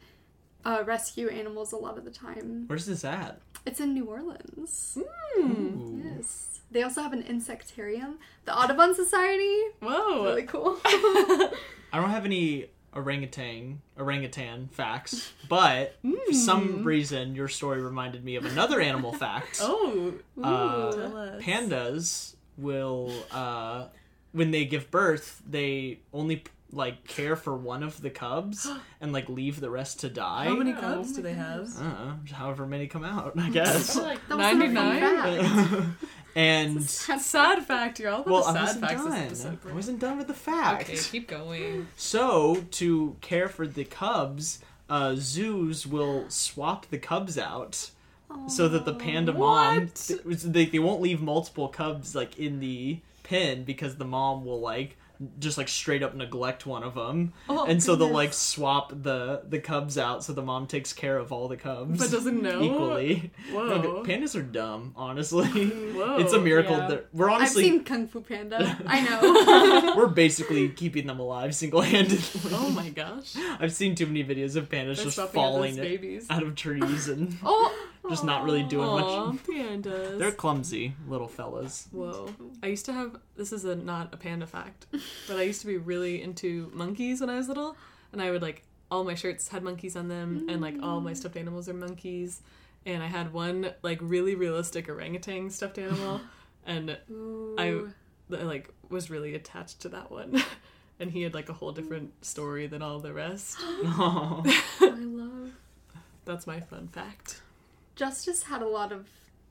[SPEAKER 3] uh, rescue animals a lot of the time.
[SPEAKER 1] Where's this at?
[SPEAKER 3] It's in New Orleans.
[SPEAKER 1] Hmm.
[SPEAKER 2] Hmm.
[SPEAKER 1] Ooh.
[SPEAKER 3] Yes. They also have an insectarium. The Audubon Society.
[SPEAKER 2] Whoa.
[SPEAKER 3] Really cool.
[SPEAKER 1] I don't have any orangutan orangutan facts, but for some reason your story reminded me of another animal fact.
[SPEAKER 2] Hmm. oh,
[SPEAKER 1] Uh,
[SPEAKER 2] tell us.
[SPEAKER 1] pandas will uh, when they give birth they only like care for one of the cubs and like leave the rest to die
[SPEAKER 2] How many
[SPEAKER 4] Oh
[SPEAKER 2] cubs
[SPEAKER 4] my
[SPEAKER 2] do they have?
[SPEAKER 1] I don't know, however many come out i guess
[SPEAKER 4] like,
[SPEAKER 3] That was another fun
[SPEAKER 2] 99?
[SPEAKER 3] fact.
[SPEAKER 1] and
[SPEAKER 2] Sad fact, you're all about
[SPEAKER 1] well
[SPEAKER 2] the
[SPEAKER 1] i
[SPEAKER 2] sad
[SPEAKER 1] wasn't
[SPEAKER 2] facts this
[SPEAKER 1] done
[SPEAKER 2] episode.
[SPEAKER 1] i wasn't done with the fact
[SPEAKER 2] Okay, keep going.
[SPEAKER 1] so to care for the cubs uh, zoos will swap the cubs out so that the panda mom
[SPEAKER 2] What?
[SPEAKER 1] th- they, they won't leave multiple cubs like in the pen because the mom will like just like straight up neglect one of them
[SPEAKER 2] Oh,
[SPEAKER 1] and so they'll
[SPEAKER 3] goodness.
[SPEAKER 1] like swap the the cubs out so the mom takes care of all the cubs
[SPEAKER 2] But Oh. doesn't know?
[SPEAKER 1] equally No,
[SPEAKER 2] Whoa.
[SPEAKER 1] pandas are dumb honestly
[SPEAKER 2] Whoa.
[SPEAKER 1] it's a miracle
[SPEAKER 4] Yeah.
[SPEAKER 1] that we're
[SPEAKER 3] I've
[SPEAKER 1] honestly
[SPEAKER 3] seen Kung Fu Panda. I know.
[SPEAKER 1] we're basically keeping them alive single-handedly
[SPEAKER 2] Oh my gosh.
[SPEAKER 1] I've seen too many videos of pandas
[SPEAKER 2] They're
[SPEAKER 1] just
[SPEAKER 2] swapping out those
[SPEAKER 1] falling
[SPEAKER 2] babies.
[SPEAKER 1] out of trees and
[SPEAKER 2] Oh,
[SPEAKER 1] just not really doing
[SPEAKER 2] aw,
[SPEAKER 1] much.
[SPEAKER 2] pandas.
[SPEAKER 1] They're clumsy little fellas.
[SPEAKER 2] Whoa. I used to have this is a not a panda fact, but I used to be really into monkeys when I was little, and I would like all my shirts had monkeys on them and like all my stuffed animals are monkeys, and I had one like really realistic orangutan stuffed animal and I I, like was really attached to that one. And he had like a whole different story than all the rest.
[SPEAKER 1] Oh,
[SPEAKER 3] I love.
[SPEAKER 2] That's my fun fact.
[SPEAKER 3] Justice had a lot of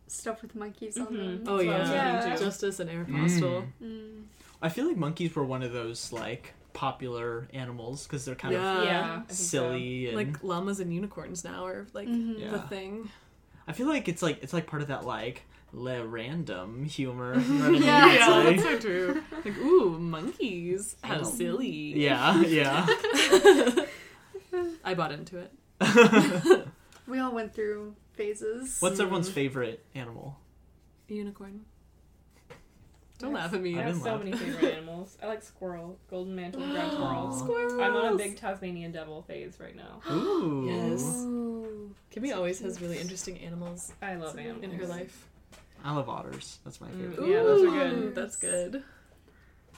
[SPEAKER 3] stuff with monkeys on them. Mm.
[SPEAKER 2] Oh
[SPEAKER 4] That's what I was
[SPEAKER 2] yeah.
[SPEAKER 4] thinking, too.
[SPEAKER 2] Justice and Aeropostale.
[SPEAKER 1] I feel like monkeys were one of those like popular animals because they're kind
[SPEAKER 2] Yeah.
[SPEAKER 1] of
[SPEAKER 4] yeah. I think so.
[SPEAKER 1] silly and
[SPEAKER 2] Like llamas and unicorns now are like
[SPEAKER 3] Mm-hmm.
[SPEAKER 2] the
[SPEAKER 1] Mm. yeah.
[SPEAKER 2] thing.
[SPEAKER 1] I feel like it's like it's like part of that like le random humor. you know what I mean?
[SPEAKER 3] Yeah.
[SPEAKER 1] It's
[SPEAKER 2] Yeah,
[SPEAKER 1] like-
[SPEAKER 2] that's so true. Like, ooh, monkeys. How
[SPEAKER 1] Ew.
[SPEAKER 2] silly.
[SPEAKER 1] yeah, yeah.
[SPEAKER 2] I bought into it.
[SPEAKER 3] We all went through phases.
[SPEAKER 1] What's everyone's
[SPEAKER 2] Mm.
[SPEAKER 1] favorite animal?
[SPEAKER 2] Unicorn. Don't
[SPEAKER 4] Yes.
[SPEAKER 2] laugh at me.
[SPEAKER 4] I have
[SPEAKER 1] didn't
[SPEAKER 4] so
[SPEAKER 1] laugh.
[SPEAKER 4] many favorite animals. I like squirrel, golden mantle, ground squirrel. I'm on a big Tasmanian devil phase right now.
[SPEAKER 1] Oow.
[SPEAKER 2] Yes.
[SPEAKER 3] Ooh.
[SPEAKER 2] Kimmy always has really interesting animals
[SPEAKER 4] I love animals.
[SPEAKER 2] in her life.
[SPEAKER 1] I love otters. That's my
[SPEAKER 4] Mm,
[SPEAKER 1] favorite.
[SPEAKER 4] yeah, those are
[SPEAKER 2] Ooh,
[SPEAKER 4] good.
[SPEAKER 2] That's good.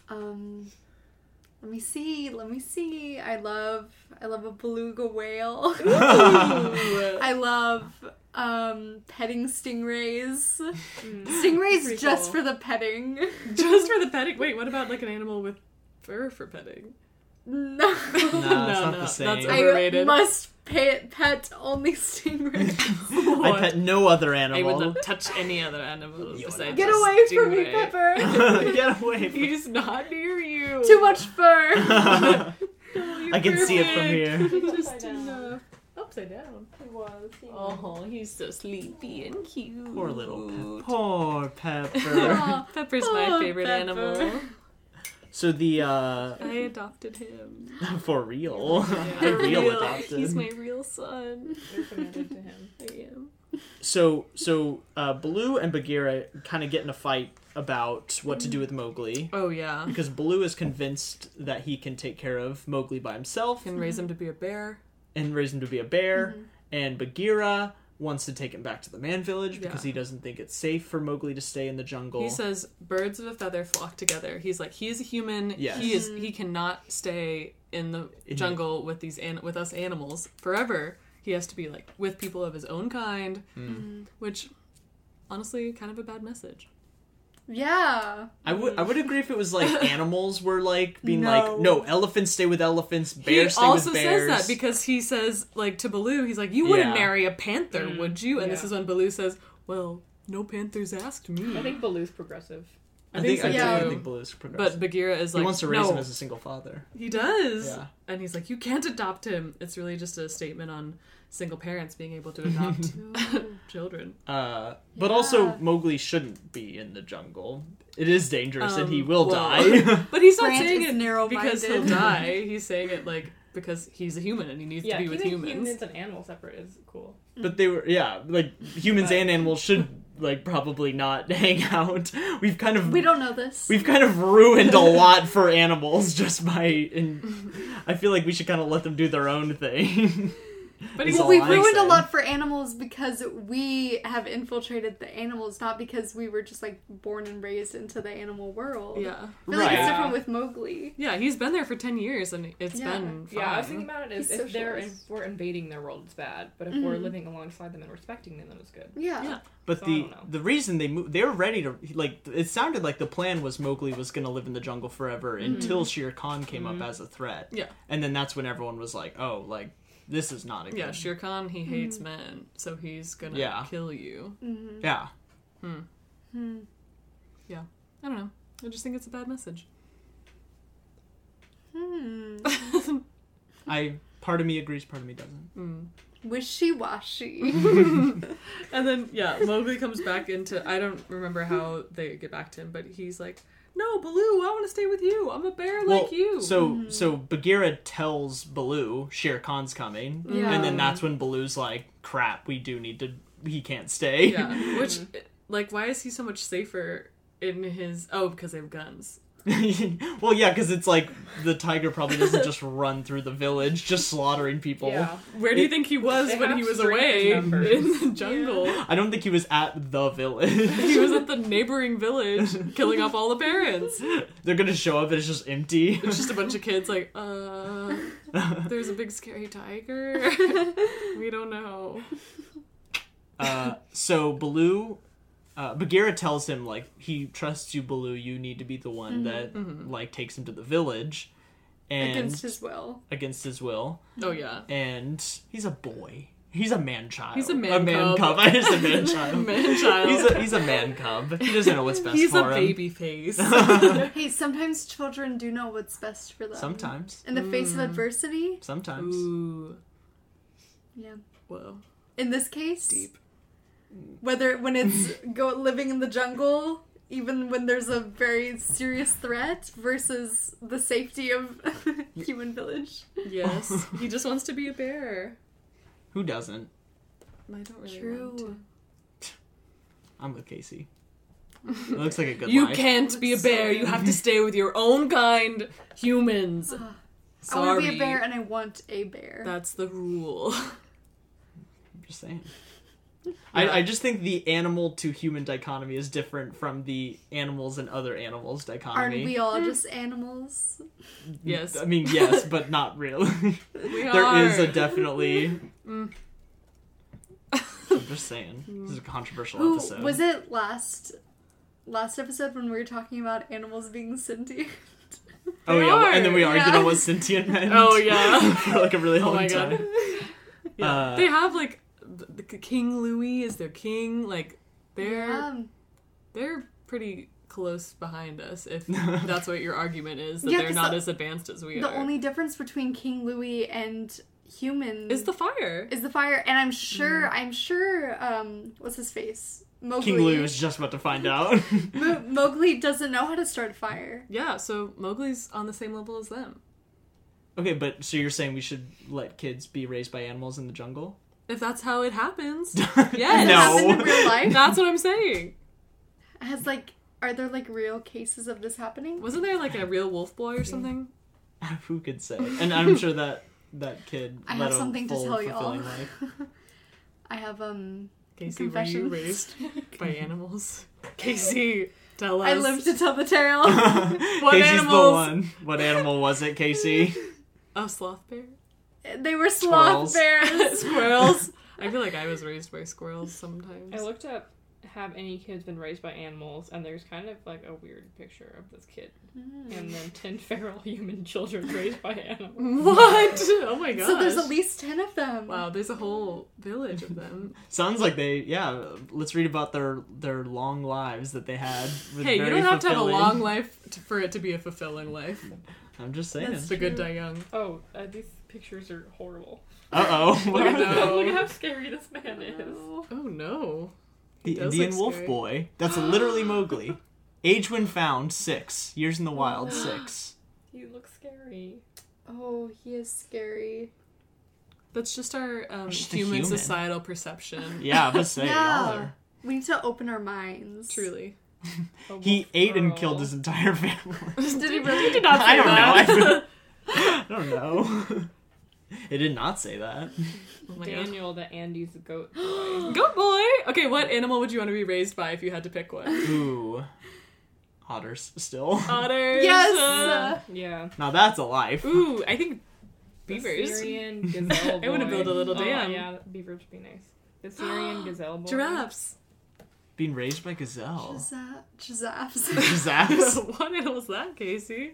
[SPEAKER 3] Um, let me see. Let me see. I love. I love a beluga whale.
[SPEAKER 2] Ooh.
[SPEAKER 3] I love um petting stingrays.
[SPEAKER 4] Mm.
[SPEAKER 3] Stingrays
[SPEAKER 4] Pretty
[SPEAKER 3] just
[SPEAKER 4] cool.
[SPEAKER 3] for the petting.
[SPEAKER 2] Just for the petting. Wait, what about like an animal with fur for petting?
[SPEAKER 3] No.
[SPEAKER 1] No, it's
[SPEAKER 2] No,
[SPEAKER 1] not
[SPEAKER 2] no,
[SPEAKER 1] the
[SPEAKER 2] that's
[SPEAKER 1] same.
[SPEAKER 2] a-
[SPEAKER 1] I,
[SPEAKER 3] I
[SPEAKER 2] Overrated.
[SPEAKER 3] must pet, pet only stingrays.
[SPEAKER 2] What?
[SPEAKER 1] pet no other
[SPEAKER 2] I would
[SPEAKER 1] animal.
[SPEAKER 2] not touch any other animals
[SPEAKER 1] You're
[SPEAKER 2] besides
[SPEAKER 3] Get
[SPEAKER 2] a
[SPEAKER 3] away from me,
[SPEAKER 2] stingray.
[SPEAKER 3] Pepper.
[SPEAKER 1] Get away! from-
[SPEAKER 2] He's not near you.
[SPEAKER 3] Too much fur.
[SPEAKER 1] I can see it from here.
[SPEAKER 4] Upside
[SPEAKER 2] Just
[SPEAKER 4] down.
[SPEAKER 2] enough. Upside down.
[SPEAKER 4] It was. yeah.
[SPEAKER 2] Oh, he's so sleepy and cute.
[SPEAKER 1] Poor little Pepper. Poor Pepper.
[SPEAKER 3] Aw,
[SPEAKER 2] Pepper's
[SPEAKER 3] Aw,
[SPEAKER 2] my favorite
[SPEAKER 3] Pepper.
[SPEAKER 2] animal.
[SPEAKER 1] so the uh
[SPEAKER 2] I adopted him.
[SPEAKER 1] for real. I
[SPEAKER 2] I'm
[SPEAKER 1] real
[SPEAKER 2] real. He's
[SPEAKER 1] adopted.
[SPEAKER 2] my real son.
[SPEAKER 4] You're committed to him.
[SPEAKER 2] I am.
[SPEAKER 1] so so uh Blue and Bagheera kinda get in a fight about what to do with Mowgli.
[SPEAKER 2] Oh yeah.
[SPEAKER 1] Because Blue is convinced that he can take care of Mowgli by himself
[SPEAKER 2] Can raise him to be a bear.
[SPEAKER 1] and raise him to be a bear. And Bagheera wants to take him back to the man village because
[SPEAKER 2] Yeah.
[SPEAKER 1] he doesn't think it's safe for Mowgli to stay in the jungle.
[SPEAKER 2] He says birds of a feather flock together. He's like he's a human.
[SPEAKER 1] Yes.
[SPEAKER 2] He is he cannot stay in the
[SPEAKER 1] In-
[SPEAKER 2] jungle with these an- with us animals forever. He has to be like with people of his own kind,
[SPEAKER 1] Mm.
[SPEAKER 2] which honestly kind of a bad message.
[SPEAKER 3] yeah.
[SPEAKER 1] I would I would agree if it was like animals were like being
[SPEAKER 3] No.
[SPEAKER 1] like no elephants stay with elephants bears
[SPEAKER 2] he
[SPEAKER 1] stay
[SPEAKER 2] also
[SPEAKER 1] with bears.
[SPEAKER 2] says that because he says like to Baloo, he's like you wouldn't
[SPEAKER 1] Yeah. Mm-hmm.
[SPEAKER 2] marry a panther, would you? And this
[SPEAKER 4] yeah.
[SPEAKER 2] is when Baloo says, "Well, no panthers asked me."
[SPEAKER 4] I think Baloo's progressive.
[SPEAKER 1] I
[SPEAKER 2] think
[SPEAKER 1] think I
[SPEAKER 2] so,
[SPEAKER 1] yeah.
[SPEAKER 2] too.
[SPEAKER 1] think Baloo's progressive.
[SPEAKER 2] but Bagheera is
[SPEAKER 1] he
[SPEAKER 2] like
[SPEAKER 1] wants to raise
[SPEAKER 2] no,
[SPEAKER 1] him as a single father.
[SPEAKER 2] He does.
[SPEAKER 1] Yeah.
[SPEAKER 2] And he's like, You can't adopt him. It's really just a statement on single parents being able to adopt children.
[SPEAKER 1] Uh, but also
[SPEAKER 3] Yeah.
[SPEAKER 1] Mowgli shouldn't be in the jungle. It is dangerous and he
[SPEAKER 2] Um,
[SPEAKER 1] will
[SPEAKER 2] well-
[SPEAKER 1] die.
[SPEAKER 2] But he's not
[SPEAKER 3] Grant
[SPEAKER 2] saying
[SPEAKER 3] is
[SPEAKER 2] it because he'll
[SPEAKER 3] narrow-minded.
[SPEAKER 2] die. He's saying it like because he's a human and he needs
[SPEAKER 4] Yeah,
[SPEAKER 2] to be with
[SPEAKER 4] keeping
[SPEAKER 2] humans.
[SPEAKER 4] humans and animals separate is cool.
[SPEAKER 1] but they were yeah, like humans
[SPEAKER 4] But-
[SPEAKER 1] and animals should like probably not hang out. We've kind of
[SPEAKER 3] We don't know this.
[SPEAKER 1] We've kind of ruined a lot for animals just by. And I feel like we should kind of let them do their own thing.
[SPEAKER 2] But
[SPEAKER 1] Is
[SPEAKER 2] he's
[SPEAKER 1] all
[SPEAKER 3] well, we've
[SPEAKER 1] I'm
[SPEAKER 3] ruined a
[SPEAKER 1] saying.
[SPEAKER 3] lot for animals because we have infiltrated the animals, not because we were just like born and raised into the animal world.
[SPEAKER 2] yeah.
[SPEAKER 3] I feel like
[SPEAKER 1] Right.
[SPEAKER 3] it's different with Mowgli.
[SPEAKER 2] Yeah, he's been there for 10 years and it's
[SPEAKER 3] Yeah.
[SPEAKER 2] been fine.
[SPEAKER 4] Yeah, I was thinking about it as
[SPEAKER 3] He's
[SPEAKER 4] if they're in,
[SPEAKER 3] socialist.
[SPEAKER 4] we're invading their world, it's bad. But if we're living alongside them and respecting them, then it's good.
[SPEAKER 3] Yeah.
[SPEAKER 2] Yeah.
[SPEAKER 1] But
[SPEAKER 4] So I
[SPEAKER 1] the
[SPEAKER 4] don't know.
[SPEAKER 1] the reason they moved, they were ready to like. It sounded like the plan was Mowgli was going to live in the jungle forever until Shere Khan came up as a threat.
[SPEAKER 2] Yeah.
[SPEAKER 1] and then that's when everyone was like, "Oh, like this is not a good."
[SPEAKER 2] Yeah,
[SPEAKER 4] Mm.
[SPEAKER 2] Shere Khan, he hates men, so he's gonna
[SPEAKER 1] Yeah.
[SPEAKER 2] kill you.
[SPEAKER 1] yeah.
[SPEAKER 2] I don't know. I just think it's a bad message.
[SPEAKER 3] Hmm.
[SPEAKER 1] I part of me agrees, part of me doesn't.
[SPEAKER 3] Wishy washy.
[SPEAKER 2] And then yeah, Mowgli comes back into I don't remember how they get back to him, but he's like, "No, Baloo, I want to stay with you. I'm a bear like you."
[SPEAKER 1] So so Bagheera tells Baloo Shere Khan's coming,
[SPEAKER 3] Yeah.
[SPEAKER 1] and
[SPEAKER 2] Um,
[SPEAKER 1] then that's when Baloo's like, "Crap, we do need to. He can't stay."
[SPEAKER 2] yeah, which eh, like why is he so much safer in his Oh, because they have guns.
[SPEAKER 1] well, yeah, because it's like the tiger probably doesn't just run through the village just slaughtering people.
[SPEAKER 4] Yeah.
[SPEAKER 2] Where do you
[SPEAKER 1] It-
[SPEAKER 2] think he was
[SPEAKER 4] They
[SPEAKER 2] when
[SPEAKER 4] have
[SPEAKER 2] he was
[SPEAKER 4] strength
[SPEAKER 2] away
[SPEAKER 4] numbers.
[SPEAKER 2] in the jungle?
[SPEAKER 1] I don't think he was at the village.
[SPEAKER 2] He was at the neighboring village killing off all the parents.
[SPEAKER 1] They're gonna show up and it's just empty.
[SPEAKER 2] It's just a bunch of kids like, uh, there's a big scary tiger. we don't know.
[SPEAKER 1] Uh, so Baloo, uh, Bagheera tells him like he trusts you, Baloo. You need to be the
[SPEAKER 2] Mm-hmm,
[SPEAKER 1] one that like takes him to the village, and
[SPEAKER 3] Against his will.
[SPEAKER 1] against his will.
[SPEAKER 2] Oh yeah.
[SPEAKER 1] And he's a boy. He's a man child.
[SPEAKER 2] He's a man cub.
[SPEAKER 1] He's a man child.
[SPEAKER 2] Man child.
[SPEAKER 1] He's a he's a man cub. He doesn't know what's best
[SPEAKER 2] He's
[SPEAKER 1] for
[SPEAKER 2] a
[SPEAKER 1] him.
[SPEAKER 2] baby face.
[SPEAKER 3] Hey, sometimes children do know what's best for them.
[SPEAKER 1] Sometimes.
[SPEAKER 3] In the face of adversity?
[SPEAKER 1] Sometimes.
[SPEAKER 2] Ooh.
[SPEAKER 3] Yeah.
[SPEAKER 2] Whoa.
[SPEAKER 3] In this case,
[SPEAKER 2] Deep.
[SPEAKER 3] whether when it's go living in the jungle, even when there's a very serious threat, versus the safety of human village.
[SPEAKER 2] Yes. he just wants to be a bear.
[SPEAKER 1] Who doesn't?
[SPEAKER 2] I don't really want to.
[SPEAKER 3] True.
[SPEAKER 1] I'm with Casey. It looks like a good
[SPEAKER 2] You
[SPEAKER 1] life.
[SPEAKER 2] can't be a bear. You have to stay with your own kind, humans.
[SPEAKER 3] I
[SPEAKER 2] Sorry.
[SPEAKER 3] want to be a bear and I want a bear.
[SPEAKER 2] That's the rule.
[SPEAKER 1] I'm just saying. I, I just think the animal to human dichotomy is different from the animals and other animals
[SPEAKER 3] Aren't
[SPEAKER 1] dichotomy.
[SPEAKER 3] we all just animals?
[SPEAKER 2] Yes.
[SPEAKER 1] I mean, yes, but not really.
[SPEAKER 2] We
[SPEAKER 1] There
[SPEAKER 2] are.
[SPEAKER 1] is a definitely. I'm just saying. This is a controversial
[SPEAKER 3] Who
[SPEAKER 1] episode.
[SPEAKER 3] was it last last episode when we were talking about animals being sentient?
[SPEAKER 1] Oh yeah,
[SPEAKER 2] are,
[SPEAKER 1] and then we argued
[SPEAKER 3] yeah.
[SPEAKER 1] on what sentient meant.
[SPEAKER 2] Oh, yeah.
[SPEAKER 1] for like a really
[SPEAKER 2] Oh
[SPEAKER 1] long
[SPEAKER 2] my God.
[SPEAKER 1] time.
[SPEAKER 2] Yeah.
[SPEAKER 1] Uh,
[SPEAKER 2] they have like the, the King Louis is their king. Like they're
[SPEAKER 3] Um,
[SPEAKER 2] they're pretty close behind us. If that's what your argument is, that
[SPEAKER 3] Yeah,
[SPEAKER 2] they're
[SPEAKER 3] 'cause
[SPEAKER 2] not
[SPEAKER 3] the-
[SPEAKER 2] as advanced as we
[SPEAKER 3] the
[SPEAKER 2] are.
[SPEAKER 3] only difference between King Louis and humans
[SPEAKER 2] is the Hmm. fire.
[SPEAKER 3] is the fire, and I'm sure, I'm sure, um, what's his face? Mowgli.
[SPEAKER 1] King Louis was just about to find out.
[SPEAKER 3] Mo- Mowgli doesn't know how to start a fire.
[SPEAKER 2] Yeah, so Mowgli's on the same level as them.
[SPEAKER 1] okay, but so you're saying we should let kids be raised by animals in the jungle?
[SPEAKER 2] If that's how it happens,
[SPEAKER 3] Has
[SPEAKER 2] yes.
[SPEAKER 1] No.
[SPEAKER 3] it happened in real life?
[SPEAKER 2] That's what I'm saying.
[SPEAKER 3] Has like, are there like real cases of this happening?
[SPEAKER 2] Wasn't there like a real wolf boy or something?
[SPEAKER 1] Who could say? And I'm sure that that kid.
[SPEAKER 3] I
[SPEAKER 1] led
[SPEAKER 3] have
[SPEAKER 1] a
[SPEAKER 3] something to
[SPEAKER 1] full,
[SPEAKER 3] tell y'all.
[SPEAKER 1] fulfilling life.
[SPEAKER 3] I have um.
[SPEAKER 2] Casey, were you
[SPEAKER 3] Confessions.
[SPEAKER 2] raised by animals? Casey, tell us.
[SPEAKER 3] I live to tell the tale.
[SPEAKER 2] What
[SPEAKER 1] Casey's the
[SPEAKER 2] animals?
[SPEAKER 1] one. What animal was it, Casey?
[SPEAKER 2] Oh, sloth bear?
[SPEAKER 3] they were sloth
[SPEAKER 1] Squirrels.
[SPEAKER 3] bears.
[SPEAKER 2] squirrels? I feel like I was raised by squirrels sometimes.
[SPEAKER 4] I looked up have any kids been raised by animals, and there's kind of like a weird picture of this kid,
[SPEAKER 2] Hmm.
[SPEAKER 4] and
[SPEAKER 3] Mm.
[SPEAKER 4] then ten feral human children raised by animals.
[SPEAKER 2] What? Oh my god.
[SPEAKER 3] so there's at least ten of them.
[SPEAKER 2] Wow, there's a whole village of them.
[SPEAKER 1] Sounds like they. Yeah, let's read about their their long lives that they had. with
[SPEAKER 2] hey, you
[SPEAKER 1] very
[SPEAKER 2] don't have to have a
[SPEAKER 1] fulfilling-
[SPEAKER 2] long life to, for it to be a fulfilling life.
[SPEAKER 1] I'm just saying.
[SPEAKER 2] It's the good die young.
[SPEAKER 4] Oh, uh, these pictures are horrible.
[SPEAKER 1] Uh oh.
[SPEAKER 4] Look at,
[SPEAKER 2] no.
[SPEAKER 4] look at how scary this man is.
[SPEAKER 2] Oh no.
[SPEAKER 1] The
[SPEAKER 2] does
[SPEAKER 1] Indian
[SPEAKER 2] look
[SPEAKER 1] Wolf
[SPEAKER 2] scary.
[SPEAKER 1] Boy. That's literally Mowgli. Age when found six. Years in the wild six.
[SPEAKER 4] You look scary.
[SPEAKER 3] Oh, he is scary.
[SPEAKER 2] That's just our um,
[SPEAKER 1] Just a
[SPEAKER 2] human,
[SPEAKER 1] human.
[SPEAKER 2] societal perception.
[SPEAKER 1] Yeah, I was saying. y'all
[SPEAKER 3] Yeah.
[SPEAKER 1] are-
[SPEAKER 3] We need to open our minds.
[SPEAKER 2] Truly.
[SPEAKER 4] A
[SPEAKER 1] He
[SPEAKER 4] wolf
[SPEAKER 1] ate and
[SPEAKER 4] girl.
[SPEAKER 1] killed his entire family.
[SPEAKER 3] Did he really?
[SPEAKER 2] did not
[SPEAKER 1] I don't
[SPEAKER 2] that.
[SPEAKER 1] know. I don't know. It did not say that.
[SPEAKER 2] Oh my god.
[SPEAKER 4] Daniel, the Andy's goat.
[SPEAKER 2] Good boy. Okay, what animal would you want to be raised by if you had to pick one?
[SPEAKER 1] Ooh. Otters still.
[SPEAKER 2] Otters.
[SPEAKER 3] Yes.
[SPEAKER 2] uh,
[SPEAKER 4] yeah.
[SPEAKER 1] Now that's a life.
[SPEAKER 2] ooh, I think
[SPEAKER 4] The
[SPEAKER 2] beavers.
[SPEAKER 4] Syrian gazelle.
[SPEAKER 2] I wanna
[SPEAKER 4] boy.
[SPEAKER 2] build a little
[SPEAKER 4] Oh,
[SPEAKER 2] dam.
[SPEAKER 4] yeah, beavers would be nice. The Syrian gazelle. Boy.
[SPEAKER 2] Giraffes.
[SPEAKER 1] Being raised by gazelle.
[SPEAKER 3] Giraffes. Giraffes.
[SPEAKER 1] Giraffes.
[SPEAKER 2] what animal is that, Casey?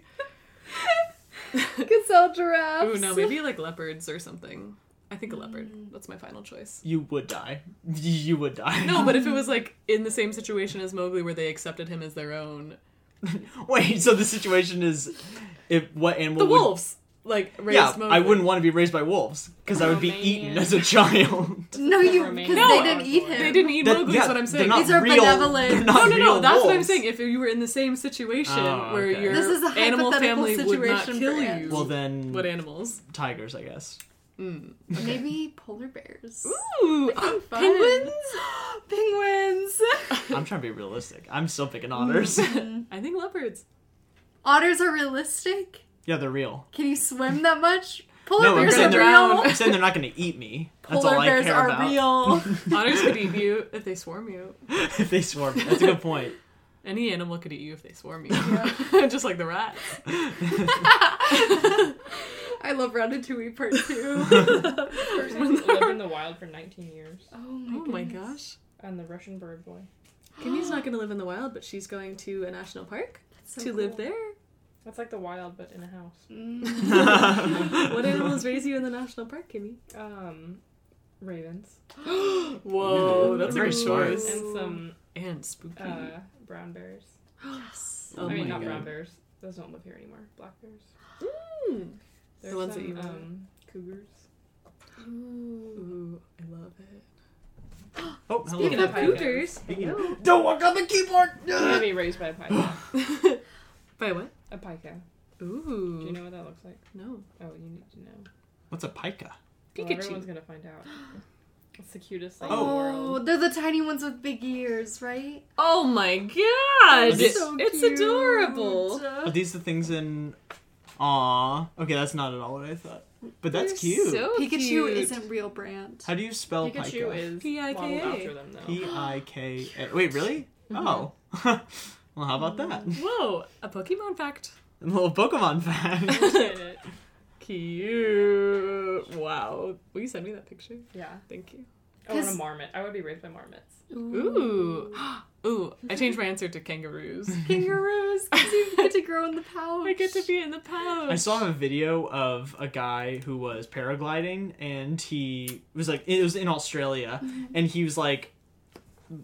[SPEAKER 3] Gazelle giraffes.
[SPEAKER 2] Ooh, no, maybe like leopards or something. I think a leopard. That's my final choice.
[SPEAKER 1] You would die. You would die.
[SPEAKER 2] No, but if it was like
[SPEAKER 1] Um,
[SPEAKER 2] in the same situation as Mowgli, where they accepted him as their own,
[SPEAKER 1] Wait, so the situation is if what animal
[SPEAKER 2] the
[SPEAKER 1] would
[SPEAKER 2] wolves, like raised
[SPEAKER 1] Yeah,
[SPEAKER 2] Mowgli. Oh,
[SPEAKER 1] I wouldn't want to be raised by wolves because I would be eaten
[SPEAKER 4] Romanian.
[SPEAKER 1] as a child.
[SPEAKER 3] No, you because
[SPEAKER 4] No,
[SPEAKER 3] they didn't eat
[SPEAKER 4] they
[SPEAKER 3] him.
[SPEAKER 2] They didn't eat
[SPEAKER 1] That-
[SPEAKER 2] Mowgli.
[SPEAKER 1] yeah,
[SPEAKER 2] is what I'm
[SPEAKER 1] they're
[SPEAKER 2] saying.
[SPEAKER 1] not
[SPEAKER 3] These are
[SPEAKER 1] real-
[SPEAKER 3] benevolent.
[SPEAKER 1] they're
[SPEAKER 2] no,
[SPEAKER 1] not
[SPEAKER 2] no, no.
[SPEAKER 1] real
[SPEAKER 2] That's what I'm
[SPEAKER 1] wolves.
[SPEAKER 2] saying. If you were in the same situation
[SPEAKER 1] Oh,
[SPEAKER 2] where
[SPEAKER 1] okay.
[SPEAKER 2] your
[SPEAKER 3] This is a
[SPEAKER 2] animal
[SPEAKER 3] hypothetical
[SPEAKER 2] family would not
[SPEAKER 3] situation
[SPEAKER 2] kill
[SPEAKER 3] for
[SPEAKER 2] you,
[SPEAKER 3] ants.
[SPEAKER 1] Well, then
[SPEAKER 2] what animals? Hmm.
[SPEAKER 1] tigers, I guess.
[SPEAKER 3] Maybe polar bears.
[SPEAKER 2] Ooh,
[SPEAKER 3] Fun.
[SPEAKER 2] penguins.
[SPEAKER 3] Penguins.
[SPEAKER 1] I'm trying to be realistic. I'm still picking otters.
[SPEAKER 3] Mm.
[SPEAKER 2] I think leopards.
[SPEAKER 3] Otters are realistic.
[SPEAKER 1] yeah, they're real.
[SPEAKER 3] Can you swim that much? Polar
[SPEAKER 1] No, I'm
[SPEAKER 3] bears
[SPEAKER 1] saying
[SPEAKER 3] are
[SPEAKER 1] they're,
[SPEAKER 2] drown.
[SPEAKER 3] real.
[SPEAKER 1] I'm saying they're not going to eat me. That's
[SPEAKER 3] Polar
[SPEAKER 1] all I
[SPEAKER 3] bears
[SPEAKER 1] care
[SPEAKER 3] are
[SPEAKER 1] about.
[SPEAKER 3] real.
[SPEAKER 2] Otters could eat you if they swarm you.
[SPEAKER 1] if they swarm me, that's a good point.
[SPEAKER 2] Any animal could eat you if they swarm you. Just like the rat.
[SPEAKER 3] I love Ratatouille Part Two.
[SPEAKER 4] Person lived in the wild for 19 years.
[SPEAKER 3] oh my,
[SPEAKER 2] Oh my
[SPEAKER 3] goodness.
[SPEAKER 2] gosh.
[SPEAKER 4] And the Russian bird boy.
[SPEAKER 2] Kimmy's not going to live in the wild, but she's going to a national park
[SPEAKER 3] so
[SPEAKER 2] to live
[SPEAKER 3] cool.
[SPEAKER 2] there.
[SPEAKER 4] That's like the wild, but in a house.
[SPEAKER 3] Mm.
[SPEAKER 2] What animals raise you in the national park, Kimmy?
[SPEAKER 4] Um, ravens
[SPEAKER 2] Whoa,
[SPEAKER 1] Ooh,
[SPEAKER 2] that's a
[SPEAKER 1] very
[SPEAKER 2] good
[SPEAKER 1] smart.
[SPEAKER 2] choice.
[SPEAKER 4] and some
[SPEAKER 2] And spooky.
[SPEAKER 4] uh, brown bears.
[SPEAKER 3] yes.
[SPEAKER 2] Oh
[SPEAKER 4] I mean,
[SPEAKER 2] my
[SPEAKER 4] not brown
[SPEAKER 1] God.
[SPEAKER 4] bears. Those don't live here anymore. Black bears.
[SPEAKER 2] Mm.
[SPEAKER 4] There's
[SPEAKER 2] ones that
[SPEAKER 4] some,
[SPEAKER 2] you want.
[SPEAKER 4] um, cougars.
[SPEAKER 2] Ooh, I love it.
[SPEAKER 1] Oh,
[SPEAKER 3] Speaking
[SPEAKER 1] hello.
[SPEAKER 4] Speaking
[SPEAKER 3] of
[SPEAKER 4] of
[SPEAKER 2] cougars.
[SPEAKER 4] pythons.
[SPEAKER 1] Speaking of- Don't walk on the keyboard.
[SPEAKER 4] I'm gonna be raised by a python.
[SPEAKER 2] By what?
[SPEAKER 4] a pica.
[SPEAKER 2] Ooh.
[SPEAKER 4] Do you know what that looks like?
[SPEAKER 2] No.
[SPEAKER 4] Oh, you need to know.
[SPEAKER 1] What's a pica?
[SPEAKER 4] Well, everyone's
[SPEAKER 2] Pikachu.
[SPEAKER 4] gonna find out. It's the cutest thing in the
[SPEAKER 3] Oh,
[SPEAKER 4] world.
[SPEAKER 3] they're the tiny ones with big ears, right?
[SPEAKER 2] Oh my god!
[SPEAKER 1] That's
[SPEAKER 3] so
[SPEAKER 2] it's
[SPEAKER 3] cute. Oh,
[SPEAKER 2] adorable.
[SPEAKER 1] Are these the things in? Aw. Okay, that's not at all what I thought. But that's
[SPEAKER 2] They're
[SPEAKER 1] cute.
[SPEAKER 2] So
[SPEAKER 3] Pikachu
[SPEAKER 2] cute.
[SPEAKER 3] isn't real Brand.
[SPEAKER 1] How do you spell
[SPEAKER 4] Pikachu
[SPEAKER 1] pica?
[SPEAKER 4] is
[SPEAKER 2] P.I.K.A..
[SPEAKER 4] modeled after them though.
[SPEAKER 1] P I K A. Wait, really? Oh. well, how about that?
[SPEAKER 2] Whoa, a Pokemon fact.
[SPEAKER 1] A little Pokemon fact.
[SPEAKER 4] Did it.
[SPEAKER 2] Cute. Wow. Will you send me that picture?
[SPEAKER 4] yeah.
[SPEAKER 2] Thank you.
[SPEAKER 4] I want a
[SPEAKER 3] Cause-
[SPEAKER 4] marmot. I would be raised by marmots.
[SPEAKER 2] Ooh. Ooh. I changed my answer to kangaroos.
[SPEAKER 3] Kangaroos. 'cause you get to grow in the pouch.
[SPEAKER 2] I get to be in the pouch.
[SPEAKER 1] I saw a video of a guy who was paragliding and he was like it was in Australia
[SPEAKER 2] Mm-hmm.
[SPEAKER 1] and he was like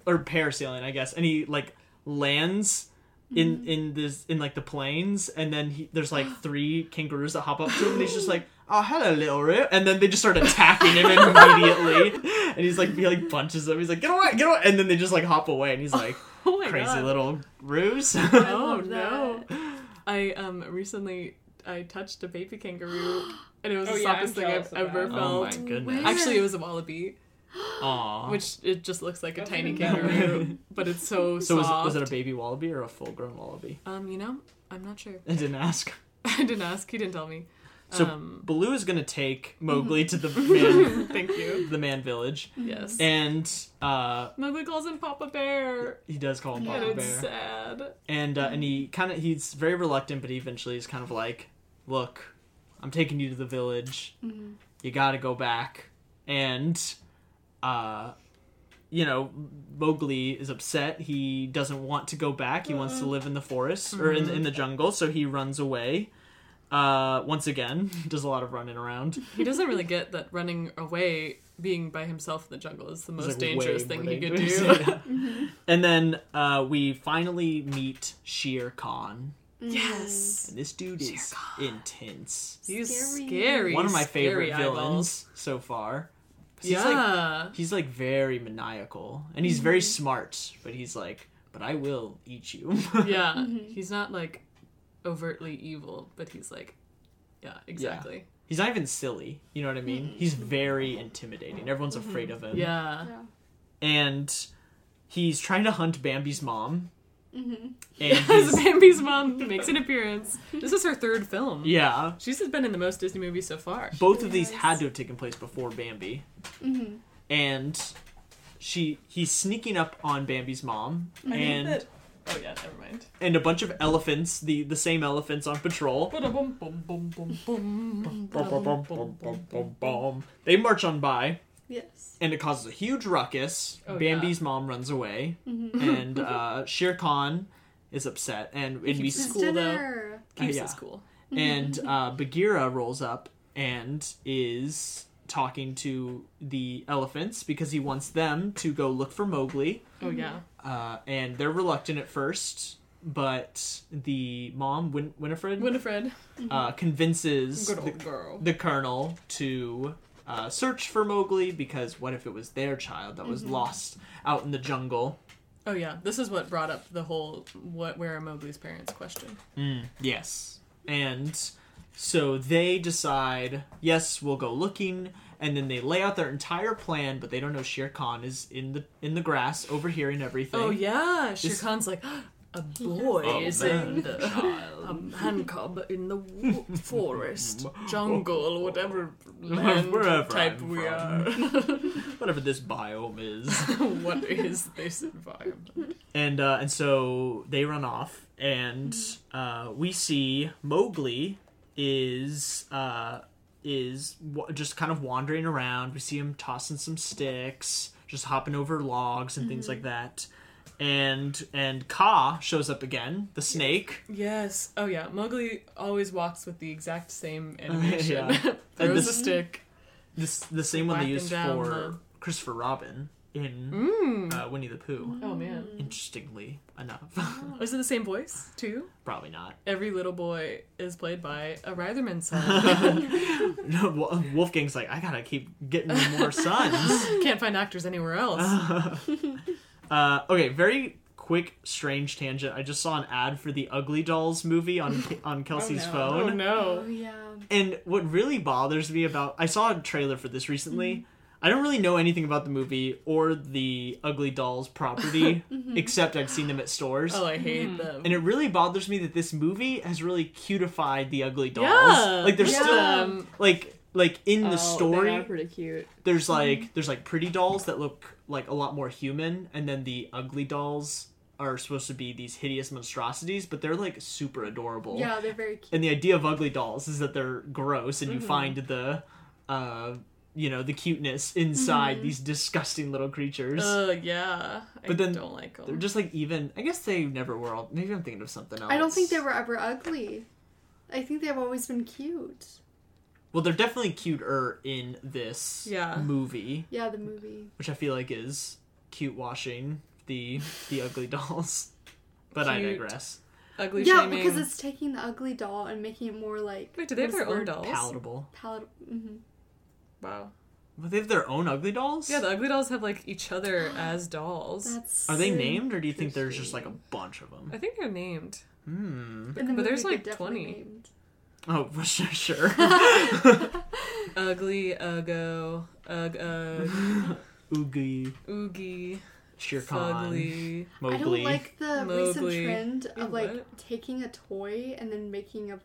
[SPEAKER 1] or parasailing I guess and he like lands in
[SPEAKER 2] Mm-hmm.
[SPEAKER 1] in this in like the plains and then he, there's like three kangaroos that hop up to him and he's just like oh hello little root and then they just start attacking him immediately and he's like he like punches them he's like get away get away and then they just like hop away and he's like
[SPEAKER 2] Oh my
[SPEAKER 1] crazy
[SPEAKER 2] God.
[SPEAKER 1] little ruse
[SPEAKER 3] I
[SPEAKER 2] Oh
[SPEAKER 3] love
[SPEAKER 2] no!
[SPEAKER 3] that.
[SPEAKER 2] I um recently I touched a baby kangaroo, and it was
[SPEAKER 4] Oh,
[SPEAKER 2] the
[SPEAKER 4] yeah, I'm
[SPEAKER 2] softest thing I've
[SPEAKER 4] jealous of
[SPEAKER 2] ever
[SPEAKER 4] that.
[SPEAKER 1] oh my
[SPEAKER 2] felt.
[SPEAKER 1] goodness
[SPEAKER 3] Where?
[SPEAKER 2] Actually, it was a wallaby,
[SPEAKER 1] Aw.
[SPEAKER 2] which it just looks like a
[SPEAKER 4] That's
[SPEAKER 2] tiny
[SPEAKER 4] amazing.
[SPEAKER 2] kangaroo, but it's so
[SPEAKER 1] So was it,
[SPEAKER 2] soft.
[SPEAKER 1] was it a baby wallaby or a full grown wallaby?
[SPEAKER 2] Um, you know, I'm not sure.
[SPEAKER 1] I didn't ask.
[SPEAKER 2] I didn't ask. He didn't tell me.
[SPEAKER 1] So
[SPEAKER 2] um,
[SPEAKER 1] Baloo is gonna take Mowgli to the man,
[SPEAKER 2] thank you.
[SPEAKER 1] the man village,
[SPEAKER 2] Yes.
[SPEAKER 1] and uh,
[SPEAKER 4] Mm-hmm.
[SPEAKER 2] Mowgli calls him Papa Bear,
[SPEAKER 1] he does call him
[SPEAKER 3] Yeah,
[SPEAKER 2] and
[SPEAKER 1] Papa Bear,
[SPEAKER 2] it's sad.
[SPEAKER 1] and uh, and he kind of he's very reluctant, but he eventually is kind of like, look, I'm taking you to the village. You gotta go back, and uh, you know Mowgli is upset. He doesn't want to go back. He wants to live in the forest or in
[SPEAKER 2] Mm-hmm.
[SPEAKER 1] in the jungle, so he runs away. Uh, once again, does a lot of running around.
[SPEAKER 2] He doesn't really get that running away, being by himself in the jungle, is the most
[SPEAKER 1] It's, like,
[SPEAKER 2] dangerous
[SPEAKER 1] way
[SPEAKER 2] thing
[SPEAKER 1] more
[SPEAKER 2] he could
[SPEAKER 1] dangerous.
[SPEAKER 2] do.
[SPEAKER 1] Yeah. And then uh, we finally meet Shere Khan.
[SPEAKER 3] Mm-hmm.
[SPEAKER 2] Yes.
[SPEAKER 1] And this dude is intense.
[SPEAKER 2] He's
[SPEAKER 3] Scary.
[SPEAKER 2] scary.
[SPEAKER 1] One of my
[SPEAKER 2] scary
[SPEAKER 1] favorite
[SPEAKER 2] eyeballs.
[SPEAKER 1] villains so far. 'Cause He's like
[SPEAKER 2] yeah.
[SPEAKER 1] he's like very maniacal and he's very smart, but he's like, but I will eat you.
[SPEAKER 2] yeah. He's not like overtly evil, but he's like, yeah, exactly.
[SPEAKER 1] he's not even silly. You know what I mean? He's very intimidating. Everyone's afraid of him.
[SPEAKER 2] Yeah.
[SPEAKER 3] Yeah.
[SPEAKER 1] And he's trying to hunt Bambi's mom.
[SPEAKER 3] Mm-hmm.
[SPEAKER 1] And
[SPEAKER 2] As
[SPEAKER 1] he's,
[SPEAKER 2] Bambi's mom makes an appearance. This is her third film.
[SPEAKER 1] yeah.
[SPEAKER 2] She's been in the most Disney movies so far.
[SPEAKER 1] both of these
[SPEAKER 3] Yes.
[SPEAKER 1] had to have taken place before Bambi,
[SPEAKER 3] Mm-hmm.
[SPEAKER 1] and she he's sneaking up on Bambi's mom
[SPEAKER 4] I
[SPEAKER 1] and
[SPEAKER 4] think
[SPEAKER 2] Oh yeah, never mind.
[SPEAKER 1] and a bunch of elephants, the the same elephants on patrol. They march on by
[SPEAKER 3] Yes.
[SPEAKER 1] and it causes a huge ruckus.
[SPEAKER 2] Oh,
[SPEAKER 1] Bambi's mom runs away
[SPEAKER 3] Mm-hmm.
[SPEAKER 1] and uh, Shere Khan is upset and and we
[SPEAKER 2] keeps
[SPEAKER 1] s-
[SPEAKER 2] his- cool, though.
[SPEAKER 3] dinner.
[SPEAKER 2] Keeps
[SPEAKER 1] yeah.
[SPEAKER 2] us cool.
[SPEAKER 1] and uh, Bagheera rolls up and is talking to the elephants because he wants them to go look for Mowgli.
[SPEAKER 2] Oh yeah.
[SPEAKER 1] uh, and they're reluctant at first, but the mom Win- Winifred
[SPEAKER 2] Winifred.
[SPEAKER 1] uh, convinces
[SPEAKER 2] Good
[SPEAKER 1] the,
[SPEAKER 2] old girl.
[SPEAKER 1] the colonel to uh, search for Mowgli because what if it was their child that was
[SPEAKER 2] Mm-hmm.
[SPEAKER 1] lost out in the jungle?
[SPEAKER 2] Oh yeah. This is what brought up the whole what where are Mowgli's parents question.
[SPEAKER 1] Yes, and so they decide yes, we'll go looking. And then they lay out their entire plan, but they don't know Shere Khan is in the in the grass, overhearing everything.
[SPEAKER 2] Oh yeah. Shere
[SPEAKER 1] This-
[SPEAKER 2] Khan's like a boy
[SPEAKER 1] Oh,
[SPEAKER 2] is
[SPEAKER 1] man.
[SPEAKER 2] in the a man cub in the wo- forest, jungle, whatever land
[SPEAKER 1] Wherever
[SPEAKER 2] type
[SPEAKER 1] I'm
[SPEAKER 2] we
[SPEAKER 1] Whatever this biome is.
[SPEAKER 2] are. what is this environment?
[SPEAKER 1] And uh, and so they run off, and uh, we see Mowgli is uh, is w- just kind of wandering around. We see him tossing some sticks, just hopping over logs and
[SPEAKER 2] Mm-hmm.
[SPEAKER 1] things like that. And and Ka shows up again, the snake,
[SPEAKER 2] Yes. Oh yeah. Mowgli always walks with the exact same animation.
[SPEAKER 1] Yeah. And
[SPEAKER 2] Throws a
[SPEAKER 1] this-
[SPEAKER 2] stick.
[SPEAKER 1] this the same one they
[SPEAKER 2] Whacking
[SPEAKER 1] used
[SPEAKER 2] down
[SPEAKER 1] for
[SPEAKER 2] the-
[SPEAKER 1] Christopher Robin in
[SPEAKER 2] Mm.
[SPEAKER 1] uh, Winnie the Pooh.
[SPEAKER 2] Oh man. Oh,
[SPEAKER 1] Interestingly enough,
[SPEAKER 3] Oh.
[SPEAKER 2] Is it the same voice too?
[SPEAKER 1] probably not.
[SPEAKER 2] Every little boy is played by a Rytherman son.
[SPEAKER 1] No, Wo- Wolfgang's like, I gotta keep getting more sons.
[SPEAKER 2] Can't find actors anywhere else.
[SPEAKER 1] uh, okay, very quick, strange tangent. I just saw an ad for the Ugly Dolls movie on on Kelsey's
[SPEAKER 4] no.
[SPEAKER 2] Oh
[SPEAKER 1] phone,
[SPEAKER 2] no.
[SPEAKER 3] Oh yeah.
[SPEAKER 1] and what really bothers me about I saw a trailer for this recently.
[SPEAKER 2] Mm-hmm.
[SPEAKER 1] I don't really know anything about the movie or the Ugly Dolls property,
[SPEAKER 3] Mm-hmm.
[SPEAKER 1] except I've seen them at stores.
[SPEAKER 2] Oh, I hate them.
[SPEAKER 1] And it really bothers me that this movie has really cutified the Ugly Dolls.
[SPEAKER 2] yeah,
[SPEAKER 1] like they're
[SPEAKER 2] yeah. Oh,
[SPEAKER 1] still like like in the story
[SPEAKER 4] pretty cute.
[SPEAKER 1] there's
[SPEAKER 3] Mm-hmm.
[SPEAKER 1] like there's like pretty dolls that look like a lot more human and then the ugly dolls are supposed to be these hideous monstrosities but they're like super adorable
[SPEAKER 3] Yeah, they're very cute. Mm-hmm.
[SPEAKER 1] and the idea of ugly dolls is that they're gross and you find the uh you know the cuteness
[SPEAKER 3] Mm-hmm.
[SPEAKER 1] inside these disgusting little creatures.
[SPEAKER 2] Uh, yeah. I
[SPEAKER 1] But then
[SPEAKER 2] don't like them.
[SPEAKER 1] They're just like even. I guess they never were. All, maybe I'm thinking of something else.
[SPEAKER 3] I don't think they were ever ugly. I think they've always been cute.
[SPEAKER 1] Well, they're definitely cuter in this
[SPEAKER 2] Yeah.
[SPEAKER 1] movie,
[SPEAKER 3] Yeah, the movie.
[SPEAKER 1] which I feel like is cute washing the the ugly dolls. But I
[SPEAKER 2] Cute.
[SPEAKER 1] digress.
[SPEAKER 2] ugly
[SPEAKER 3] yeah,
[SPEAKER 2] shaming.
[SPEAKER 3] because it's taking the ugly doll and making it more like
[SPEAKER 2] Wait, do they have
[SPEAKER 3] what's
[SPEAKER 2] their
[SPEAKER 3] the
[SPEAKER 2] own
[SPEAKER 3] word?
[SPEAKER 2] dolls?
[SPEAKER 1] Palatable.
[SPEAKER 3] Palette. hmm
[SPEAKER 2] Wow.
[SPEAKER 1] But they have their own ugly dolls.
[SPEAKER 2] Yeah, the ugly dolls have like each other as dolls.
[SPEAKER 3] That's
[SPEAKER 1] Are they
[SPEAKER 3] so-
[SPEAKER 1] named, or do you think there's just like a bunch of them?
[SPEAKER 2] I think they're named.
[SPEAKER 1] Hmm.
[SPEAKER 3] In the
[SPEAKER 2] But there's,
[SPEAKER 3] movie,
[SPEAKER 2] like,
[SPEAKER 3] they're definitely
[SPEAKER 2] 20.
[SPEAKER 3] named.
[SPEAKER 1] Oh, well, sure, sure.
[SPEAKER 2] Ugly, uggo, ug ug,
[SPEAKER 1] Oogie,
[SPEAKER 2] oogie,
[SPEAKER 1] Shere Khan,
[SPEAKER 2] fugly.
[SPEAKER 1] Mowgli.
[SPEAKER 3] I don't like the
[SPEAKER 2] Mowgli.
[SPEAKER 3] recent trend
[SPEAKER 2] Wait,
[SPEAKER 3] of like
[SPEAKER 2] what?
[SPEAKER 3] taking a toy and then making a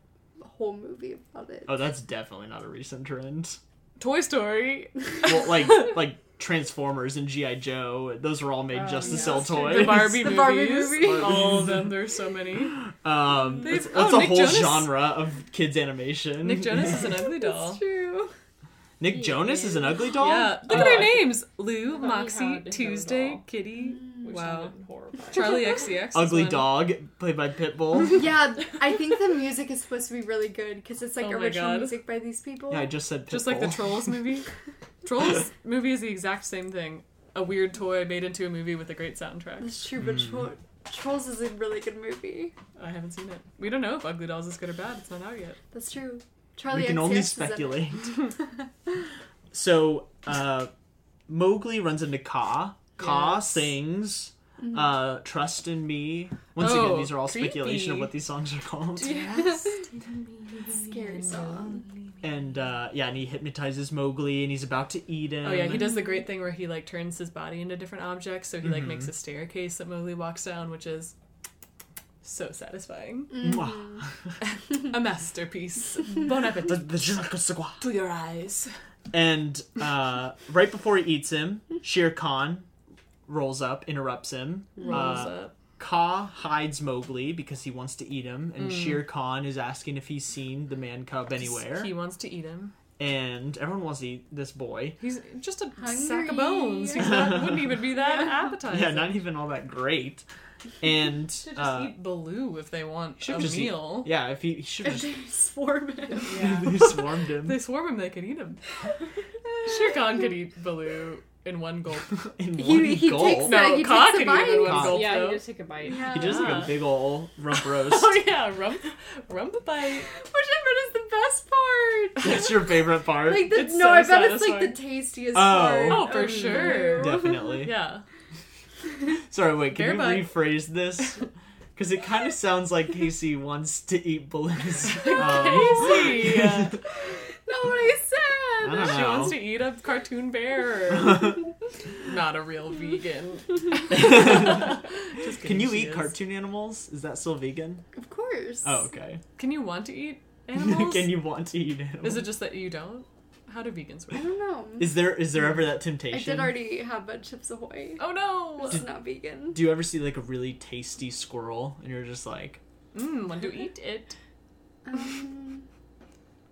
[SPEAKER 3] whole movie about it.
[SPEAKER 1] Oh, that's definitely not a recent trend.
[SPEAKER 2] Toy Story.
[SPEAKER 1] Well, like like Transformers and GI Joe, those were all made
[SPEAKER 4] Oh,
[SPEAKER 1] just to
[SPEAKER 4] yeah.
[SPEAKER 1] sell
[SPEAKER 4] The
[SPEAKER 1] toys.
[SPEAKER 2] The Barbie
[SPEAKER 3] The
[SPEAKER 2] movies.
[SPEAKER 3] Barbie movie.
[SPEAKER 2] All of them. There's so many.
[SPEAKER 1] Um,
[SPEAKER 2] They've-
[SPEAKER 1] that's, that's
[SPEAKER 2] oh,
[SPEAKER 1] a
[SPEAKER 2] Nick
[SPEAKER 1] whole
[SPEAKER 2] Jonas-
[SPEAKER 1] genre of kids animation.
[SPEAKER 2] Nick Jonas is an ugly doll.
[SPEAKER 3] That's true.
[SPEAKER 1] Nick Jonas is an ugly doll.
[SPEAKER 2] Yeah. Look
[SPEAKER 1] Oh,
[SPEAKER 2] at their
[SPEAKER 1] I-
[SPEAKER 2] names: Lou,
[SPEAKER 4] thought you
[SPEAKER 2] Moxie,
[SPEAKER 4] had a Mm. different
[SPEAKER 2] Tuesday,
[SPEAKER 4] doll.
[SPEAKER 2] Kitty,
[SPEAKER 4] Which
[SPEAKER 2] Wow.
[SPEAKER 4] sounded horrifying.
[SPEAKER 2] Charlie XCX. is
[SPEAKER 1] Ugly
[SPEAKER 2] one.
[SPEAKER 1] dog played by Pitbull.
[SPEAKER 3] Yeah, I think the music is supposed to be really good because it's like
[SPEAKER 2] Oh my
[SPEAKER 3] original
[SPEAKER 2] God.
[SPEAKER 3] music by these people.
[SPEAKER 1] yeah, I just said Pitbull.
[SPEAKER 2] Just like the Trolls movie. Trolls movie is the exact same thing. A weird toy made into a movie with a great soundtrack.
[SPEAKER 3] That's true, but Tro- Trolls is a really good movie.
[SPEAKER 2] I haven't seen it. We don't know if Ugly Dolls is good or bad. It's not out yet.
[SPEAKER 3] That's true.
[SPEAKER 1] we
[SPEAKER 3] Charlie
[SPEAKER 1] can
[SPEAKER 3] XCX
[SPEAKER 1] only
[SPEAKER 3] is in it.
[SPEAKER 1] speculate. so, uh, Mowgli runs into Ka. Ka
[SPEAKER 2] Yes. Mm-hmm.
[SPEAKER 1] sings uh, "Trust in Me." Once
[SPEAKER 2] Oh,
[SPEAKER 1] again, these are all speculation of
[SPEAKER 2] creepy.
[SPEAKER 1] what these songs are called.
[SPEAKER 2] Yes.
[SPEAKER 3] Scary song.
[SPEAKER 1] And uh, yeah, and he hypnotizes Mowgli, and he's about to eat him.
[SPEAKER 2] Oh yeah, he does
[SPEAKER 1] Mm-hmm.
[SPEAKER 2] the great thing where he like turns his body into different objects. So he like makes
[SPEAKER 1] Mm-hmm.
[SPEAKER 2] a staircase that Mowgli walks down, which is so satisfying.
[SPEAKER 1] Mwah.
[SPEAKER 2] A masterpiece. bon appetit
[SPEAKER 1] The- the Jacques Sagua.
[SPEAKER 2] to your eyes.
[SPEAKER 1] And uh, right before he eats him, Shere Khan rolls up, interrupts him.
[SPEAKER 2] Rolls
[SPEAKER 1] Uh,
[SPEAKER 2] up.
[SPEAKER 1] Ka hides Mowgli because he wants to eat him, and
[SPEAKER 2] Mm.
[SPEAKER 1] Shere Khan is asking if he's seen the man cub anywhere.
[SPEAKER 2] He wants to eat him.
[SPEAKER 1] And everyone wants to eat this boy.
[SPEAKER 2] He's just a sack
[SPEAKER 3] Hungry.
[SPEAKER 2] of bones. He's not, wouldn't even be that appetizing.
[SPEAKER 1] Yeah, not even all that great. And
[SPEAKER 2] should just
[SPEAKER 1] uh,
[SPEAKER 2] eat Baloo if they want
[SPEAKER 1] should
[SPEAKER 2] a
[SPEAKER 1] just eat-
[SPEAKER 2] meal.
[SPEAKER 1] yeah, if he, he should
[SPEAKER 3] And
[SPEAKER 1] have
[SPEAKER 3] they swarm him.
[SPEAKER 4] Yeah.
[SPEAKER 1] they swarmed
[SPEAKER 2] If
[SPEAKER 1] him
[SPEAKER 2] they swarm him, they could eat him. Shere Khan could eat Baloo in one gulp.
[SPEAKER 1] in one
[SPEAKER 3] He, he
[SPEAKER 1] gulp.
[SPEAKER 3] takes
[SPEAKER 2] No,
[SPEAKER 3] that. He
[SPEAKER 2] Ka
[SPEAKER 3] takes a
[SPEAKER 2] could eat it in
[SPEAKER 3] bite.
[SPEAKER 2] one gulp.
[SPEAKER 4] yeah,
[SPEAKER 2] though.
[SPEAKER 4] you just take a bite.
[SPEAKER 3] Yeah.
[SPEAKER 1] He does like a
[SPEAKER 2] Yeah.
[SPEAKER 1] big ol' rump roast.
[SPEAKER 2] Ah. Oh yeah, rump, rump bite.
[SPEAKER 3] Whichever is the best part.
[SPEAKER 1] That's your favorite part.
[SPEAKER 3] Like the,
[SPEAKER 2] It's
[SPEAKER 3] no,
[SPEAKER 2] so
[SPEAKER 3] I bet it's like
[SPEAKER 2] satisfying.
[SPEAKER 3] the tastiest
[SPEAKER 1] Oh.
[SPEAKER 3] part.
[SPEAKER 2] Oh, for
[SPEAKER 3] of
[SPEAKER 2] sure.
[SPEAKER 3] you.
[SPEAKER 1] Definitely.
[SPEAKER 2] Yeah.
[SPEAKER 1] Sorry, wait, can
[SPEAKER 2] Bear
[SPEAKER 1] you
[SPEAKER 2] bite.
[SPEAKER 1] rephrase this? Because it kind of sounds like Casey wants to eat balloons.
[SPEAKER 2] Casey!
[SPEAKER 1] Um,
[SPEAKER 3] Not what I
[SPEAKER 1] I
[SPEAKER 3] said.
[SPEAKER 1] don't
[SPEAKER 2] She
[SPEAKER 1] know.
[SPEAKER 2] wants to eat a cartoon bear. Not a real vegan. Just kidding,
[SPEAKER 1] Can you
[SPEAKER 2] she
[SPEAKER 1] eat
[SPEAKER 2] is.
[SPEAKER 1] cartoon animals? Is that still vegan?
[SPEAKER 3] Of course.
[SPEAKER 1] Oh, okay.
[SPEAKER 2] Can you want to eat animals?
[SPEAKER 1] Can you want to eat animals?
[SPEAKER 2] Is it just that you don't? How do vegans
[SPEAKER 3] I
[SPEAKER 2] work?
[SPEAKER 3] don't know.
[SPEAKER 1] Is there is there ever that
[SPEAKER 3] I
[SPEAKER 1] temptation?
[SPEAKER 3] did already have a Chips Ahoy.
[SPEAKER 2] Oh no!
[SPEAKER 3] It's not vegan.
[SPEAKER 1] Do you ever see like a really tasty squirrel and you're just like,
[SPEAKER 2] Mmm, want to eat it?
[SPEAKER 3] Um,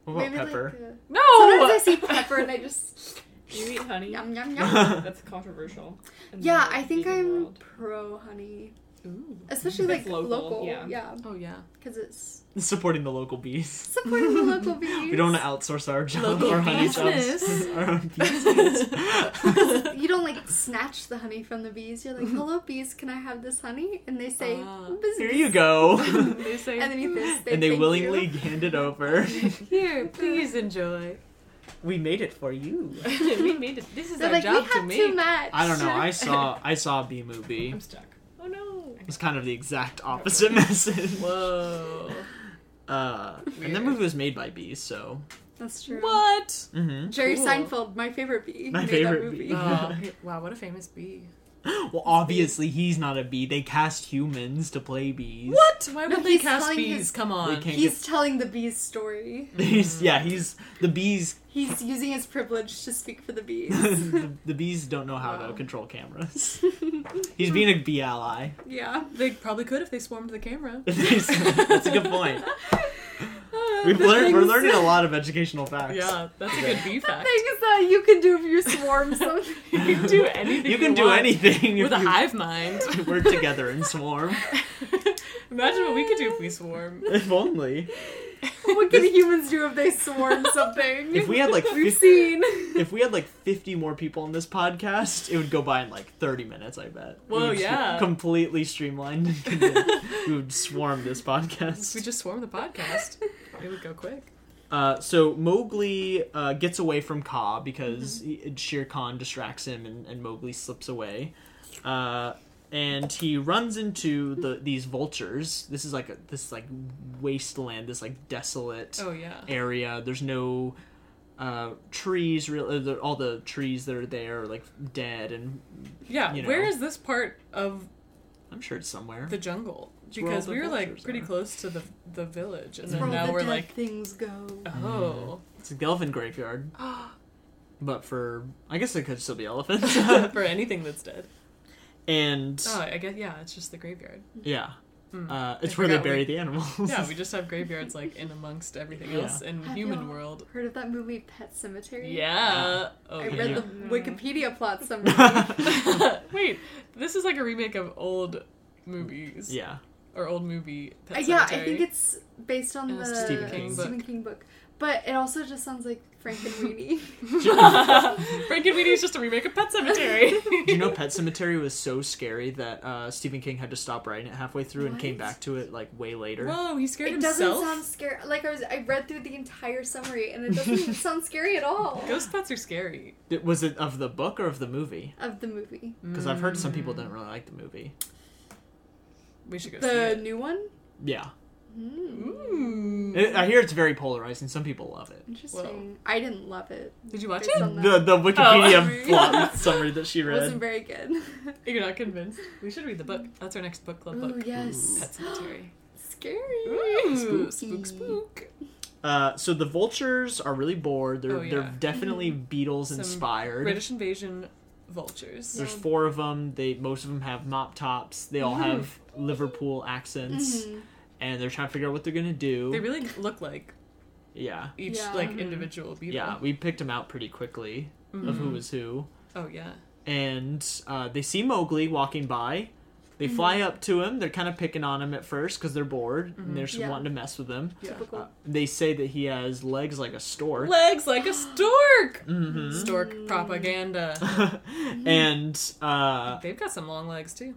[SPEAKER 1] what about
[SPEAKER 3] maybe
[SPEAKER 1] pepper?
[SPEAKER 3] like. A...
[SPEAKER 2] No!
[SPEAKER 3] Sometimes
[SPEAKER 2] Oh.
[SPEAKER 3] I see pepper and I just
[SPEAKER 4] Do you eat honey?
[SPEAKER 3] yum yum yum.
[SPEAKER 4] That's controversial. in
[SPEAKER 3] Yeah,
[SPEAKER 4] the
[SPEAKER 3] I think
[SPEAKER 4] vegan
[SPEAKER 3] I'm
[SPEAKER 4] world.
[SPEAKER 3] pro honey,
[SPEAKER 2] Ooh.
[SPEAKER 3] especially
[SPEAKER 4] If
[SPEAKER 3] like
[SPEAKER 4] it's
[SPEAKER 3] local.
[SPEAKER 4] local, yeah.
[SPEAKER 3] yeah,
[SPEAKER 2] Oh yeah.
[SPEAKER 3] because it's
[SPEAKER 1] Supporting the local bees.
[SPEAKER 3] supporting the local bees.
[SPEAKER 1] We don't want to outsource our job,
[SPEAKER 2] Local
[SPEAKER 1] our honey jobs,
[SPEAKER 2] business.
[SPEAKER 1] our own bees.
[SPEAKER 3] You don't like snatch the honey from the bees. You're like, "Hello, bees, can I have this honey?" And they say,
[SPEAKER 2] Ah,
[SPEAKER 3] "Business."
[SPEAKER 1] Here you go.
[SPEAKER 2] They say,
[SPEAKER 3] And then you this. They
[SPEAKER 1] and they
[SPEAKER 3] thank
[SPEAKER 1] willingly
[SPEAKER 3] you.
[SPEAKER 1] hand it over.
[SPEAKER 2] here, please enjoy.
[SPEAKER 1] we made it for you.
[SPEAKER 2] we made it. This is
[SPEAKER 3] They're
[SPEAKER 2] our
[SPEAKER 3] like, "We
[SPEAKER 2] job to
[SPEAKER 3] have
[SPEAKER 2] make.
[SPEAKER 3] too much."
[SPEAKER 1] I don't know. I saw I saw a bee movie.
[SPEAKER 4] I'm stuck.
[SPEAKER 2] oh no.
[SPEAKER 1] It's kind of the exact opposite message.
[SPEAKER 2] Whoa.
[SPEAKER 1] Uh, and that
[SPEAKER 2] Weird.
[SPEAKER 1] movie was made by bees, so
[SPEAKER 3] That's true.
[SPEAKER 2] What?
[SPEAKER 1] hmm
[SPEAKER 3] Jerry
[SPEAKER 2] Cool.
[SPEAKER 3] Seinfeld, my favorite bee.
[SPEAKER 1] My
[SPEAKER 3] made
[SPEAKER 1] favorite
[SPEAKER 3] that movie.
[SPEAKER 1] bee.
[SPEAKER 2] Oh, wow, what a famous bee.
[SPEAKER 1] well, obviously he's not a bee. They cast humans to play bees.
[SPEAKER 2] What? Why
[SPEAKER 3] No,
[SPEAKER 2] would they
[SPEAKER 3] he's
[SPEAKER 2] cast
[SPEAKER 3] telling
[SPEAKER 2] bees?
[SPEAKER 3] his-
[SPEAKER 2] Come on.
[SPEAKER 1] They can't
[SPEAKER 3] He's telling the bee's story.
[SPEAKER 1] get. He's, yeah, he's the bees.
[SPEAKER 3] He's using his privilege to speak for the bees.
[SPEAKER 1] the, the bees don't know how to
[SPEAKER 2] Wow.
[SPEAKER 1] control cameras. he's being a bee ally.
[SPEAKER 3] yeah.
[SPEAKER 2] They probably could if they swarmed the camera.
[SPEAKER 1] That's a good point. we
[SPEAKER 3] the
[SPEAKER 1] learn, we're
[SPEAKER 3] things-
[SPEAKER 1] learning a lot of educational facts.
[SPEAKER 2] Yeah, that's a good B fact.
[SPEAKER 3] Things that you can do if you swarm something.
[SPEAKER 2] You can do anything.
[SPEAKER 1] You can do
[SPEAKER 2] want
[SPEAKER 1] anything if
[SPEAKER 2] with a
[SPEAKER 1] you
[SPEAKER 2] hive mind.
[SPEAKER 1] work together and swarm.
[SPEAKER 2] Imagine what we could do if we swarm.
[SPEAKER 1] If only.
[SPEAKER 3] what can humans do if they swarm something?
[SPEAKER 1] If we had like
[SPEAKER 3] We've
[SPEAKER 1] 50,
[SPEAKER 3] seen.
[SPEAKER 1] if we had like 50 more people on this podcast, it would go by in like 30 minutes, I bet. We
[SPEAKER 2] Whoa,
[SPEAKER 1] would s-
[SPEAKER 2] yeah.
[SPEAKER 1] Completely streamlined. and condensed. we would swarm this
[SPEAKER 2] If we
[SPEAKER 1] podcast.
[SPEAKER 2] just swarm the podcast, it would go quick.
[SPEAKER 1] Uh, so Mowgli uh, gets away from Ka because
[SPEAKER 2] Mm-hmm.
[SPEAKER 1] he- Shere Khan distracts him and, and Mowgli slips away. Uh, and he runs into the these vultures. This is like a, this like wasteland, this like desolate
[SPEAKER 2] Oh yeah.
[SPEAKER 1] area. There's no uh, trees. Real, uh, the, all the trees that are there are like dead, and
[SPEAKER 2] Yeah.
[SPEAKER 1] You know.
[SPEAKER 2] Where is this part of
[SPEAKER 1] I'm sure it's somewhere.
[SPEAKER 2] the jungle?
[SPEAKER 1] where all
[SPEAKER 2] Because
[SPEAKER 1] the
[SPEAKER 2] we were like
[SPEAKER 1] vultures
[SPEAKER 2] pretty
[SPEAKER 1] are.
[SPEAKER 2] close to the the village, and
[SPEAKER 3] Where
[SPEAKER 2] then
[SPEAKER 3] all
[SPEAKER 2] now
[SPEAKER 3] the
[SPEAKER 2] we're
[SPEAKER 3] dead
[SPEAKER 2] like,
[SPEAKER 3] things go.
[SPEAKER 2] oh,
[SPEAKER 1] It's like the elephant graveyard, but for I guess it could still be elephants.
[SPEAKER 2] oh, for anything that's dead.
[SPEAKER 1] and
[SPEAKER 2] Oh, I guess yeah. It's just the graveyard.
[SPEAKER 1] yeah,
[SPEAKER 2] Mm.
[SPEAKER 1] uh, it's
[SPEAKER 2] I
[SPEAKER 1] where they
[SPEAKER 2] forgot
[SPEAKER 1] bury
[SPEAKER 2] we-
[SPEAKER 1] the animals.
[SPEAKER 2] Yeah, we just have graveyards like in amongst everything
[SPEAKER 1] Yeah.
[SPEAKER 2] else in
[SPEAKER 3] Have
[SPEAKER 2] human
[SPEAKER 3] y'all
[SPEAKER 2] world.
[SPEAKER 3] Heard of that movie Pet Cemetery?
[SPEAKER 2] Yeah. Oh,
[SPEAKER 3] I
[SPEAKER 2] yeah.
[SPEAKER 3] read the
[SPEAKER 4] Yeah.
[SPEAKER 3] Wikipedia plot summary.
[SPEAKER 2] Wait, this is like a remake of old movies
[SPEAKER 1] yeah,
[SPEAKER 2] or old movie.
[SPEAKER 3] Uh,
[SPEAKER 2] Pet
[SPEAKER 3] yeah, I
[SPEAKER 2] Sematary.
[SPEAKER 3] think it's based on
[SPEAKER 2] It
[SPEAKER 3] the
[SPEAKER 2] was
[SPEAKER 1] Stephen King
[SPEAKER 2] book.
[SPEAKER 3] King book. But it also just sounds like Frank and Weenie.
[SPEAKER 2] Frank and Weenie is just a remake of Pet Cemetery.
[SPEAKER 1] do you know Pet Cemetery was so scary that uh, Stephen King had to stop writing it halfway through and came
[SPEAKER 3] What?
[SPEAKER 1] back to it like way later.
[SPEAKER 2] Whoa, he scared
[SPEAKER 3] it doesn't
[SPEAKER 2] himself.
[SPEAKER 3] sound scary. Like I was, I read through the entire summary, and it doesn't sound scary at all
[SPEAKER 2] Ghost pets are scary.
[SPEAKER 1] It- was it of the book or of the movie?
[SPEAKER 3] of the movie.
[SPEAKER 1] Because I've heard some
[SPEAKER 2] Mm.
[SPEAKER 1] people didn't really like the movie.
[SPEAKER 2] We should go
[SPEAKER 3] The new one.
[SPEAKER 1] Yeah,
[SPEAKER 2] see it.
[SPEAKER 3] Mm,
[SPEAKER 2] Ooh.
[SPEAKER 1] It- I hear it's very polarizing. Some people love it.
[SPEAKER 3] interesting. I didn't love it.
[SPEAKER 2] Did you watch
[SPEAKER 3] Based
[SPEAKER 2] it?
[SPEAKER 3] on
[SPEAKER 1] The
[SPEAKER 3] that.
[SPEAKER 1] the Wikipedia
[SPEAKER 3] Oh.
[SPEAKER 1] plot summary that she
[SPEAKER 3] It wasn't
[SPEAKER 1] read.
[SPEAKER 3] very good.
[SPEAKER 2] You're not convinced. We should read the book. That's our next book club
[SPEAKER 3] Ooh,
[SPEAKER 2] book.
[SPEAKER 3] yes,
[SPEAKER 2] Pet Cemetery.
[SPEAKER 3] scary.
[SPEAKER 2] Ooh,
[SPEAKER 3] Spooky.
[SPEAKER 2] spook, spook.
[SPEAKER 1] Uh, so the vultures are really bored. They're
[SPEAKER 2] Oh, yeah.
[SPEAKER 1] they're definitely Beatles
[SPEAKER 2] Some
[SPEAKER 1] inspired.
[SPEAKER 2] British invasion vultures.
[SPEAKER 1] There's four of them. They most of them have mop tops. They all have Liverpool accents,
[SPEAKER 3] Mhm.
[SPEAKER 1] and they're trying to figure out what they're gonna do.
[SPEAKER 2] They really look like
[SPEAKER 1] yeah,
[SPEAKER 2] each
[SPEAKER 3] Yeah. Mm-hmm.
[SPEAKER 2] like
[SPEAKER 4] Mhm.
[SPEAKER 2] individual beetle.
[SPEAKER 1] yeah. We picked them out pretty quickly of who was who,
[SPEAKER 2] Oh yeah.
[SPEAKER 1] and uh, they see Mowgli walking by. They fly up to him. They're kind of picking on him at first because they're bored and they're just
[SPEAKER 3] Yeah.
[SPEAKER 1] wanting to mess with him.
[SPEAKER 2] Yeah.
[SPEAKER 3] Typical.
[SPEAKER 1] Uh, they say that he has legs like a stork.
[SPEAKER 2] Legs like a stork.
[SPEAKER 1] Mhm.
[SPEAKER 2] Stork propaganda.
[SPEAKER 1] and uh
[SPEAKER 2] They've got some long legs too.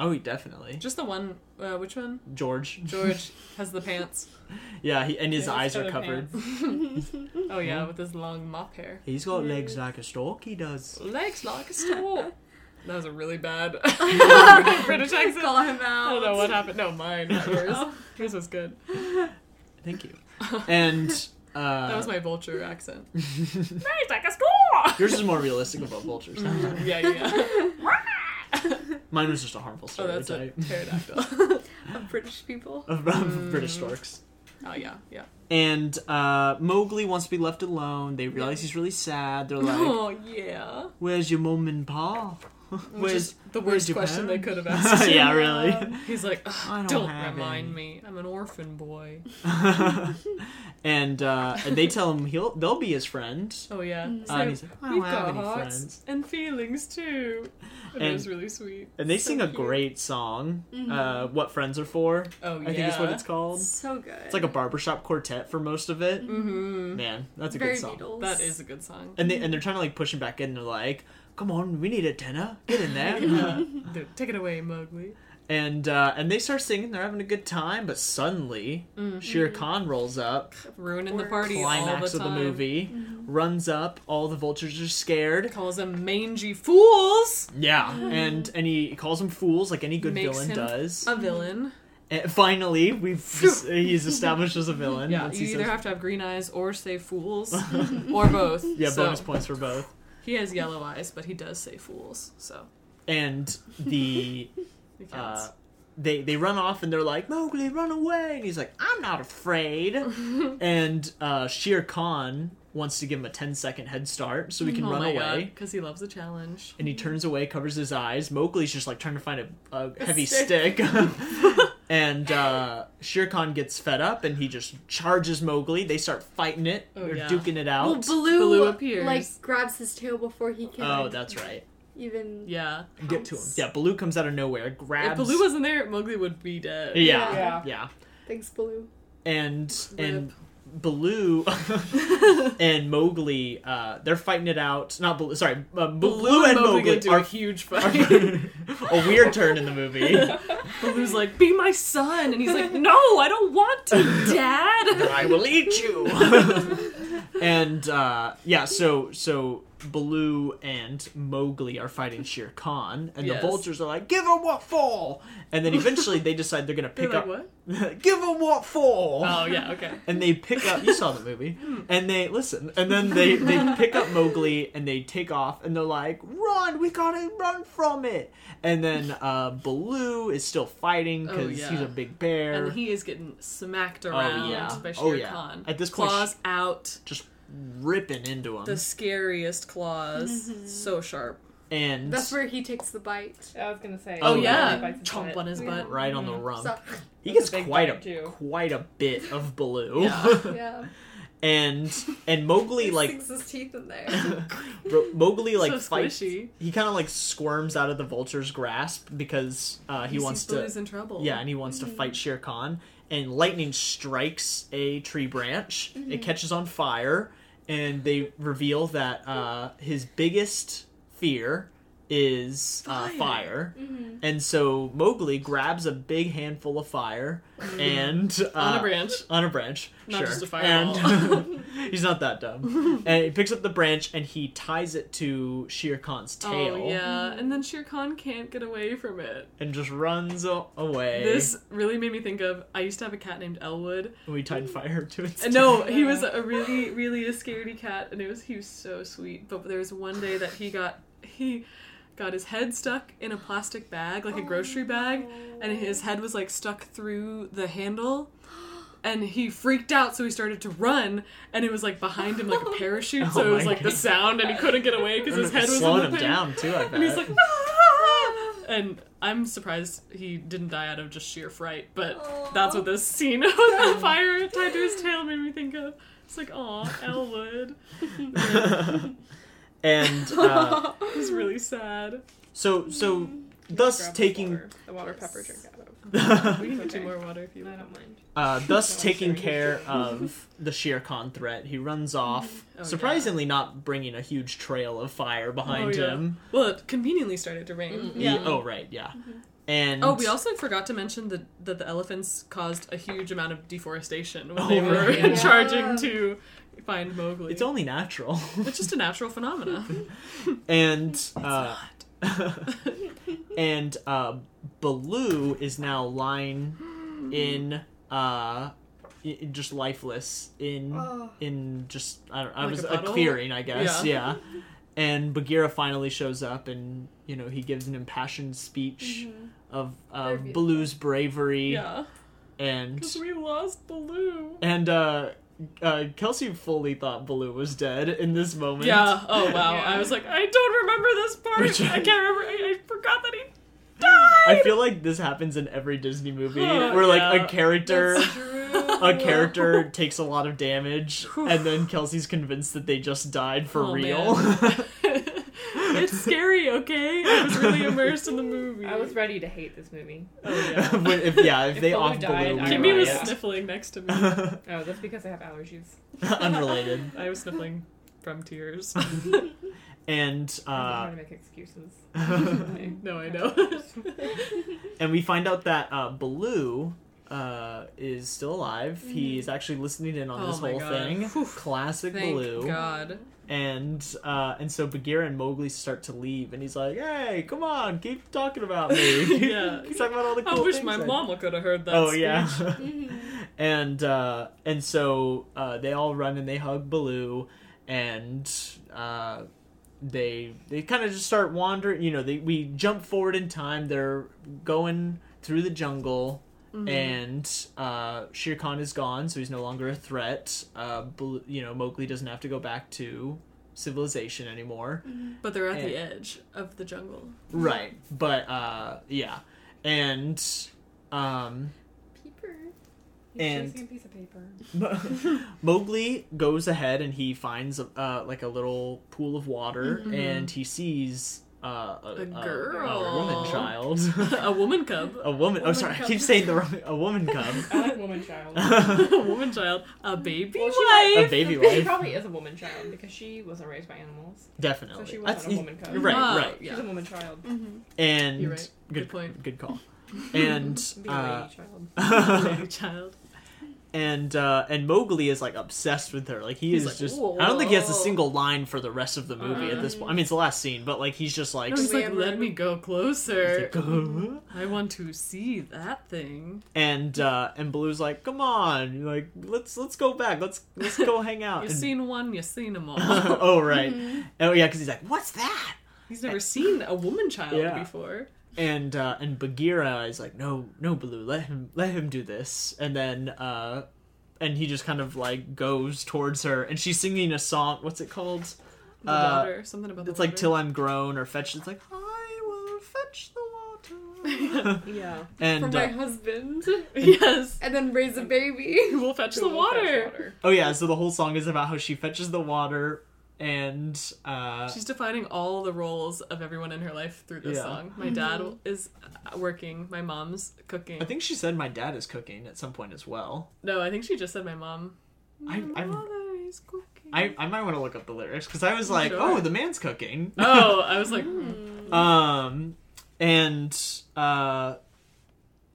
[SPEAKER 1] oh he definitely
[SPEAKER 2] Just the one. Uh, which one?
[SPEAKER 1] george
[SPEAKER 2] George has the pants.
[SPEAKER 1] yeah he, and his
[SPEAKER 4] Yeah,
[SPEAKER 1] eyes
[SPEAKER 4] he's
[SPEAKER 1] are
[SPEAKER 4] got the
[SPEAKER 1] covered
[SPEAKER 2] Oh yeah, with his long mop hair.
[SPEAKER 1] he's got legs like a stork he does
[SPEAKER 2] Legs like a stork. That was a really bad British accent.
[SPEAKER 3] Call him out.
[SPEAKER 2] I don't know what happened. No, mine, not yours. Yours was good.
[SPEAKER 1] thank you and uh
[SPEAKER 2] That was my vulture accent. Legs like a stork.
[SPEAKER 1] yours is more realistic about vultures
[SPEAKER 2] Yeah, yeah.
[SPEAKER 1] mine was just a harmful
[SPEAKER 2] Oh, that's a Mm.
[SPEAKER 1] stereotype
[SPEAKER 2] pterodactyl.
[SPEAKER 3] Of British people.
[SPEAKER 1] of, of british storks
[SPEAKER 2] Oh yeah, yeah.
[SPEAKER 1] and uh mowgli wants to be left alone they realize he's really sad they're like
[SPEAKER 2] Oh yeah.
[SPEAKER 1] where's your mom and pa
[SPEAKER 2] Which
[SPEAKER 1] where's
[SPEAKER 2] is the
[SPEAKER 1] where's
[SPEAKER 2] worst
[SPEAKER 1] your
[SPEAKER 2] question they
[SPEAKER 1] parents?
[SPEAKER 2] could have asked. him.
[SPEAKER 1] yeah really
[SPEAKER 2] He's like, "Ugh,
[SPEAKER 1] I don't
[SPEAKER 2] don't,
[SPEAKER 1] have
[SPEAKER 2] remind
[SPEAKER 1] any."
[SPEAKER 2] me. I'm an orphan boy.
[SPEAKER 1] and uh and they tell him he'll they'll be his friend
[SPEAKER 2] Oh yeah.
[SPEAKER 1] Uh, and he's
[SPEAKER 2] So,
[SPEAKER 1] like, I
[SPEAKER 2] we've
[SPEAKER 1] don't have
[SPEAKER 2] got
[SPEAKER 1] any
[SPEAKER 2] hearts
[SPEAKER 1] friends.
[SPEAKER 2] and feelings too. And, it
[SPEAKER 1] And-
[SPEAKER 2] was really sweet.
[SPEAKER 1] And they
[SPEAKER 3] So
[SPEAKER 1] sing a
[SPEAKER 3] cute.
[SPEAKER 1] great song.
[SPEAKER 3] Mm-hmm.
[SPEAKER 1] Uh, what friends are for?
[SPEAKER 2] Oh
[SPEAKER 1] I
[SPEAKER 2] Mm-hmm. yeah.
[SPEAKER 1] think is what it's called.
[SPEAKER 3] So good.
[SPEAKER 1] It's like a barbershop quartet for most of it.
[SPEAKER 2] Mm-hmm.
[SPEAKER 1] Man, that's a
[SPEAKER 3] very
[SPEAKER 1] good song.
[SPEAKER 3] Beatles.
[SPEAKER 2] That is a good song.
[SPEAKER 1] And they and they're trying to like push him back in. They're like, "Come on, we need a tenor. Get in there." Uh,
[SPEAKER 2] Yeah. Dude, Take it away, Mowgli.
[SPEAKER 1] and uh, and they start singing. They're having a good time. But suddenly, Shere Khan rolls up,
[SPEAKER 2] Ruining the
[SPEAKER 3] Or
[SPEAKER 2] Mm-hmm. party
[SPEAKER 1] Mm. climax
[SPEAKER 2] all
[SPEAKER 1] of
[SPEAKER 2] the
[SPEAKER 1] the
[SPEAKER 2] time.
[SPEAKER 1] movie,
[SPEAKER 3] Mm-hmm.
[SPEAKER 1] runs up. All the vultures are scared.
[SPEAKER 2] Calls them mangy fools.
[SPEAKER 1] Yeah, and and he calls them fools like any good
[SPEAKER 2] Makes
[SPEAKER 1] villain
[SPEAKER 2] him
[SPEAKER 1] does.
[SPEAKER 2] A villain.
[SPEAKER 1] And finally, we've he's established as a villain.
[SPEAKER 2] Yeah.
[SPEAKER 1] once he
[SPEAKER 2] You either
[SPEAKER 1] says-
[SPEAKER 2] have to have green eyes or say fools, or both.
[SPEAKER 1] yeah,
[SPEAKER 2] So,
[SPEAKER 1] bonus points for both.
[SPEAKER 2] He has yellow eyes, but he does say fools. So.
[SPEAKER 1] and the
[SPEAKER 2] it counts.
[SPEAKER 1] uh, they they run off and they're like Mowgli, run away, and he's like, I'm not afraid. and uh, Shere Khan wants to give him a 10 second head start so he
[SPEAKER 2] Oh
[SPEAKER 1] can run away.
[SPEAKER 2] because he loves a challenge.
[SPEAKER 1] And he turns away, covers his eyes. Mowgli's just like trying to find a, a heavy stick,
[SPEAKER 3] stick.
[SPEAKER 1] And uh, Shere Khan gets fed up and he just charges Mowgli. They start fighting it.
[SPEAKER 2] Oh,
[SPEAKER 1] They're
[SPEAKER 2] yeah.
[SPEAKER 1] duking it
[SPEAKER 3] Well,
[SPEAKER 1] out.
[SPEAKER 3] Baloo,
[SPEAKER 2] Baloo appears.
[SPEAKER 3] like grabs his tail before he can
[SPEAKER 1] oh, that's right.
[SPEAKER 3] even.
[SPEAKER 2] Yeah.
[SPEAKER 1] Get to him. Yeah, Baloo comes out of nowhere, grabs.
[SPEAKER 2] If Baloo wasn't there, Mowgli would be dead.
[SPEAKER 1] yeah,
[SPEAKER 4] Yeah.
[SPEAKER 1] yeah.
[SPEAKER 3] Thanks, Baloo.
[SPEAKER 1] And and
[SPEAKER 2] Rip.
[SPEAKER 1] Baloo and Mowgli, uh, they're fighting it out. Not Baloo, sorry, uh, Baloo,
[SPEAKER 2] Baloo
[SPEAKER 1] and
[SPEAKER 2] get
[SPEAKER 1] Mowgli
[SPEAKER 2] into a
[SPEAKER 1] are
[SPEAKER 2] huge
[SPEAKER 1] are-
[SPEAKER 2] fight.
[SPEAKER 1] a weird turn in the movie.
[SPEAKER 2] Baloo's like, "Be my son," and he's like, "No, I don't want to, Dad."
[SPEAKER 1] I will eat you. and uh, yeah, so so Baloo and Mowgli are fighting Shere Khan, and
[SPEAKER 2] Yes.
[SPEAKER 1] the vultures are like, "Give him what for?" And then eventually they decide they're gonna
[SPEAKER 2] They're
[SPEAKER 1] pick
[SPEAKER 2] like,
[SPEAKER 1] up,
[SPEAKER 2] "What?"
[SPEAKER 1] "Give him what for?"
[SPEAKER 2] Oh yeah, okay.
[SPEAKER 1] And they pick up. You saw the movie,
[SPEAKER 2] Hmm.
[SPEAKER 1] and they listen, and then they they pick up Mowgli and they take off, and they're like, "Run! We gotta run from it!" And then uh, Baloo is still fighting because
[SPEAKER 2] Oh, yeah.
[SPEAKER 1] he's a big bear.
[SPEAKER 2] And he is getting smacked around
[SPEAKER 1] yeah.
[SPEAKER 2] by Shere
[SPEAKER 1] Oh, yeah.
[SPEAKER 2] Khan.
[SPEAKER 1] At this point,
[SPEAKER 2] claws out,
[SPEAKER 1] just ripping into him.
[SPEAKER 2] the scariest claws, so sharp.
[SPEAKER 1] and
[SPEAKER 3] That's where he takes the bite.
[SPEAKER 4] I was gonna say.
[SPEAKER 1] Oh,
[SPEAKER 2] Oh,
[SPEAKER 4] he
[SPEAKER 2] yeah,
[SPEAKER 4] bites his
[SPEAKER 2] chomp
[SPEAKER 4] butt.
[SPEAKER 2] on his butt.
[SPEAKER 1] right on the
[SPEAKER 2] Mm-hmm.
[SPEAKER 1] rump.
[SPEAKER 3] So,
[SPEAKER 1] He gets
[SPEAKER 4] That's a big
[SPEAKER 1] quite
[SPEAKER 4] bite,
[SPEAKER 1] a
[SPEAKER 4] too.
[SPEAKER 1] quite a bit of Baloo.
[SPEAKER 2] Yeah.
[SPEAKER 3] yeah.
[SPEAKER 1] and and Mowgli
[SPEAKER 3] He
[SPEAKER 1] like
[SPEAKER 3] sinks his teeth in there.
[SPEAKER 1] Ro- Mowgli like
[SPEAKER 2] so
[SPEAKER 1] fights.
[SPEAKER 2] squishy.
[SPEAKER 1] He kind of like squirms out of the vulture's grasp because uh, he,
[SPEAKER 2] sees
[SPEAKER 1] wants
[SPEAKER 2] Baloo's
[SPEAKER 1] to
[SPEAKER 2] in trouble.
[SPEAKER 1] yeah, and he wants to fight Shere Khan. And lightning strikes a tree branch. It catches on fire, and they reveal that uh, his biggest fear is uh, fire.
[SPEAKER 2] Fire.
[SPEAKER 1] And so Mowgli grabs a big handful of fire and uh,
[SPEAKER 2] on a branch.
[SPEAKER 1] on a branch.
[SPEAKER 2] Not
[SPEAKER 1] sure.
[SPEAKER 2] just a fireball.
[SPEAKER 1] And he's not that dumb. and he picks up the branch and he ties it to Shere Khan's tail
[SPEAKER 2] Oh yeah, and then Shere Khan can't get away from it.
[SPEAKER 1] and just runs a- away.
[SPEAKER 2] This really made me think of I used to have a cat named Elwood.
[SPEAKER 1] And we tied fire to its
[SPEAKER 2] And no, he was a really, really a scaredy cat, and it was he was so sweet. But there was one day that he got he got his head stuck in a plastic bag, like a grocery bag, and his head was like stuck through the handle. And he freaked out, so he started to run, and it was like behind him, like a parachute. so
[SPEAKER 1] Oh
[SPEAKER 2] it was
[SPEAKER 1] my
[SPEAKER 2] like the
[SPEAKER 1] God.
[SPEAKER 2] sound, and he couldn't get away because his head was in
[SPEAKER 1] slowing
[SPEAKER 2] the
[SPEAKER 1] him
[SPEAKER 2] thing.
[SPEAKER 1] down too. I bet.
[SPEAKER 2] And he's like, "Ah!" and I'm surprised he didn't die out of just sheer fright,
[SPEAKER 1] Oh
[SPEAKER 2] but that's what this scene with the fire tied to his tail made me think of. It's like, aw, Elwood. "Mm."
[SPEAKER 1] and uh,
[SPEAKER 2] He's really sad.
[SPEAKER 1] so so
[SPEAKER 2] Mm-hmm.
[SPEAKER 4] Grab
[SPEAKER 1] thus
[SPEAKER 4] his
[SPEAKER 1] taking
[SPEAKER 4] water, the water pepper drink out of.
[SPEAKER 2] We can get
[SPEAKER 4] Okay.
[SPEAKER 2] you more water if you
[SPEAKER 4] I
[SPEAKER 2] want.
[SPEAKER 4] don't mind.
[SPEAKER 1] Uh, thus
[SPEAKER 4] Oh,
[SPEAKER 1] taking
[SPEAKER 4] sure he
[SPEAKER 1] care of the Shere Khan threat, he runs off,
[SPEAKER 2] Oh,
[SPEAKER 1] surprisingly not bringing a huge trail of fire behind
[SPEAKER 2] Oh, yeah.
[SPEAKER 1] him.
[SPEAKER 2] Well, it conveniently started to rain.
[SPEAKER 1] He-
[SPEAKER 4] Yeah.
[SPEAKER 1] oh, right, yeah. And
[SPEAKER 2] Mm-hmm. Oh, we also forgot to mention that, that the elephants caused a huge amount of deforestation when
[SPEAKER 1] Oh,
[SPEAKER 2] they were
[SPEAKER 1] right.
[SPEAKER 3] Yeah.
[SPEAKER 2] charging to find Mowgli.
[SPEAKER 1] it's only natural.
[SPEAKER 2] It's just a natural phenomena.
[SPEAKER 1] and uh, and uh, Baloo is now lying in uh, i- just lifeless in
[SPEAKER 2] Mm-hmm.
[SPEAKER 3] Oh.
[SPEAKER 1] in just I, don't, I
[SPEAKER 2] Like
[SPEAKER 1] was
[SPEAKER 2] a
[SPEAKER 1] a,
[SPEAKER 2] puddle?
[SPEAKER 1] clearing, I guess. Yeah.
[SPEAKER 2] Yeah.
[SPEAKER 1] And Bagheera finally shows up, and you know he gives an impassioned speech of uh,
[SPEAKER 3] They're beautiful.
[SPEAKER 1] Baloo's bravery,
[SPEAKER 2] Mm-hmm. yeah.
[SPEAKER 1] and
[SPEAKER 2] Because we lost Baloo.
[SPEAKER 1] and uh, uh, Kelsey fully thought Baloo was dead in this moment.
[SPEAKER 2] Yeah. Oh wow.
[SPEAKER 4] Yeah.
[SPEAKER 2] I was like, I don't remember this part.
[SPEAKER 1] Which-
[SPEAKER 2] I can't remember. I, I forgot that he
[SPEAKER 1] I
[SPEAKER 2] died.
[SPEAKER 1] feel like this happens in every Disney movie
[SPEAKER 2] Oh,
[SPEAKER 1] where like
[SPEAKER 2] yeah.
[SPEAKER 1] a character a character takes a lot of damage
[SPEAKER 2] Whew.
[SPEAKER 1] and then Kelsey's convinced that they just died for
[SPEAKER 2] Oh,
[SPEAKER 1] real.
[SPEAKER 2] man. it's scary. Okay. I was really immersed in the movie.
[SPEAKER 4] I was ready to hate this movie.
[SPEAKER 2] Oh yeah.
[SPEAKER 1] But if yeah, if,
[SPEAKER 4] If
[SPEAKER 1] they
[SPEAKER 4] Baloo
[SPEAKER 1] off
[SPEAKER 4] died,
[SPEAKER 1] Baloo,
[SPEAKER 4] I
[SPEAKER 1] we
[SPEAKER 2] Kimmy was
[SPEAKER 1] riot.
[SPEAKER 2] sniffling next to me.
[SPEAKER 4] Oh, that's because I have allergies.
[SPEAKER 1] unrelated.
[SPEAKER 2] I was sniffling from tears.
[SPEAKER 1] And
[SPEAKER 4] I'm
[SPEAKER 1] uh
[SPEAKER 4] trying to make excuses.
[SPEAKER 2] no, I know.
[SPEAKER 1] and we find out that uh Baloo uh is still alive. He is actually listening in on
[SPEAKER 2] Mm-hmm. Oh
[SPEAKER 1] this
[SPEAKER 2] my
[SPEAKER 1] whole
[SPEAKER 2] God.
[SPEAKER 1] thing.
[SPEAKER 2] Whew.
[SPEAKER 1] Classic
[SPEAKER 2] Thank
[SPEAKER 1] Baloo.
[SPEAKER 2] God.
[SPEAKER 1] and uh, and so Bagheera and Mowgli start to leave, and he's like, "Hey, come on, keep talking about me.
[SPEAKER 2] Yeah.
[SPEAKER 1] keep talking about all the cool
[SPEAKER 2] I wish
[SPEAKER 1] things
[SPEAKER 2] my
[SPEAKER 1] I-"
[SPEAKER 2] mama could have heard that.
[SPEAKER 1] Oh
[SPEAKER 2] speech.
[SPEAKER 1] yeah,
[SPEAKER 3] Mm-hmm.
[SPEAKER 1] and uh, and so uh, they all run and they hug Baloo, and uh, they they kind of just start wandering. You know, they we jump forward in time. They're going through the jungle. And uh, Shere Khan is gone, so he's no longer a threat. Uh, Baloo, you know, Mowgli doesn't have to go back to civilization anymore.
[SPEAKER 2] But they're at the
[SPEAKER 1] Yeah.
[SPEAKER 2] edge of the jungle.
[SPEAKER 1] Right. But uh yeah. And Um,
[SPEAKER 4] Paper. He's
[SPEAKER 1] And-
[SPEAKER 4] chasing a piece of paper.
[SPEAKER 1] Mo- Mowgli goes ahead and he finds uh, like a little pool of water and he sees uh, a,
[SPEAKER 2] A
[SPEAKER 1] a- a
[SPEAKER 2] girl.
[SPEAKER 1] woman child,
[SPEAKER 2] a woman cub,
[SPEAKER 1] a woman. Oh,
[SPEAKER 4] Woman
[SPEAKER 1] sorry, I
[SPEAKER 4] cub.
[SPEAKER 1] keep saying the wrong. A woman cub,
[SPEAKER 4] I like woman child.
[SPEAKER 1] a
[SPEAKER 2] a woman child, a baby
[SPEAKER 4] Well, she might-
[SPEAKER 2] wife.
[SPEAKER 1] a baby
[SPEAKER 4] She
[SPEAKER 1] wife,
[SPEAKER 4] probably is a woman child because she wasn't raised by animals.
[SPEAKER 1] definitely.
[SPEAKER 4] So she
[SPEAKER 1] That's-
[SPEAKER 4] wasn't a woman cub.
[SPEAKER 1] You're right,
[SPEAKER 2] Wow,
[SPEAKER 1] right,
[SPEAKER 4] She's
[SPEAKER 2] Yeah.
[SPEAKER 4] a woman child.
[SPEAKER 2] Mm-hmm.
[SPEAKER 1] and
[SPEAKER 2] You're right.
[SPEAKER 1] good,
[SPEAKER 2] Good point.
[SPEAKER 1] good call. And
[SPEAKER 4] Be a
[SPEAKER 1] uh,
[SPEAKER 4] lady child.
[SPEAKER 2] Baby child.
[SPEAKER 1] and uh, and Mowgli is like obsessed with her. Like he
[SPEAKER 2] He's
[SPEAKER 1] is
[SPEAKER 2] like,
[SPEAKER 1] just.
[SPEAKER 2] "Whoa."
[SPEAKER 1] I don't think he has a single line for the rest of the movie at this
[SPEAKER 4] Um.
[SPEAKER 1] point. I mean, it's the last scene, but like he's just like.
[SPEAKER 2] No, he's
[SPEAKER 3] we
[SPEAKER 2] like,
[SPEAKER 3] ever-
[SPEAKER 2] let me go closer.
[SPEAKER 1] he's like,
[SPEAKER 2] I want to see that thing.
[SPEAKER 1] and uh and blue's like come on like let's let's go back let's let's go hang out
[SPEAKER 2] You've
[SPEAKER 1] And-
[SPEAKER 2] seen one, you've seen them all.
[SPEAKER 1] oh right
[SPEAKER 3] Mm-hmm.
[SPEAKER 1] oh yeah because he's like what's that
[SPEAKER 2] He's never seen a woman child
[SPEAKER 1] Yeah.
[SPEAKER 2] before.
[SPEAKER 1] and uh and bagheera is like no no blue let him let him do this and then uh and he just kind of like goes towards her and she's singing a song what's it called
[SPEAKER 2] The
[SPEAKER 1] Uh,
[SPEAKER 2] water, something about the
[SPEAKER 1] it's like
[SPEAKER 2] water.
[SPEAKER 1] till i'm grown or fetch it's like i will fetch the water
[SPEAKER 4] Yeah.
[SPEAKER 3] for
[SPEAKER 1] and
[SPEAKER 3] my
[SPEAKER 1] uh,
[SPEAKER 3] husband,
[SPEAKER 2] yes,
[SPEAKER 3] and then raise a baby.
[SPEAKER 2] who will fetch
[SPEAKER 4] Who
[SPEAKER 2] the
[SPEAKER 4] will fetch
[SPEAKER 2] water?
[SPEAKER 1] oh yeah so the whole song is about how she fetches the water and uh
[SPEAKER 2] She's defining all the roles of everyone in her life through this
[SPEAKER 1] Yeah. Mm-hmm.
[SPEAKER 2] song. My dad is uh, working. My mom's cooking.
[SPEAKER 1] I think she said my dad is cooking at some point as well.
[SPEAKER 2] no, I think she just said my mom.
[SPEAKER 1] I-
[SPEAKER 2] my
[SPEAKER 1] I'm-
[SPEAKER 2] mother is cooking.
[SPEAKER 1] I, I might want to look up the lyrics because I was like,
[SPEAKER 2] Sure.
[SPEAKER 1] oh, the man's cooking.
[SPEAKER 2] oh, I was like,
[SPEAKER 3] Mm.
[SPEAKER 2] mm.
[SPEAKER 1] um, and uh,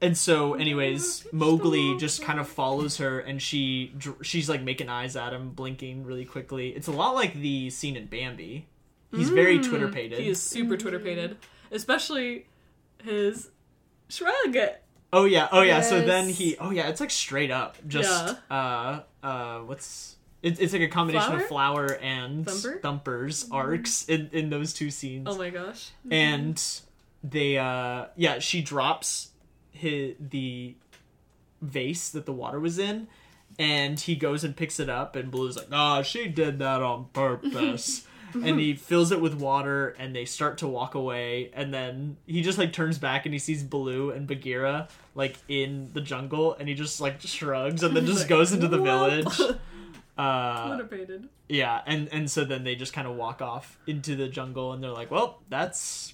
[SPEAKER 1] and so, anyways, Mowgli just kind of follows her, and she dr- she's like making eyes at him, blinking really quickly. It's a lot like the scene in Bambi. He's very Mm. Twitter pated.
[SPEAKER 2] Mm, he is super Twitter pated, especially his shrug.
[SPEAKER 1] Oh yeah, oh yeah. So then
[SPEAKER 3] Yes.
[SPEAKER 1] he, oh yeah, it's like straight up, just uh, uh, what's it, it's like a combination of flower and
[SPEAKER 2] Thumper?
[SPEAKER 1] thumpers arcs in in those two scenes,
[SPEAKER 2] Oh my gosh.
[SPEAKER 1] and they, uh, yeah, she drops his, the vase that the water was in, and he goes and picks it up, and Blue's like, ah, she did that on purpose. And he fills it with water, and they start to walk away. And then he just like turns back, and he sees Baloo and Bagheera like in the jungle, and he just like shrugs, and then just goes into the
[SPEAKER 2] "Whoop."
[SPEAKER 1] village. Uh,
[SPEAKER 2] Twitter pated.
[SPEAKER 1] yeah, and and so then they just kind of walk off into the jungle, and they're like, "Well, that's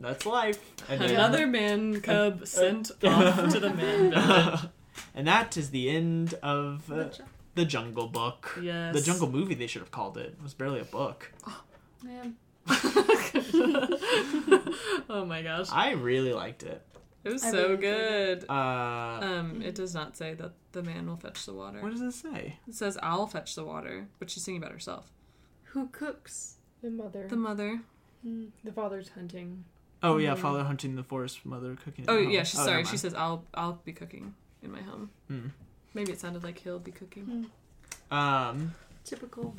[SPEAKER 1] that's life." And then- uh,
[SPEAKER 2] Another man cub sent off to the man village.
[SPEAKER 1] and that is the end of uh, the Jungle Book.
[SPEAKER 2] Yes.
[SPEAKER 1] The Jungle Movie, they should have called it. It was barely a book.
[SPEAKER 2] oh my gosh.
[SPEAKER 1] I really liked it.
[SPEAKER 2] It was
[SPEAKER 3] I
[SPEAKER 2] so
[SPEAKER 3] really enjoyed
[SPEAKER 2] good.
[SPEAKER 1] Uh,
[SPEAKER 2] Um, it does not say that the man will fetch the water.
[SPEAKER 1] what does it say?
[SPEAKER 2] It says I'll fetch the water, but she's singing about herself.
[SPEAKER 3] Who cooks?
[SPEAKER 4] The mother.
[SPEAKER 2] The mother. Mm.
[SPEAKER 4] the father's hunting.
[SPEAKER 1] Oh yeah, father hunting the forest, mother cooking. at
[SPEAKER 2] Hmm. Oh
[SPEAKER 1] home.
[SPEAKER 2] yeah, she's
[SPEAKER 1] never
[SPEAKER 2] sorry.
[SPEAKER 1] mind.
[SPEAKER 2] She says I'll I'll be cooking in my home.
[SPEAKER 1] Hmm.
[SPEAKER 2] Maybe it sounded like he'll be cooking.
[SPEAKER 1] um,
[SPEAKER 3] Typical.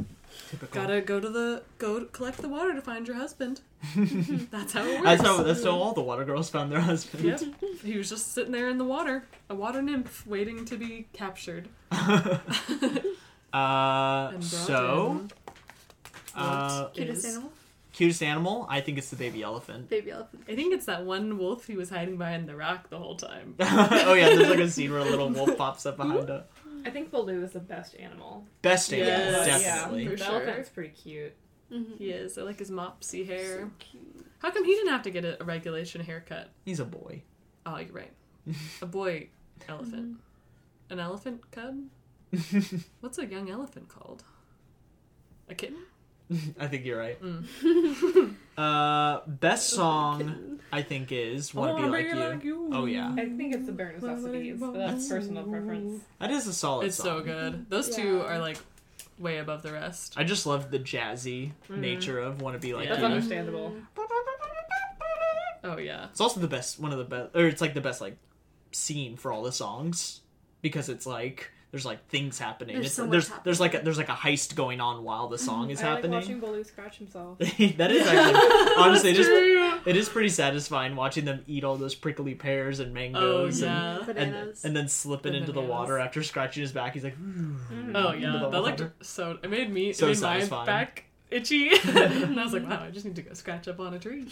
[SPEAKER 1] typical.
[SPEAKER 2] Gotta go to the go to collect the water to find your husband. That's how it works.
[SPEAKER 1] That's how that's how all the water girls found their husband.
[SPEAKER 2] Yep. He was just sitting there in the water, a water nymph waiting to be captured.
[SPEAKER 1] uh,
[SPEAKER 2] And brought
[SPEAKER 1] so
[SPEAKER 2] in.
[SPEAKER 1] uh,
[SPEAKER 2] What
[SPEAKER 3] Cutest
[SPEAKER 2] is-
[SPEAKER 3] animal?
[SPEAKER 1] cutest animal, I think it's the baby elephant.
[SPEAKER 3] Baby elephant.
[SPEAKER 2] I think it's that one wolf he was hiding behind the rock the whole time.
[SPEAKER 1] oh yeah, there's like a scene where a little wolf pops up behind her.
[SPEAKER 4] I think Baloo is the best animal.
[SPEAKER 1] Best animal,
[SPEAKER 2] Yes.
[SPEAKER 4] But,
[SPEAKER 1] definitely.
[SPEAKER 2] Yeah.
[SPEAKER 4] Yeah,
[SPEAKER 2] For
[SPEAKER 4] the
[SPEAKER 2] sure.
[SPEAKER 4] elephant's pretty cute.
[SPEAKER 2] He is. I like his mopsy hair.
[SPEAKER 3] Mm-hmm. Cute.
[SPEAKER 2] How come he didn't have to get a, a regulation haircut?
[SPEAKER 1] He's a boy.
[SPEAKER 2] Oh, you're right. A boy
[SPEAKER 3] Mm-hmm.
[SPEAKER 2] elephant. An elephant cub? What's a young elephant called? A kitten? Mm.
[SPEAKER 1] I think you're right. uh, best
[SPEAKER 3] Mm-hmm.
[SPEAKER 1] song I think is "Wanna Be Like You." Oh yeah,
[SPEAKER 4] I think it's the bare necessities, but that's personal preference.
[SPEAKER 1] that is a solid
[SPEAKER 2] It's
[SPEAKER 1] song.
[SPEAKER 2] so good. Those two
[SPEAKER 3] Yeah.
[SPEAKER 2] are like way above the rest.
[SPEAKER 1] I just love the jazzy nature of "Wanna Be Like
[SPEAKER 2] Mm-hmm. Yeah.
[SPEAKER 4] That's
[SPEAKER 1] You."
[SPEAKER 4] understandable.
[SPEAKER 2] Oh yeah.
[SPEAKER 1] It's also the best, one of the best, or it's like the best like scene for all the songs because it's like there's like things happening.
[SPEAKER 3] There's
[SPEAKER 1] it's,
[SPEAKER 3] so much
[SPEAKER 1] there's there's like a, there's like a heist going on while the song is
[SPEAKER 4] I like watching
[SPEAKER 1] happening.
[SPEAKER 4] Baloo scratch himself.
[SPEAKER 1] that is actually honestly it is, it is pretty satisfying watching them eat all those prickly pears and
[SPEAKER 2] Oh
[SPEAKER 1] mangoes and
[SPEAKER 2] yeah.
[SPEAKER 1] and,
[SPEAKER 3] Mm-hmm. Bananas.
[SPEAKER 1] and then slipping
[SPEAKER 2] The
[SPEAKER 1] into the
[SPEAKER 2] bananas.
[SPEAKER 1] water after scratching his back. He's like,
[SPEAKER 2] Oh
[SPEAKER 1] Into
[SPEAKER 2] yeah.
[SPEAKER 1] the
[SPEAKER 2] That looked
[SPEAKER 1] water.
[SPEAKER 2] so. It made me.
[SPEAKER 1] So
[SPEAKER 2] it made my
[SPEAKER 1] satisfying.
[SPEAKER 2] back itchy. and I was like, wow, I just need to go scratch up on a tree.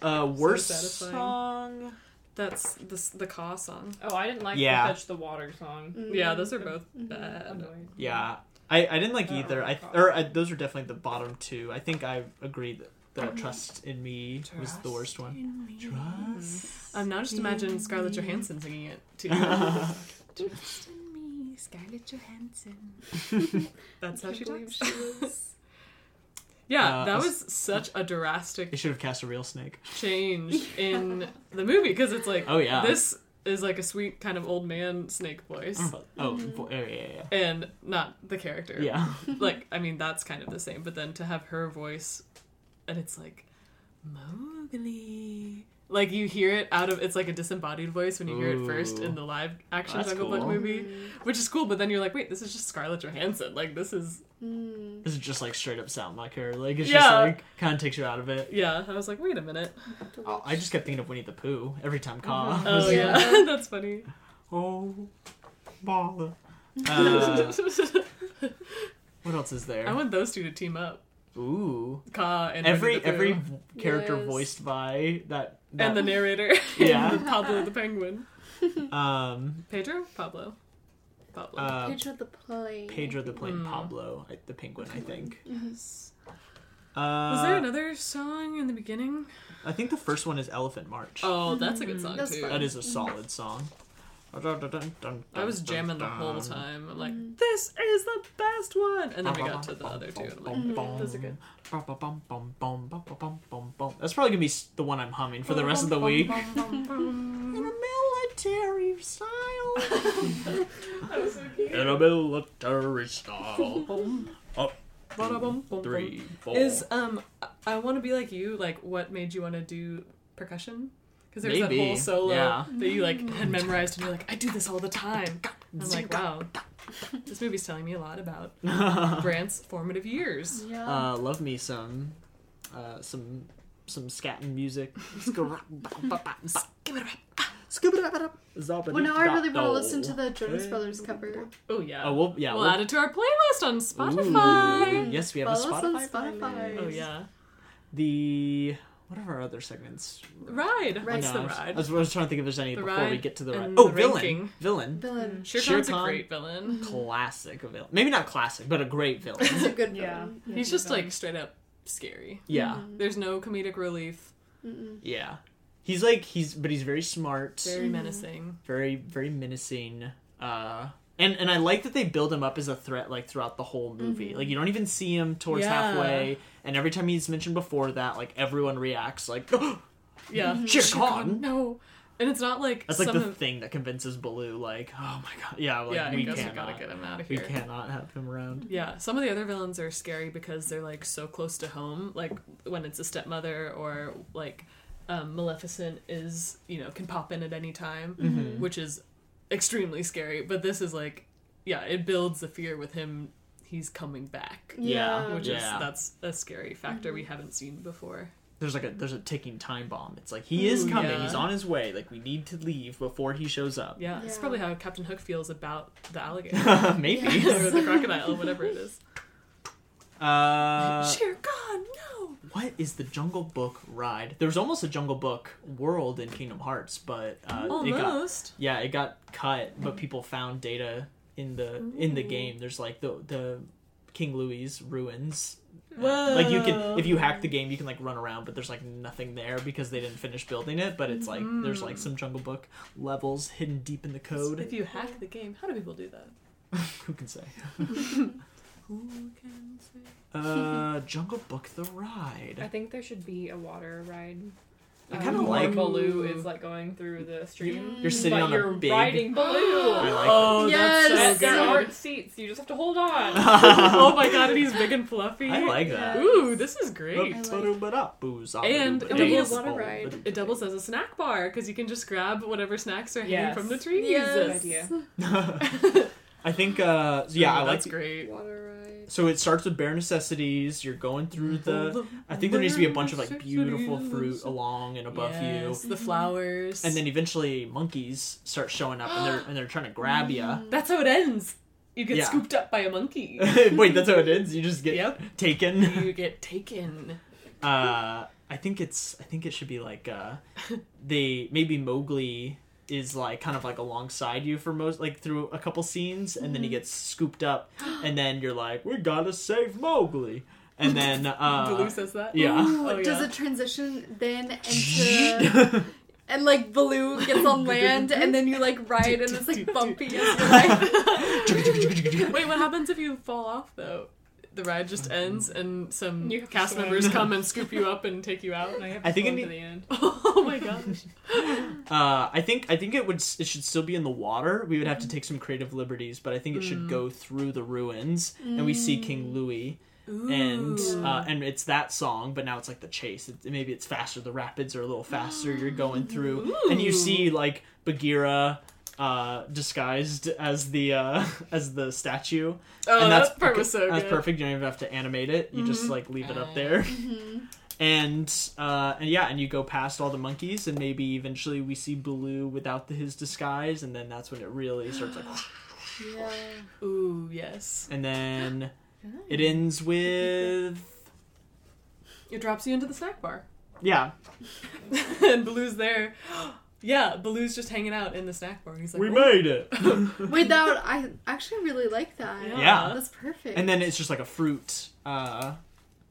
[SPEAKER 1] uh, worst
[SPEAKER 2] satisfying.
[SPEAKER 1] song.
[SPEAKER 2] That's the s- the Ka song.
[SPEAKER 4] Oh, I didn't like
[SPEAKER 1] Yeah.
[SPEAKER 4] the Fetch the Water song.
[SPEAKER 2] Yeah, those are both
[SPEAKER 3] Mhm.
[SPEAKER 2] bad.
[SPEAKER 4] Annoyed.
[SPEAKER 1] Yeah, I, I didn't like
[SPEAKER 4] I don't
[SPEAKER 1] either. I
[SPEAKER 4] recall.
[SPEAKER 1] or I, those are definitely the bottom two. I think I agree that the
[SPEAKER 2] Um,
[SPEAKER 1] Trust in Me was the worst one. Trust.
[SPEAKER 2] Um, now just imagine Scarlett Johansson singing it to you. Trust in me, Scarlett Johansson. That's how
[SPEAKER 3] I
[SPEAKER 2] she
[SPEAKER 3] believe
[SPEAKER 2] talks.
[SPEAKER 3] she was.
[SPEAKER 2] Yeah,
[SPEAKER 1] Uh,
[SPEAKER 2] that
[SPEAKER 1] us-
[SPEAKER 2] was such a drastic
[SPEAKER 1] They should have cast a real snake.
[SPEAKER 2] change in the movie because it's like,
[SPEAKER 1] Oh, yeah.
[SPEAKER 2] this is like a sweet kind of old man snake voice,
[SPEAKER 1] Oh,
[SPEAKER 2] Mm-hmm.
[SPEAKER 1] bo- oh, yeah,
[SPEAKER 2] and not the character.
[SPEAKER 1] yeah, yeah.
[SPEAKER 2] like I mean that's kind of the same, but then to have her voice, and it's like Mowgli. Like you hear it out of it's like a disembodied voice when you hear it first
[SPEAKER 1] Ooh.
[SPEAKER 2] in the live action
[SPEAKER 1] That's
[SPEAKER 2] Jungle Book
[SPEAKER 1] cool.
[SPEAKER 2] movie, which is cool. But then you're like, wait, this is just Scarlett Johansson. Like this is
[SPEAKER 3] Mm.
[SPEAKER 1] This is just like straight up sound like her. Like it's
[SPEAKER 2] Yeah.
[SPEAKER 1] just like kind of takes you out of it.
[SPEAKER 2] yeah. I was like, wait a minute.
[SPEAKER 1] Oh, I just kept thinking of Winnie the Pooh every time Ka.
[SPEAKER 2] Oh
[SPEAKER 1] was
[SPEAKER 2] yeah,
[SPEAKER 1] like,
[SPEAKER 2] that's funny.
[SPEAKER 1] Oh, baller. Uh, what else is
[SPEAKER 2] I
[SPEAKER 1] there?
[SPEAKER 2] want those two to team up,
[SPEAKER 1] Ooh,
[SPEAKER 2] Ka and
[SPEAKER 1] every
[SPEAKER 2] Winnie the Pooh.
[SPEAKER 1] every character
[SPEAKER 3] Yes.
[SPEAKER 1] voiced by that. that
[SPEAKER 2] and the narrator,
[SPEAKER 1] yeah.
[SPEAKER 2] Pablo the Penguin,
[SPEAKER 1] Um,
[SPEAKER 2] Pedro, Pablo, Pablo.
[SPEAKER 1] uh,
[SPEAKER 3] Pedro the play.
[SPEAKER 1] Pedro the plane
[SPEAKER 2] Mm.
[SPEAKER 1] Pablo, I- the penguin, I think.
[SPEAKER 2] yes.
[SPEAKER 1] Uh,
[SPEAKER 2] Was there another song in the beginning?
[SPEAKER 1] I think the first one is Elephant March.
[SPEAKER 2] Oh, that's a good song
[SPEAKER 3] Mm-hmm. That's
[SPEAKER 2] too.
[SPEAKER 3] fun.
[SPEAKER 1] That is a solid song.
[SPEAKER 2] I was jamming the whole time. I'm
[SPEAKER 3] Mm.
[SPEAKER 2] like, this is the best one. And then we got to the other two. And I'm like, "Mm, those are good.
[SPEAKER 1] That's probably gonna be s- the one I'm humming for the rest of the week.
[SPEAKER 3] Mm-hmm.
[SPEAKER 1] In a military style.
[SPEAKER 4] That was so cute.
[SPEAKER 5] In a military style.
[SPEAKER 2] Ba-da-bum, bum,
[SPEAKER 5] Three,
[SPEAKER 2] bum.
[SPEAKER 5] four.
[SPEAKER 2] Is um, I, I want to be like you. Like, what made you want to do percussion? Because there's that
[SPEAKER 1] Maybe,
[SPEAKER 2] whole solo
[SPEAKER 1] yeah.
[SPEAKER 2] that you like had
[SPEAKER 3] Mm.
[SPEAKER 2] memorized, and you're like, I do this all the time. And I'm like, wow, this movie's telling me a lot about
[SPEAKER 1] uh,
[SPEAKER 2] Brant's formative years.
[SPEAKER 3] Yeah.
[SPEAKER 1] love me some, uh, some, some scatting music.
[SPEAKER 3] well, now I really want to listen to the Jonas Brothers cover.
[SPEAKER 2] Oh yeah.
[SPEAKER 1] Oh, we'll, yeah,
[SPEAKER 2] we'll,
[SPEAKER 1] we'll-
[SPEAKER 2] add it to our playlist on Spotify.
[SPEAKER 1] Ooh. Yes, we have a
[SPEAKER 3] Follow us on
[SPEAKER 1] Spotify.
[SPEAKER 3] Spotify.
[SPEAKER 2] Oh yeah,
[SPEAKER 1] The what are our other segments? Oh,
[SPEAKER 2] ride.
[SPEAKER 3] Right.
[SPEAKER 2] What's the
[SPEAKER 1] I was- I
[SPEAKER 2] ride?
[SPEAKER 1] was, I was trying to think if there's any
[SPEAKER 2] The
[SPEAKER 1] before we
[SPEAKER 2] ride
[SPEAKER 1] get to the ride.
[SPEAKER 2] and
[SPEAKER 1] Oh,
[SPEAKER 2] the
[SPEAKER 1] villain,
[SPEAKER 2] ranking.
[SPEAKER 1] villain,
[SPEAKER 3] Villain.
[SPEAKER 2] Shere
[SPEAKER 1] Shere
[SPEAKER 2] Khan's a
[SPEAKER 1] Khan.
[SPEAKER 2] great villain.
[SPEAKER 1] classic villain. Maybe not classic, but a great villain.
[SPEAKER 3] It's a good
[SPEAKER 4] Yeah.
[SPEAKER 3] villain.
[SPEAKER 2] He's just like straight up scary.
[SPEAKER 1] yeah,
[SPEAKER 2] There's no comedic relief.
[SPEAKER 1] yeah. He's like he's, but he's very smart,
[SPEAKER 2] Very menacing.
[SPEAKER 1] very very menacing. Uh, and and I like that they build him up as a threat like throughout the whole movie. Like you don't even see him towards
[SPEAKER 2] Mm-hmm. Yeah.
[SPEAKER 1] halfway, and every time he's mentioned before that, like everyone reacts like Shere
[SPEAKER 2] Yeah. Mm-hmm. Shere
[SPEAKER 1] Khan?
[SPEAKER 2] No. And it's not like
[SPEAKER 1] that's
[SPEAKER 2] some
[SPEAKER 1] like the
[SPEAKER 2] of
[SPEAKER 1] thing that convinces Baloo like oh my god yeah like
[SPEAKER 2] yeah. I
[SPEAKER 1] we
[SPEAKER 2] guess we
[SPEAKER 1] cannot
[SPEAKER 2] gotta get him out of
[SPEAKER 1] we
[SPEAKER 2] here.
[SPEAKER 1] cannot have him around.
[SPEAKER 2] Yeah, some of the other villains are scary because they're like so close to home, like when it's a stepmother or like um, Maleficent is, you know, can pop in at any time,
[SPEAKER 1] Mm-hmm.
[SPEAKER 2] which is extremely scary. But this is like, yeah, it builds the fear with him. He's coming back,
[SPEAKER 1] Yeah.
[SPEAKER 2] which is
[SPEAKER 1] Yeah.
[SPEAKER 2] that's a scary factor we haven't seen before.
[SPEAKER 1] there's like a there's a ticking time bomb. It's like he is
[SPEAKER 2] Ooh,
[SPEAKER 1] coming,
[SPEAKER 2] yeah.
[SPEAKER 1] he's on his way. Like we need to leave before he shows up.
[SPEAKER 2] Yeah, it's
[SPEAKER 3] Yeah.
[SPEAKER 2] probably how Captain Hook feels about the alligator
[SPEAKER 1] Maybe.
[SPEAKER 3] Yes.
[SPEAKER 2] or the crocodile, whatever it is.
[SPEAKER 1] Uh,
[SPEAKER 2] Shere Khan, no.
[SPEAKER 1] what is the Jungle Book ride? There was almost a Jungle Book world in Kingdom Hearts, but uh,
[SPEAKER 2] Oh,
[SPEAKER 1] it got
[SPEAKER 2] Almost.
[SPEAKER 1] yeah it got cut. But people found data in the in the game. There's like the the King Louis ruins.
[SPEAKER 2] Whoa.
[SPEAKER 1] Like you can if you hack the game, you can like run around, but there's like nothing there because they didn't finish building it. But it's like there's like
[SPEAKER 2] Mm-hmm.
[SPEAKER 1] some Jungle Book levels hidden deep in the code.
[SPEAKER 2] If you hack the game, how do people do that?
[SPEAKER 1] Who can say?
[SPEAKER 2] Who can say?
[SPEAKER 1] Uh, Jungle Book the
[SPEAKER 4] I
[SPEAKER 1] Ride.
[SPEAKER 4] think there should be a water ride.
[SPEAKER 1] I
[SPEAKER 4] Um,
[SPEAKER 1] kinda
[SPEAKER 4] where
[SPEAKER 1] like-
[SPEAKER 4] Baloo is like going through the stream.
[SPEAKER 1] You're sitting
[SPEAKER 4] but
[SPEAKER 1] on
[SPEAKER 4] you're
[SPEAKER 1] a big.
[SPEAKER 4] riding Baloo.
[SPEAKER 1] I like.
[SPEAKER 2] Oh,
[SPEAKER 4] And
[SPEAKER 3] Yes!
[SPEAKER 2] that's so
[SPEAKER 4] there
[SPEAKER 2] good.
[SPEAKER 4] aren't seats. You just have to hold on.
[SPEAKER 2] oh my god, and he's big and fluffy.
[SPEAKER 1] I like that.
[SPEAKER 2] Ooh, this is great.
[SPEAKER 3] like-
[SPEAKER 1] And
[SPEAKER 2] it doubles-
[SPEAKER 3] water ride.
[SPEAKER 2] It doubles as a snack bar because you can just grab whatever snacks are hanging
[SPEAKER 4] Yes.
[SPEAKER 2] from the trees.
[SPEAKER 4] Good
[SPEAKER 3] Yes.
[SPEAKER 4] idea.
[SPEAKER 1] I think. Uh, so yeah,
[SPEAKER 2] Ooh,
[SPEAKER 1] I like.
[SPEAKER 2] that's great.
[SPEAKER 3] Water ride.
[SPEAKER 1] So it starts with bare necessities. You're going through the. I think there needs to be a bunch of like beautiful fruit along and above
[SPEAKER 2] yes,
[SPEAKER 1] you,
[SPEAKER 4] Mm-hmm.
[SPEAKER 2] the flowers,
[SPEAKER 1] and then eventually monkeys start showing up and they're and they're trying to grab you.
[SPEAKER 3] Mm-hmm.
[SPEAKER 2] that's how it ends. You get
[SPEAKER 1] Yeah.
[SPEAKER 2] scooped up by a monkey.
[SPEAKER 1] Wait, that's how it ends. You just get
[SPEAKER 2] Yep.
[SPEAKER 1] taken.
[SPEAKER 2] you get taken.
[SPEAKER 1] Uh, I think it's I think it should be like uh they maybe Mowgli is like kind of like alongside you for most like through a couple scenes and then he gets scooped up and then you're like we gotta save Mowgli and then
[SPEAKER 2] Baloo
[SPEAKER 1] uh
[SPEAKER 2] says that.
[SPEAKER 1] yeah.
[SPEAKER 3] Ooh,
[SPEAKER 2] Oh,
[SPEAKER 3] Does
[SPEAKER 2] yeah.
[SPEAKER 3] it transition then into and like Baloo gets on land and then you like ride and it's like bumpy as you're like
[SPEAKER 2] Wait, what happens if you fall off though? The ride
[SPEAKER 1] Mm-hmm.
[SPEAKER 2] just ends and some
[SPEAKER 4] You have to
[SPEAKER 2] cast
[SPEAKER 4] swim.
[SPEAKER 2] members come and scoop you up and take you out.
[SPEAKER 4] And I have
[SPEAKER 1] I think
[SPEAKER 4] to
[SPEAKER 1] it
[SPEAKER 4] swim
[SPEAKER 1] need-
[SPEAKER 4] to the end.
[SPEAKER 2] oh my gosh.
[SPEAKER 1] uh I think I think it would s- it should still be in the water we would have to take some creative liberties but I think it should go through the ruins and we see King Louis and uh, and it's that song, but now it's like the chase. It, maybe it's faster. The rapids are a little faster. You're going through, and you see like Bagheera uh, disguised as the uh, as the statue.
[SPEAKER 2] oh,
[SPEAKER 1] and
[SPEAKER 2] that part was so good. Mm-hmm.
[SPEAKER 1] That's perfect. You don't even have to animate it. You just like leave it up there. And uh, and yeah, and you go past all the monkeys, and maybe eventually we see Baloo without the, his disguise, and then that's when it really starts like.
[SPEAKER 3] yeah.
[SPEAKER 2] Ooh, yes.
[SPEAKER 1] And then it ends with
[SPEAKER 2] It drops you into the snack bar.
[SPEAKER 1] yeah,
[SPEAKER 2] and Baloo's there. yeah, Baloo's just hanging out in the snack bar. He's like, "Oh."
[SPEAKER 1] made it.
[SPEAKER 3] Without I actually really like that.
[SPEAKER 1] Yeah.
[SPEAKER 3] That's perfect.
[SPEAKER 1] and then it's just like a fruit uh,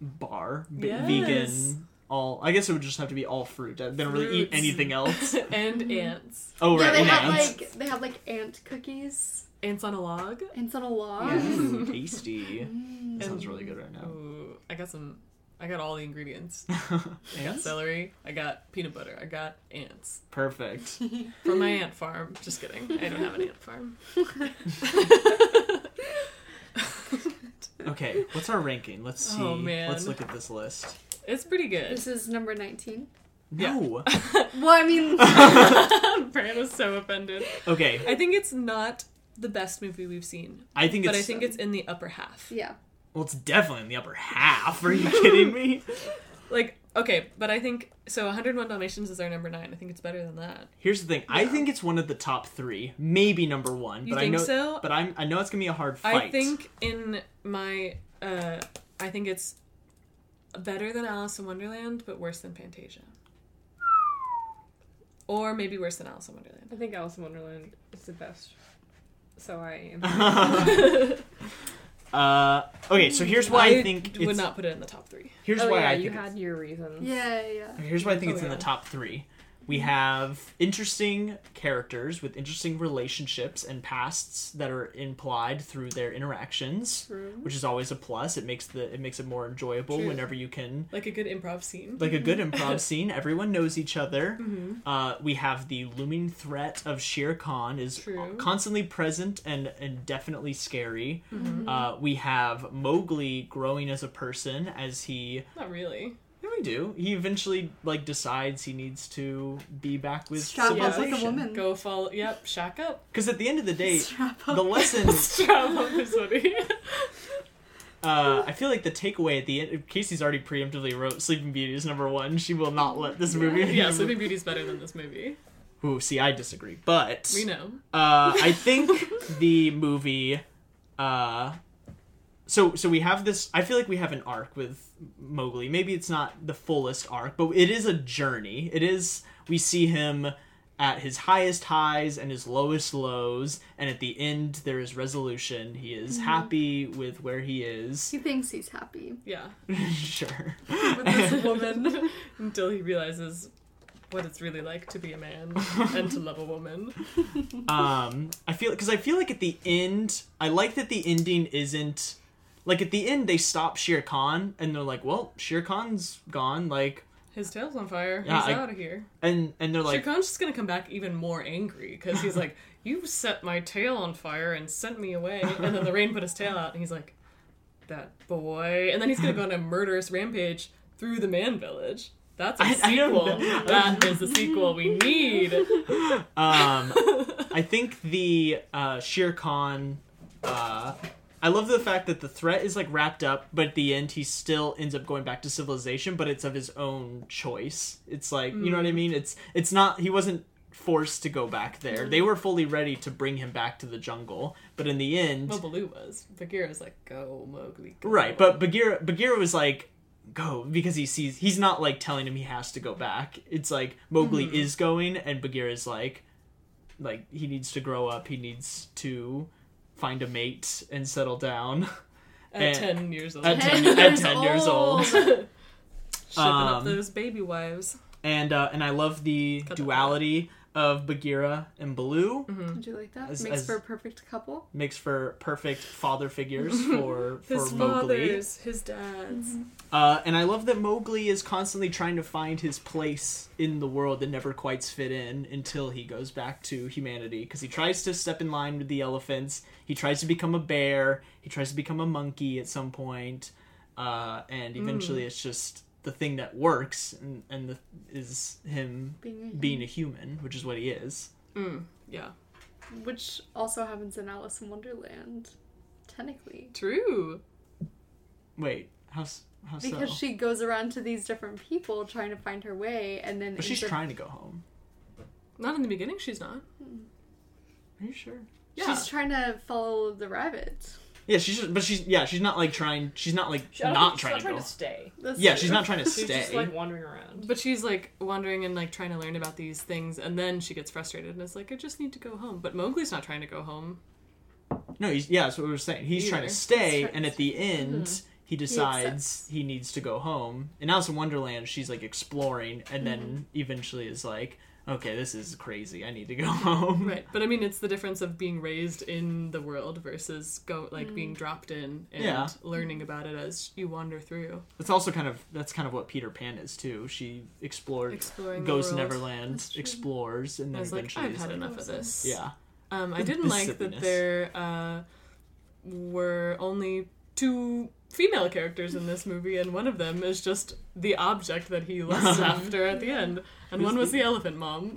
[SPEAKER 1] bar, b-
[SPEAKER 2] Yes.
[SPEAKER 1] vegan. All I guess it would just have to be all fruit. I don't really eat
[SPEAKER 2] Fruits.
[SPEAKER 1] anything else.
[SPEAKER 2] and ants.
[SPEAKER 1] Oh
[SPEAKER 3] yeah,
[SPEAKER 1] right,
[SPEAKER 3] they
[SPEAKER 1] and
[SPEAKER 3] had
[SPEAKER 1] ants.
[SPEAKER 3] like they had like ant cookies.
[SPEAKER 2] Ants on a log.
[SPEAKER 3] Ants on a log.
[SPEAKER 1] Ooh, tasty.
[SPEAKER 3] Mm.
[SPEAKER 1] That sounds
[SPEAKER 2] And-
[SPEAKER 1] really good right now.
[SPEAKER 2] Ooh, I got some. I got all the ingredients. I got
[SPEAKER 1] Ants?
[SPEAKER 2] celery. I got peanut butter. I got ants
[SPEAKER 1] Perfect.
[SPEAKER 2] from my ant farm. Just kidding. I don't have an ant farm.
[SPEAKER 1] Okay, what's our ranking? Let's see.
[SPEAKER 2] Oh, man.
[SPEAKER 1] Let's look at this list.
[SPEAKER 2] It's pretty good.
[SPEAKER 3] This is number nineteen.
[SPEAKER 2] Yeah.
[SPEAKER 1] No.
[SPEAKER 3] Well, I mean
[SPEAKER 2] Bran was so offended.
[SPEAKER 1] Okay,
[SPEAKER 2] I think it's not the best movie we've seen,
[SPEAKER 1] I think
[SPEAKER 2] but
[SPEAKER 1] it's.
[SPEAKER 2] I think it's in the upper half.
[SPEAKER 3] Yeah.
[SPEAKER 1] well, it's definitely in the upper half. Are you kidding me?
[SPEAKER 2] Like, okay, but I think so. 101 Dalmatians is our number nine. I think it's better than that.
[SPEAKER 1] Here's the thing. I think it's one of the top three, maybe number one.
[SPEAKER 2] You
[SPEAKER 1] but
[SPEAKER 2] think
[SPEAKER 1] I know,
[SPEAKER 2] so?
[SPEAKER 1] But I'm. I know it's gonna be a hard fight.
[SPEAKER 2] I think in my, uh, I think it's better than Alice in Wonderland, but worse than Fantasia. Or maybe worse than Alice in Wonderland.
[SPEAKER 4] I think Alice in Wonderland is the best. So I am.
[SPEAKER 1] Uh, okay, so here's why I, think
[SPEAKER 2] would
[SPEAKER 1] it's,
[SPEAKER 2] not put it in the top three.
[SPEAKER 1] here's
[SPEAKER 4] oh
[SPEAKER 1] why
[SPEAKER 4] yeah,
[SPEAKER 1] I
[SPEAKER 4] you
[SPEAKER 1] think
[SPEAKER 4] had your reasons.
[SPEAKER 3] Yeah, yeah.
[SPEAKER 1] it's- here's why I think
[SPEAKER 2] Oh,
[SPEAKER 1] it's in
[SPEAKER 2] yeah.
[SPEAKER 1] the top three. We have interesting characters with interesting relationships and pasts that are implied through their interactions, which is always a plus. It makes the it makes it more enjoyable
[SPEAKER 2] True.
[SPEAKER 1] whenever you can
[SPEAKER 2] Like a good improv scene.
[SPEAKER 1] like a good improv scene. Everyone knows each other.
[SPEAKER 2] Mm-hmm.
[SPEAKER 1] Uh, we have the looming threat of Shere Khan is
[SPEAKER 2] True.
[SPEAKER 1] constantly present and and definitely scary.
[SPEAKER 3] Mm-hmm.
[SPEAKER 1] Uh, we have Mowgli growing as a person as he.
[SPEAKER 2] not really.
[SPEAKER 1] Yeah, we do. He eventually like decides he needs to be back with
[SPEAKER 3] Strap
[SPEAKER 2] up like a
[SPEAKER 1] civilization.
[SPEAKER 3] woman.
[SPEAKER 2] Go follow. Yep. Shack up.
[SPEAKER 1] Because at the end of the day,
[SPEAKER 3] Strap
[SPEAKER 1] the lesson.
[SPEAKER 2] Strap up is funny.
[SPEAKER 1] Uh, I feel like the takeaway at the end. Casey's already preemptively wrote Sleeping Beauty is number one. She will not let this movie.
[SPEAKER 2] yeah, Sleeping Beauty's better than this movie.
[SPEAKER 1] Ooh, see, I disagree. But
[SPEAKER 2] We know.
[SPEAKER 1] Uh, I think the movie. Uh, so so we have this. I feel like we have an arc with Mowgli. Maybe it's not the fullest arc, but it is a journey. It is. We see him at his highest highs and his lowest lows, and at the end there is resolution. He is happy with where he is.
[SPEAKER 3] He thinks he's happy.
[SPEAKER 2] Yeah.
[SPEAKER 1] sure.
[SPEAKER 2] with this woman until he realizes what it's really like to be a man and to love a woman.
[SPEAKER 1] um i feel because i feel like at the end i like that the ending isn't like at the end they stop shere khan and they're like well shere khan's gone like
[SPEAKER 2] His tail's on fire.
[SPEAKER 1] Yeah,
[SPEAKER 2] he's
[SPEAKER 1] I-
[SPEAKER 2] out of here.
[SPEAKER 1] and and they're
[SPEAKER 2] Shere
[SPEAKER 1] like
[SPEAKER 2] Khan's just gonna come back even more angry because he's like, "You set my tail on fire and sent me away," and then the rain put his tail out, and he's like, "That boy!" And then he's gonna go on a murderous rampage through the man village. That's a
[SPEAKER 1] I- I don't
[SPEAKER 2] sequel.
[SPEAKER 1] know.
[SPEAKER 2] that is the sequel we need.
[SPEAKER 1] um i think the uh shere khan uh i love the fact that the threat is like wrapped up but at the end he still ends up going back to civilization but it's of his own choice it's like you know what i mean it's it's not he wasn't forced to go back there they were fully ready to bring him back to the jungle but in the end
[SPEAKER 2] Well, Baloo was. Bagheera's like, "Go, Mowgli." go."
[SPEAKER 1] Right, but Bagheera Bagheera was like, go because he sees he's not like telling him he has to go back. It's like Mowgli
[SPEAKER 2] Mm-hmm.
[SPEAKER 1] is going and Bagheera's like like he needs to grow up, he needs to find a mate and settle down.
[SPEAKER 2] At
[SPEAKER 1] And-
[SPEAKER 2] ten years old,
[SPEAKER 1] eh, at 10, at 10 years old.
[SPEAKER 2] shipping
[SPEAKER 1] um,
[SPEAKER 2] Oh. up those baby wives.
[SPEAKER 1] And uh, and I love the
[SPEAKER 2] Cut that
[SPEAKER 1] duality of Bagheera and Baloo.
[SPEAKER 3] Did you like that?
[SPEAKER 1] As-
[SPEAKER 3] Makes
[SPEAKER 1] as-
[SPEAKER 3] for a perfect couple.
[SPEAKER 1] Makes for perfect father figures for for
[SPEAKER 2] His
[SPEAKER 1] Mowgli.
[SPEAKER 2] fathers, his dads.
[SPEAKER 1] Uh, and I love that Mowgli is constantly trying to find his place in the world and never quite fit in until he goes back to humanity. Because he tries to step in line with the elephants, he tries to become a bear, he tries to become a monkey at some point, uh, and eventually it's just the thing that works and, and the, is him
[SPEAKER 3] Being a
[SPEAKER 1] being a human, which is what he is.
[SPEAKER 2] Mm, Yeah,
[SPEAKER 3] Which also happens in Alice in Wonderland, technically.
[SPEAKER 2] true.
[SPEAKER 1] Wait, how, s- how so?
[SPEAKER 3] Because she goes around to these different people trying to find her way, and then
[SPEAKER 1] but she's
[SPEAKER 3] ends up-
[SPEAKER 1] trying to go home.
[SPEAKER 2] Not in the beginning, she's not.
[SPEAKER 1] Are you sure?
[SPEAKER 2] Yeah,
[SPEAKER 3] she's trying to follow the rabbit.
[SPEAKER 1] Yeah, she's just, but she's yeah, she's not like trying. She's not like
[SPEAKER 4] I don't
[SPEAKER 1] not
[SPEAKER 4] think-
[SPEAKER 1] trying
[SPEAKER 4] she's
[SPEAKER 1] to go.
[SPEAKER 4] to stay.
[SPEAKER 3] That's
[SPEAKER 1] Yeah, she's not trying to
[SPEAKER 4] She's just
[SPEAKER 1] stay.
[SPEAKER 4] like wandering around.
[SPEAKER 2] but she's like wandering and like trying to learn about these things, and then she gets frustrated and is like, "I just need to go home." But Mowgli's not trying to go home.
[SPEAKER 1] No, he's yeah, that's what we were saying. He's trying to
[SPEAKER 2] Either.
[SPEAKER 1] stay,
[SPEAKER 3] He's trying
[SPEAKER 1] and
[SPEAKER 3] to
[SPEAKER 1] at the end, he decides
[SPEAKER 3] accepts.
[SPEAKER 1] he, needs to go home. In Alice in Wonderland, she's like exploring, and then eventually is like, okay, this is crazy. I need to go home.
[SPEAKER 2] Right, but I mean, it's the difference of being raised in the world versus go like being dropped in and
[SPEAKER 1] Yeah.
[SPEAKER 2] learning about it as you wander through,
[SPEAKER 1] It's also kind of that's kind of what Peter Pan is too. She explored,
[SPEAKER 2] exploring.
[SPEAKER 1] goes to
[SPEAKER 2] the world.
[SPEAKER 1] Neverland,
[SPEAKER 3] That's true.
[SPEAKER 1] explores, and
[SPEAKER 2] I
[SPEAKER 1] then
[SPEAKER 2] was like,
[SPEAKER 1] eventually
[SPEAKER 2] I've
[SPEAKER 1] is
[SPEAKER 2] had
[SPEAKER 1] like,
[SPEAKER 2] enough of this.
[SPEAKER 1] yeah,
[SPEAKER 2] Um, I
[SPEAKER 1] The-
[SPEAKER 2] didn't
[SPEAKER 1] the
[SPEAKER 2] like
[SPEAKER 1] sippiness.
[SPEAKER 2] that there uh, were only two female characters in this movie, and one of them is just the object that he lusts after at the end, and
[SPEAKER 1] Who's
[SPEAKER 2] one was
[SPEAKER 1] the-
[SPEAKER 2] the elephant mom.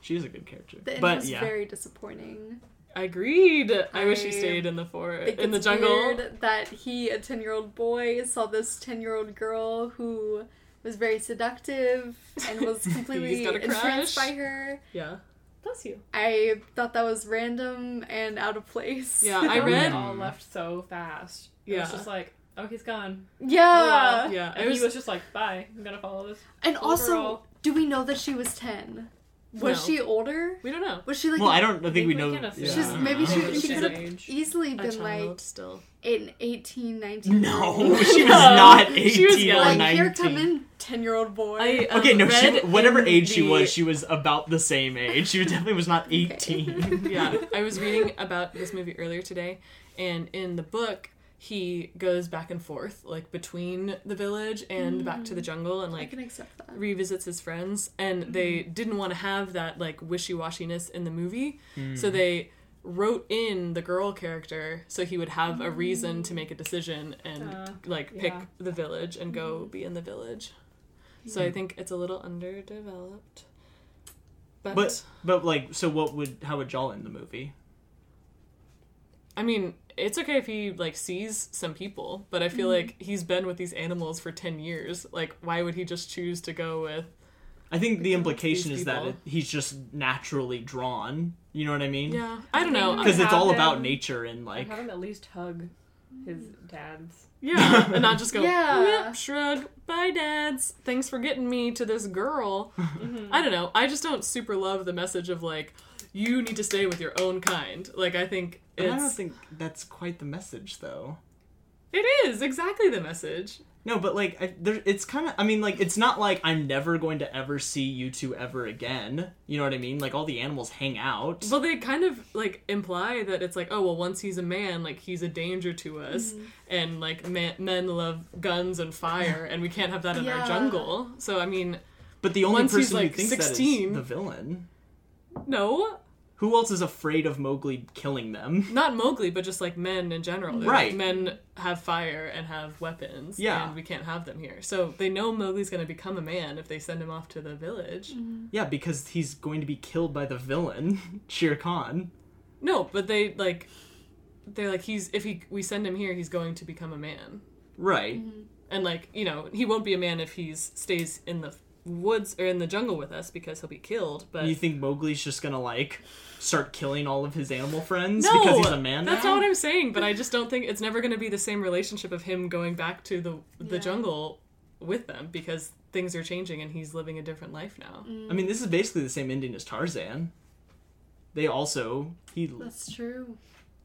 [SPEAKER 1] she's a good character.
[SPEAKER 3] The end
[SPEAKER 1] But
[SPEAKER 3] was
[SPEAKER 1] yeah,
[SPEAKER 3] very disappointing.
[SPEAKER 2] I agreed. I, wish he
[SPEAKER 3] I
[SPEAKER 2] stayed in the forest,
[SPEAKER 3] Like,
[SPEAKER 2] in the
[SPEAKER 3] it's
[SPEAKER 2] jungle.
[SPEAKER 3] weird that he, a ten-year-old boy, saw this ten-year-old girl who was very seductive and was completely
[SPEAKER 2] He's got a
[SPEAKER 3] entranced
[SPEAKER 2] crush.
[SPEAKER 3] by her.
[SPEAKER 2] Yeah,
[SPEAKER 4] Bless you.
[SPEAKER 3] I thought that was random and out of place.
[SPEAKER 2] yeah. I
[SPEAKER 4] They
[SPEAKER 2] read.
[SPEAKER 1] Mm.
[SPEAKER 4] all left so fast. It
[SPEAKER 2] Yeah.
[SPEAKER 4] was just like, oh, he's gone.
[SPEAKER 3] yeah.
[SPEAKER 4] Wow.
[SPEAKER 2] Yeah, I
[SPEAKER 4] And
[SPEAKER 2] was.
[SPEAKER 4] he was just like, bye. I'm gonna follow this.
[SPEAKER 3] And
[SPEAKER 4] Older
[SPEAKER 3] also,
[SPEAKER 4] girl.
[SPEAKER 3] do we know that she was 10? Was
[SPEAKER 2] No.
[SPEAKER 3] she older?
[SPEAKER 2] we don't know.
[SPEAKER 3] Was she like
[SPEAKER 1] well, I don't. I think,
[SPEAKER 4] think
[SPEAKER 1] we
[SPEAKER 4] we
[SPEAKER 1] know.
[SPEAKER 4] can assume.
[SPEAKER 1] yeah.
[SPEAKER 3] She's- maybe she- she
[SPEAKER 4] Maybe she's
[SPEAKER 3] could've-
[SPEAKER 4] age.
[SPEAKER 3] easily
[SPEAKER 2] A
[SPEAKER 3] been
[SPEAKER 2] child
[SPEAKER 3] like
[SPEAKER 2] still.
[SPEAKER 3] an 18, 19?
[SPEAKER 1] No, she was not
[SPEAKER 2] She
[SPEAKER 1] eighteen
[SPEAKER 2] was
[SPEAKER 1] or
[SPEAKER 2] young.
[SPEAKER 3] Like,
[SPEAKER 1] nineteen.
[SPEAKER 3] here come in 10 year old boy.
[SPEAKER 2] I um,
[SPEAKER 1] Okay, no, she,
[SPEAKER 2] read
[SPEAKER 1] whatever
[SPEAKER 2] in
[SPEAKER 1] age she
[SPEAKER 2] the-
[SPEAKER 1] was, she was about the same age. She definitely was not 18.
[SPEAKER 2] yeah, I was reading about this movie earlier today, and in the book, he goes back and forth, like between the village and back to the jungle, and
[SPEAKER 3] I
[SPEAKER 2] like
[SPEAKER 3] can accept that.
[SPEAKER 2] revisits his friends. And they didn't want to have that like wishy washiness in the movie, so they wrote in the girl character so he would have a reason to make a decision and
[SPEAKER 4] Uh,
[SPEAKER 2] like pick
[SPEAKER 4] yeah.
[SPEAKER 2] the village and go be in the village. So I think it's a little underdeveloped.
[SPEAKER 1] But but like, so what would how would y'all end the movie?
[SPEAKER 2] I mean, it's okay if he like sees some people, but I feel
[SPEAKER 1] Mm-hmm.
[SPEAKER 2] like he's been with these animals for ten years. Like, why would he just choose to go with?
[SPEAKER 1] I think the implication
[SPEAKER 2] these
[SPEAKER 1] is that
[SPEAKER 2] people.
[SPEAKER 1] it, he's just naturally drawn. You know what I mean?
[SPEAKER 2] Yeah, I don't know.
[SPEAKER 1] Because it's
[SPEAKER 4] Have
[SPEAKER 1] all about
[SPEAKER 4] him-
[SPEAKER 1] nature and like.
[SPEAKER 4] Have him at least hug his dad's.
[SPEAKER 2] Yeah, and not just go.
[SPEAKER 3] Yeah.
[SPEAKER 2] Yeah, shrug. Bye, dads. Thanks for getting me to this girl. I don't know. I just don't super love the message of like, you need to stay with your own kind. Like, I think
[SPEAKER 1] I
[SPEAKER 2] it's
[SPEAKER 1] don't think that's quite the message, though.
[SPEAKER 2] it is exactly the message.
[SPEAKER 1] No, but like, I, there, it's kind of. I mean, like, it's not like I'm never going to ever see you two ever again. You know what I mean? Like, all the animals hang out.
[SPEAKER 2] Well, they kind of like imply that it's like, oh, well, once he's a man, like he's a danger to us, and like ma- men love guns and fire, and we can't have that in
[SPEAKER 3] Yeah.
[SPEAKER 2] our jungle. So I mean,
[SPEAKER 1] But the only
[SPEAKER 2] Once he's,
[SPEAKER 1] person who
[SPEAKER 2] like,
[SPEAKER 1] thinks that
[SPEAKER 2] 16.
[SPEAKER 1] is the villain.
[SPEAKER 2] no,
[SPEAKER 1] Who else is afraid of Mowgli killing them?
[SPEAKER 2] not Mowgli, but just like men in general. They're like,
[SPEAKER 1] Right.
[SPEAKER 2] men have fire and have weapons.
[SPEAKER 1] Yeah.
[SPEAKER 2] and we can't have them here. So they know Mowgli's going to become a man if they send him off to the village.
[SPEAKER 1] Yeah, because he's going to be killed by the villain, Shere Khan.
[SPEAKER 2] No, but they like, they're like he's if he we send him here, he's going to become a man.
[SPEAKER 1] Right.
[SPEAKER 3] Mm-hmm.
[SPEAKER 2] and like you know he won't be a man if he stays in the woods or in the jungle with us because he'll be killed but
[SPEAKER 1] You think Mowgli's just gonna like start killing all of his animal friends
[SPEAKER 2] no
[SPEAKER 1] because he's a man
[SPEAKER 2] that's
[SPEAKER 1] now?
[SPEAKER 2] not what i'm saying but i just don't think it's never going to be the same relationship of him going back to the the
[SPEAKER 3] Yeah.
[SPEAKER 2] jungle with them because things are changing and he's living a different life now.
[SPEAKER 1] I mean, this is basically the same ending as Tarzan. They also he
[SPEAKER 3] That's true.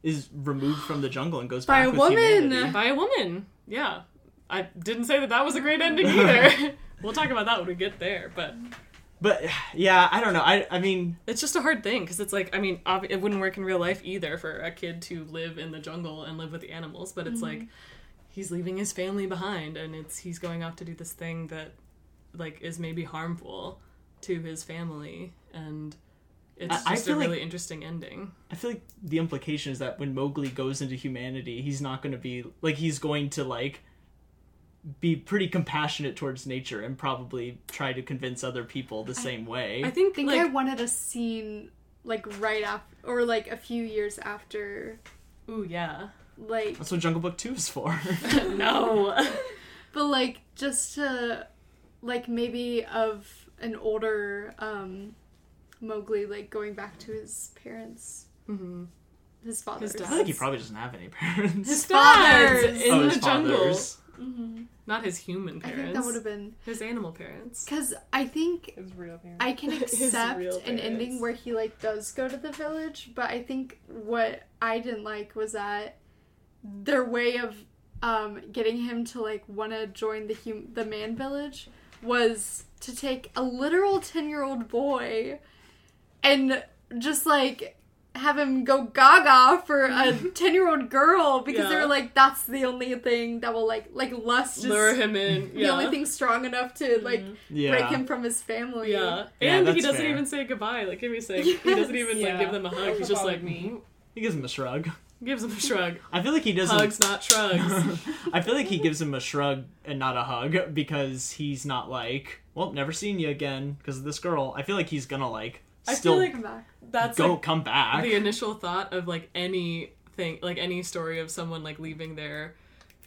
[SPEAKER 1] is removed from the jungle and goes
[SPEAKER 3] By
[SPEAKER 1] back
[SPEAKER 3] a
[SPEAKER 1] with
[SPEAKER 3] woman!
[SPEAKER 1] humanity.
[SPEAKER 2] By a woman. Yeah. I didn't say that that was a great ending either. we'll talk about that when we get there, but
[SPEAKER 1] But yeah, I don't know. I I mean,
[SPEAKER 2] it's just a hard thing because it's like, I mean, ob- it wouldn't work in real life either for a kid to live in the jungle and live with the animals, but it's like
[SPEAKER 3] Mm-hmm.
[SPEAKER 2] he's leaving his family behind and it's he's going off to do this thing that like is maybe harmful to his family and it's
[SPEAKER 1] I- I
[SPEAKER 2] just
[SPEAKER 1] feel
[SPEAKER 2] a
[SPEAKER 1] like-
[SPEAKER 2] really interesting ending.
[SPEAKER 1] I feel like the implication is that when Mowgli goes into humanity, he's not going to be like he's going to like be pretty compassionate towards nature and probably try to convince other people the same way.
[SPEAKER 2] I think,
[SPEAKER 3] I think
[SPEAKER 2] like,
[SPEAKER 3] I wanted a scene like right after, or like a few years after,
[SPEAKER 2] ooh, yeah.
[SPEAKER 3] like,
[SPEAKER 1] That's what Jungle Book 2 is for.
[SPEAKER 2] no.
[SPEAKER 3] but like just to, like maybe of an older um, Mowgli, like going back to his parents,
[SPEAKER 2] hmm
[SPEAKER 3] his father.
[SPEAKER 1] I
[SPEAKER 2] dad.
[SPEAKER 1] think he probably doesn't have any parents.
[SPEAKER 3] His
[SPEAKER 2] fathers
[SPEAKER 3] fathers.
[SPEAKER 2] in
[SPEAKER 1] Oh,
[SPEAKER 2] the
[SPEAKER 1] his
[SPEAKER 2] jungle.
[SPEAKER 1] fathers.
[SPEAKER 2] Not his human
[SPEAKER 3] I
[SPEAKER 2] parents.
[SPEAKER 3] think that would have been
[SPEAKER 2] his animal parents.
[SPEAKER 3] because I think
[SPEAKER 4] His real parents.
[SPEAKER 3] I can
[SPEAKER 2] His
[SPEAKER 3] accept
[SPEAKER 2] real
[SPEAKER 3] an ending
[SPEAKER 2] parents.
[SPEAKER 3] where he like does go to the village, but I think what I didn't like was that their way of um, getting him to like want to join the hum- the man village was to take a literal ten year old boy and just like have him go gaga for a 10 year old girl because they
[SPEAKER 2] Yeah.
[SPEAKER 3] were like that's the only thing that will like like lust is
[SPEAKER 2] Lure him in.
[SPEAKER 3] the
[SPEAKER 2] Yeah. Mm-hmm.
[SPEAKER 3] only thing strong enough to like break
[SPEAKER 1] Yeah.
[SPEAKER 3] him from his family
[SPEAKER 2] Yeah.
[SPEAKER 1] Yeah,
[SPEAKER 2] And he
[SPEAKER 1] that's
[SPEAKER 2] doesn't
[SPEAKER 1] fair.
[SPEAKER 2] even say goodbye. Like Kimmy saying, he
[SPEAKER 3] Yes.
[SPEAKER 2] doesn't even like
[SPEAKER 4] Yeah.
[SPEAKER 2] give them a hug. He's just like
[SPEAKER 4] Me.
[SPEAKER 1] He gives him a shrug.
[SPEAKER 2] gives them a shrug.
[SPEAKER 1] I feel like he doesn't
[SPEAKER 2] Hugs, not shrugs.
[SPEAKER 1] I feel like he gives him a shrug and not a hug because he's not like, well, never seen you again because of this girl. I feel like he's gonna like
[SPEAKER 2] I feel
[SPEAKER 1] still
[SPEAKER 2] like
[SPEAKER 3] Come back.
[SPEAKER 2] That's
[SPEAKER 1] go
[SPEAKER 2] like
[SPEAKER 1] come back.
[SPEAKER 2] the initial thought of like any thing like any story of someone like leaving their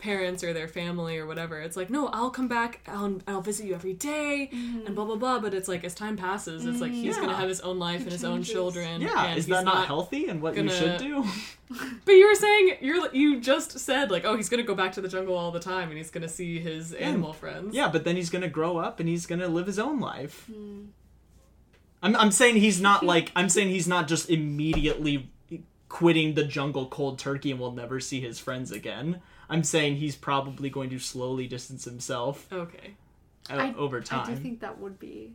[SPEAKER 2] parents or their family or whatever it's like no i'll come back i'll, I'll visit you every day, and blah blah blah but it's like as time passes it's like he's gonna
[SPEAKER 1] Yeah.
[SPEAKER 2] have his own life and his own
[SPEAKER 3] changes.
[SPEAKER 2] children
[SPEAKER 1] yeah,
[SPEAKER 2] and
[SPEAKER 1] is
[SPEAKER 2] he's
[SPEAKER 1] that not, healthy and what you
[SPEAKER 2] gonna-
[SPEAKER 1] should do?
[SPEAKER 2] but you were saying you're you just said like oh he's gonna go back to the jungle all the time and he's gonna see his animal friends
[SPEAKER 1] yeah, but then he's gonna grow up and he's gonna live his own life.
[SPEAKER 2] Hmm.
[SPEAKER 1] I'm I'm saying he's not like I'm saying he's not just immediately quitting the jungle cold turkey and will never see his friends again. I'm saying he's probably going to slowly distance himself
[SPEAKER 2] okay
[SPEAKER 1] o-
[SPEAKER 3] I-
[SPEAKER 1] over time.
[SPEAKER 3] I do think that would be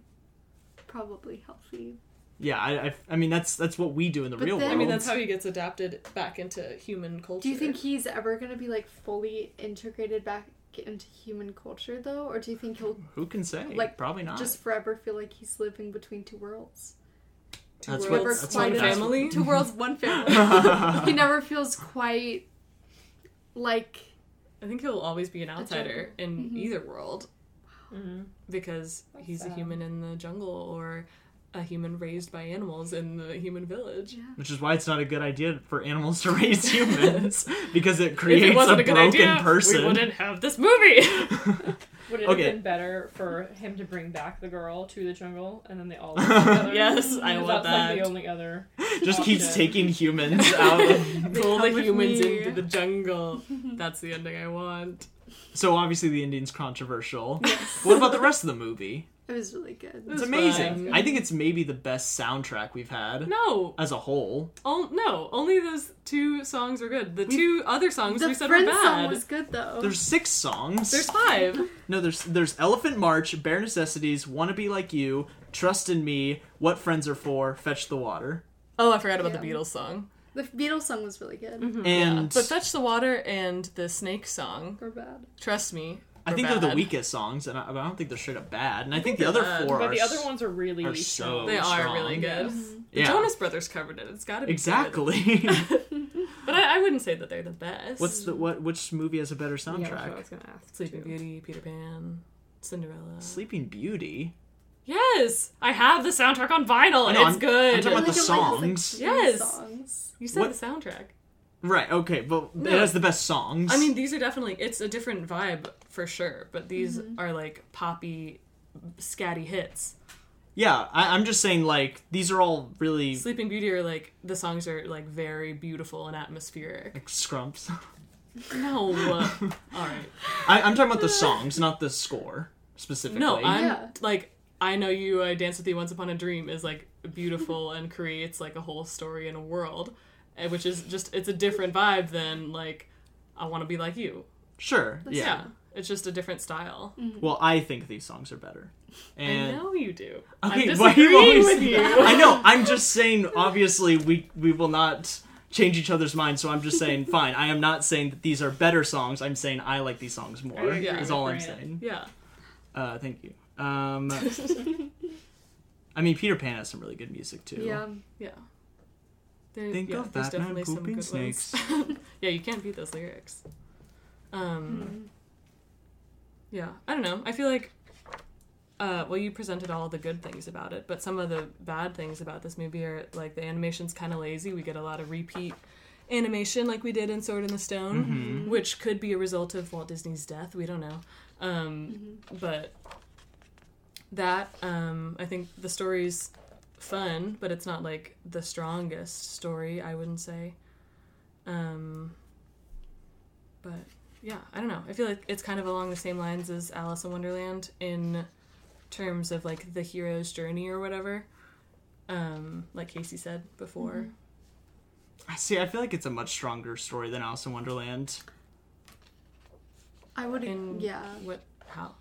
[SPEAKER 3] probably healthy.
[SPEAKER 1] Yeah, I, I, I mean that's that's what we do in the
[SPEAKER 3] But
[SPEAKER 1] real
[SPEAKER 3] then-
[SPEAKER 1] world.
[SPEAKER 2] i mean that's how he gets adapted back into human culture
[SPEAKER 3] Do you think he's ever going to be like fully integrated back into human culture though, or do you think he'll
[SPEAKER 1] who can say?
[SPEAKER 3] like,
[SPEAKER 1] Like probably not.
[SPEAKER 3] just forever feel like he's living between two worlds?
[SPEAKER 2] Two
[SPEAKER 1] That's
[SPEAKER 3] Never
[SPEAKER 1] what-
[SPEAKER 2] worlds,
[SPEAKER 1] that's
[SPEAKER 2] one
[SPEAKER 1] what- that's-
[SPEAKER 2] family
[SPEAKER 3] Two worlds, one family. he never feels quite like
[SPEAKER 2] I think he'll always be an outsider in
[SPEAKER 3] Mm-hmm.
[SPEAKER 2] either world
[SPEAKER 4] Mhm.
[SPEAKER 2] because
[SPEAKER 4] That's
[SPEAKER 2] he's
[SPEAKER 4] sad.
[SPEAKER 2] a human in the jungle or a human raised by animals in the human village.
[SPEAKER 1] which is why it's not a good idea for animals to raise humans because it
[SPEAKER 2] If
[SPEAKER 1] creates
[SPEAKER 2] it wasn't
[SPEAKER 1] a,
[SPEAKER 2] a, good
[SPEAKER 1] broken
[SPEAKER 2] idea, we
[SPEAKER 1] person.
[SPEAKER 2] wouldn't have this movie.
[SPEAKER 4] Would it
[SPEAKER 1] Okay.
[SPEAKER 4] have been better for him to bring back the girl to the jungle and then they all live together?
[SPEAKER 2] yes, I love
[SPEAKER 4] Because that's like
[SPEAKER 2] that.
[SPEAKER 4] the only other.
[SPEAKER 1] Just
[SPEAKER 4] Option.
[SPEAKER 1] keeps taking humans out. Of...
[SPEAKER 2] Pull
[SPEAKER 3] Come
[SPEAKER 2] the
[SPEAKER 3] with
[SPEAKER 2] humans
[SPEAKER 3] me.
[SPEAKER 2] into the jungle. That's the ending I want.
[SPEAKER 1] So obviously the Indian's controversial. What about the rest of the movie?
[SPEAKER 3] it was really good.
[SPEAKER 1] It's
[SPEAKER 2] was
[SPEAKER 1] amazing.
[SPEAKER 2] fun.
[SPEAKER 1] I think it's maybe the best soundtrack we've had
[SPEAKER 2] No,
[SPEAKER 1] as a whole.
[SPEAKER 2] oh, no, only those two songs were good. The two other songs
[SPEAKER 3] The
[SPEAKER 2] we said were
[SPEAKER 3] friend song
[SPEAKER 2] bad.
[SPEAKER 3] was good though.
[SPEAKER 1] There's six songs.
[SPEAKER 2] There's five.
[SPEAKER 1] No, there's there's Elephant March, Bare Necessities, Wanna Be Like You, Trust in Me, What Friends Are For, Fetch the Water,
[SPEAKER 2] Oh, I forgot about the
[SPEAKER 3] Yeah.
[SPEAKER 2] Beatles song.
[SPEAKER 3] The Beatles song was really good
[SPEAKER 2] Mm-hmm.
[SPEAKER 1] and
[SPEAKER 2] But Fetch the Water and the Snake song,
[SPEAKER 3] or bad.
[SPEAKER 2] trust me.
[SPEAKER 1] I
[SPEAKER 2] were
[SPEAKER 1] think they're the
[SPEAKER 2] bad.
[SPEAKER 1] weakest songs, and I, but I don't think they're straight up bad. And I, think, the other
[SPEAKER 2] they're bad.
[SPEAKER 1] four
[SPEAKER 4] But
[SPEAKER 1] are
[SPEAKER 4] the other
[SPEAKER 1] s-
[SPEAKER 4] ones are really
[SPEAKER 1] are so
[SPEAKER 4] strong.
[SPEAKER 2] They are
[SPEAKER 1] strong.
[SPEAKER 2] really good. The
[SPEAKER 1] Yeah,
[SPEAKER 2] Jonas Brothers covered it. It's got to be good.
[SPEAKER 1] exactly.
[SPEAKER 2] But I, I wouldn't say that they're the best.
[SPEAKER 1] What's the what? Which movie has a better
[SPEAKER 4] Yeah, that's what I
[SPEAKER 1] soundtrack?
[SPEAKER 4] was gonna ask.
[SPEAKER 2] Sleeping
[SPEAKER 4] too.
[SPEAKER 2] Beauty, Peter Pan, Cinderella?
[SPEAKER 1] Sleeping Beauty.
[SPEAKER 2] Yes, I have the soundtrack on vinyl.
[SPEAKER 1] I
[SPEAKER 2] and
[SPEAKER 1] know,
[SPEAKER 2] it's
[SPEAKER 1] I'm- I'm
[SPEAKER 2] good.
[SPEAKER 1] talking about
[SPEAKER 3] Like,
[SPEAKER 1] the
[SPEAKER 3] it was, like,
[SPEAKER 1] songs.
[SPEAKER 3] three
[SPEAKER 2] Yes.
[SPEAKER 3] songs.
[SPEAKER 2] you said
[SPEAKER 1] what-
[SPEAKER 2] the soundtrack.
[SPEAKER 1] Right. Okay, but
[SPEAKER 2] No.
[SPEAKER 1] it has the best songs.
[SPEAKER 2] I mean, these are definitely it's a different vibe for sure. But these are like poppy, scatty hits.
[SPEAKER 1] yeah. I, I'm just saying, like these are all really
[SPEAKER 2] Sleeping Beauty are like the songs are like very beautiful and atmospheric.
[SPEAKER 1] like, scrumps.
[SPEAKER 2] No. All right.
[SPEAKER 1] I, I'm talking about the songs, not the score specifically.
[SPEAKER 2] No, I'm
[SPEAKER 3] Yeah.
[SPEAKER 2] like I know you. I danced with you once upon a dream is like beautiful and creates like a whole story and a world, eh, which is just it's a different vibe than like I want to be like you.
[SPEAKER 1] sure.
[SPEAKER 2] Yeah.
[SPEAKER 1] Yeah.
[SPEAKER 2] It's just a different style.
[SPEAKER 1] Well, I think these songs are better.
[SPEAKER 2] I
[SPEAKER 1] And
[SPEAKER 2] know you do.
[SPEAKER 1] Okay,
[SPEAKER 2] I'm
[SPEAKER 1] but you
[SPEAKER 2] disagreeing
[SPEAKER 1] always-
[SPEAKER 2] with you.
[SPEAKER 1] I know. I'm just saying. Obviously, we we will not change each other's minds. So I'm just saying, fine. I am not saying that these are better songs. I'm saying I like these songs more.
[SPEAKER 4] I
[SPEAKER 2] agree
[SPEAKER 1] is
[SPEAKER 2] with
[SPEAKER 1] all I'm
[SPEAKER 4] Grant.
[SPEAKER 1] saying.
[SPEAKER 2] Yeah.
[SPEAKER 1] Uh, thank you. Um, I mean, Peter Pan has some really good music too.
[SPEAKER 3] Yeah.
[SPEAKER 2] Yeah. There-
[SPEAKER 1] Think
[SPEAKER 2] yeah,
[SPEAKER 1] of
[SPEAKER 2] there's
[SPEAKER 1] Batman
[SPEAKER 2] definitely some
[SPEAKER 1] pooping
[SPEAKER 2] good ones. yeah, you can't beat those lyrics.
[SPEAKER 3] Hmm. Mm-hmm.
[SPEAKER 2] Um, Yeah, I don't know. I feel like, uh, well, you presented all the good things about it, but some of the bad things about this movie are like the animation's kind of lazy. We get a lot of repeat animation, like we did in Sword in the Stone,
[SPEAKER 1] Mm-hmm.
[SPEAKER 2] which could be a result of Walt Disney's death. We don't know. Um, But that, um, I think the story's fun, but it's not like the strongest story, I wouldn't say. Um, but yeah, I don't know. I feel like it's kind of along the same lines as Alice in Wonderland in terms of like the hero's journey or whatever. Um, like Casey said before.
[SPEAKER 1] I see. I feel like it's a much stronger story than Alice in Wonderland.
[SPEAKER 3] I would.
[SPEAKER 2] In
[SPEAKER 3] Yeah.
[SPEAKER 2] What? How?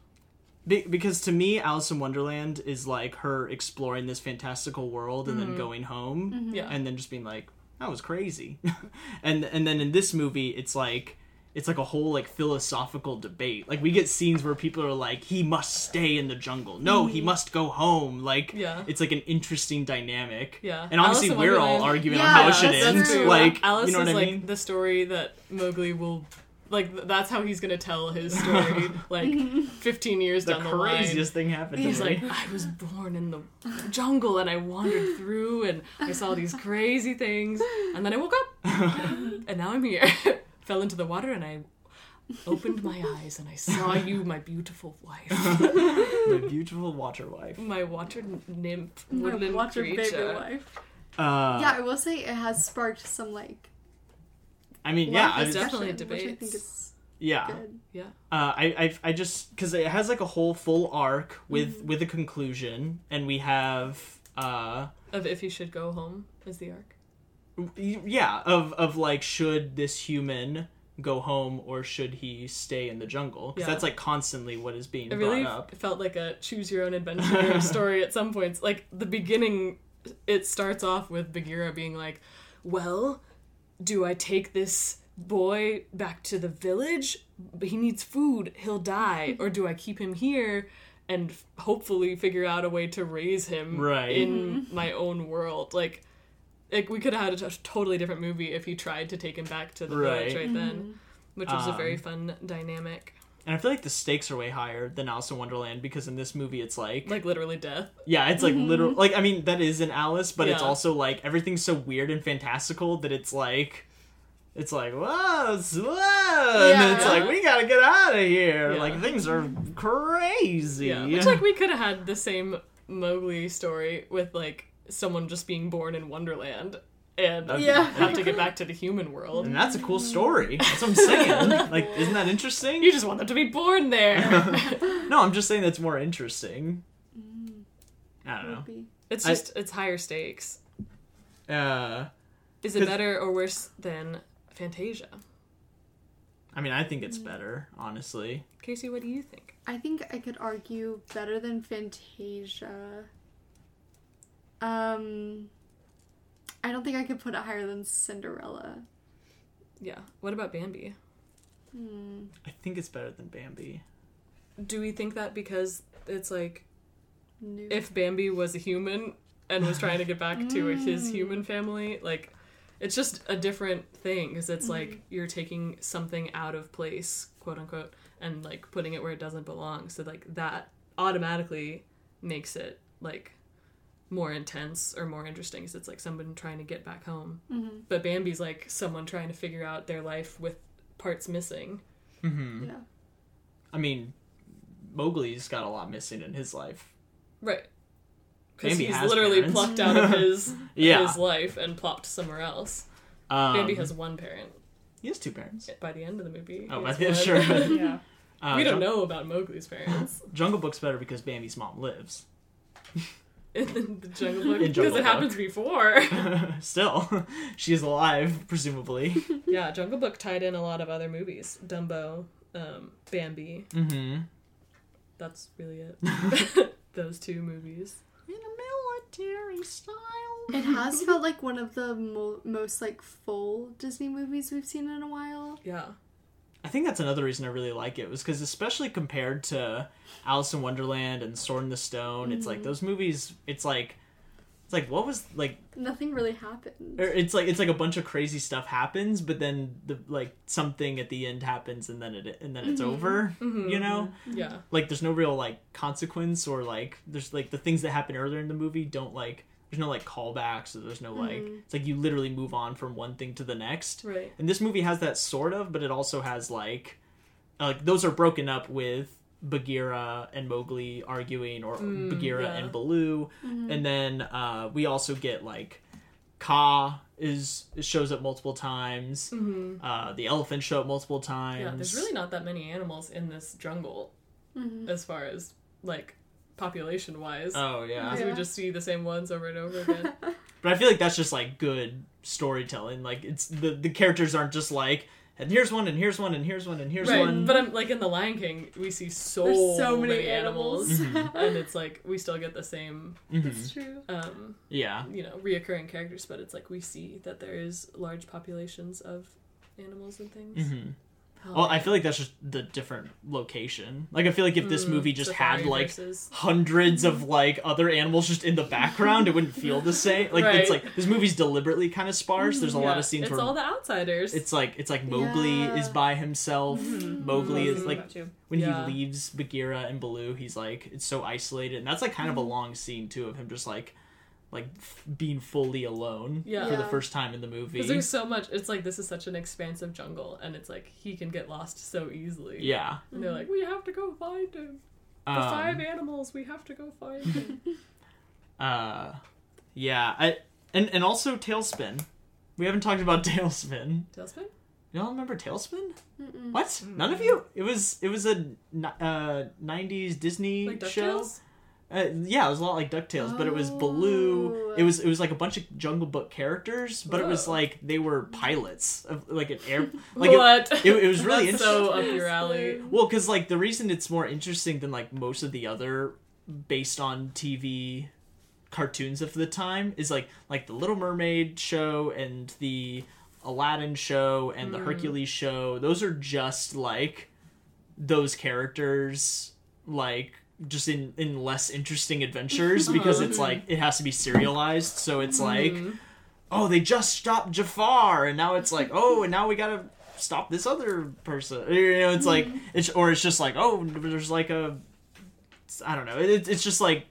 [SPEAKER 1] Be- because to me, Alice in Wonderland is like her exploring this fantastical world and
[SPEAKER 2] Mm-hmm.
[SPEAKER 1] then going home
[SPEAKER 2] Yeah.
[SPEAKER 1] and then just being like, that was crazy. and and then in this movie, it's like it's like a whole like philosophical debate. Like we get scenes where people are like, he must stay in the jungle. No, he must go home. Like
[SPEAKER 2] Mm-hmm. Yeah.
[SPEAKER 1] it's like an interesting dynamic.
[SPEAKER 2] Yeah.
[SPEAKER 1] And obviously
[SPEAKER 2] Alice in
[SPEAKER 1] we're all
[SPEAKER 2] Wonderland-
[SPEAKER 1] arguing on
[SPEAKER 3] Yeah,
[SPEAKER 1] how it should
[SPEAKER 3] that's
[SPEAKER 1] end.
[SPEAKER 3] true.
[SPEAKER 1] Like
[SPEAKER 2] Alice
[SPEAKER 1] you know
[SPEAKER 2] is
[SPEAKER 1] what I
[SPEAKER 2] like
[SPEAKER 1] mean?
[SPEAKER 2] the story that Mowgli will. Like th- that's how he's gonna tell his story. Like fifteen years
[SPEAKER 1] The
[SPEAKER 2] down the line,
[SPEAKER 1] craziest thing happened to
[SPEAKER 2] He's
[SPEAKER 1] me.
[SPEAKER 2] like, I was born in the jungle and I wandered through and I saw these crazy things and then I woke up and now I'm here. Fell into the water and I opened my eyes and I saw you, my beautiful wife,
[SPEAKER 1] the beautiful water wife.
[SPEAKER 2] my water nymph,
[SPEAKER 3] My
[SPEAKER 2] woodland
[SPEAKER 3] water baby
[SPEAKER 2] creature.
[SPEAKER 3] wife.
[SPEAKER 1] Uh,
[SPEAKER 3] yeah, I will say it has sparked some like.
[SPEAKER 1] I mean, yeah,
[SPEAKER 3] lot
[SPEAKER 1] I
[SPEAKER 3] of
[SPEAKER 1] was-
[SPEAKER 2] is death. definitely
[SPEAKER 3] discussion, which I think
[SPEAKER 2] debates.
[SPEAKER 3] is
[SPEAKER 1] yeah.
[SPEAKER 3] good.
[SPEAKER 2] Yeah,
[SPEAKER 1] Uh, I, I I just because it has like a whole full arc with
[SPEAKER 2] Mm-hmm.
[SPEAKER 1] with a conclusion, and we have uh
[SPEAKER 2] of if he should go home is the arc.
[SPEAKER 1] y- yeah of of like should this human go home or should he stay in the jungle? Because
[SPEAKER 2] Yeah.
[SPEAKER 1] that's like constantly what is being
[SPEAKER 2] It really
[SPEAKER 1] brought up.
[SPEAKER 2] felt like a choose your own adventure story at some points. Like the beginning, it starts off with Bagheera being like, "Well, do I take this boy back to the village? He needs food. He'll die. Or do I keep him here?" And f- hopefully figure out a way to raise him
[SPEAKER 1] Right.
[SPEAKER 2] in my own world. Like, like we could have had a t- totally different movie if he tried to take him back to the village
[SPEAKER 1] Right.
[SPEAKER 2] right then, which was a very
[SPEAKER 1] Um,
[SPEAKER 2] fun dynamic.
[SPEAKER 1] And I feel like the stakes are way higher than Alice in Wonderland because in this movie it's like,
[SPEAKER 2] Like literally death.
[SPEAKER 1] yeah, it's like literal like I mean that is in Alice, but it's
[SPEAKER 2] Mm-hmm. Yeah.
[SPEAKER 1] also like everything's so weird and fantastical that it's like. It's like whoa, it's- whoa, and then it's
[SPEAKER 3] Yeah.
[SPEAKER 1] like we gotta get out of here.
[SPEAKER 2] Yeah.
[SPEAKER 1] Like things are crazy.
[SPEAKER 2] Yeah, which like we could have had the same Mowgli story with like someone just being born in Wonderland and
[SPEAKER 1] That'd be
[SPEAKER 3] Yeah.
[SPEAKER 1] great.
[SPEAKER 2] have to get back to the human world.
[SPEAKER 1] And that's a cool story. That's what I'm saying. like, isn't that interesting?
[SPEAKER 2] You just want them to be born there.
[SPEAKER 1] No, I'm just saying that's more interesting.
[SPEAKER 2] Mm.
[SPEAKER 1] I don't
[SPEAKER 3] Maybe.
[SPEAKER 2] it's
[SPEAKER 1] I-
[SPEAKER 2] just it's higher stakes.
[SPEAKER 1] know. Uh,
[SPEAKER 2] Is it
[SPEAKER 1] 'Cause-
[SPEAKER 2] better or worse than Fantasia?
[SPEAKER 1] I mean, I think it's
[SPEAKER 2] Mm.
[SPEAKER 1] better, honestly.
[SPEAKER 2] Casey, what do you think?
[SPEAKER 3] I think I could argue better than Fantasia. Um, I don't think I could put it higher than Cinderella.
[SPEAKER 2] Yeah. What about Bambi?
[SPEAKER 3] Hmm.
[SPEAKER 1] I think it's better than Bambi.
[SPEAKER 2] Do we think that because it's like
[SPEAKER 3] New.
[SPEAKER 2] if Bambi was a human and was trying to get back to his
[SPEAKER 3] Mm.
[SPEAKER 2] human family, like it's just a different thing because it's like you're taking something out of place, quote unquote, and like putting it where it doesn't belong. So like that automatically makes it like more intense or more interesting because it's like someone trying to get back home.
[SPEAKER 3] Mhm.
[SPEAKER 2] But Bambi's like someone trying to figure out their life with parts missing.
[SPEAKER 1] Mm-hmm.
[SPEAKER 3] Yeah.
[SPEAKER 1] I mean, Mowgli's got a lot missing in his life.
[SPEAKER 2] Right. Because
[SPEAKER 1] Bambi
[SPEAKER 2] he's
[SPEAKER 1] has
[SPEAKER 2] literally
[SPEAKER 1] parents.
[SPEAKER 2] plucked out of his
[SPEAKER 1] Yeah.
[SPEAKER 2] his life and plopped somewhere else.
[SPEAKER 1] Um,
[SPEAKER 2] Bambi has one parent.
[SPEAKER 1] He has two parents.
[SPEAKER 2] by the end of the movie.
[SPEAKER 1] Oh,
[SPEAKER 2] he
[SPEAKER 1] by
[SPEAKER 2] has
[SPEAKER 1] the-
[SPEAKER 2] one.
[SPEAKER 1] sure.
[SPEAKER 4] yeah.
[SPEAKER 1] Uh,
[SPEAKER 2] we don't
[SPEAKER 1] Jung-
[SPEAKER 2] know about Mowgli's parents
[SPEAKER 1] Jungle Book's better because Bambi's mom lives.
[SPEAKER 2] in the Jungle Book
[SPEAKER 1] In
[SPEAKER 2] because
[SPEAKER 1] Jungle
[SPEAKER 2] it happens before.
[SPEAKER 1] Still, she is alive, presumably.
[SPEAKER 2] yeah, Jungle Book tied in a lot of other movies. Dumbo, um, Bambi.
[SPEAKER 1] Mm-hmm.
[SPEAKER 2] That's really it. Those two movies.
[SPEAKER 1] In a military style.
[SPEAKER 3] It has felt like one of the mo- most like full Disney movies we've seen in a while.
[SPEAKER 2] Yeah.
[SPEAKER 1] I think that's another reason I really like it was because especially compared to Alice in Wonderland and Sword in the Stone, it's like those movies. It's like it's like what was like
[SPEAKER 3] Nothing really happened.
[SPEAKER 1] or it's like it's like a bunch of crazy stuff happens, but then the like something at the end happens and then it and then it's over. You know,
[SPEAKER 2] Mm-hmm. Yeah.
[SPEAKER 1] like there's no real like consequence or like there's like the things that happen earlier in the movie don't like there's no like callbacks or there's no like it's like you literally move on from one thing to the next.
[SPEAKER 2] Mm-hmm. Right.
[SPEAKER 1] And this movie has that sort of, but it also has like, uh, like those are broken up with Bagheera and Mowgli arguing, or Bagheera
[SPEAKER 2] Mm, yeah. Mm-hmm.
[SPEAKER 1] and Baloo, and then uh, we also get like Ka is shows up multiple times. Uh, the elephants show up multiple times.
[SPEAKER 2] Mm-hmm. Yeah, there's really not that many animals in this jungle as far as like population wise.
[SPEAKER 1] Oh yeah.
[SPEAKER 2] we
[SPEAKER 3] Yeah.
[SPEAKER 2] just see the same ones over and over again.
[SPEAKER 1] But I feel like that's just like good storytelling. Like it's the the characters aren't just like and here's one and here's one and here's one and here's
[SPEAKER 2] right.
[SPEAKER 1] one.
[SPEAKER 2] But I'm like in The Lion King, we see so,
[SPEAKER 3] There's so
[SPEAKER 2] many,
[SPEAKER 3] many
[SPEAKER 2] animals. Mm-hmm.
[SPEAKER 3] animals.
[SPEAKER 2] and it's like we still get the same
[SPEAKER 1] Mhm.
[SPEAKER 3] It's true.
[SPEAKER 2] um,
[SPEAKER 1] Yeah.
[SPEAKER 2] you know, reoccurring characters, but it's like we see that there is large populations of animals and things.
[SPEAKER 1] hmm
[SPEAKER 2] Oh,
[SPEAKER 1] Well, I feel like that's just the different location. Like, I feel like if this
[SPEAKER 2] Mm,
[SPEAKER 1] movie just
[SPEAKER 2] safari
[SPEAKER 1] had like
[SPEAKER 2] versus- Mm-hmm.
[SPEAKER 1] hundreds of like other animals just in the background, it wouldn't feel the same. Like, it's
[SPEAKER 2] Right. Mm,
[SPEAKER 1] like this movie's deliberately kind of sparse. There's a lot
[SPEAKER 2] Yeah,
[SPEAKER 1] of scenes
[SPEAKER 2] It's
[SPEAKER 1] where
[SPEAKER 2] all the outsiders.
[SPEAKER 1] it's like it's like Mowgli
[SPEAKER 3] Yeah.
[SPEAKER 1] is by himself.
[SPEAKER 4] Mm-hmm.
[SPEAKER 1] Mowgli
[SPEAKER 2] Mm.
[SPEAKER 1] is like when
[SPEAKER 2] Yeah.
[SPEAKER 1] he leaves Bagheera and Baloo, he's like it's so isolated, and that's like kind of a
[SPEAKER 2] Mm-hmm.
[SPEAKER 1] long scene too of him just like like f- being fully alone
[SPEAKER 2] Yeah.
[SPEAKER 1] for the
[SPEAKER 3] Yeah.
[SPEAKER 1] first time in the movie.
[SPEAKER 2] because there's so much. It's like this is such an expansive jungle, and it's like he can get lost so easily.
[SPEAKER 1] Yeah.
[SPEAKER 2] and they're like, we have to go find him. The
[SPEAKER 1] Um,
[SPEAKER 2] five animals, we have to go find him.
[SPEAKER 1] uh yeah i and and also tailspin we haven't talked about tailspin
[SPEAKER 2] Tailspin?
[SPEAKER 1] y'all remember tailspin
[SPEAKER 3] Mm-mm.
[SPEAKER 1] what none of you it was it was a ni- uh 90s disney
[SPEAKER 2] Like
[SPEAKER 1] show
[SPEAKER 2] Ducktales?
[SPEAKER 1] uh, yeah it was a lot like ducktales but it was baloo
[SPEAKER 3] Oh.
[SPEAKER 1] it was it was like a bunch of jungle book characters but it was
[SPEAKER 2] Whoa.
[SPEAKER 1] like they were pilots of like an air like it-
[SPEAKER 2] what?
[SPEAKER 1] It, it, was really
[SPEAKER 2] That's
[SPEAKER 1] interesting
[SPEAKER 2] so up your alley.
[SPEAKER 1] well, because like the reason it's more interesting than like most of the other based on TV cartoons of the time is like like the Little Mermaid show and the Aladdin show and the Hercules show. Those are just like those characters like just in in less interesting adventures because it's like it has to be serialized so it's
[SPEAKER 2] Mm.
[SPEAKER 1] like oh they just stopped jafar and now it's like oh and now we gotta stop this other person you know it's
[SPEAKER 2] Mm-hmm.
[SPEAKER 1] like it's or it's just like oh there's like a i don't know it, it's just like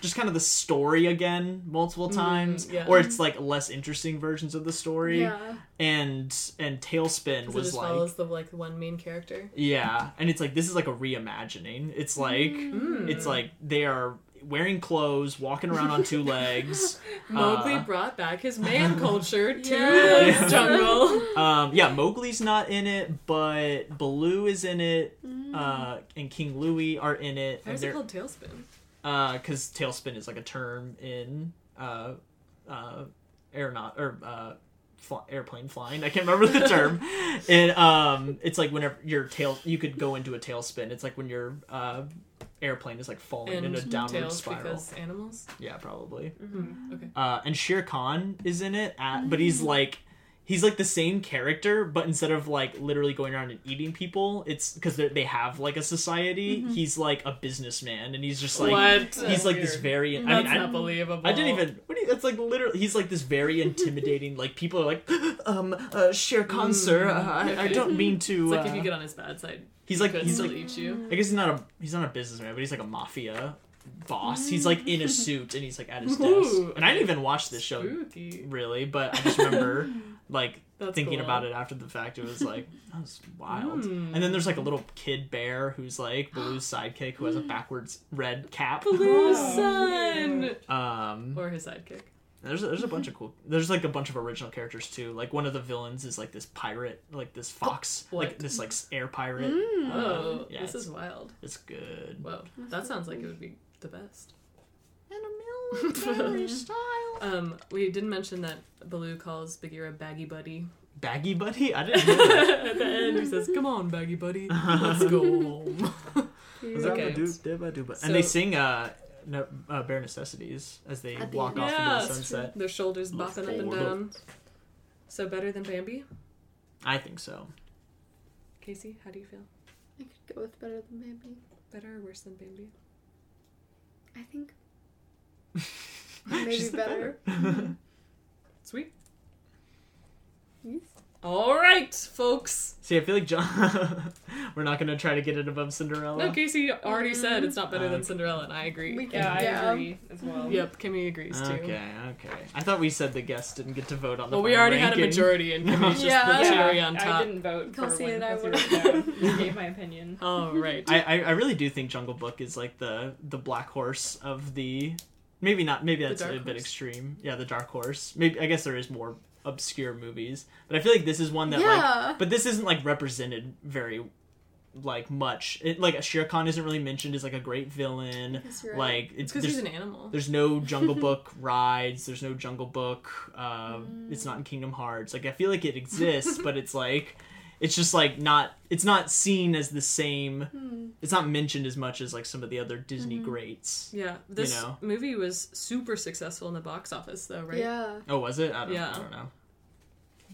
[SPEAKER 1] just kind of the story again multiple times
[SPEAKER 2] Mm-hmm, yeah.
[SPEAKER 1] or it's like less interesting versions of the story
[SPEAKER 3] Yeah.
[SPEAKER 1] and and tailspin
[SPEAKER 2] 'Cause it
[SPEAKER 1] was
[SPEAKER 2] just
[SPEAKER 1] like
[SPEAKER 2] follows the like one main character.
[SPEAKER 1] yeah, and it's like this is like a reimagining. It's like
[SPEAKER 2] Mm-hmm. Mm.
[SPEAKER 1] it's like they are wearing clothes, walking around on two legs.
[SPEAKER 2] Mowgli
[SPEAKER 1] Uh,
[SPEAKER 2] brought back his man culture to
[SPEAKER 3] Yes.
[SPEAKER 2] this jungle.
[SPEAKER 1] Um, yeah, Mowgli's not in it, but Baloo is in it,
[SPEAKER 3] Mm.
[SPEAKER 2] Mm-hmm.
[SPEAKER 1] uh, and King Louie are in it.
[SPEAKER 2] Why
[SPEAKER 1] and
[SPEAKER 2] is it
[SPEAKER 1] they're-
[SPEAKER 2] called Tailspin?
[SPEAKER 1] uh, because tailspin is like a term in uh, uh, aeronaut or uh, fl- airplane flying. I can't remember the term. and um, it's like whenever your tail, you could go into a tailspin. It's like when your uh, airplane is like falling in
[SPEAKER 2] And
[SPEAKER 1] a downward
[SPEAKER 2] tails
[SPEAKER 1] spiral.
[SPEAKER 2] because animals.
[SPEAKER 1] Yeah, probably.
[SPEAKER 2] Mm-hmm. Okay. Mm-hmm.
[SPEAKER 1] Uh, and Shere Khan is in it, at, but he's like. He's like the same character, but instead of like literally going around and eating people, it's because they have like a society. He's like a businessman, and he's just like
[SPEAKER 2] Mm-hmm. what?
[SPEAKER 1] he's like this very. I mean,
[SPEAKER 2] That's
[SPEAKER 1] I,
[SPEAKER 2] not believable.
[SPEAKER 1] I didn't even. What do you, that's like literally. He's like this very intimidating. like people are like, um, uh, Shere Khan, sir. Uh, I, I don't mean to.
[SPEAKER 2] Mm. It's like if
[SPEAKER 1] uh,"
[SPEAKER 2] you get on his bad side,
[SPEAKER 1] he's like
[SPEAKER 2] could
[SPEAKER 1] he's
[SPEAKER 2] still
[SPEAKER 1] like.
[SPEAKER 2] eat you.
[SPEAKER 1] I guess he's not a he's not a businessman, but he's like a mafia boss. He's like in a suit and he's like at his desk.
[SPEAKER 2] Mm. Ooh,
[SPEAKER 1] And I didn't even watch this show
[SPEAKER 2] Spooky.
[SPEAKER 1] really, but I just remember like
[SPEAKER 2] That's
[SPEAKER 1] thinking
[SPEAKER 2] cool.
[SPEAKER 1] about it after the fact. It was like that was wild.
[SPEAKER 2] Mm.
[SPEAKER 1] And then there's like a little kid bear who's like Baloo's sidekick who has a backwards red cap.
[SPEAKER 2] Baloo's
[SPEAKER 4] Wow.
[SPEAKER 2] son
[SPEAKER 1] Um,
[SPEAKER 2] or his sidekick.
[SPEAKER 1] There's there's a bunch of cool. There's like a bunch of original characters too. Like one of the villains is like this pirate, like this fox,
[SPEAKER 2] What?
[SPEAKER 1] like this like s- air pirate.
[SPEAKER 3] Mm.
[SPEAKER 2] Oh,
[SPEAKER 1] Mm-hmm. Yeah,
[SPEAKER 2] this
[SPEAKER 1] it's-
[SPEAKER 2] is wild.
[SPEAKER 1] It's good.
[SPEAKER 2] Whoa, that sounds like it would be the best.
[SPEAKER 1] And a military style.
[SPEAKER 2] Um, we didn't mention that Baloo calls Bagheera Baggy Buddy.
[SPEAKER 1] Baggy buddy. I didn't. know that.
[SPEAKER 2] At the end, he says, "Come on, Baggy Buddy, let's go home." Okay.
[SPEAKER 1] Zabadoo-dabadoo-ba.
[SPEAKER 2] So-
[SPEAKER 1] And they sing uh, no, uh, "Bare Necessities" as they
[SPEAKER 3] At the
[SPEAKER 1] walk
[SPEAKER 3] end.
[SPEAKER 1] off
[SPEAKER 2] Yeah,
[SPEAKER 1] into the
[SPEAKER 2] that's
[SPEAKER 1] sunset.
[SPEAKER 2] Their shoulders bopping up and
[SPEAKER 1] Forward.
[SPEAKER 2] down. So better than Bambi.
[SPEAKER 1] I think so.
[SPEAKER 2] Casey, how do you feel?
[SPEAKER 3] I could go with better than Bambi.
[SPEAKER 2] Better or worse than Bambi?
[SPEAKER 3] I think maybe
[SPEAKER 1] She's the
[SPEAKER 3] better.
[SPEAKER 2] Sweet.
[SPEAKER 3] Yes.
[SPEAKER 2] All right, folks.
[SPEAKER 1] See, I feel like John. we're not gonna try to get it above Cinderella.
[SPEAKER 2] No, Casey already said it's not better than
[SPEAKER 1] Okay.
[SPEAKER 2] Cinderella, and I agree.
[SPEAKER 3] Mm-hmm. We can-
[SPEAKER 4] Yeah, I
[SPEAKER 3] Yeah.
[SPEAKER 4] agree as well.
[SPEAKER 2] Yep, Kimmy agrees too.
[SPEAKER 1] Okay, okay. I thought we said the guests didn't get to vote on the.
[SPEAKER 2] Well, we
[SPEAKER 1] final
[SPEAKER 2] already had a
[SPEAKER 1] ranking.
[SPEAKER 2] majority, and Kimmy's just
[SPEAKER 3] Yeah.
[SPEAKER 2] the cherry on
[SPEAKER 4] Uh, I
[SPEAKER 2] top.
[SPEAKER 4] didn't vote for
[SPEAKER 3] Kelsey
[SPEAKER 4] one
[SPEAKER 3] and I
[SPEAKER 4] because you already know. You gave my opinion.
[SPEAKER 2] All right.
[SPEAKER 1] I, I I really do think Jungle Book is like the the black horse of the. Maybe not. Maybe that's a
[SPEAKER 2] dark
[SPEAKER 1] bit
[SPEAKER 2] horse?
[SPEAKER 1] extreme. Yeah, the dark horse. Maybe I guess there is more obscure movies, but I feel like this is one that like.
[SPEAKER 3] yeah.
[SPEAKER 1] But this isn't like represented very, like much. It, like Shere Khan isn't really mentioned as like a great villain.
[SPEAKER 3] Yes, you're right.
[SPEAKER 1] Like it's
[SPEAKER 2] It's because
[SPEAKER 1] there's-
[SPEAKER 2] he's an animal.
[SPEAKER 1] There's no Jungle Book rides. There's no Jungle Book. Uh, It's not in Kingdom Hearts. Like I feel like it exists, but it's like, it's just like not. It's not seen as the same.
[SPEAKER 3] Hmm.
[SPEAKER 1] It's not mentioned as much as like some of the other Disney
[SPEAKER 2] Mm-hmm.
[SPEAKER 1] greats.
[SPEAKER 2] Yeah, this
[SPEAKER 1] know.
[SPEAKER 2] movie was super successful in the box office, though, right?
[SPEAKER 3] Yeah.
[SPEAKER 1] Oh, was it? I don't,
[SPEAKER 2] Yeah.
[SPEAKER 1] I don't know.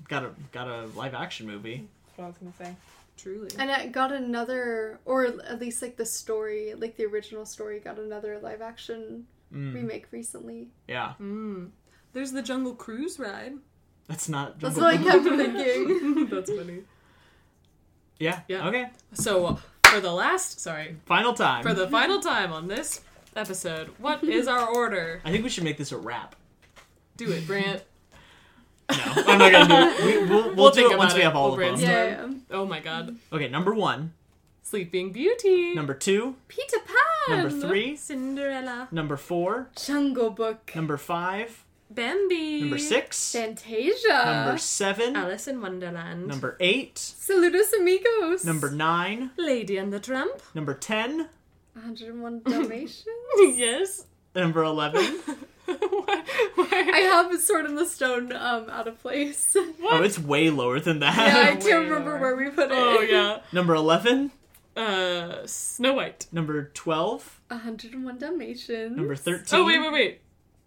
[SPEAKER 1] Got a got a live action movie.
[SPEAKER 4] That's what I was gonna say.
[SPEAKER 2] Truly.
[SPEAKER 3] And it got another, or at least like the story, like the original story, got another live action
[SPEAKER 1] Mm,
[SPEAKER 3] remake recently.
[SPEAKER 1] yeah,
[SPEAKER 2] Mm. There's the Jungle Cruise ride.
[SPEAKER 1] that's not.
[SPEAKER 3] That's
[SPEAKER 1] Jungle
[SPEAKER 3] what I
[SPEAKER 1] Book.
[SPEAKER 3] kept thinking.
[SPEAKER 2] That's funny.
[SPEAKER 1] Yeah.
[SPEAKER 2] Yeah.
[SPEAKER 1] Okay.
[SPEAKER 2] So, for the last, sorry,
[SPEAKER 1] Final time.
[SPEAKER 2] for the final time on this episode, what is our order?
[SPEAKER 1] I think we should make this a wrap.
[SPEAKER 2] Do it, Brant.
[SPEAKER 1] No, I'm not gonna do it. We, we'll we'll,
[SPEAKER 2] We'll
[SPEAKER 1] do
[SPEAKER 2] think
[SPEAKER 1] it once
[SPEAKER 2] about
[SPEAKER 1] we
[SPEAKER 2] it.
[SPEAKER 1] have all
[SPEAKER 2] We'll
[SPEAKER 1] of them.
[SPEAKER 3] yeah.
[SPEAKER 2] Oh my god.
[SPEAKER 1] Okay, number one,
[SPEAKER 2] Sleeping Beauty.
[SPEAKER 1] number two,
[SPEAKER 3] Peter Pan.
[SPEAKER 1] number three,
[SPEAKER 2] Cinderella.
[SPEAKER 1] number four,
[SPEAKER 3] Jungle Book.
[SPEAKER 1] number five,
[SPEAKER 2] Bambi.
[SPEAKER 1] number six,
[SPEAKER 3] Fantasia.
[SPEAKER 1] number seven,
[SPEAKER 2] Alice in Wonderland.
[SPEAKER 1] number eight,
[SPEAKER 3] Saludos Amigos.
[SPEAKER 1] number nine,
[SPEAKER 2] Lady and the Tramp.
[SPEAKER 1] number ten,
[SPEAKER 3] 101 Dalmatians.
[SPEAKER 2] yes.
[SPEAKER 1] number eleven.
[SPEAKER 2] Why-
[SPEAKER 3] I
[SPEAKER 2] why-
[SPEAKER 3] have Sword in the Stone um out of place.
[SPEAKER 1] Oh, it's way lower than
[SPEAKER 3] yeah, I
[SPEAKER 1] that.
[SPEAKER 3] can't
[SPEAKER 4] Way
[SPEAKER 3] remember
[SPEAKER 4] lower.
[SPEAKER 3] where we put it.
[SPEAKER 2] Oh yeah.
[SPEAKER 1] Number eleven,
[SPEAKER 2] Uh, Snow White.
[SPEAKER 1] number twelve,
[SPEAKER 3] 101 Dalmatians.
[SPEAKER 1] number thirteen.
[SPEAKER 2] Oh wait, wait, wait.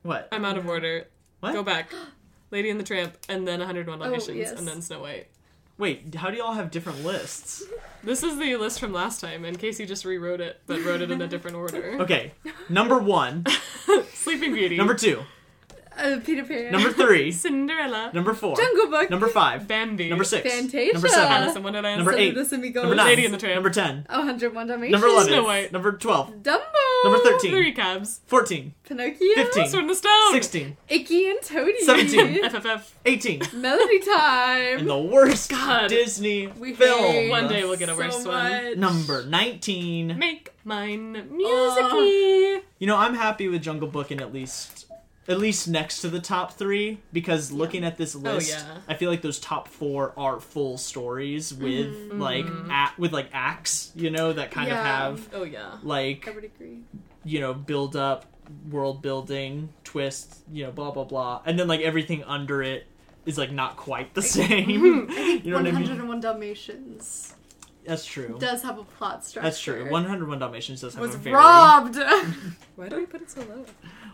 [SPEAKER 1] What?
[SPEAKER 2] I'm out of order.
[SPEAKER 1] What? Oh,
[SPEAKER 2] Go back. Lady and the Tramp, and then 101 Dalmatians,
[SPEAKER 3] yes.
[SPEAKER 2] and then Snow White.
[SPEAKER 1] Wait, how do y'all have different lists?
[SPEAKER 2] This is the list from last time, and Casey just rewrote it, but wrote it in a different order.
[SPEAKER 1] Okay, number one,
[SPEAKER 2] Sleeping Beauty.
[SPEAKER 1] number two,
[SPEAKER 3] Uh, Peter Pan.
[SPEAKER 1] number three,
[SPEAKER 2] Cinderella.
[SPEAKER 1] number four,
[SPEAKER 3] Jungle Book.
[SPEAKER 1] number five,
[SPEAKER 2] Bambi. Uh,
[SPEAKER 1] number six,
[SPEAKER 3] Fantasia.
[SPEAKER 1] number seven,
[SPEAKER 2] Alice in Wonderland.
[SPEAKER 1] Number eight.
[SPEAKER 3] Saludos Amigos.
[SPEAKER 1] number nine,
[SPEAKER 2] Lady and the Tramp.
[SPEAKER 1] number ten,
[SPEAKER 3] 101 Dalmatians.
[SPEAKER 1] number eleven,
[SPEAKER 2] Snow White.
[SPEAKER 1] number twelve,
[SPEAKER 3] Dumbo.
[SPEAKER 1] number thirteen,
[SPEAKER 2] Three cabs.
[SPEAKER 1] 14,
[SPEAKER 3] Pinocchio.
[SPEAKER 1] 15.
[SPEAKER 2] Sword in the Stone.
[SPEAKER 1] 16,
[SPEAKER 3] Icky and Toady.
[SPEAKER 1] 17.
[SPEAKER 2] FFF.
[SPEAKER 1] 18,
[SPEAKER 3] Melody
[SPEAKER 1] and
[SPEAKER 3] time.
[SPEAKER 1] the worst
[SPEAKER 2] God.
[SPEAKER 1] Disney
[SPEAKER 3] We
[SPEAKER 1] film.
[SPEAKER 3] hate
[SPEAKER 2] One day we'll get a
[SPEAKER 3] so
[SPEAKER 2] worse one.
[SPEAKER 3] much.
[SPEAKER 1] Number 19.
[SPEAKER 2] Make mine
[SPEAKER 1] Oh.
[SPEAKER 2] musicy.
[SPEAKER 1] You know, I'm happy with Jungle Book in at least at least next to the top 3 because looking at this list,
[SPEAKER 2] Oh, yeah.
[SPEAKER 1] I feel like those top 4 are full stories with like a- with like acts, you know, that kind
[SPEAKER 3] Yeah.
[SPEAKER 1] of have
[SPEAKER 2] Oh Mm-hmm. yeah.
[SPEAKER 1] like
[SPEAKER 3] I would agree.
[SPEAKER 1] you know, build up, world building, twist, you know, blah blah blah. And then like everything under it is like not quite the same. you know what I mean?
[SPEAKER 3] 101 Dalmatians
[SPEAKER 1] That's true.
[SPEAKER 3] does have a plot structure.
[SPEAKER 1] That's true. 101 Dalmatians does have
[SPEAKER 3] was
[SPEAKER 1] a very
[SPEAKER 3] robbed.
[SPEAKER 2] Why do we put it so low?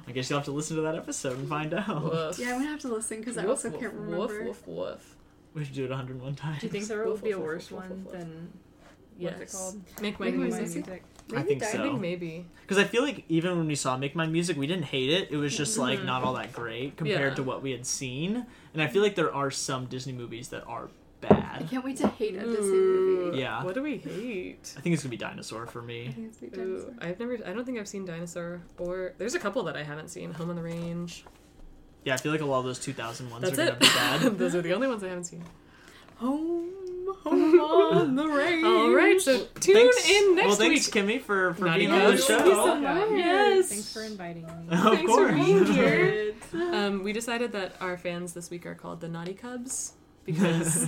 [SPEAKER 1] I guess you'll have to listen to that episode and find out.
[SPEAKER 2] Woof.
[SPEAKER 3] yeah, I'm gonna have to listen because I
[SPEAKER 2] Woof,
[SPEAKER 3] also
[SPEAKER 2] woof,
[SPEAKER 3] can't
[SPEAKER 2] woof,
[SPEAKER 3] remember.
[SPEAKER 2] woof, woof.
[SPEAKER 1] We should do it 101 times.
[SPEAKER 4] Do you think there will be a worse one than what's it
[SPEAKER 2] Yes.
[SPEAKER 4] called?
[SPEAKER 2] Make
[SPEAKER 3] Make
[SPEAKER 2] mine
[SPEAKER 3] Mine
[SPEAKER 4] My
[SPEAKER 2] music.
[SPEAKER 3] Music.
[SPEAKER 4] music.
[SPEAKER 1] I think
[SPEAKER 2] I think
[SPEAKER 1] so.
[SPEAKER 2] maybe.
[SPEAKER 1] Because I feel like even when we saw Make My Music, we didn't hate it. It was just like not all that great compared
[SPEAKER 2] Mm-hmm. Yeah.
[SPEAKER 1] to what we had seen. And I feel like there are some Disney movies that are
[SPEAKER 3] I
[SPEAKER 1] bad.
[SPEAKER 3] can't wait to hate a Disney movie.
[SPEAKER 1] Yeah.
[SPEAKER 2] What do we hate?
[SPEAKER 1] I think it's gonna be Dinosaur for
[SPEAKER 3] I
[SPEAKER 1] me.
[SPEAKER 3] think it's Big
[SPEAKER 2] Ooh,
[SPEAKER 3] Dinosaur.
[SPEAKER 2] I've never. I don't think I've seen Dinosaur or. There's a couple that I haven't seen. Home on the Range.
[SPEAKER 1] Yeah, I feel like a lot of those 2000 ones
[SPEAKER 2] That's
[SPEAKER 1] are gonna
[SPEAKER 2] it.
[SPEAKER 1] be bad.
[SPEAKER 2] Those are the only ones I haven't seen.
[SPEAKER 3] Home, home
[SPEAKER 4] Oh,
[SPEAKER 3] on the range.
[SPEAKER 2] All right, so tune
[SPEAKER 1] thanks.
[SPEAKER 2] in next
[SPEAKER 1] well, thanks,
[SPEAKER 2] week.
[SPEAKER 1] Kimmy, for, for
[SPEAKER 2] Not
[SPEAKER 1] being
[SPEAKER 2] even
[SPEAKER 1] on the
[SPEAKER 2] Thank
[SPEAKER 1] show.
[SPEAKER 2] you so
[SPEAKER 4] Yeah.
[SPEAKER 2] much.
[SPEAKER 4] Thanks for inviting me.
[SPEAKER 1] of
[SPEAKER 2] Thanks for
[SPEAKER 1] course.
[SPEAKER 2] being here.
[SPEAKER 3] Good.
[SPEAKER 2] Um, we decided that our fans this week are called the Naughty Cubs because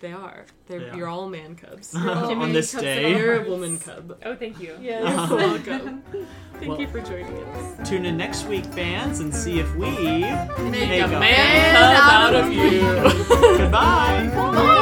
[SPEAKER 2] they are. They're
[SPEAKER 1] They are.
[SPEAKER 2] you're all man cubs.
[SPEAKER 1] on
[SPEAKER 3] Jimmy
[SPEAKER 1] this
[SPEAKER 3] comes
[SPEAKER 1] day.
[SPEAKER 3] over.
[SPEAKER 2] You're a woman cub.
[SPEAKER 4] Oh, thank you.
[SPEAKER 2] You're welcome. Thank
[SPEAKER 1] Well-
[SPEAKER 2] you for joining us.
[SPEAKER 1] Tune in next week, fans, and see if we.
[SPEAKER 3] Make,
[SPEAKER 1] Make
[SPEAKER 3] a
[SPEAKER 1] a
[SPEAKER 3] man,
[SPEAKER 2] Man
[SPEAKER 3] out of
[SPEAKER 2] cub out of you.
[SPEAKER 1] Goodbye.
[SPEAKER 3] Bye.